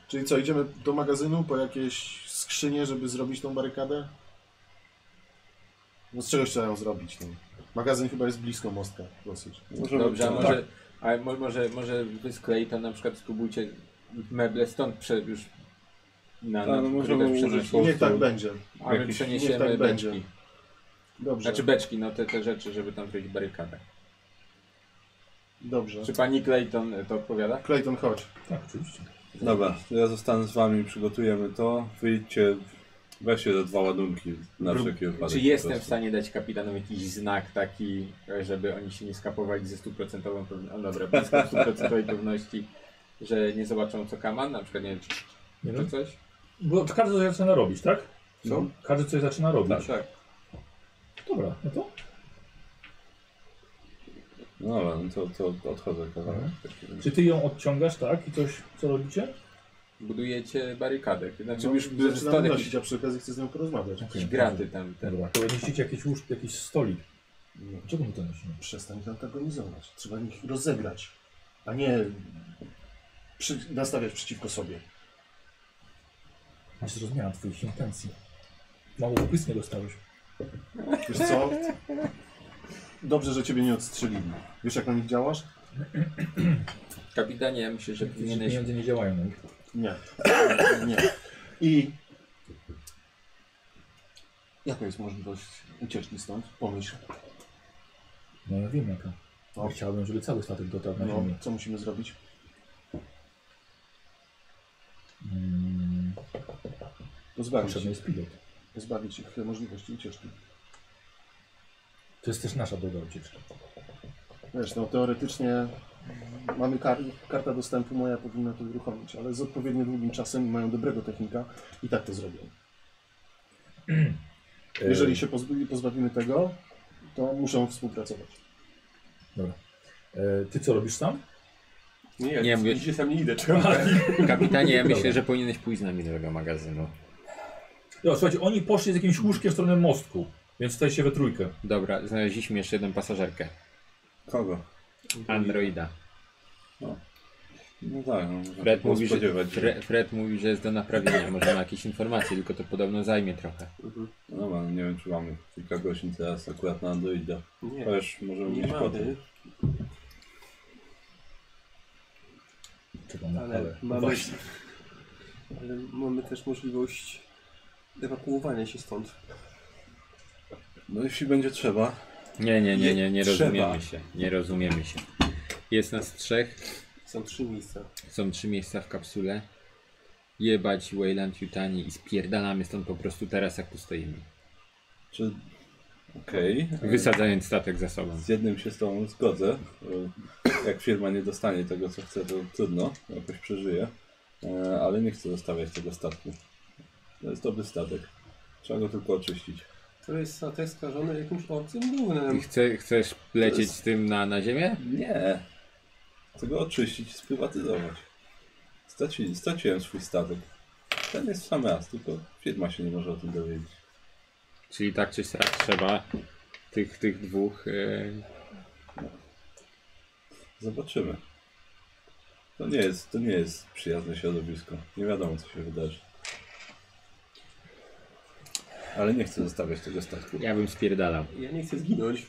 [SPEAKER 4] Czyli co, idziemy do magazynu po jakieś skrzynie, żeby zrobić tą barykadę? No z czegoś trzeba ją zrobić. No. Magazyn chyba jest blisko mostka dosyć.
[SPEAKER 2] Możemy
[SPEAKER 5] Dobrze, a
[SPEAKER 2] tak.
[SPEAKER 5] może, a mo- może, może wy z Clayton na przykład spróbujcie meble stąd prze, już na,
[SPEAKER 2] A,
[SPEAKER 5] na
[SPEAKER 2] no możemy
[SPEAKER 5] korytarz
[SPEAKER 2] użyć
[SPEAKER 5] przenosić.
[SPEAKER 2] po-
[SPEAKER 4] Niech tak będzie.
[SPEAKER 5] A my
[SPEAKER 2] jakiś-
[SPEAKER 5] przeniesiemy
[SPEAKER 4] niech tak
[SPEAKER 5] beczki.
[SPEAKER 4] będzie. Dobrze.
[SPEAKER 5] Znaczy beczki, no te, te rzeczy, żeby tam zrobić barykadę.
[SPEAKER 4] Dobrze.
[SPEAKER 5] Czy pani Clayton to odpowiada?
[SPEAKER 4] Clayton, chodź.
[SPEAKER 1] Tak, oczywiście.
[SPEAKER 2] Dobra, to ja zostanę z wami, przygotujemy to. Wyjdźcie, weźcie te dwa ładunki na wszelki wypadek.
[SPEAKER 5] Czy
[SPEAKER 2] po
[SPEAKER 5] jestem w
[SPEAKER 2] prostu.
[SPEAKER 5] stanie dać kapitanom jakiś znak taki, żeby oni się nie skapowali ze stuprocentową pewnością, dobra, blisko 100% pewności, że nie zobaczą co kaman, na przykład nie wiem, czy,
[SPEAKER 1] Nie no,
[SPEAKER 5] czy
[SPEAKER 1] wiem.
[SPEAKER 5] coś?
[SPEAKER 1] Bo to każdy coś zaczyna robić, tak?
[SPEAKER 6] Co?
[SPEAKER 1] Każdy coś zaczyna robić.
[SPEAKER 5] tak.
[SPEAKER 1] Dobra, no to
[SPEAKER 2] No dobra, no to, to odchodzę kawałek.
[SPEAKER 5] Mhm.
[SPEAKER 1] czy ty ją odciągasz, tak? I coś, co robicie?
[SPEAKER 5] Budujecie barykadę, znaczy
[SPEAKER 4] No,
[SPEAKER 5] już
[SPEAKER 4] zaczynam
[SPEAKER 5] zostały jakieś,
[SPEAKER 4] nosić, a przy okazji chcę z nią porozmawiać.
[SPEAKER 5] jakieś graty tam. Ten.
[SPEAKER 1] Dobra, to będziecie jakiś łóż, jakiś stolik. Czego my to nosimy?
[SPEAKER 4] Przestań ich antagonizować. Trzeba ich rozegrać, a nie przy, nastawiać przeciwko sobie.
[SPEAKER 1] Nie zrozumiałem twoich intencji. Mało wypysnie dostałeś.
[SPEAKER 4] Wiesz co? Dobrze, że ciebie nie odstrzelili. Wiesz jak na nich działasz?
[SPEAKER 5] Kapitanie, ja myślę, że
[SPEAKER 1] Jakieś
[SPEAKER 5] powinieneś
[SPEAKER 1] pieniądze nie działają no na nich.
[SPEAKER 4] Nie. Nie. I jaka jest możliwość ucieczki stąd? Pomyśl.
[SPEAKER 1] No ja wiem jaka.
[SPEAKER 4] No.
[SPEAKER 1] Chciałbym, żeby cały statek dotarł na
[SPEAKER 4] No,
[SPEAKER 1] ziemię.
[SPEAKER 4] co musimy zrobić?
[SPEAKER 1] Mm,
[SPEAKER 4] Pozbawić,
[SPEAKER 1] potrzebny jest pilot.
[SPEAKER 4] pozbawić ich możliwości ucieczki.
[SPEAKER 1] To jest też nasza droga ucieczki.
[SPEAKER 4] Wiesz, no teoretycznie mamy kar karta dostępu, moja powinna to uruchomić, ale z odpowiednio długim czasem i mają dobrego technika i tak to zrobią.
[SPEAKER 1] E.
[SPEAKER 4] Jeżeli się pozb- pozbawimy tego, to muszą współpracować.
[SPEAKER 1] E, ty co robisz sam?
[SPEAKER 6] Nie,
[SPEAKER 5] Nie, mówię-
[SPEAKER 6] nie mówię. Dzisiaj sam nie idę, czemu?
[SPEAKER 5] Kapitanie, ja
[SPEAKER 1] Dobra.
[SPEAKER 5] myślę, że powinieneś pójść z nami do tego magazynu.
[SPEAKER 1] No, słuchajcie, oni poszli z jakimś łóżkiem w stronę mostku, więc tutaj się we trójkę.
[SPEAKER 5] Dobra, znaleźliśmy jeszcze jedną pasażerkę.
[SPEAKER 2] Kogo?
[SPEAKER 5] Androida.
[SPEAKER 2] No tak, no, można się
[SPEAKER 5] Fred
[SPEAKER 2] było
[SPEAKER 5] mówi, że,
[SPEAKER 2] spodziewać,
[SPEAKER 5] Fre, Fred mówi, że jest do naprawienia, może ma jakieś informacje, tylko to podobno zajmie trochę.
[SPEAKER 2] No dobra, no nie wiem czy mamy kilka godzin teraz akurat na Androida.
[SPEAKER 6] Nie,
[SPEAKER 2] To już możemy
[SPEAKER 6] nie
[SPEAKER 2] mieć potem.
[SPEAKER 6] mamy,
[SPEAKER 1] Czekam na No
[SPEAKER 6] ale
[SPEAKER 1] ale.
[SPEAKER 6] mamy, ale mamy też możliwość ewakuowania się stąd.
[SPEAKER 2] No jeśli będzie trzeba.
[SPEAKER 5] Nie, nie, nie, nie, nie
[SPEAKER 2] Trzeba.
[SPEAKER 5] rozumiemy się. Nie rozumiemy się. Jest nas trzech,
[SPEAKER 6] Są trzy miejsca.
[SPEAKER 5] są trzy miejsca w kapsule. Jebać Wayland Yutani i spierdalamy stąd po prostu teraz jak tu stoimy.
[SPEAKER 2] Czy... Okej.
[SPEAKER 5] Wysadzając statek za sobą.
[SPEAKER 2] Z jednym się z tobą zgodzę. E, Jak firma nie dostanie tego, co chce, to trudno, jakoś przeżyje. E, Ale nie chcę zostawiać tego statku. To jest dobry statek. Trzeba go tylko oczyścić.
[SPEAKER 6] To jest statek skażony jakimś obcym
[SPEAKER 5] I
[SPEAKER 6] gównem.
[SPEAKER 5] Chce, chcesz
[SPEAKER 2] To
[SPEAKER 5] lecieć
[SPEAKER 2] jest-
[SPEAKER 5] z tym na, na ziemię?
[SPEAKER 2] Nie. Chcę go oczyścić i sprywatyzować. Straci, straciłem swój statek. Ten jest w sam raz, tylko firma się nie może o tym dowiedzieć.
[SPEAKER 5] Czyli tak czy siak trzeba tych, tych dwóch. e,
[SPEAKER 2] Zobaczymy. To nie jest, to nie jest przyjazne środowisko. Nie wiadomo, co się wydarzy. Ale nie chcę zostawiać tego statku.
[SPEAKER 5] ja bym spierdalał.
[SPEAKER 6] Ja nie chcę zginąć.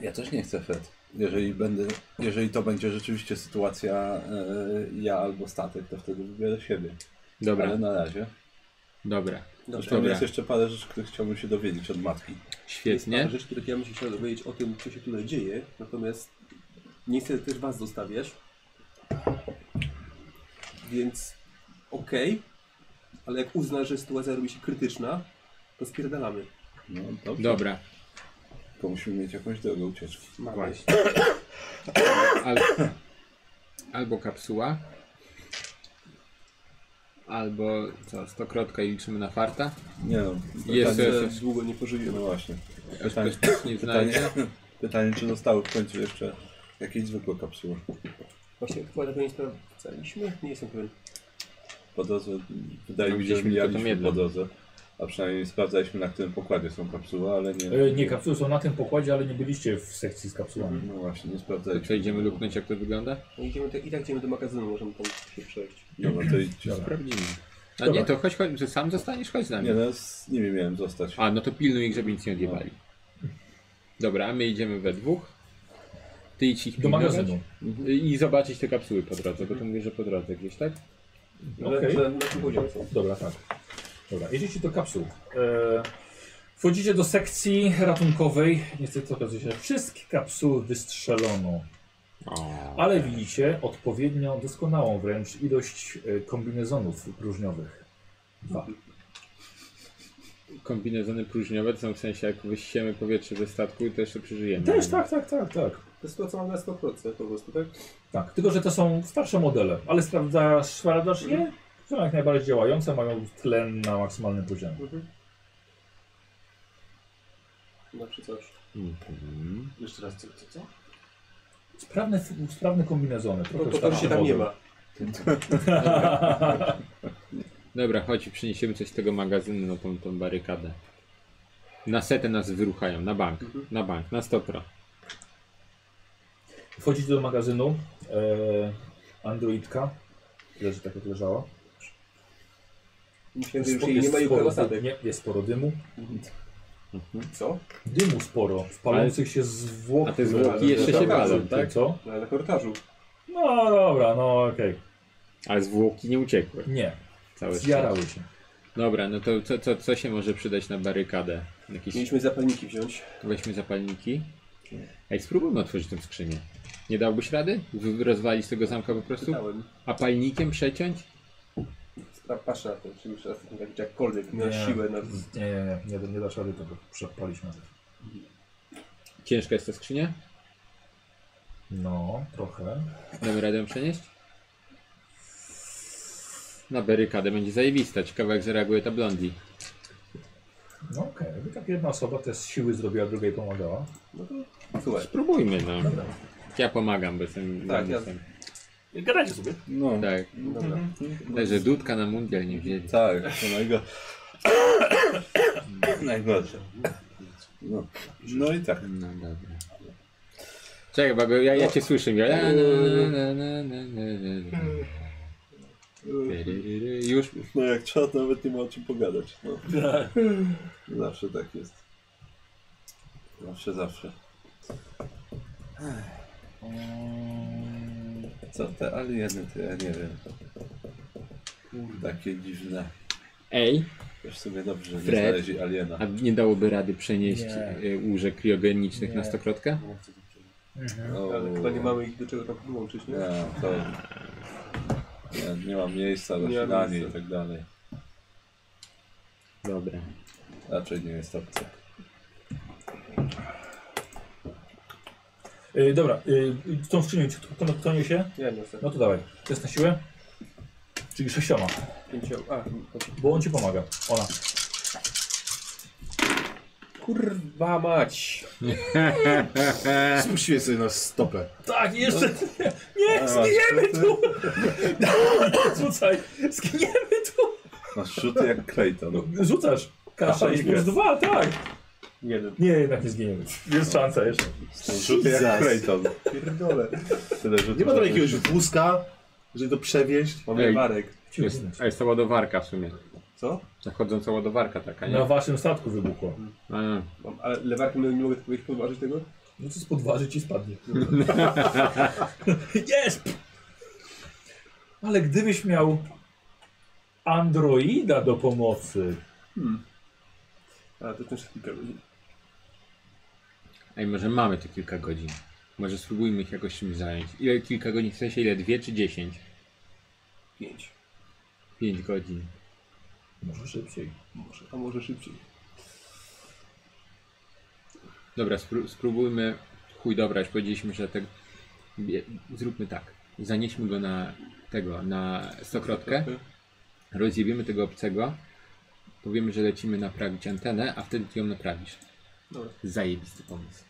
[SPEAKER 2] Ja też nie chcę, Fred. Jeżeli, będę, jeżeli to będzie rzeczywiście sytuacja e, ja albo statek, to wtedy wybiorę siebie.
[SPEAKER 5] Dobra,
[SPEAKER 2] Ale no. na razie.
[SPEAKER 5] dobra.
[SPEAKER 2] Zresztą
[SPEAKER 5] Dobra.
[SPEAKER 2] jest jeszcze parę rzeczy, które chciałbym się dowiedzieć od matki.
[SPEAKER 6] Jest parę
[SPEAKER 5] Świetnie.
[SPEAKER 6] rzeczy, których ja bym się chciał dowiedzieć o tym, co się tutaj dzieje. Natomiast nie chcę też was zostawiać. Więc okej, ale jak uzna, że sytuacja robi się krytyczna, to spierdalamy.
[SPEAKER 2] No dobrze.
[SPEAKER 5] Dobra,
[SPEAKER 2] Tylko musimy mieć jakąś drogę ucieczki.
[SPEAKER 5] właśnie. Al, albo kapsuła, albo co, stokrotka i liczymy na farta.
[SPEAKER 2] Nie no.
[SPEAKER 5] Jest,
[SPEAKER 2] pytanie-
[SPEAKER 1] Tak.
[SPEAKER 5] jest, jest.
[SPEAKER 6] Tak Długo nie pożyję.
[SPEAKER 2] No właśnie.
[SPEAKER 5] Ktoś,
[SPEAKER 2] Pytanie-
[SPEAKER 5] ktoś coś No nie
[SPEAKER 2] Pytanie,
[SPEAKER 5] znajdzie.
[SPEAKER 2] pytanie, czy zostały w końcu jeszcze jakieś zwykłe kapsuły.
[SPEAKER 6] Właśnie chyba tego nie sprawdzaliśmy? Nie jestem pewien.
[SPEAKER 2] Po drodze, wydaje
[SPEAKER 5] No,
[SPEAKER 2] mi się, że
[SPEAKER 5] widzieliśmy tylko tą
[SPEAKER 2] mijaliśmy
[SPEAKER 5] jedną.
[SPEAKER 2] po drodze. A przynajmniej sprawdzaliśmy, na którym pokładzie są kapsuły, ale nie...
[SPEAKER 1] E, nie, kapsuły są na tym pokładzie, ale nie byliście w sekcji z kapsułami.
[SPEAKER 2] No właśnie, nie
[SPEAKER 5] To
[SPEAKER 2] sprawdzaliśmy.
[SPEAKER 5] co, idziemy luknąć jak to wygląda?
[SPEAKER 6] No idziemy te, I tak idziemy do magazynu, możemy tam się przejść.
[SPEAKER 2] Dobra, to idźcie.
[SPEAKER 1] Dobra.
[SPEAKER 5] Sprawdzimy. A
[SPEAKER 1] Dobra.
[SPEAKER 5] nie, to chodź, chodź, że sam zostaniesz, chodź z nami.
[SPEAKER 2] Nie, no ja z nimi miałem zostać.
[SPEAKER 5] A, no to pilnuj ich, żeby nic nie odjebali. Dobra, a my idziemy we dwóch. Ty idź ich
[SPEAKER 1] Do
[SPEAKER 5] pilnować.
[SPEAKER 1] magazynu.
[SPEAKER 5] I zobaczyć te kapsuły po drodze, bo to mówię, że po drodze gdzieś, tak?
[SPEAKER 1] Okej.
[SPEAKER 6] Że, że na tym poziomie są.
[SPEAKER 1] Dobra, tak. Dobra, jedziecie do kapsuł. E, wchodzicie do sekcji ratunkowej. Niestety okazuje się, że wszystkie kapsuły wystrzelono. Ale widzicie odpowiednio doskonałą wręcz ilość e, kombinezonów próżniowych. Dwa.
[SPEAKER 5] Kombinezony próżniowe to są w sensie jak wyściemy powietrze ze statku i to jeszcze przeżyjemy.
[SPEAKER 1] Też tak, tak, tak, tak.
[SPEAKER 6] To jest to, co mam na 100% po prostu, tak?
[SPEAKER 1] Tak, tylko że to są starsze modele, ale sprawdzasz, sprawdzasz je? Są jak najbardziej działające, mają tlen na maksymalnym poziomie.
[SPEAKER 6] Mhm. Znaczy coś.
[SPEAKER 1] Mhm.
[SPEAKER 4] Jeszcze raz, co, co, co?
[SPEAKER 1] Sprawne, f- sprawne kombinezony,
[SPEAKER 6] No
[SPEAKER 1] trochę
[SPEAKER 6] to to
[SPEAKER 1] starsze
[SPEAKER 6] się tam nie
[SPEAKER 1] modele.
[SPEAKER 6] ma.
[SPEAKER 5] Dobra, chodź, przyniesiemy coś z tego magazynu na tą, tą barykadę. Na setę nas wyruchają, na bank,
[SPEAKER 1] Mhm.
[SPEAKER 5] na bank, na stopro.
[SPEAKER 1] Wchodzicie do magazynu. E, androidka leży tak jak leżała.
[SPEAKER 6] Myślałem, że już
[SPEAKER 1] Spo-
[SPEAKER 6] jej nie ma i ukrywa
[SPEAKER 1] sporo,
[SPEAKER 6] statek.
[SPEAKER 1] nie, jest sporo dymu.
[SPEAKER 6] Co?
[SPEAKER 1] Dymu sporo, w palących się zwłok.
[SPEAKER 5] A te zwłoki
[SPEAKER 1] które-
[SPEAKER 5] jeszcze się
[SPEAKER 1] które-
[SPEAKER 5] palą, tak?
[SPEAKER 1] Co?
[SPEAKER 6] No, ale na korytarzu.
[SPEAKER 1] No dobra, no okej.
[SPEAKER 5] Ale zwłoki nie uciekły.
[SPEAKER 1] Nie,
[SPEAKER 5] Całe
[SPEAKER 1] zjarały się.
[SPEAKER 5] szczęście. Dobra, no to co, co, co się może przydać na barykadę? Jakieś
[SPEAKER 6] Mieliśmy zapalniki wziąć.
[SPEAKER 5] weźmy zapalniki. Ej, spróbujmy otworzyć tę skrzynię. Nie dałbyś rady? W- Rozwalić tego zamka po prostu?
[SPEAKER 6] Czytałem.
[SPEAKER 5] A palnikiem przeciąć?
[SPEAKER 6] Stra- Patrz na to, czy już raz jak jakkolwiek na
[SPEAKER 1] Nie.
[SPEAKER 6] siłę. Na...
[SPEAKER 1] Nie, nie, nie, nie, nie dasz rady tego przepalić nawet.
[SPEAKER 5] Ciężka jest ta skrzynia?
[SPEAKER 1] No, trochę.
[SPEAKER 5] Damy radę ją przenieść? Na barykadę będzie zajebista. Ciekawe jak zareaguje ta blondi.
[SPEAKER 1] No okej, jakby tak jedna osoba te z siły zrobiła, druga jej pomagała.
[SPEAKER 6] Słuchaj,
[SPEAKER 5] Spróbujmy no. Ja pomagam, bo jestem...
[SPEAKER 6] Tak, ja-
[SPEAKER 5] jestem.
[SPEAKER 12] Gadajcie sobie.
[SPEAKER 2] No,
[SPEAKER 5] Tak.
[SPEAKER 6] dobra.
[SPEAKER 5] Także dudka na mundial nie wzięli.
[SPEAKER 2] tak, to najgo... najgorsze. No. no i tak.
[SPEAKER 5] No dobra. Czekaj, bo ja, ja cię słyszę. Ja... Na, na, na, na, na, na, na. Tyryryry. Już
[SPEAKER 2] No jak trzeba, to nawet nie ma o czym pogadać. No.
[SPEAKER 5] Tak.
[SPEAKER 2] Zawsze tak jest. Zawsze, zawsze.
[SPEAKER 1] Mm.
[SPEAKER 2] Co te alieny, to ja nie wiem. Takie dziwne.
[SPEAKER 5] Ej,
[SPEAKER 2] Już sobie dobrze, że nie
[SPEAKER 5] Fred?
[SPEAKER 2] znaleźli aliena.
[SPEAKER 5] a nie dałoby rady przenieść
[SPEAKER 1] Nie.
[SPEAKER 5] y, łóżek kriogenicznych
[SPEAKER 1] Nie.
[SPEAKER 5] na stokrotkę?
[SPEAKER 2] No,
[SPEAKER 6] Ale chyba nie mamy ich do czego tam podłączyć, nie?
[SPEAKER 2] Nie, to... Nie, nie ma miejsca na
[SPEAKER 6] Nie ma
[SPEAKER 2] śniadanie i
[SPEAKER 6] miejsca.
[SPEAKER 2] tak dalej.
[SPEAKER 5] Dobra.
[SPEAKER 2] Raczej nie jest opcja.
[SPEAKER 1] Yy, dobra, yy, tą skrzynią, ci- kto kto- kto się?
[SPEAKER 6] Ja niosę.
[SPEAKER 1] No to dawaj, to jest na siłę. Czyli sześcioma,
[SPEAKER 5] No.
[SPEAKER 6] Pięcio... A,
[SPEAKER 1] bo on ci pomaga. Ona.
[SPEAKER 6] kurwa mać.
[SPEAKER 1] E.
[SPEAKER 4] Spuściłem sobie na stopę.
[SPEAKER 1] Tak, i jeszcze. Nie, zginiemy tu! Rzucaj, zginiemy tu!
[SPEAKER 2] Masz No, rzuty jak
[SPEAKER 6] No,
[SPEAKER 2] Clayton.
[SPEAKER 1] No, Rzucasz.
[SPEAKER 2] Aha,
[SPEAKER 1] Kasza i plus
[SPEAKER 2] jest.
[SPEAKER 1] dwa, tak.
[SPEAKER 6] Jeden.
[SPEAKER 1] Nie, jednak nie zginiemy. Jest szansa jeszcze.
[SPEAKER 2] Są Rzuty jak
[SPEAKER 4] Jesus.
[SPEAKER 2] Clayton.
[SPEAKER 6] Pierdolę.
[SPEAKER 2] Tyle rzutów
[SPEAKER 4] Nie ma tam
[SPEAKER 2] na
[SPEAKER 4] jakiegoś wózka, żeby to przewieźć?
[SPEAKER 6] Mamy
[SPEAKER 5] Ej.
[SPEAKER 6] Marek.
[SPEAKER 5] Jest, a jest to ładowarka w sumie.
[SPEAKER 6] Co?
[SPEAKER 5] Zachodząca ładowarka taka, nie?
[SPEAKER 1] Na waszym statku wybuchło.
[SPEAKER 5] A,
[SPEAKER 6] Mam, ale lewarkiem nie mogę tego podważyć tego?
[SPEAKER 1] No co spodważyć i spadnie. Jest! Ale gdybyś miał androida do pomocy.
[SPEAKER 6] A, to też kilka ludzi.
[SPEAKER 5] Ej, może mamy tu kilka godzin. Może spróbujmy ich jakoś czymś zająć. Ile kilka godzin? W sensie ile? Dwie czy dziesięć?
[SPEAKER 6] Pięć.
[SPEAKER 5] Pięć godzin.
[SPEAKER 1] Może szybciej.
[SPEAKER 6] Może, a może szybciej.
[SPEAKER 5] Dobra, spró- spróbujmy chuj dobrać. Powiedzieliśmy, że te... bie- zróbmy tak. Zanieśmy go na tego, na stokrotkę. Rozjebiemy tego obcego. Powiemy, że lecimy naprawić antenę, a wtedy ty ją naprawisz.
[SPEAKER 6] Dobra.
[SPEAKER 5] Zajebisty pomysł.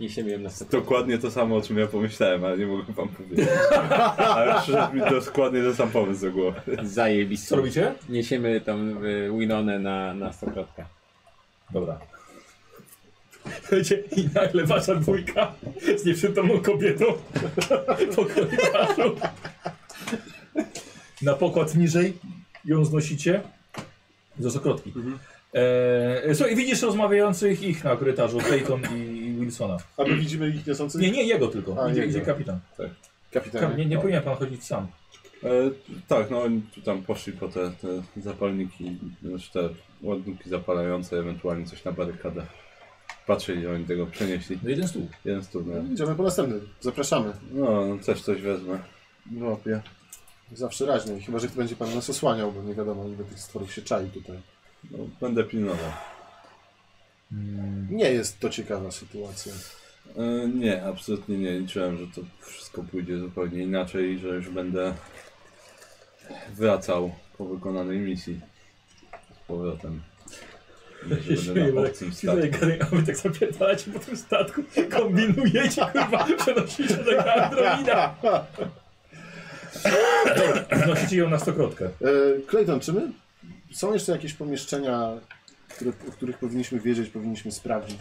[SPEAKER 5] Niesiemy ją na stokrotkę.
[SPEAKER 2] Dokładnie to samo, o czym ja pomyślałem, ale nie mogłem wam powiedzieć. Ale przyszedł mi dokładnie ten sam pomysł do głowy.
[SPEAKER 5] Zajebisty.
[SPEAKER 1] Co robicie?
[SPEAKER 5] Niesiemy tam y, Winonę na, na stokrotkę.
[SPEAKER 1] Dobra. Słuchajcie, i nagle wasza dwójka z nieprzytomną kobietą po korytarzu. Na pokład niżej ją znosicie do zakrotki. Eee, słuchaj, widzisz rozmawiających ich na korytarzu, Clayton i i Wilsona.
[SPEAKER 4] A my widzimy ich niosących?
[SPEAKER 1] Nie, nie, jego tylko.
[SPEAKER 4] A,
[SPEAKER 1] idzie,
[SPEAKER 4] jego.
[SPEAKER 1] idzie kapitan. Ka-
[SPEAKER 4] Kapitanie.
[SPEAKER 1] nie, nie powinien pan chodzić sam.
[SPEAKER 2] E, tak, no oni tu tam poszli po te, te zapalniki, znaczy te ładunki zapalające, ewentualnie coś na barykadę. Patrzę, ile oni tego przenieśli.
[SPEAKER 1] No jeden stół.
[SPEAKER 2] Jeden stół, no.
[SPEAKER 4] Idziemy po następny. Zapraszamy.
[SPEAKER 2] No, też coś wezmę.
[SPEAKER 4] Łapie. Zawsze raźnie. Chyba, że będzie pan nas osłaniał, bo nie wiadomo, ile tych stworów się czai tutaj.
[SPEAKER 2] No, będę pilnował.
[SPEAKER 4] Nie jest to ciekawa sytuacja.
[SPEAKER 2] E, Nie, absolutnie nie. Liczyłem, że to wszystko pójdzie zupełnie inaczej i że już będę wracał po wykonanej misji z powrotem. Nie, że będę na obcym statku.
[SPEAKER 1] Gary, a wy tak zapierdalacie po tym statku, kombinujecie, kurwa, przenosicie do Androida. Znosicie ją na stokrotkę.
[SPEAKER 4] E, Clayton, czy my? Są jeszcze jakieś pomieszczenia, które, o których powinniśmy wiedzieć, powinniśmy sprawdzić?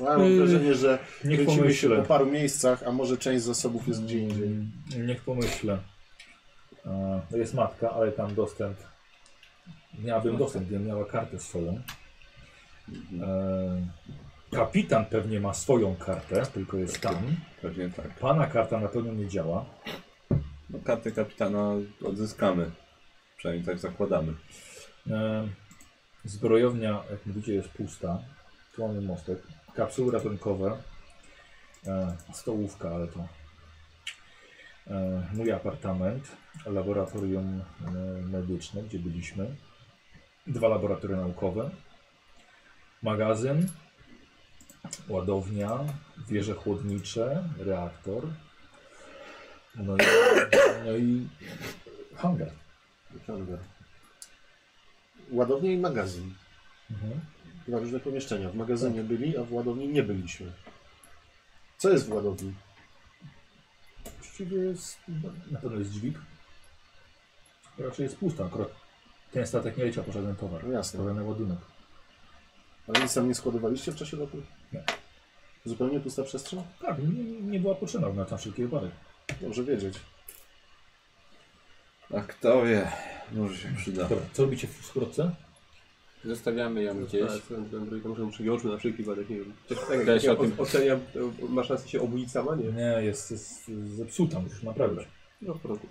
[SPEAKER 4] Mam
[SPEAKER 1] Yy,
[SPEAKER 4] wrażenie, że
[SPEAKER 1] Niech
[SPEAKER 4] kręcimy się po
[SPEAKER 1] pomyślę.
[SPEAKER 4] paru miejscach, a może część zasobów jest gdzie indziej.
[SPEAKER 1] Niech pomyślę. E, no Jest matka, ale tam dostęp. Miałabym dostęp, gdybym miała kartę swoją. E, Kapitan pewnie ma swoją kartę, tylko jest tam.
[SPEAKER 2] Pewnie tak.
[SPEAKER 1] Pana karta na pewno nie działa.
[SPEAKER 2] No, kartę kapitana odzyskamy. Przynajmniej tak zakładamy.
[SPEAKER 1] E, Zbrojownia, jak mówicie, jest pusta. Tu mamy mostek. Kapsuły ratunkowe. E, Stołówka, ale to. E, Mój apartament. Laboratorium e, medyczne, gdzie byliśmy. Dwa laboratoria naukowe. Magazyn. Ładownia. Wieże chłodnicze. Reaktor. No i, no i hangar.
[SPEAKER 4] Hangar. Ładownia i magazyn.
[SPEAKER 1] Mhm.
[SPEAKER 4] Dwa różne pomieszczenia. W magazynie byli, a w ładowni nie byliśmy. Co jest w ładowni?
[SPEAKER 1] Właściwie jest, na pewno jest dźwig. Raczej jest pusta, akurat ten statek nie leciał po żaden towar.
[SPEAKER 4] No jasne.
[SPEAKER 1] Pełen ładunek.
[SPEAKER 4] Ale nic tam nie składowaliście w czasie lotu?
[SPEAKER 1] Nie.
[SPEAKER 4] Zupełnie pusta przestrzeń?
[SPEAKER 1] Tak, nie, nie była potrzebna na tam wszelkie wypadek.
[SPEAKER 4] Dobrze wiedzieć.
[SPEAKER 2] A kto wie, może się przyda.
[SPEAKER 1] Dobra, co robicie w skrótce?
[SPEAKER 5] Zostawiamy ją gdzieś.
[SPEAKER 6] Tak, ten- ten droid, to Może ją przywiążmy na wszelki wypadek, nie wiem. Też tak
[SPEAKER 5] Też
[SPEAKER 6] jak ja
[SPEAKER 5] o tym-
[SPEAKER 6] o- oceniam, to masz szansę się obudzić sama, nie?
[SPEAKER 1] Nie, jest, jest zepsuta, musisz naprawić.
[SPEAKER 6] No w porządku,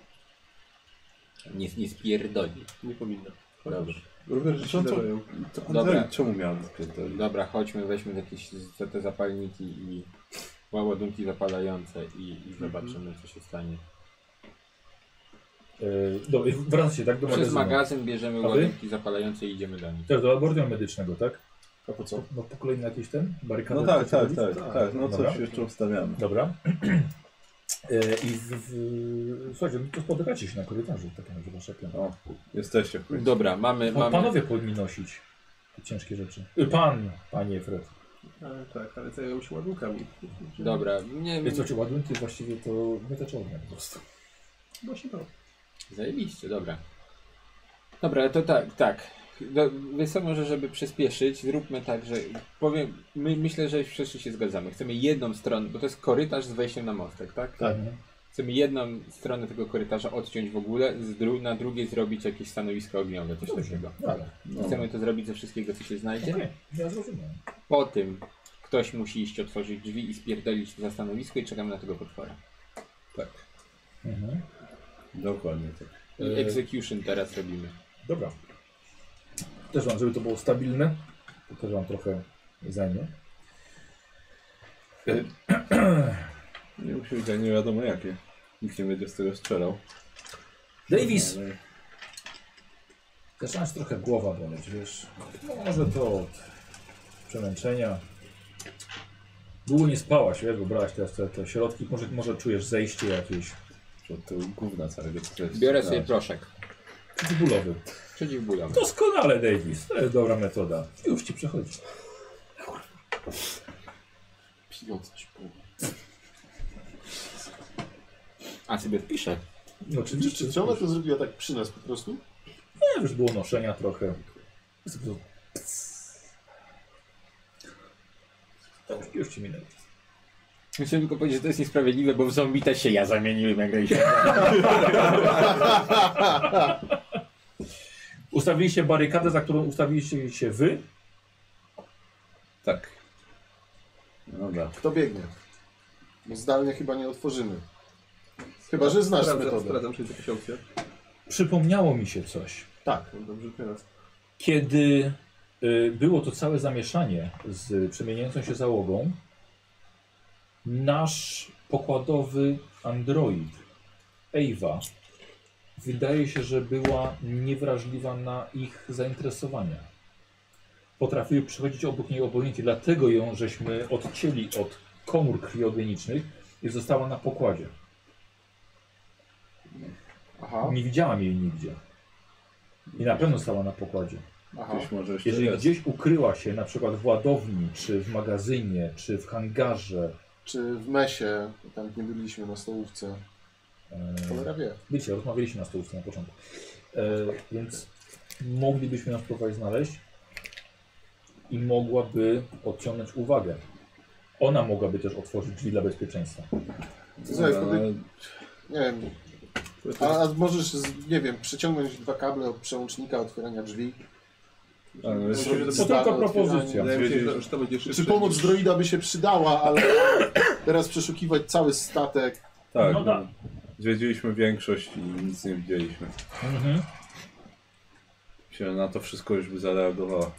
[SPEAKER 5] Nie, nie spierdoli.
[SPEAKER 6] nie powinna.
[SPEAKER 5] Dobrze.
[SPEAKER 6] Różne rzeczy się
[SPEAKER 2] No to-
[SPEAKER 6] zdarzają.
[SPEAKER 2] To
[SPEAKER 5] Dobra.
[SPEAKER 2] Andrzej, Czemu miałem spierdolić?
[SPEAKER 5] Dobra, chodźmy, weźmy jakieś te, te zapalniki i ładunki zapalające i,
[SPEAKER 1] Mhm.
[SPEAKER 5] i zobaczymy co się stanie.
[SPEAKER 1] Yy, dobra, i wracacie tak do
[SPEAKER 5] Przez
[SPEAKER 1] magazynu.
[SPEAKER 5] magazyn bierzemy
[SPEAKER 1] wy?
[SPEAKER 5] ładunki zapalające i idziemy do nich.
[SPEAKER 1] Też do laboratorium medycznego, tak?
[SPEAKER 4] A po co?
[SPEAKER 1] No po kolei na jakiś ten barykady.
[SPEAKER 2] No tak,
[SPEAKER 1] chcecie
[SPEAKER 2] tak,
[SPEAKER 1] robić?
[SPEAKER 2] tak, tak. No
[SPEAKER 1] Dobra.
[SPEAKER 2] coś jeszcze ustawiamy.
[SPEAKER 1] Dobra. Yy, I w, w, słuchajcie, no to spotykacie się na korytarzu, tak jak wasza piąta.
[SPEAKER 2] O, jesteście w końcu.
[SPEAKER 5] Dobra, mamy,
[SPEAKER 1] No,
[SPEAKER 5] mamy...
[SPEAKER 1] panowie powinni nosić te ciężkie rzeczy. Y, Pan, panie Fred.
[SPEAKER 6] Ale tak, ale zajmują się ładunkami.
[SPEAKER 5] Dobra, nie
[SPEAKER 1] Wiecie Y, co, czy ładunki właściwie to metaczownia po prostu.
[SPEAKER 6] Właśnie to.
[SPEAKER 5] Zajebiście, dobra. Dobra, to tak, tak. Do, więc może, żeby przyspieszyć, zróbmy tak, że powiem, my myślę, że w przeszli się zgadzamy. Chcemy jedną stronę, bo to jest korytarz z wejściem na mostek, tak?
[SPEAKER 4] Tak.
[SPEAKER 5] Chcemy jedną stronę tego korytarza odciąć w ogóle, z dru na drugiej zrobić jakieś stanowisko ogniowe, coś
[SPEAKER 1] Dobrze,
[SPEAKER 5] takiego.
[SPEAKER 1] dobra.
[SPEAKER 2] No.
[SPEAKER 5] Chcemy to zrobić ze wszystkiego, co się znajdzie.
[SPEAKER 1] Nie, ja zrozumiałem.
[SPEAKER 5] Po tym ktoś musi iść otworzyć drzwi i spierdolić to za stanowisko i czekamy na tego potwora.
[SPEAKER 2] Tak,
[SPEAKER 1] Mhm.
[SPEAKER 2] dokładnie tak.
[SPEAKER 5] I
[SPEAKER 1] Yy.
[SPEAKER 5] execution teraz robimy.
[SPEAKER 1] Dobra. Też wam, żeby to było stabilne, to też wam trochę zajmie.
[SPEAKER 2] Nie musi być, a nie wiadomo jakie. Nikt nie będzie z tego strzelał.
[SPEAKER 1] Davis,
[SPEAKER 2] Ale-
[SPEAKER 1] zaczyna się trochę głowa boleć, wiesz. No, może to od przemęczenia. Długo nie spałaś, wiesz, bo brałaś te, te, te środki. Może, może czujesz zejście jakieś
[SPEAKER 2] Że to gówna całego co jest.
[SPEAKER 5] Biorę sobie
[SPEAKER 2] Tak.
[SPEAKER 5] proszek.
[SPEAKER 1] bólowy.
[SPEAKER 5] Przeciwbólowy.
[SPEAKER 1] Doskonale, Davis. To jest dobra metoda. Już ci przechodzi.
[SPEAKER 5] A sobie wpiszę.
[SPEAKER 1] No, oczywiście.
[SPEAKER 4] Czy, czy ona to zrobiła tak przy nas po prostu?
[SPEAKER 1] Nie, już było noszenia trochę. Jest po prostu pss. Tak, już ci minęło.
[SPEAKER 5] Chciałem tylko powiedzieć, że to jest niesprawiedliwe, bo w zombie też się ja zamieniłem, jak graliśmy.
[SPEAKER 1] Ustawiliście barykadę, za którą ustawiliście się wy.
[SPEAKER 2] Tak. Dobra.
[SPEAKER 4] Kto biegnie? Bo Zdalnie chyba nie otworzymy. Chyba, że znasz
[SPEAKER 6] Sprawdzam,
[SPEAKER 4] metodę.
[SPEAKER 6] sprawdzam, czy jest jakaś opcja.
[SPEAKER 1] Przypomniało mi się coś.
[SPEAKER 4] Tak.
[SPEAKER 6] No Dobrze, teraz.
[SPEAKER 1] Kiedy y, było to całe zamieszanie z przemieniającą się załogą, nasz pokładowy android Ewa wydaje się, że była niewrażliwa na ich zainteresowania. Potrafiły przychodzić obok niej obojętnie, dlatego ją żeśmy odcięli od komór kriogenicznych i została na pokładzie.
[SPEAKER 5] Aha,
[SPEAKER 1] Nie widziałam jej nigdzie. I na pewno stała na pokładzie.
[SPEAKER 5] aha.
[SPEAKER 2] Gdzieś może jeszcze
[SPEAKER 1] Jeżeli
[SPEAKER 2] jest.
[SPEAKER 1] gdzieś ukryła się, na przykład w ładowni, czy w magazynie, czy w hangarze,
[SPEAKER 4] Czy w mesie, tam nie byliśmy na stołówce,
[SPEAKER 1] e,
[SPEAKER 4] cholera wie.
[SPEAKER 1] wiecie, rozmawialiśmy na stołówce na początku, e, więc moglibyśmy ją spróbować znaleźć i mogłaby odciągnąć uwagę. Ona mogłaby też otworzyć drzwi dla bezpieczeństwa.
[SPEAKER 4] Słuchaj, wtedy,
[SPEAKER 2] No, Ale
[SPEAKER 4] nie wiem, a, a możesz, z, nie wiem, przyciągnąć dwa kable od przełącznika otwierania drzwi?
[SPEAKER 2] Ale-
[SPEAKER 4] Zrobić
[SPEAKER 1] To
[SPEAKER 4] zdalne
[SPEAKER 1] tylko propozycja.
[SPEAKER 4] otwieranie.
[SPEAKER 6] Wydaje mi się, że- że to będzie szybsze.
[SPEAKER 4] Czy pomoc droida by się przydała, ale teraz przeszukiwać cały statek.
[SPEAKER 2] tak,
[SPEAKER 13] No da.
[SPEAKER 2] zwiedziliśmy większość i nic nie widzieliśmy.
[SPEAKER 1] Mhm.
[SPEAKER 2] Się na to wszystko już by zareagowała.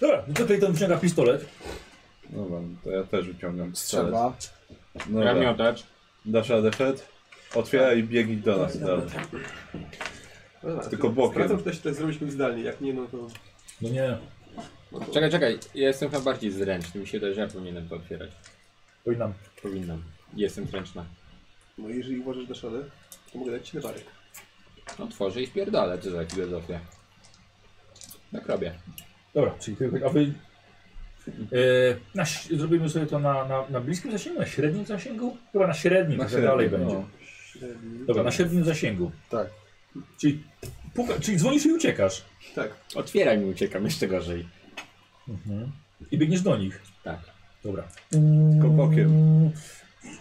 [SPEAKER 1] Dobra, no to tutaj tam wyciąga pistolet.
[SPEAKER 2] No Dobra, to ja też wyciągam strzelę.
[SPEAKER 4] Strzela.
[SPEAKER 2] Dobra,
[SPEAKER 5] Ramiotacz.
[SPEAKER 2] dasz radę Fred? Otwieraj i biegnij do nas zaraz.
[SPEAKER 6] Dobra,
[SPEAKER 2] tylko
[SPEAKER 6] to-
[SPEAKER 2] bokiem.
[SPEAKER 6] Sprawdzam, czy da się to zrobić mi zdalnie. Jak nie, no to...
[SPEAKER 1] No nie,
[SPEAKER 5] Czekaj, czekaj, ja jestem chyba bardziej zręczny. Mi się wydaje, że ja powinienem to otwierać.
[SPEAKER 1] powinnam.
[SPEAKER 5] Powinnam. Jestem zręczna.
[SPEAKER 6] No jeżeli uważasz na szadę, to mogę dać ci na barek.
[SPEAKER 5] Otworzę No, i spierdolę, co za filozofia. Tak robię.
[SPEAKER 1] Dobra, czyli tylko, a wy... E, na, ś- zrobimy sobie to na, na, na bliskim zasięgu, na średnim zasięgu? Chyba na średnim, na
[SPEAKER 2] średnio,
[SPEAKER 1] Znaczy, dalej
[SPEAKER 2] no.
[SPEAKER 1] będzie. Dobra, na średnim zasięgu.
[SPEAKER 4] Tak.
[SPEAKER 1] Czyli, puka, czyli dzwonisz i uciekasz.
[SPEAKER 6] Tak.
[SPEAKER 5] Otwieraj mi, uciekam jeszcze gorzej.
[SPEAKER 1] I biegniesz do nich.
[SPEAKER 5] Tak.
[SPEAKER 1] Dobra.
[SPEAKER 2] Tylko bokiem.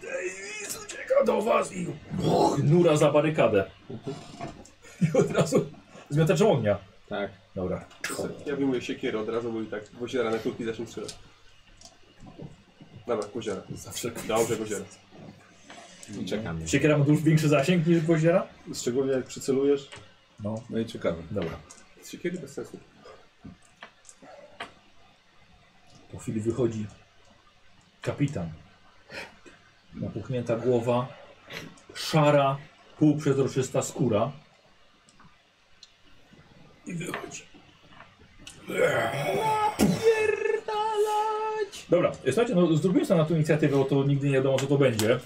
[SPEAKER 1] Davis ucieka do was i och, nura za barykadę. I od razu zmiataczem ognia.
[SPEAKER 5] Tak.
[SPEAKER 1] Dobra.
[SPEAKER 6] Ja wyjmuję siekierę od razu, bo i tak gwoździara na krótki zacznę strzelać. Dobra, gwoździara.
[SPEAKER 1] Zawsze
[SPEAKER 6] Dobrze, gwoździara.
[SPEAKER 5] I czekamy.
[SPEAKER 1] Siekiera ma dużo większy zasięg niż gwoździera?
[SPEAKER 4] Szczególnie jak przycelujesz.
[SPEAKER 1] No,
[SPEAKER 2] No i czekamy.
[SPEAKER 1] dobra.
[SPEAKER 6] Z siekiery bez sensu.
[SPEAKER 1] Po chwili wychodzi kapitan. Napuchnięta głowa, szara, półprzezroczysta skóra. I wychodzi. Dobra, słuchajcie, no zrobimy sobie na tą inicjatywę, bo to nigdy nie wiadomo co to będzie.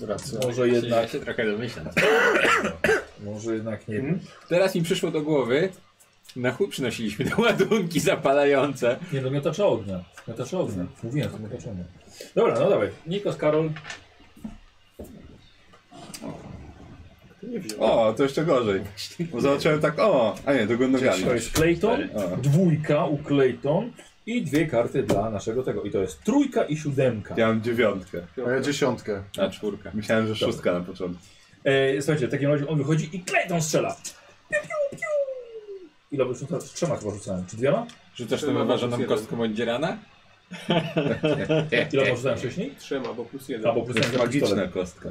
[SPEAKER 4] Racja.
[SPEAKER 1] Może
[SPEAKER 5] Ja
[SPEAKER 1] jednak,
[SPEAKER 5] się trochę domyślam.
[SPEAKER 1] może jednak nie wiem.
[SPEAKER 5] Mhm. Teraz mi przyszło do głowy, na chuj przynosiliśmy te ładunki zapalające.
[SPEAKER 1] Nie no, miotacza ognia. Miotacza ognia. Mówiłem, że miotacza ognia. Dobra, no dawaj. Nikos, Karol.
[SPEAKER 2] O, to jeszcze gorzej. Bo zobaczyłem tak, o, a nie, dogodnowiali.
[SPEAKER 1] To jest Clayton,
[SPEAKER 2] A.
[SPEAKER 1] dwójka u Clayton i dwie karty dla naszego tego. I to jest trójka i siódemka.
[SPEAKER 2] Ja mam dziewiątkę.
[SPEAKER 4] A ja dziesiątkę.
[SPEAKER 5] Na czwórkę.
[SPEAKER 2] Myślałem, że szóstka na początku.
[SPEAKER 1] E, słuchajcie, w takim razie on wychodzi i Clayton strzela. Piu, piu, piu. Ile by rzucał? Trzema chyba rzucałem. Czy dwiema?
[SPEAKER 5] Rzucasz tą wyważoną kostką oddzierana?
[SPEAKER 1] Ile rzucałem wcześniej?
[SPEAKER 6] Trzema, bo plus jeden.
[SPEAKER 1] Albo
[SPEAKER 2] To jest
[SPEAKER 1] plus
[SPEAKER 2] magiczna kostka.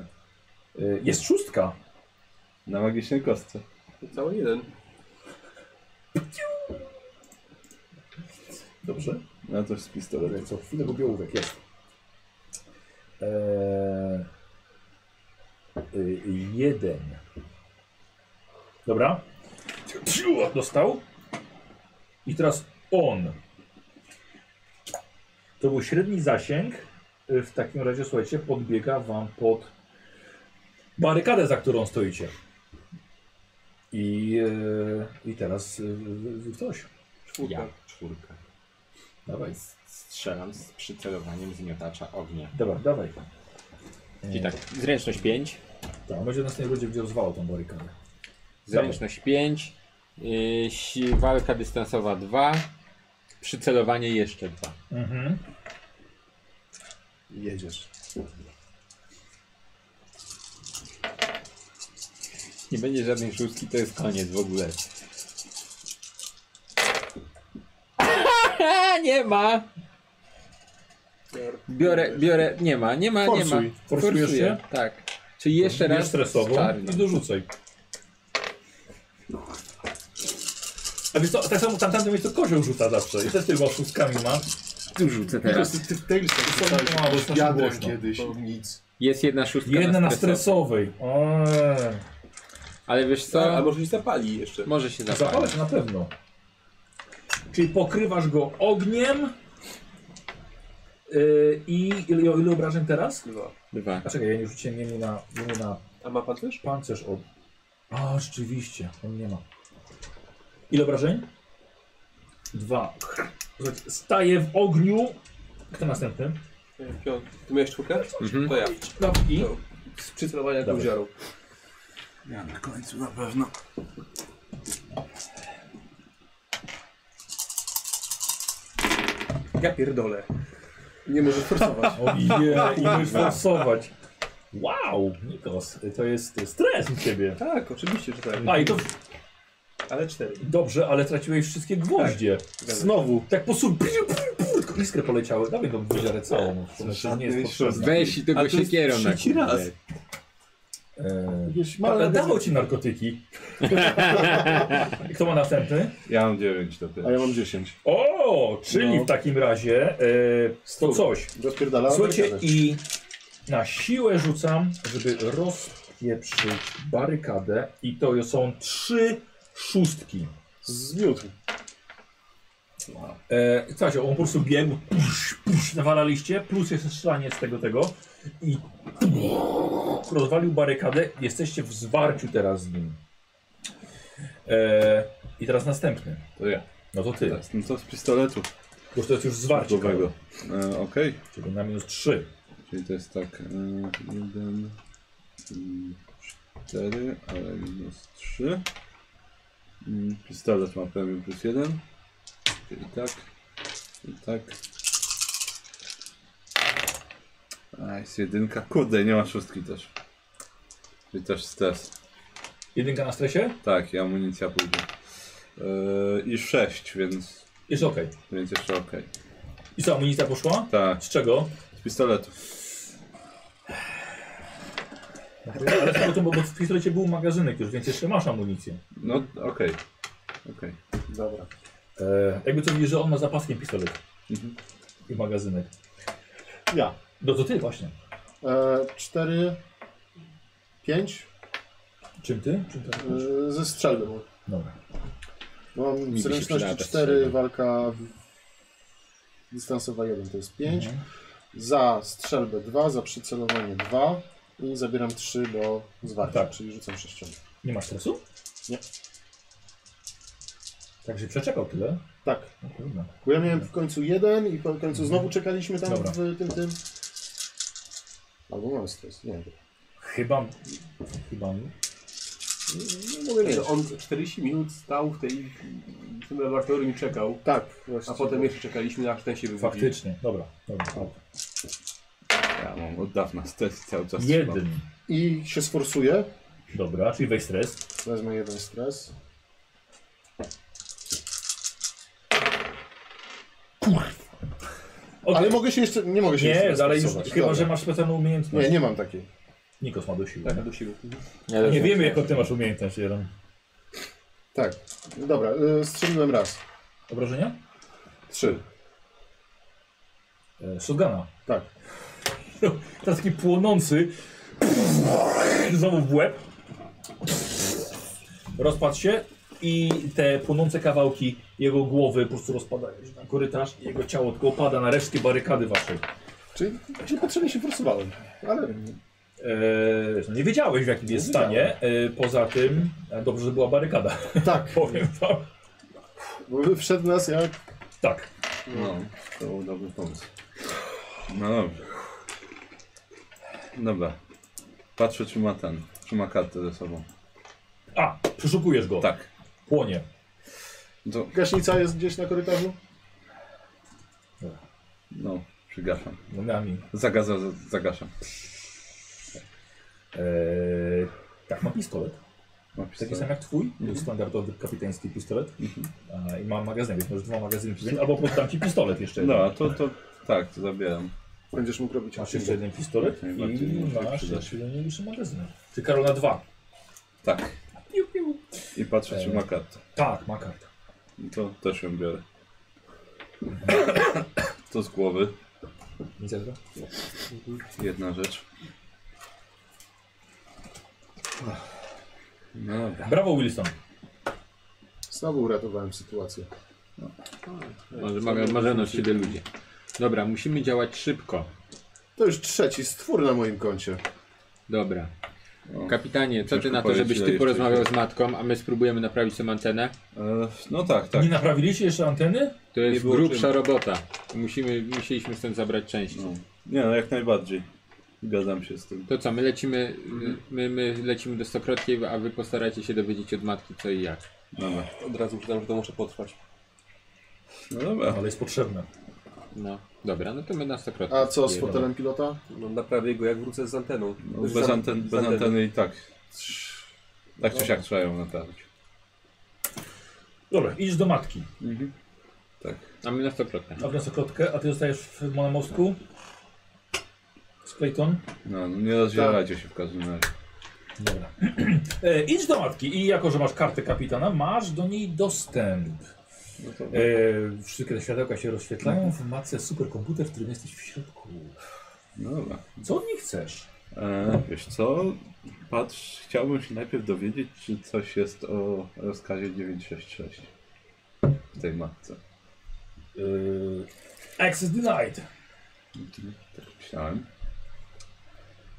[SPEAKER 1] E, Jest szóstka.
[SPEAKER 2] Na magicznej kostce.
[SPEAKER 6] To Cały jeden.
[SPEAKER 1] Dobrze.
[SPEAKER 2] No to z pistoletu.
[SPEAKER 1] Co chwilę go białówek jest. Eee, y, jeden. Dobra. Dostał. I teraz on. To był średni zasięg. Y, W takim razie, słuchajcie, podbiega wam pod barykadę, za którą stoicie. I, y, i teraz y, y, y, ktoś.
[SPEAKER 6] Czwórka.
[SPEAKER 5] Ja. Czwórka.
[SPEAKER 1] Dawaj.
[SPEAKER 5] S- Strzelam z przycelowaniem zmiotacza ognia.
[SPEAKER 1] Dobra, dawaj.
[SPEAKER 5] Czyli tak, zręczność 5.
[SPEAKER 1] Tak, będzie następnie będzie gdzie rozwało tą barykadę.
[SPEAKER 5] Zręczność 5. Yy, si- walka dystansowa 2. Przycelowanie jeszcze 2.
[SPEAKER 1] Mhm.
[SPEAKER 4] Jedziesz.
[SPEAKER 5] Nie będzie żadnej szóstki, to jest koniec w ogóle. nie ma! Biorę, biorę, nie ma, nie ma, nie ma.
[SPEAKER 4] Forsuj.
[SPEAKER 1] Forsujesz
[SPEAKER 5] Forsuję,
[SPEAKER 1] się?
[SPEAKER 5] Tak. Czyli jeszcze
[SPEAKER 1] Bierz
[SPEAKER 5] raz
[SPEAKER 1] stresową
[SPEAKER 5] czarny.
[SPEAKER 1] i dorzucaj. A wiesz co, tak samo tamten jest to kozioł rzuca zawsze. I też tymi łoszówkami ma.
[SPEAKER 5] Tu rzucę teraz.
[SPEAKER 4] Ty w tej
[SPEAKER 1] No, bo strasznie
[SPEAKER 4] jadłem
[SPEAKER 1] głośno.
[SPEAKER 4] kiedyś, nic.
[SPEAKER 5] Jest jedna szóstka
[SPEAKER 1] Jedna na
[SPEAKER 5] stresowo.
[SPEAKER 1] stresowej. Eee,
[SPEAKER 5] Ale wiesz
[SPEAKER 6] A, a
[SPEAKER 5] co?
[SPEAKER 6] może się zapali jeszcze.
[SPEAKER 5] Może się zapalić.
[SPEAKER 1] Zapalać na pewno. Czyli pokrywasz go ogniem. Yy, I ile, ile obrażeń teraz?
[SPEAKER 6] Dwa.
[SPEAKER 5] Dwa.
[SPEAKER 1] A czekaj, ja nie rzuciłem jemu na, jemu na
[SPEAKER 6] A ma pan też?
[SPEAKER 1] pancerz od... A, rzeczywiście, on nie ma. Ile obrażeń? Dwa. Słuchajcie, Staje w ogniu. Kto następny? No
[SPEAKER 6] E, Piąt. Ty miałeś czwórkę?
[SPEAKER 5] Mhm.
[SPEAKER 6] To ja.
[SPEAKER 1] Klapki.
[SPEAKER 6] To z przycelowania tą
[SPEAKER 1] Dawaj.
[SPEAKER 6] ziarą.
[SPEAKER 14] Ja na końcu na pewno.
[SPEAKER 6] Ja pierdolę.
[SPEAKER 4] Nie może forsować.
[SPEAKER 1] Ojej, umiesz forsować. Wow, Nikos, to jest stres u ciebie.
[SPEAKER 6] Tak, oczywiście, że tak.
[SPEAKER 1] A i to
[SPEAKER 6] Ale cztery.
[SPEAKER 1] dobrze, ale traciłeś wszystkie gwoździe. Znowu. Tak po prostu piu, piu, piu, tylko iskry poleciały. Dawaj go wydziarę całą. To znaczy nie jest potrzebne.
[SPEAKER 5] Weź i tego
[SPEAKER 2] A to jest
[SPEAKER 5] siekierą na
[SPEAKER 2] trzeci raz.
[SPEAKER 5] kurde.
[SPEAKER 1] Eee,
[SPEAKER 4] Jakieś
[SPEAKER 1] ale
[SPEAKER 4] małe...
[SPEAKER 1] dawał ci narkotyki. I Kto ma następny?
[SPEAKER 2] Ja mam 9 do
[SPEAKER 4] A ja mam 10.
[SPEAKER 1] O, czyli
[SPEAKER 4] No.
[SPEAKER 1] w takim razie eee, to coś.
[SPEAKER 4] Rozpierdala.
[SPEAKER 1] Słuchajcie,
[SPEAKER 4] barykady.
[SPEAKER 1] i na siłę rzucam, żeby rozpieprzyć barykadę. I to są trzy szóstki.
[SPEAKER 4] Zmiótł.
[SPEAKER 1] E, słuchajcie, on po prostu biegł, pusz, pusz, nawalaliście, plus jeszcze strzelanie z tego, tego i rozwalił barykadę. Jesteście w zwarciu teraz z nim. E, I teraz następny.
[SPEAKER 2] To ja.
[SPEAKER 1] No to ty.
[SPEAKER 2] Teraz, no to z pistoletu.
[SPEAKER 1] Bo to jest już zwarcie.
[SPEAKER 2] Górnego.
[SPEAKER 1] Karol.
[SPEAKER 2] E, Okej.
[SPEAKER 1] Czyli na minus 3.
[SPEAKER 2] Czyli to jest tak. E, 1, 4, ale minus 3. Pistolet ma premium plus 1. Czyli tak. I tak. A jest jedynka. Kurde, nie ma szóstki też. Czyli też stres.
[SPEAKER 1] Jedynka na stresie?
[SPEAKER 2] Tak, i amunicja pójdzie. E, I 6, więc,
[SPEAKER 1] Jest okej.
[SPEAKER 2] więc jeszcze ok.
[SPEAKER 1] I co, amunicja poszła?
[SPEAKER 2] Tak,
[SPEAKER 1] Z czego?
[SPEAKER 2] z pistoletu.
[SPEAKER 1] Ale z tego to, bo bo w pistolecie był magazynek już, więc jeszcze masz amunicję.
[SPEAKER 2] No okej. Okej.
[SPEAKER 4] Dobra.
[SPEAKER 1] E, jakby to widzisz, że on ma zapaskiem pistolet.
[SPEAKER 2] Mhm.
[SPEAKER 1] I magazynek.
[SPEAKER 4] Ja.
[SPEAKER 1] No to ty właśnie.
[SPEAKER 4] E, 4, 5
[SPEAKER 1] Czym ty? Czym ty?
[SPEAKER 4] e, ze strzelbą.
[SPEAKER 1] Dobra.
[SPEAKER 4] Mam
[SPEAKER 5] się przydała
[SPEAKER 4] zręczności
[SPEAKER 5] ta
[SPEAKER 4] 4,
[SPEAKER 5] strzelba.
[SPEAKER 4] walka w- dystansowa 1 to jest 5.
[SPEAKER 1] Mhm.
[SPEAKER 4] Za strzelbę 2, za przycelowanie 2 i zabieram 3 do zwarcia,
[SPEAKER 1] Tak.
[SPEAKER 4] czyli rzucam sześcioma.
[SPEAKER 1] Nie masz stresu?
[SPEAKER 4] Nie.
[SPEAKER 1] Także przeczekał tyle.
[SPEAKER 4] Tak,
[SPEAKER 1] No trudno.
[SPEAKER 4] bo ja miałem w końcu jeden i po końcu znowu czekaliśmy tam
[SPEAKER 1] Mhm. Dobra.
[SPEAKER 4] w tym tym. Albo mam stres, nie wiem.
[SPEAKER 1] Chyba. Chyba.
[SPEAKER 4] Nie mogę mieć.
[SPEAKER 6] Że Znaczy, on 40 minut stał w tej w tym laboratorium i czekał,
[SPEAKER 4] Tak, właśnie.
[SPEAKER 6] a potem jeszcze czekaliśmy, aż ten się wywrócił.
[SPEAKER 1] Faktycznie. Dobra. dobra.
[SPEAKER 2] Ja mam od dawna stres cały czas.
[SPEAKER 1] Jeden.
[SPEAKER 4] I się sforsuję.
[SPEAKER 1] Dobra, czyli weź stres.
[SPEAKER 4] Wezmę jeden stres.
[SPEAKER 1] Ok.
[SPEAKER 4] Ale mogę się jeszcze. Nie mogę się
[SPEAKER 1] Nie,
[SPEAKER 4] jeszcze
[SPEAKER 1] dalej już.
[SPEAKER 4] stresować.
[SPEAKER 1] Chyba,
[SPEAKER 4] Dobra.
[SPEAKER 1] że masz specjalną umiejętność.
[SPEAKER 4] Nie, nie mam takiej.
[SPEAKER 1] Nikos ma do siły.
[SPEAKER 6] Tak, do siły.
[SPEAKER 5] Ja
[SPEAKER 1] Nie
[SPEAKER 5] też
[SPEAKER 1] wiemy, jaką ty masz umiejętność, Jeron.
[SPEAKER 4] Tak. Dobra, y, strzeliłem raz.
[SPEAKER 1] Obrażenia?
[SPEAKER 4] Trzy.
[SPEAKER 1] E, Shotguna.
[SPEAKER 4] Tak.
[SPEAKER 1] Teraz taki płonący. Znowu w łeb. Rozpadł się i te płonące kawałki jego głowy po prostu rozpadają się na korytarz i jego ciało tylko opada na resztki barykady waszej.
[SPEAKER 4] Czyli niepotrzebnie się forsowałem. Ale
[SPEAKER 1] Eee, no nie wiedziałeś w jakim jest stanie. Eee, poza tym e, dobrze, że była barykada,
[SPEAKER 4] tak,
[SPEAKER 1] powiem wam.
[SPEAKER 4] bo wszedł nas jak.
[SPEAKER 1] Tak.
[SPEAKER 2] No, to był dobry pomysł. No dobrze. Dobra. Patrzę czy ma ten, czy ma kartę ze sobą.
[SPEAKER 1] A, przeszukujesz go.
[SPEAKER 2] Tak.
[SPEAKER 1] Płonie.
[SPEAKER 2] To,
[SPEAKER 4] Gaśnica jest gdzieś na korytarzu?
[SPEAKER 2] no, przygaszam.
[SPEAKER 1] Nogami.
[SPEAKER 2] Zagaza, z- zagaszam.
[SPEAKER 1] Eee, tak, ma pistolet.
[SPEAKER 2] Ma
[SPEAKER 1] Taki sam
[SPEAKER 2] pistolet. Mhm.
[SPEAKER 1] jak twój, to jest standardowy kapitański pistolet. A, I mam magazyn, więc możesz dwa magazyny przyjąć, albo poddam ci pistolet jeszcze. jeden.
[SPEAKER 2] No, a to, to tak, to zabieram.
[SPEAKER 4] Będziesz mógł robić
[SPEAKER 1] Masz jeszcze jeden pistolet
[SPEAKER 2] Jak
[SPEAKER 1] i
[SPEAKER 2] najbardziej może się
[SPEAKER 1] masz
[SPEAKER 2] przydać.
[SPEAKER 1] jeszcze jeden niższy magazyn. Ty Karol na dwa.
[SPEAKER 2] Tak. I patrzę czy ma kartę.
[SPEAKER 1] Tak, ma kartę.
[SPEAKER 2] To też ją biorę. To z głowy.
[SPEAKER 1] Nic zero.
[SPEAKER 2] Jedna rzecz. No dobra.
[SPEAKER 1] Brawo Wilson.
[SPEAKER 4] Znowu uratowałem sytuację.
[SPEAKER 3] Może mają marzeno z siebie ludzie. Dobra, musimy działać szybko.
[SPEAKER 4] To już trzeci stwór na moim koncie.
[SPEAKER 3] Dobra. Kapitanie, co ty
[SPEAKER 2] Ciężko
[SPEAKER 3] na to, żebyś
[SPEAKER 2] powiedzieć,
[SPEAKER 3] ty
[SPEAKER 2] ile
[SPEAKER 3] porozmawiał
[SPEAKER 2] jeszcze.
[SPEAKER 3] z matką, a my spróbujemy naprawić tę antenę?
[SPEAKER 2] E, no tak, tak.
[SPEAKER 1] Nie naprawiliście jeszcze anteny?
[SPEAKER 3] To jest
[SPEAKER 2] było
[SPEAKER 3] grubsza
[SPEAKER 2] czym.
[SPEAKER 3] robota. Musimy, musieliśmy stąd zabrać części.
[SPEAKER 2] No. Nie no, jak najbardziej. Zgadzam się z tym.
[SPEAKER 3] To co, my lecimy, my, my lecimy do Stokrotki, a wy postarajcie się dowiedzieć od matki co i jak.
[SPEAKER 2] Dobra.
[SPEAKER 6] Od razu przyznam, że to może potrwać.
[SPEAKER 2] No dobra.
[SPEAKER 1] Ale jest potrzebne.
[SPEAKER 3] No, dobra, no to my na Stokrotkę.
[SPEAKER 4] A co z
[SPEAKER 3] spróbujemy.
[SPEAKER 4] fotelem pilota?
[SPEAKER 6] No naprawię go jak wrócę z anteną.
[SPEAKER 2] No,
[SPEAKER 6] Z
[SPEAKER 2] bez,
[SPEAKER 6] an-
[SPEAKER 2] anten,
[SPEAKER 6] z
[SPEAKER 2] bez anteny i tak. Tak czy siak trzeba ją naprawić.
[SPEAKER 1] Dobra, idź do matki.
[SPEAKER 3] A my na Stokrotkę.
[SPEAKER 1] A wniosek krótkę, a ty zostajesz w na mostku? Z Clayton?
[SPEAKER 2] No, no nie rozdzielajcie się w każdym razie.
[SPEAKER 1] Dobra. E, idź do matki i jako, że masz kartę kapitana, masz do niej dostęp. E, wszystkie te światełka się rozświetlają w matce superkomputer, w którym jesteś w środku.
[SPEAKER 2] No dobra.
[SPEAKER 1] Co od nich chcesz?
[SPEAKER 2] E, wiesz co? Patrz, chciałbym się najpierw dowiedzieć, czy coś jest o rozkazie 966 w tej matce.
[SPEAKER 1] E, access denied.
[SPEAKER 2] Tak myślałem.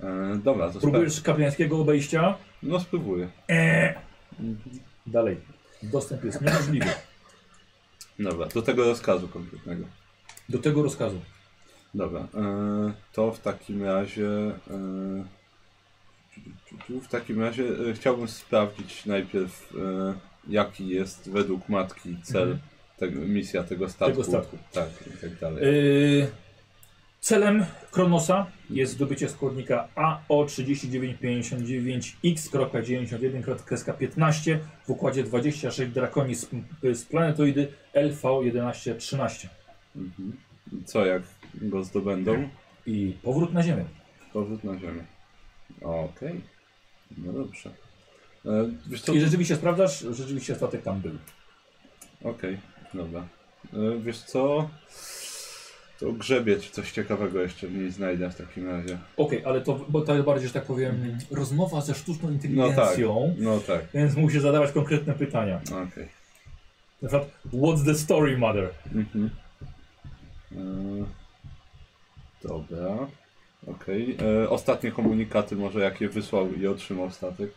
[SPEAKER 2] E, dobra, to
[SPEAKER 1] Próbujesz kapitańskiego obejścia?
[SPEAKER 2] spra- No spróbuję.
[SPEAKER 1] Dalej. Dostęp jest niemożliwy.
[SPEAKER 2] Dobra, do tego rozkazu konkretnego.
[SPEAKER 1] Do tego rozkazu.
[SPEAKER 2] Dobra, e, to w takim razie... E, w takim razie e, chciałbym sprawdzić najpierw, e, jaki jest według matki cel, tego, misja tego statku.
[SPEAKER 1] Mhm. Tego statku.
[SPEAKER 2] Tak, i tak dalej.
[SPEAKER 1] Yy, celem Kronosa jest zdobycie składnika AO3959X.91.15 w układzie 26 drakoni z, y, z planetoidy LV1113
[SPEAKER 2] Mhm. I Co, jak go zdobędą?
[SPEAKER 1] i powrót na Ziemię.
[SPEAKER 2] Powrót na ziemię. Okej. No dobrze. E, wiesz co,
[SPEAKER 1] I rzeczywiście sprawdzasz, rzeczywiście statek tam był.
[SPEAKER 2] Okej, dobra. E, Wiesz co? To grzebie, czy coś ciekawego jeszcze w niej znajdę w takim razie.
[SPEAKER 1] Okej, ale to, bo to bardziej, że tak powiem, rozmowa ze sztuczną
[SPEAKER 2] Mhm. No tak,
[SPEAKER 1] inteligencją,
[SPEAKER 2] no tak,
[SPEAKER 1] więc musisz zadawać konkretne pytania.
[SPEAKER 2] okej.
[SPEAKER 1] Na przykład, what's the story, mother?
[SPEAKER 2] Mhm. E, Dobra. Okej. E, Ostatnie komunikaty może jakie wysłał i otrzymał statek.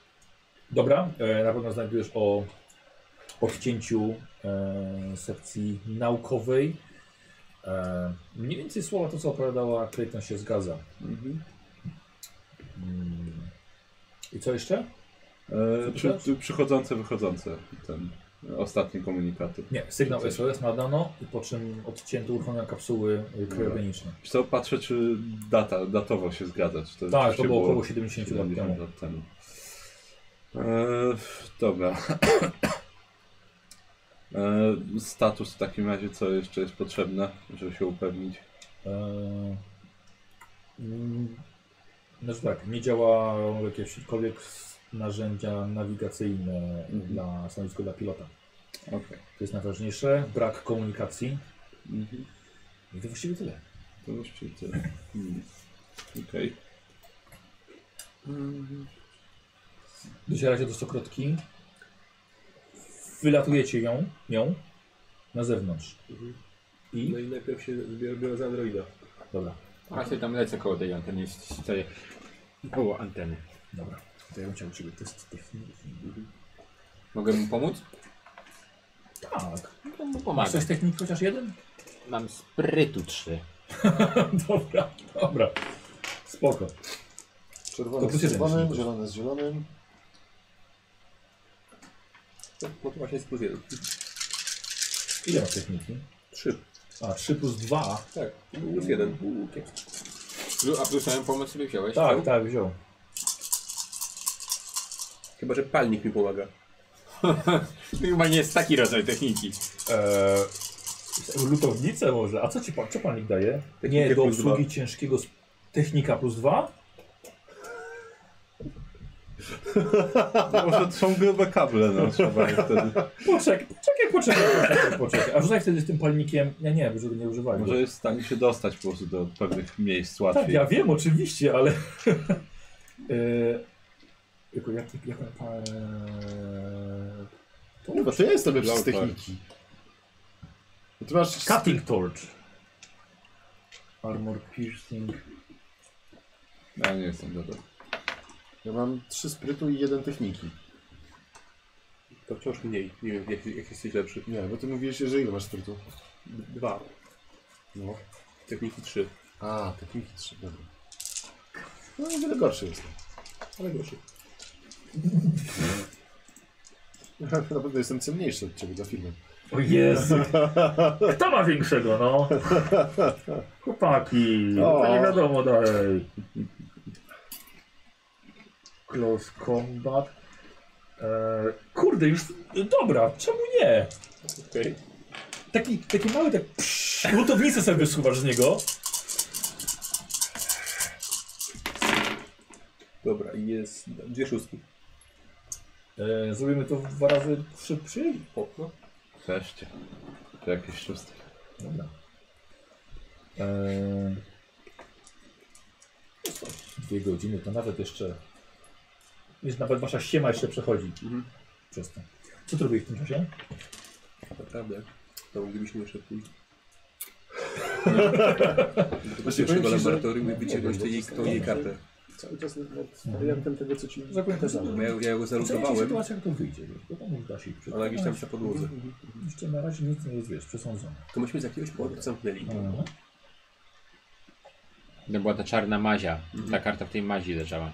[SPEAKER 1] Dobra, e, na pewno znajdujesz o odcięciu e, sekcji naukowej. E, mniej więcej słowa to, co opowiadała Clayton się zgadza.
[SPEAKER 2] Mhm.
[SPEAKER 1] Mm. I co jeszcze?
[SPEAKER 2] E,
[SPEAKER 1] ty
[SPEAKER 2] Czy,
[SPEAKER 1] pytasz?
[SPEAKER 2] czy przychodzące, wychodzące ten e, ostatnie komunikaty.
[SPEAKER 1] Nie, sygnał SOS nadano, i po czym odcięto uruchomienia kapsuły e, kryogeniczne.
[SPEAKER 2] Wiesz co, patrzę, czy data, datowo się zgadza. Czy to
[SPEAKER 1] Tak, to
[SPEAKER 2] rzeczywiście
[SPEAKER 1] było około 70 lat
[SPEAKER 2] 70
[SPEAKER 1] temu.
[SPEAKER 2] lat temu. Eee, dobra. Eee, status w takim razie, co jeszcze jest potrzebne, żeby się upewnić?
[SPEAKER 1] E, mm, znaczy tak, nie działają jakiekolwiek narzędzia nawigacyjne
[SPEAKER 2] Mhm.
[SPEAKER 1] dla stanowisko dla pilota.
[SPEAKER 2] Okej.
[SPEAKER 1] To jest najważniejsze. Brak komunikacji.
[SPEAKER 2] Mhm.
[SPEAKER 1] I to właściwie tyle.
[SPEAKER 2] To jeszcze tyle. Hmm. Okej.
[SPEAKER 1] Docieracie do Stokrotki. Wylatujecie ją, nią na zewnątrz.
[SPEAKER 2] Mhm.
[SPEAKER 1] I?
[SPEAKER 6] No i najpierw się biorę, biorę za androida.
[SPEAKER 1] Dobra,
[SPEAKER 3] Właśnie tam lecę koło tej anteny, jeśli stoję koło anteny.
[SPEAKER 1] dobra. To ja bym chciał u Ciebie test techniki.
[SPEAKER 2] Mhm.
[SPEAKER 3] Mogę mu pomóc?
[SPEAKER 1] Tak.
[SPEAKER 3] No, mu
[SPEAKER 1] Masz
[SPEAKER 3] pomagam.
[SPEAKER 1] coś z techniki chociaż jeden?
[SPEAKER 3] Mam sprytu trzy.
[SPEAKER 1] dobra, dobra. Spoko. To
[SPEAKER 4] Czerwony
[SPEAKER 1] plus
[SPEAKER 4] z
[SPEAKER 1] jeden
[SPEAKER 4] czerwonym,
[SPEAKER 1] jeszcze.
[SPEAKER 4] zielony z zielonym.
[SPEAKER 6] No to właśnie jest plus jeden.
[SPEAKER 1] Ile masz techniki?
[SPEAKER 6] Trzy.
[SPEAKER 1] A, 3 plus 2.
[SPEAKER 6] Tak, plus jeden.
[SPEAKER 3] Lu- A plus moją pomoc sobie wziąłeś?
[SPEAKER 1] Tak, tak, wziął.
[SPEAKER 6] Chyba, że palnik mi pomaga.
[SPEAKER 3] To chyba nie jest taki rodzaj techniki.
[SPEAKER 1] Eee, lutownicę może. A co Ci pan, co Panik daje?
[SPEAKER 6] Technikę
[SPEAKER 1] Nie, do
[SPEAKER 6] plus
[SPEAKER 1] obsługi ciężkiego... sp- Technika plus 2?
[SPEAKER 2] Może to są grube kable na trzeba je wtedy.
[SPEAKER 1] Poczekaj, poczekaj, poczekaj, poczekaj, poczekaj. A rzucaj wtedy z tym palnikiem. Ja nie, żeby nie używali.
[SPEAKER 2] Może jest w stanie się dostać po prostu do pewnych miejsc
[SPEAKER 1] Tak,
[SPEAKER 2] łatwiej.
[SPEAKER 1] ja wiem oczywiście, ale... Yy, Tylko jak, jak eee, on pa...
[SPEAKER 4] Kurwa, No to ja jestem lepszy z
[SPEAKER 2] Leopard.
[SPEAKER 4] techniki. Ty masz...
[SPEAKER 1] Cutting Torch. Armor piercing.
[SPEAKER 2] Ja nie jestem dobry.
[SPEAKER 4] Ja mam trzy sprytu i jeden techniki.
[SPEAKER 15] To wciąż mniej. Nie wiem, jak, jak jesteś lepszy.
[SPEAKER 4] Nie, bo ty mówiłeś, że ile masz sprytu?
[SPEAKER 15] Dwa.
[SPEAKER 4] No.
[SPEAKER 15] Techniki trzy.
[SPEAKER 4] A, techniki trzy, dobra. No i wiele gorszy jestem.
[SPEAKER 15] Ale gorszy.
[SPEAKER 4] Na pewno jestem cenniejszy od ciebie za filmem.
[SPEAKER 1] O Jezu. Kto ma większego, no? Chłopaki, no to nie wiadomo dalej. Close combat. Eee, kurde, już, dobra, czemu nie?
[SPEAKER 15] Okej.
[SPEAKER 1] Taki, taki mały, tak psz, lutownicę sobie wysuwasz z niego.
[SPEAKER 15] Dobra, i jest dwie szóstki.
[SPEAKER 1] Eee, zrobimy to dwa razy szybciej?
[SPEAKER 15] O, no.
[SPEAKER 2] Wreszcie. To jakieś szóste.
[SPEAKER 1] Dobra. Eee, dwie godziny to nawet jeszcze. Jest nawet wasza siema jeszcze przechodzi przez to. Co ty robisz w tym czasie?
[SPEAKER 15] Naprawdę. To moglibyśmy jeszcze pójść.
[SPEAKER 4] Właśnie powiem
[SPEAKER 15] do
[SPEAKER 4] ci, że-
[SPEAKER 15] laboratorium i wyciągnąć tę jej, tą jej kartę.
[SPEAKER 4] Cały czas nad wariantem tego, co ci pokazałem.
[SPEAKER 15] Bo ja, ja go
[SPEAKER 1] Zobaczymy
[SPEAKER 15] zarutowałem,
[SPEAKER 1] sytuację, jak to wyjdzie. wiesz, Bo tam da się ich
[SPEAKER 15] ona gdzieś tam przy podłodze.
[SPEAKER 1] Jeszcze na razie nic nie jest, wiesz, przesądzone.
[SPEAKER 15] To myśmy z jakiegoś powodu zamknęli.
[SPEAKER 4] No.
[SPEAKER 5] To była ta czarna mazia.
[SPEAKER 3] Mhm.
[SPEAKER 5] Ta karta w tej mazi leżała.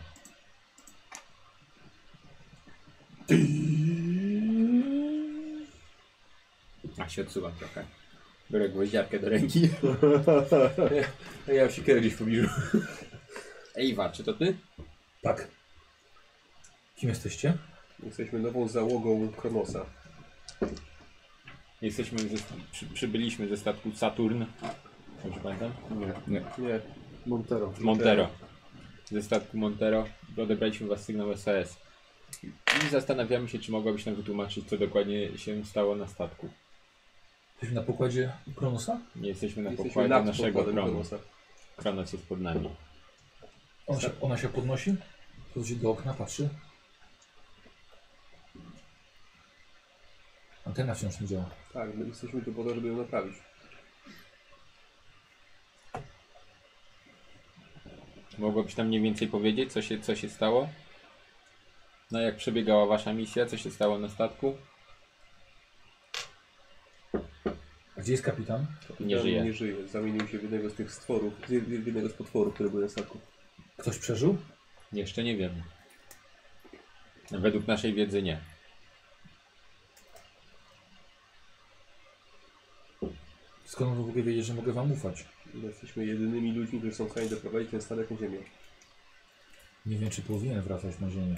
[SPEAKER 5] A się odsuwam trochę. Biorę gwoździarkę do ręki.
[SPEAKER 15] A ja się kiedyś w pobliżu.
[SPEAKER 5] Ejwa, czy to ty?
[SPEAKER 1] Tak. Kim jesteście?
[SPEAKER 6] Jesteśmy nową załogą Kronosa.
[SPEAKER 5] Jesteśmy, ze, przy, przybyliśmy ze statku Saturn. Dobrze pamiętam?
[SPEAKER 6] Nie.
[SPEAKER 4] Montero.
[SPEAKER 5] Montero. Ze statku Montero odebraliśmy was sygnał SOS. I zastanawiamy się, czy mogłabyś nam wytłumaczyć, co dokładnie się stało na statku.
[SPEAKER 1] Jesteśmy na pokładzie Kronosa?
[SPEAKER 5] Nie jesteśmy na
[SPEAKER 6] Jesteśmy
[SPEAKER 5] pokładzie
[SPEAKER 6] nad
[SPEAKER 5] naszego
[SPEAKER 6] pokładem
[SPEAKER 5] kronu.
[SPEAKER 6] Kronosa.
[SPEAKER 5] Kronos jest pod nami.
[SPEAKER 1] Ona się, ona się podnosi, podchodzi do okna, patrzy. Antena wciąż nie działa.
[SPEAKER 6] Tak, my jesteśmy tu po to, żeby ją naprawić.
[SPEAKER 5] Mogłabyś nam mniej więcej powiedzieć, co się, co się stało? No jak przebiegała wasza misja, co się stało na statku?
[SPEAKER 1] A gdzie jest kapitan?
[SPEAKER 5] Nie
[SPEAKER 6] Tam
[SPEAKER 5] żyje.
[SPEAKER 6] Nie żyje. Zamienił się w jednego z tych stworów, w w jednego z potworów, które były na statku.
[SPEAKER 1] Ktoś przeżył?
[SPEAKER 5] Jeszcze nie wiem. Według naszej wiedzy nie.
[SPEAKER 1] Skąd on w ogóle wiedzieć, że mogę wam ufać?
[SPEAKER 6] My jesteśmy jedynymi ludźmi, którzy są w stanie doprowadzić ten statek na ziemię.
[SPEAKER 1] Nie wiem, czy powinien wracać na ziemię.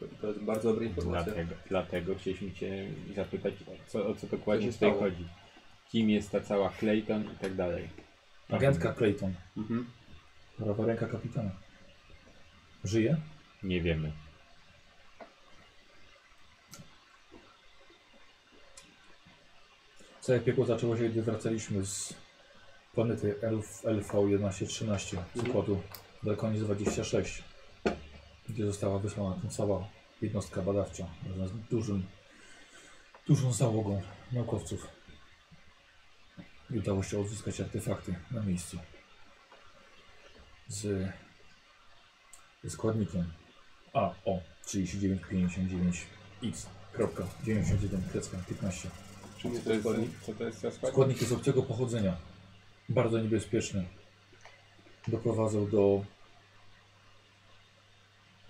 [SPEAKER 6] To, to jest bardzo dobra informacja.
[SPEAKER 5] Dlatego, dlatego chcieliśmy cię zapytać, o co, o co dokładnie
[SPEAKER 6] Co się
[SPEAKER 5] tutaj
[SPEAKER 6] stało?
[SPEAKER 5] chodzi. Kim jest ta cała Clayton i tak dalej.
[SPEAKER 1] Agentka Clayton,
[SPEAKER 6] Mhm.
[SPEAKER 1] prawa ręka kapitana. Żyje?
[SPEAKER 5] Nie wiemy.
[SPEAKER 1] Całe piekło zaczęło się, gdy wracaliśmy z planety LV, LV1113 z układu Delconis 26, gdzie została wysłana tam cała jednostka badawcza razem z dużym, dużą załogą naukowców. I udało się odzyskać artefakty na miejscu z ze składnikiem AO3959X.91.15.
[SPEAKER 6] Czym jest
[SPEAKER 5] Co to
[SPEAKER 6] ten
[SPEAKER 5] jest,
[SPEAKER 6] składnik?
[SPEAKER 5] co to jest za składnik?
[SPEAKER 1] Składnik jest obcego pochodzenia. Bardzo niebezpieczny. Doprowadzał do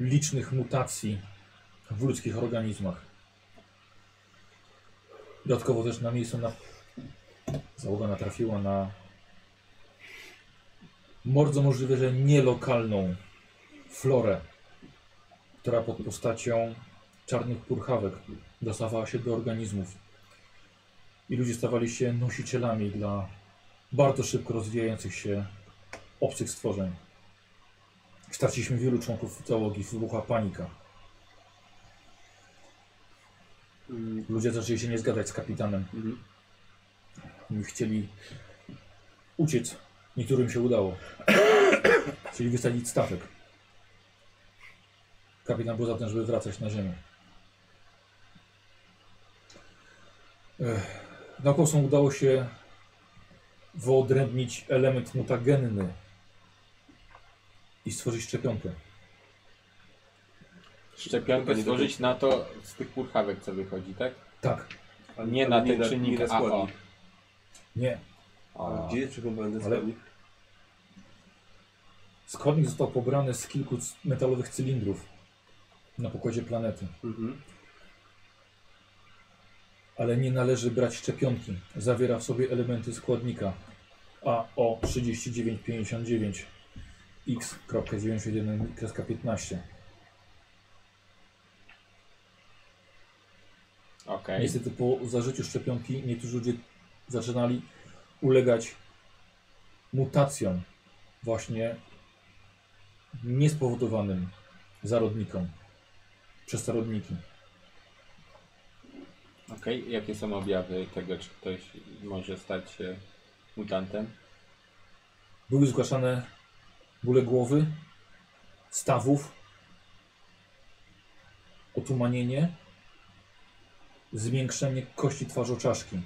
[SPEAKER 1] licznych mutacji w ludzkich organizmach. Dodatkowo też na miejscu na... załoga natrafiła na bardzo możliwe, że nielokalną florę, która pod postacią czarnych purchawek dostawała się do organizmów i ludzie stawali się nosicielami dla bardzo szybko rozwijających się obcych stworzeń. Straciliśmy wielu członków załogi, wybuchła panika.
[SPEAKER 6] Mm,
[SPEAKER 1] Ludzie zaczęli się nie zgadzać z kapitanem. Oni chcieli uciec. Niektórym się udało. Chcieli wysadzić statek. Kapitan był za tym, żeby wracać na ziemię. Ech. Naukosom udało się wyodrębnić element mutagenny i stworzyć szczepionkę.
[SPEAKER 5] Szczepionkę stworzyć na to z tych purchawek, co wychodzi, tak?
[SPEAKER 1] Tak,
[SPEAKER 6] ale
[SPEAKER 5] Nie na ten
[SPEAKER 6] nie
[SPEAKER 5] czynnik
[SPEAKER 6] na
[SPEAKER 5] AO.
[SPEAKER 6] składnik.
[SPEAKER 1] nie.
[SPEAKER 5] A,
[SPEAKER 6] Gdzie jest przeglądany
[SPEAKER 1] Ale-
[SPEAKER 6] składnik?
[SPEAKER 1] Składnik został pobrany z kilku c- metalowych cylindrów na pokładzie planety.
[SPEAKER 6] Mhm.
[SPEAKER 1] ale nie należy brać szczepionki. Zawiera w sobie elementy składnika AO3959 X.91.15.
[SPEAKER 5] Okej.
[SPEAKER 1] Niestety po zażyciu szczepionki niektórzy ludzie zaczynali ulegać mutacjom właśnie niespowodowanym zarodnikom przez zarodniki.
[SPEAKER 5] Okej, jakie są objawy tego, czy ktoś może stać się mutantem?
[SPEAKER 1] Były zgłaszane bóle głowy, stawów, otumanienie, zwiększenie kości twarzoczaszki.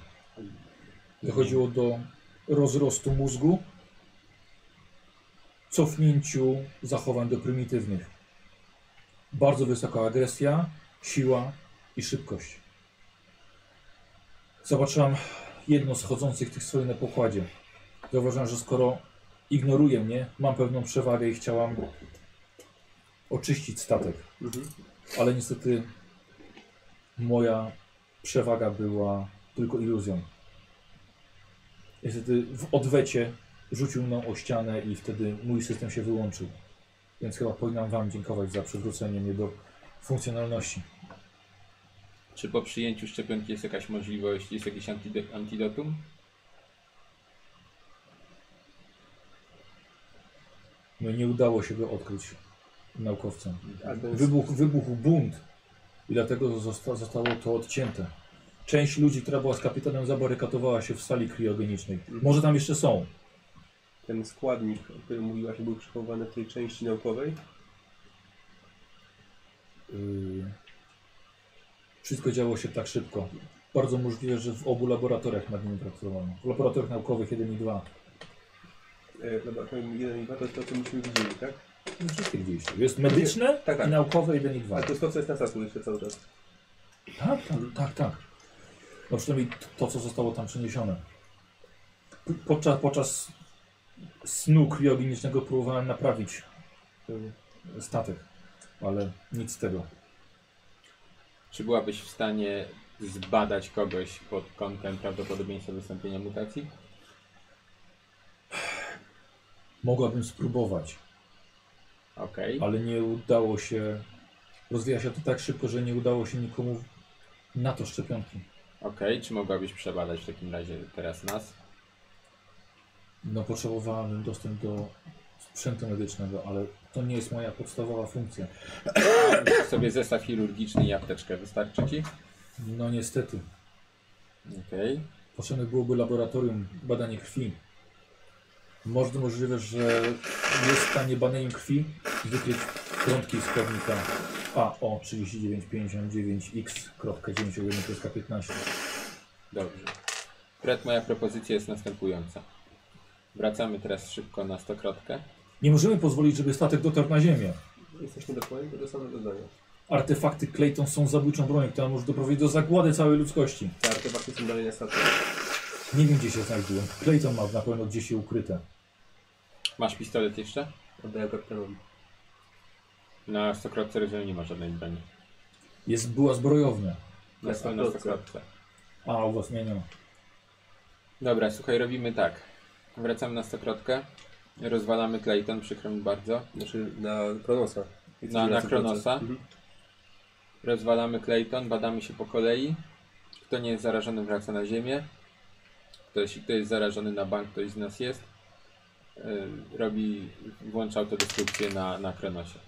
[SPEAKER 1] Dochodziło do rozrostu mózgu, cofnięciu zachowań do prymitywnych. Bardzo wysoka agresja, siła i szybkość. Zobaczyłam jedno z chodzących tych stoi na pokładzie. Zauważyłem, że skoro ignoruje mnie, mam pewną przewagę i chciałam oczyścić statek. Ale niestety moja przewaga była tylko iluzją. Niestety w odwecie rzucił mną o ścianę i wtedy mój system się wyłączył. Więc chyba powinnam Wam dziękować za przywrócenie mnie do funkcjonalności.
[SPEAKER 5] Czy po przyjęciu szczepionki jest jakaś możliwość, jest jakiś antide- antidotum?
[SPEAKER 1] No i nie udało się go odkryć naukowcom.
[SPEAKER 6] Ale to jest-
[SPEAKER 1] Wybuch, wybuchł bunt i dlatego zosta zostało to odcięte. Część ludzi, która była z kapitanem, zabarykatowała się w sali kriogenicznej.
[SPEAKER 6] Mhm.
[SPEAKER 1] Może tam jeszcze są.
[SPEAKER 6] Ten składnik, o którym mówiłaś, był przechowany w tej części naukowej.
[SPEAKER 1] Yy... Wszystko działo się tak szybko. Bardzo możliwe, że w obu laboratoriach nad nimi pracowano. W laboratoriach naukowych 1 i 2.
[SPEAKER 6] E, Dobra, powiem jeden i dwa, to jest to, co myśmy widzieli, tak?
[SPEAKER 1] No, Wszystkie gdzieś. Jest medyczne
[SPEAKER 6] Tak, tak.
[SPEAKER 1] i naukowe 1 i 2.
[SPEAKER 6] Ale to jest to, co jest na statku jeszcze cały czas.
[SPEAKER 1] Tak, tak, tak, tak. No przynajmniej t- to, co zostało tam przeniesione. P- Podczas, podczas snu kriogenicznego próbowałem naprawić y, statek, ale nic z tego.
[SPEAKER 5] Czy byłabyś w stanie zbadać kogoś pod kątem prawdopodobieństwa wystąpienia mutacji?
[SPEAKER 1] Mogłabym spróbować,
[SPEAKER 5] Okej.
[SPEAKER 1] ale nie udało się. Rozwija się to tak szybko, że nie udało się nikomu na to szczepionki.
[SPEAKER 5] Okej, czy mogłabyś przebadać w takim razie teraz nas?
[SPEAKER 1] No potrzebowałem dostęp do sprzętu medycznego, ale to nie jest moja podstawowa funkcja.
[SPEAKER 5] sobie zestaw chirurgiczny i apteczkę wystarczy ci?
[SPEAKER 1] No niestety.
[SPEAKER 5] Okej.
[SPEAKER 1] Potrzebne byłoby laboratorium, badanie krwi. Może możliwe, że jest w stanie badaniem krwi i wykryć prądki składnika AO3959X.91.15.
[SPEAKER 5] Dobrze. Fred, moja propozycja jest następująca. Wracamy teraz szybko na stokrotkę.
[SPEAKER 1] Nie możemy pozwolić, żeby statek dotarł na ziemię.
[SPEAKER 6] Jesteśmy dokładnie do samego zdania.
[SPEAKER 1] Artefakty Clayton są zabójczą bronią, która może doprowadzić do zagłady całej ludzkości.
[SPEAKER 6] Te artefakty są dalej na statku.
[SPEAKER 1] Nie wiem, gdzie się znajdują. Clayton ma na pewno gdzieś je ukryte.
[SPEAKER 5] Masz pistolet jeszcze?
[SPEAKER 6] Oddaję kapitanowi.
[SPEAKER 5] Na stokrotce rozumiem nie ma żadnej broni.
[SPEAKER 1] Jest, była zbrojownia.
[SPEAKER 5] Na,
[SPEAKER 6] Na
[SPEAKER 5] na
[SPEAKER 6] stokrotce.
[SPEAKER 5] stokrotce.
[SPEAKER 1] A, u was nie, nie ma.
[SPEAKER 5] Dobra, słuchaj, robimy tak. Wracamy na stokrotkę. Rozwalamy Clayton, przykro mi bardzo.
[SPEAKER 6] Znaczy na Kronosa. Jesteśmy
[SPEAKER 5] na
[SPEAKER 6] stokrotce.
[SPEAKER 5] Kronosa?
[SPEAKER 6] Mhm.
[SPEAKER 5] Rozwalamy Clayton, badamy się po kolei. Kto nie jest zarażony wraca na ziemię. Kto, jeśli kto jest zarażony na bank, ktoś z nas jest. Yy, Robi, włącza autodestrukcję na, na Kronosie.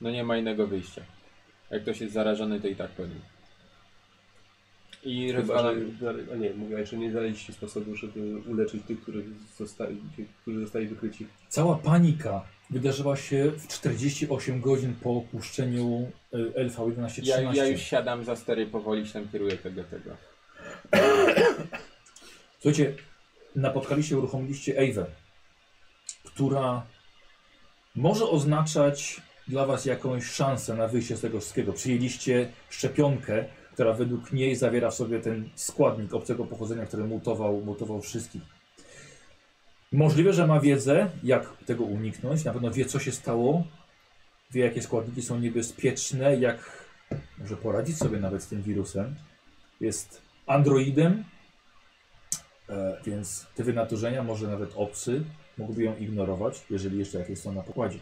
[SPEAKER 5] No nie ma innego wyjścia. Jak ktoś jest zarażony, to i tak po nim. I
[SPEAKER 6] Mhm. Chyba, że, no,
[SPEAKER 5] rozwalam...
[SPEAKER 6] a nie, mówiłaś, że nie znaleźliście sposobu, żeby uleczyć tych, którzy zostali, ci, którzy zostali wykryci.
[SPEAKER 1] Cała panika wydarzyła się w 48 godzin po opuszczeniu y, Elfa 11-13.
[SPEAKER 5] Ja, ja już siadam za stery powoli, się tam kieruję tego, tego.
[SPEAKER 1] Słuchajcie, napotkaliście, uruchomiliście Ewę, która może oznaczać dla was jakąś szansę na wyjście z tego wszystkiego. Przyjęliście szczepionkę, która według niej zawiera w sobie ten składnik obcego pochodzenia, który mutował, mutował wszystkich. Możliwe, że ma wiedzę, jak tego uniknąć. Na pewno wie, co się stało. Wie, jakie składniki są niebezpieczne, jak może poradzić sobie nawet z tym wirusem. Jest androidem, E, więc te wynaturzenia, może nawet obcy, mógłby ją ignorować, jeżeli jeszcze jakieś są na pokładzie.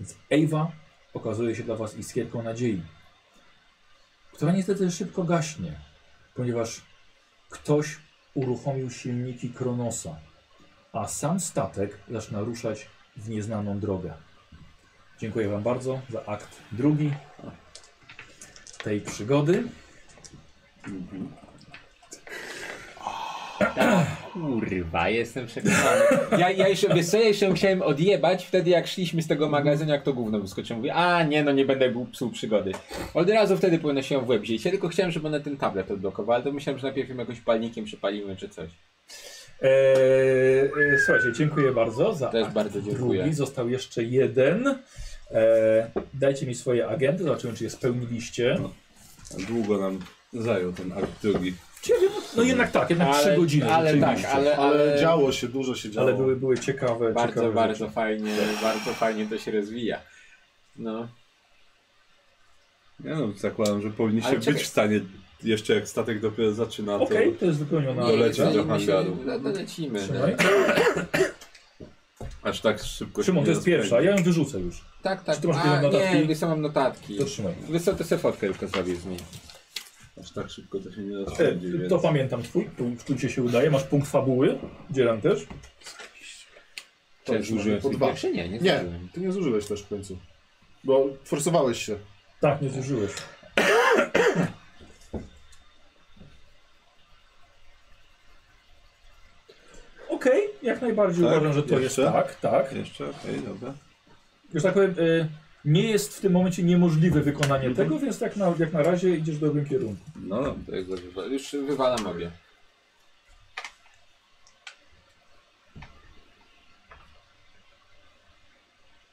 [SPEAKER 1] Więc Ewa okazuje się dla Was iskierką nadziei, która niestety szybko gaśnie, ponieważ ktoś uruchomił silniki Kronosa, a sam statek zaczyna ruszać w nieznaną drogę. Dziękuję Wam bardzo za akt drugi tej przygody.
[SPEAKER 5] Kurwa, jestem przekonany. Ja, ja jeszcze, wiesz co, ja jeszcze musiałem odjebać wtedy jak szliśmy z tego magazynu, jak to gówno wyskoczyło. Mówię, a nie no, nie będę był psuł przygody. Od razu wtedy powinno się ją w łeb wziąć. Ja tylko chciałem, żeby ona ten tablet odblokował, ale to myślałem, że najpierw ją jakoś palnikiem przepalimy czy coś.
[SPEAKER 1] Eee, e, słuchajcie, dziękuję bardzo za
[SPEAKER 5] Też
[SPEAKER 1] akt
[SPEAKER 5] bardzo dziękuję.
[SPEAKER 1] drugi. Został jeszcze jeden. Eee, dajcie mi swoje agendy, zobaczymy czy je spełniliście.
[SPEAKER 2] No. Długo nam zajął ten akt drugi.
[SPEAKER 1] Czy ja wiem, no jednak tak, jednak trzy
[SPEAKER 5] Ale-
[SPEAKER 1] godziny.
[SPEAKER 5] ale
[SPEAKER 1] rzeczywiście.
[SPEAKER 5] tak, ale-
[SPEAKER 4] Ale działo się, dużo się działo.
[SPEAKER 1] ale były, były ciekawe,
[SPEAKER 5] Bardzo,
[SPEAKER 1] ciekawe
[SPEAKER 5] bardzo
[SPEAKER 1] rzeczy.
[SPEAKER 5] fajnie, bardzo fajnie to się rozwija. No.
[SPEAKER 2] Nie no, zakładam, że powinniście
[SPEAKER 5] Ale
[SPEAKER 2] być
[SPEAKER 5] czekaj.
[SPEAKER 2] w stanie, jeszcze jak statek dopiero zaczyna, to...
[SPEAKER 1] Okej, to jest wypełniona.
[SPEAKER 2] Nie, Dolecieć
[SPEAKER 5] nie,
[SPEAKER 2] do
[SPEAKER 5] nie,
[SPEAKER 2] hangaru.
[SPEAKER 5] no, no, Lecimy. no.
[SPEAKER 1] Trzymaj.
[SPEAKER 2] Aż tak szybko się
[SPEAKER 1] Szymon,
[SPEAKER 2] nie
[SPEAKER 1] to jest
[SPEAKER 2] rozpędzi.
[SPEAKER 1] pierwsza, ja ją wyrzucę już.
[SPEAKER 5] Tak, tak.
[SPEAKER 1] Czy ty masz
[SPEAKER 5] A,
[SPEAKER 1] jakieś
[SPEAKER 5] nie,
[SPEAKER 1] notatki?
[SPEAKER 5] wiesz co, mam notatki.
[SPEAKER 1] To trzymaj.
[SPEAKER 5] Wiesz co, to sobie fotkę tylko zrobię z niej.
[SPEAKER 2] Aż tak szybko to się nie
[SPEAKER 1] E,
[SPEAKER 2] rozpędzi,
[SPEAKER 1] to
[SPEAKER 2] więc...
[SPEAKER 1] pamiętam twój, tu, tu ci się udaje, masz punkt fabuły, dzielam też.
[SPEAKER 5] Czy ja zużyłem
[SPEAKER 4] po
[SPEAKER 5] swój
[SPEAKER 4] dwa.
[SPEAKER 5] pierwszy? Nie, nie
[SPEAKER 4] Nie,
[SPEAKER 5] zużyłem.
[SPEAKER 4] ty nie zużyłeś też w końcu. Bo forsowałeś się.
[SPEAKER 1] Tak, nie zużyłeś. Okej, jak najbardziej
[SPEAKER 2] Tak,
[SPEAKER 1] uważam, że to
[SPEAKER 2] jeszcze?
[SPEAKER 1] jest tak, tak.
[SPEAKER 2] Jeszcze? Okej, dobra.
[SPEAKER 1] Już tak powiem, y, nie jest w tym momencie niemożliwe wykonanie tego, więc tak na, jak na razie idziesz w dobrym kierunku.
[SPEAKER 2] No dobra.
[SPEAKER 5] To jest dobrze. Już wywalam obie.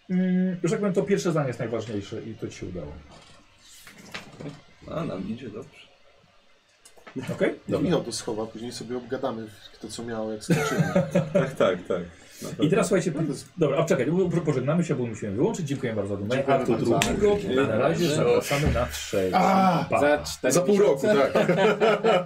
[SPEAKER 1] Mm, już tak powiem, to pierwsze zdanie jest najważniejsze i to ci się udało.
[SPEAKER 2] A, nam idzie dobrze.
[SPEAKER 1] Okej?
[SPEAKER 4] I Michał to schowa, później sobie obgadamy kto co miał, jak skończymy.
[SPEAKER 2] Tak, tak, tak. Na pewno.
[SPEAKER 1] I teraz słuchajcie, dobra, a czekaj, bo pożegnamy się, bo musimy wyłączyć. Dziękuję bardzo za oglądanie.
[SPEAKER 4] Dziękuję
[SPEAKER 1] Aktu
[SPEAKER 4] bardzo.
[SPEAKER 1] drugiego. Na razie zapraszamy na trzeci. Pa.
[SPEAKER 5] Za cztery
[SPEAKER 4] Za pół roku,
[SPEAKER 5] miesiące?
[SPEAKER 4] tak.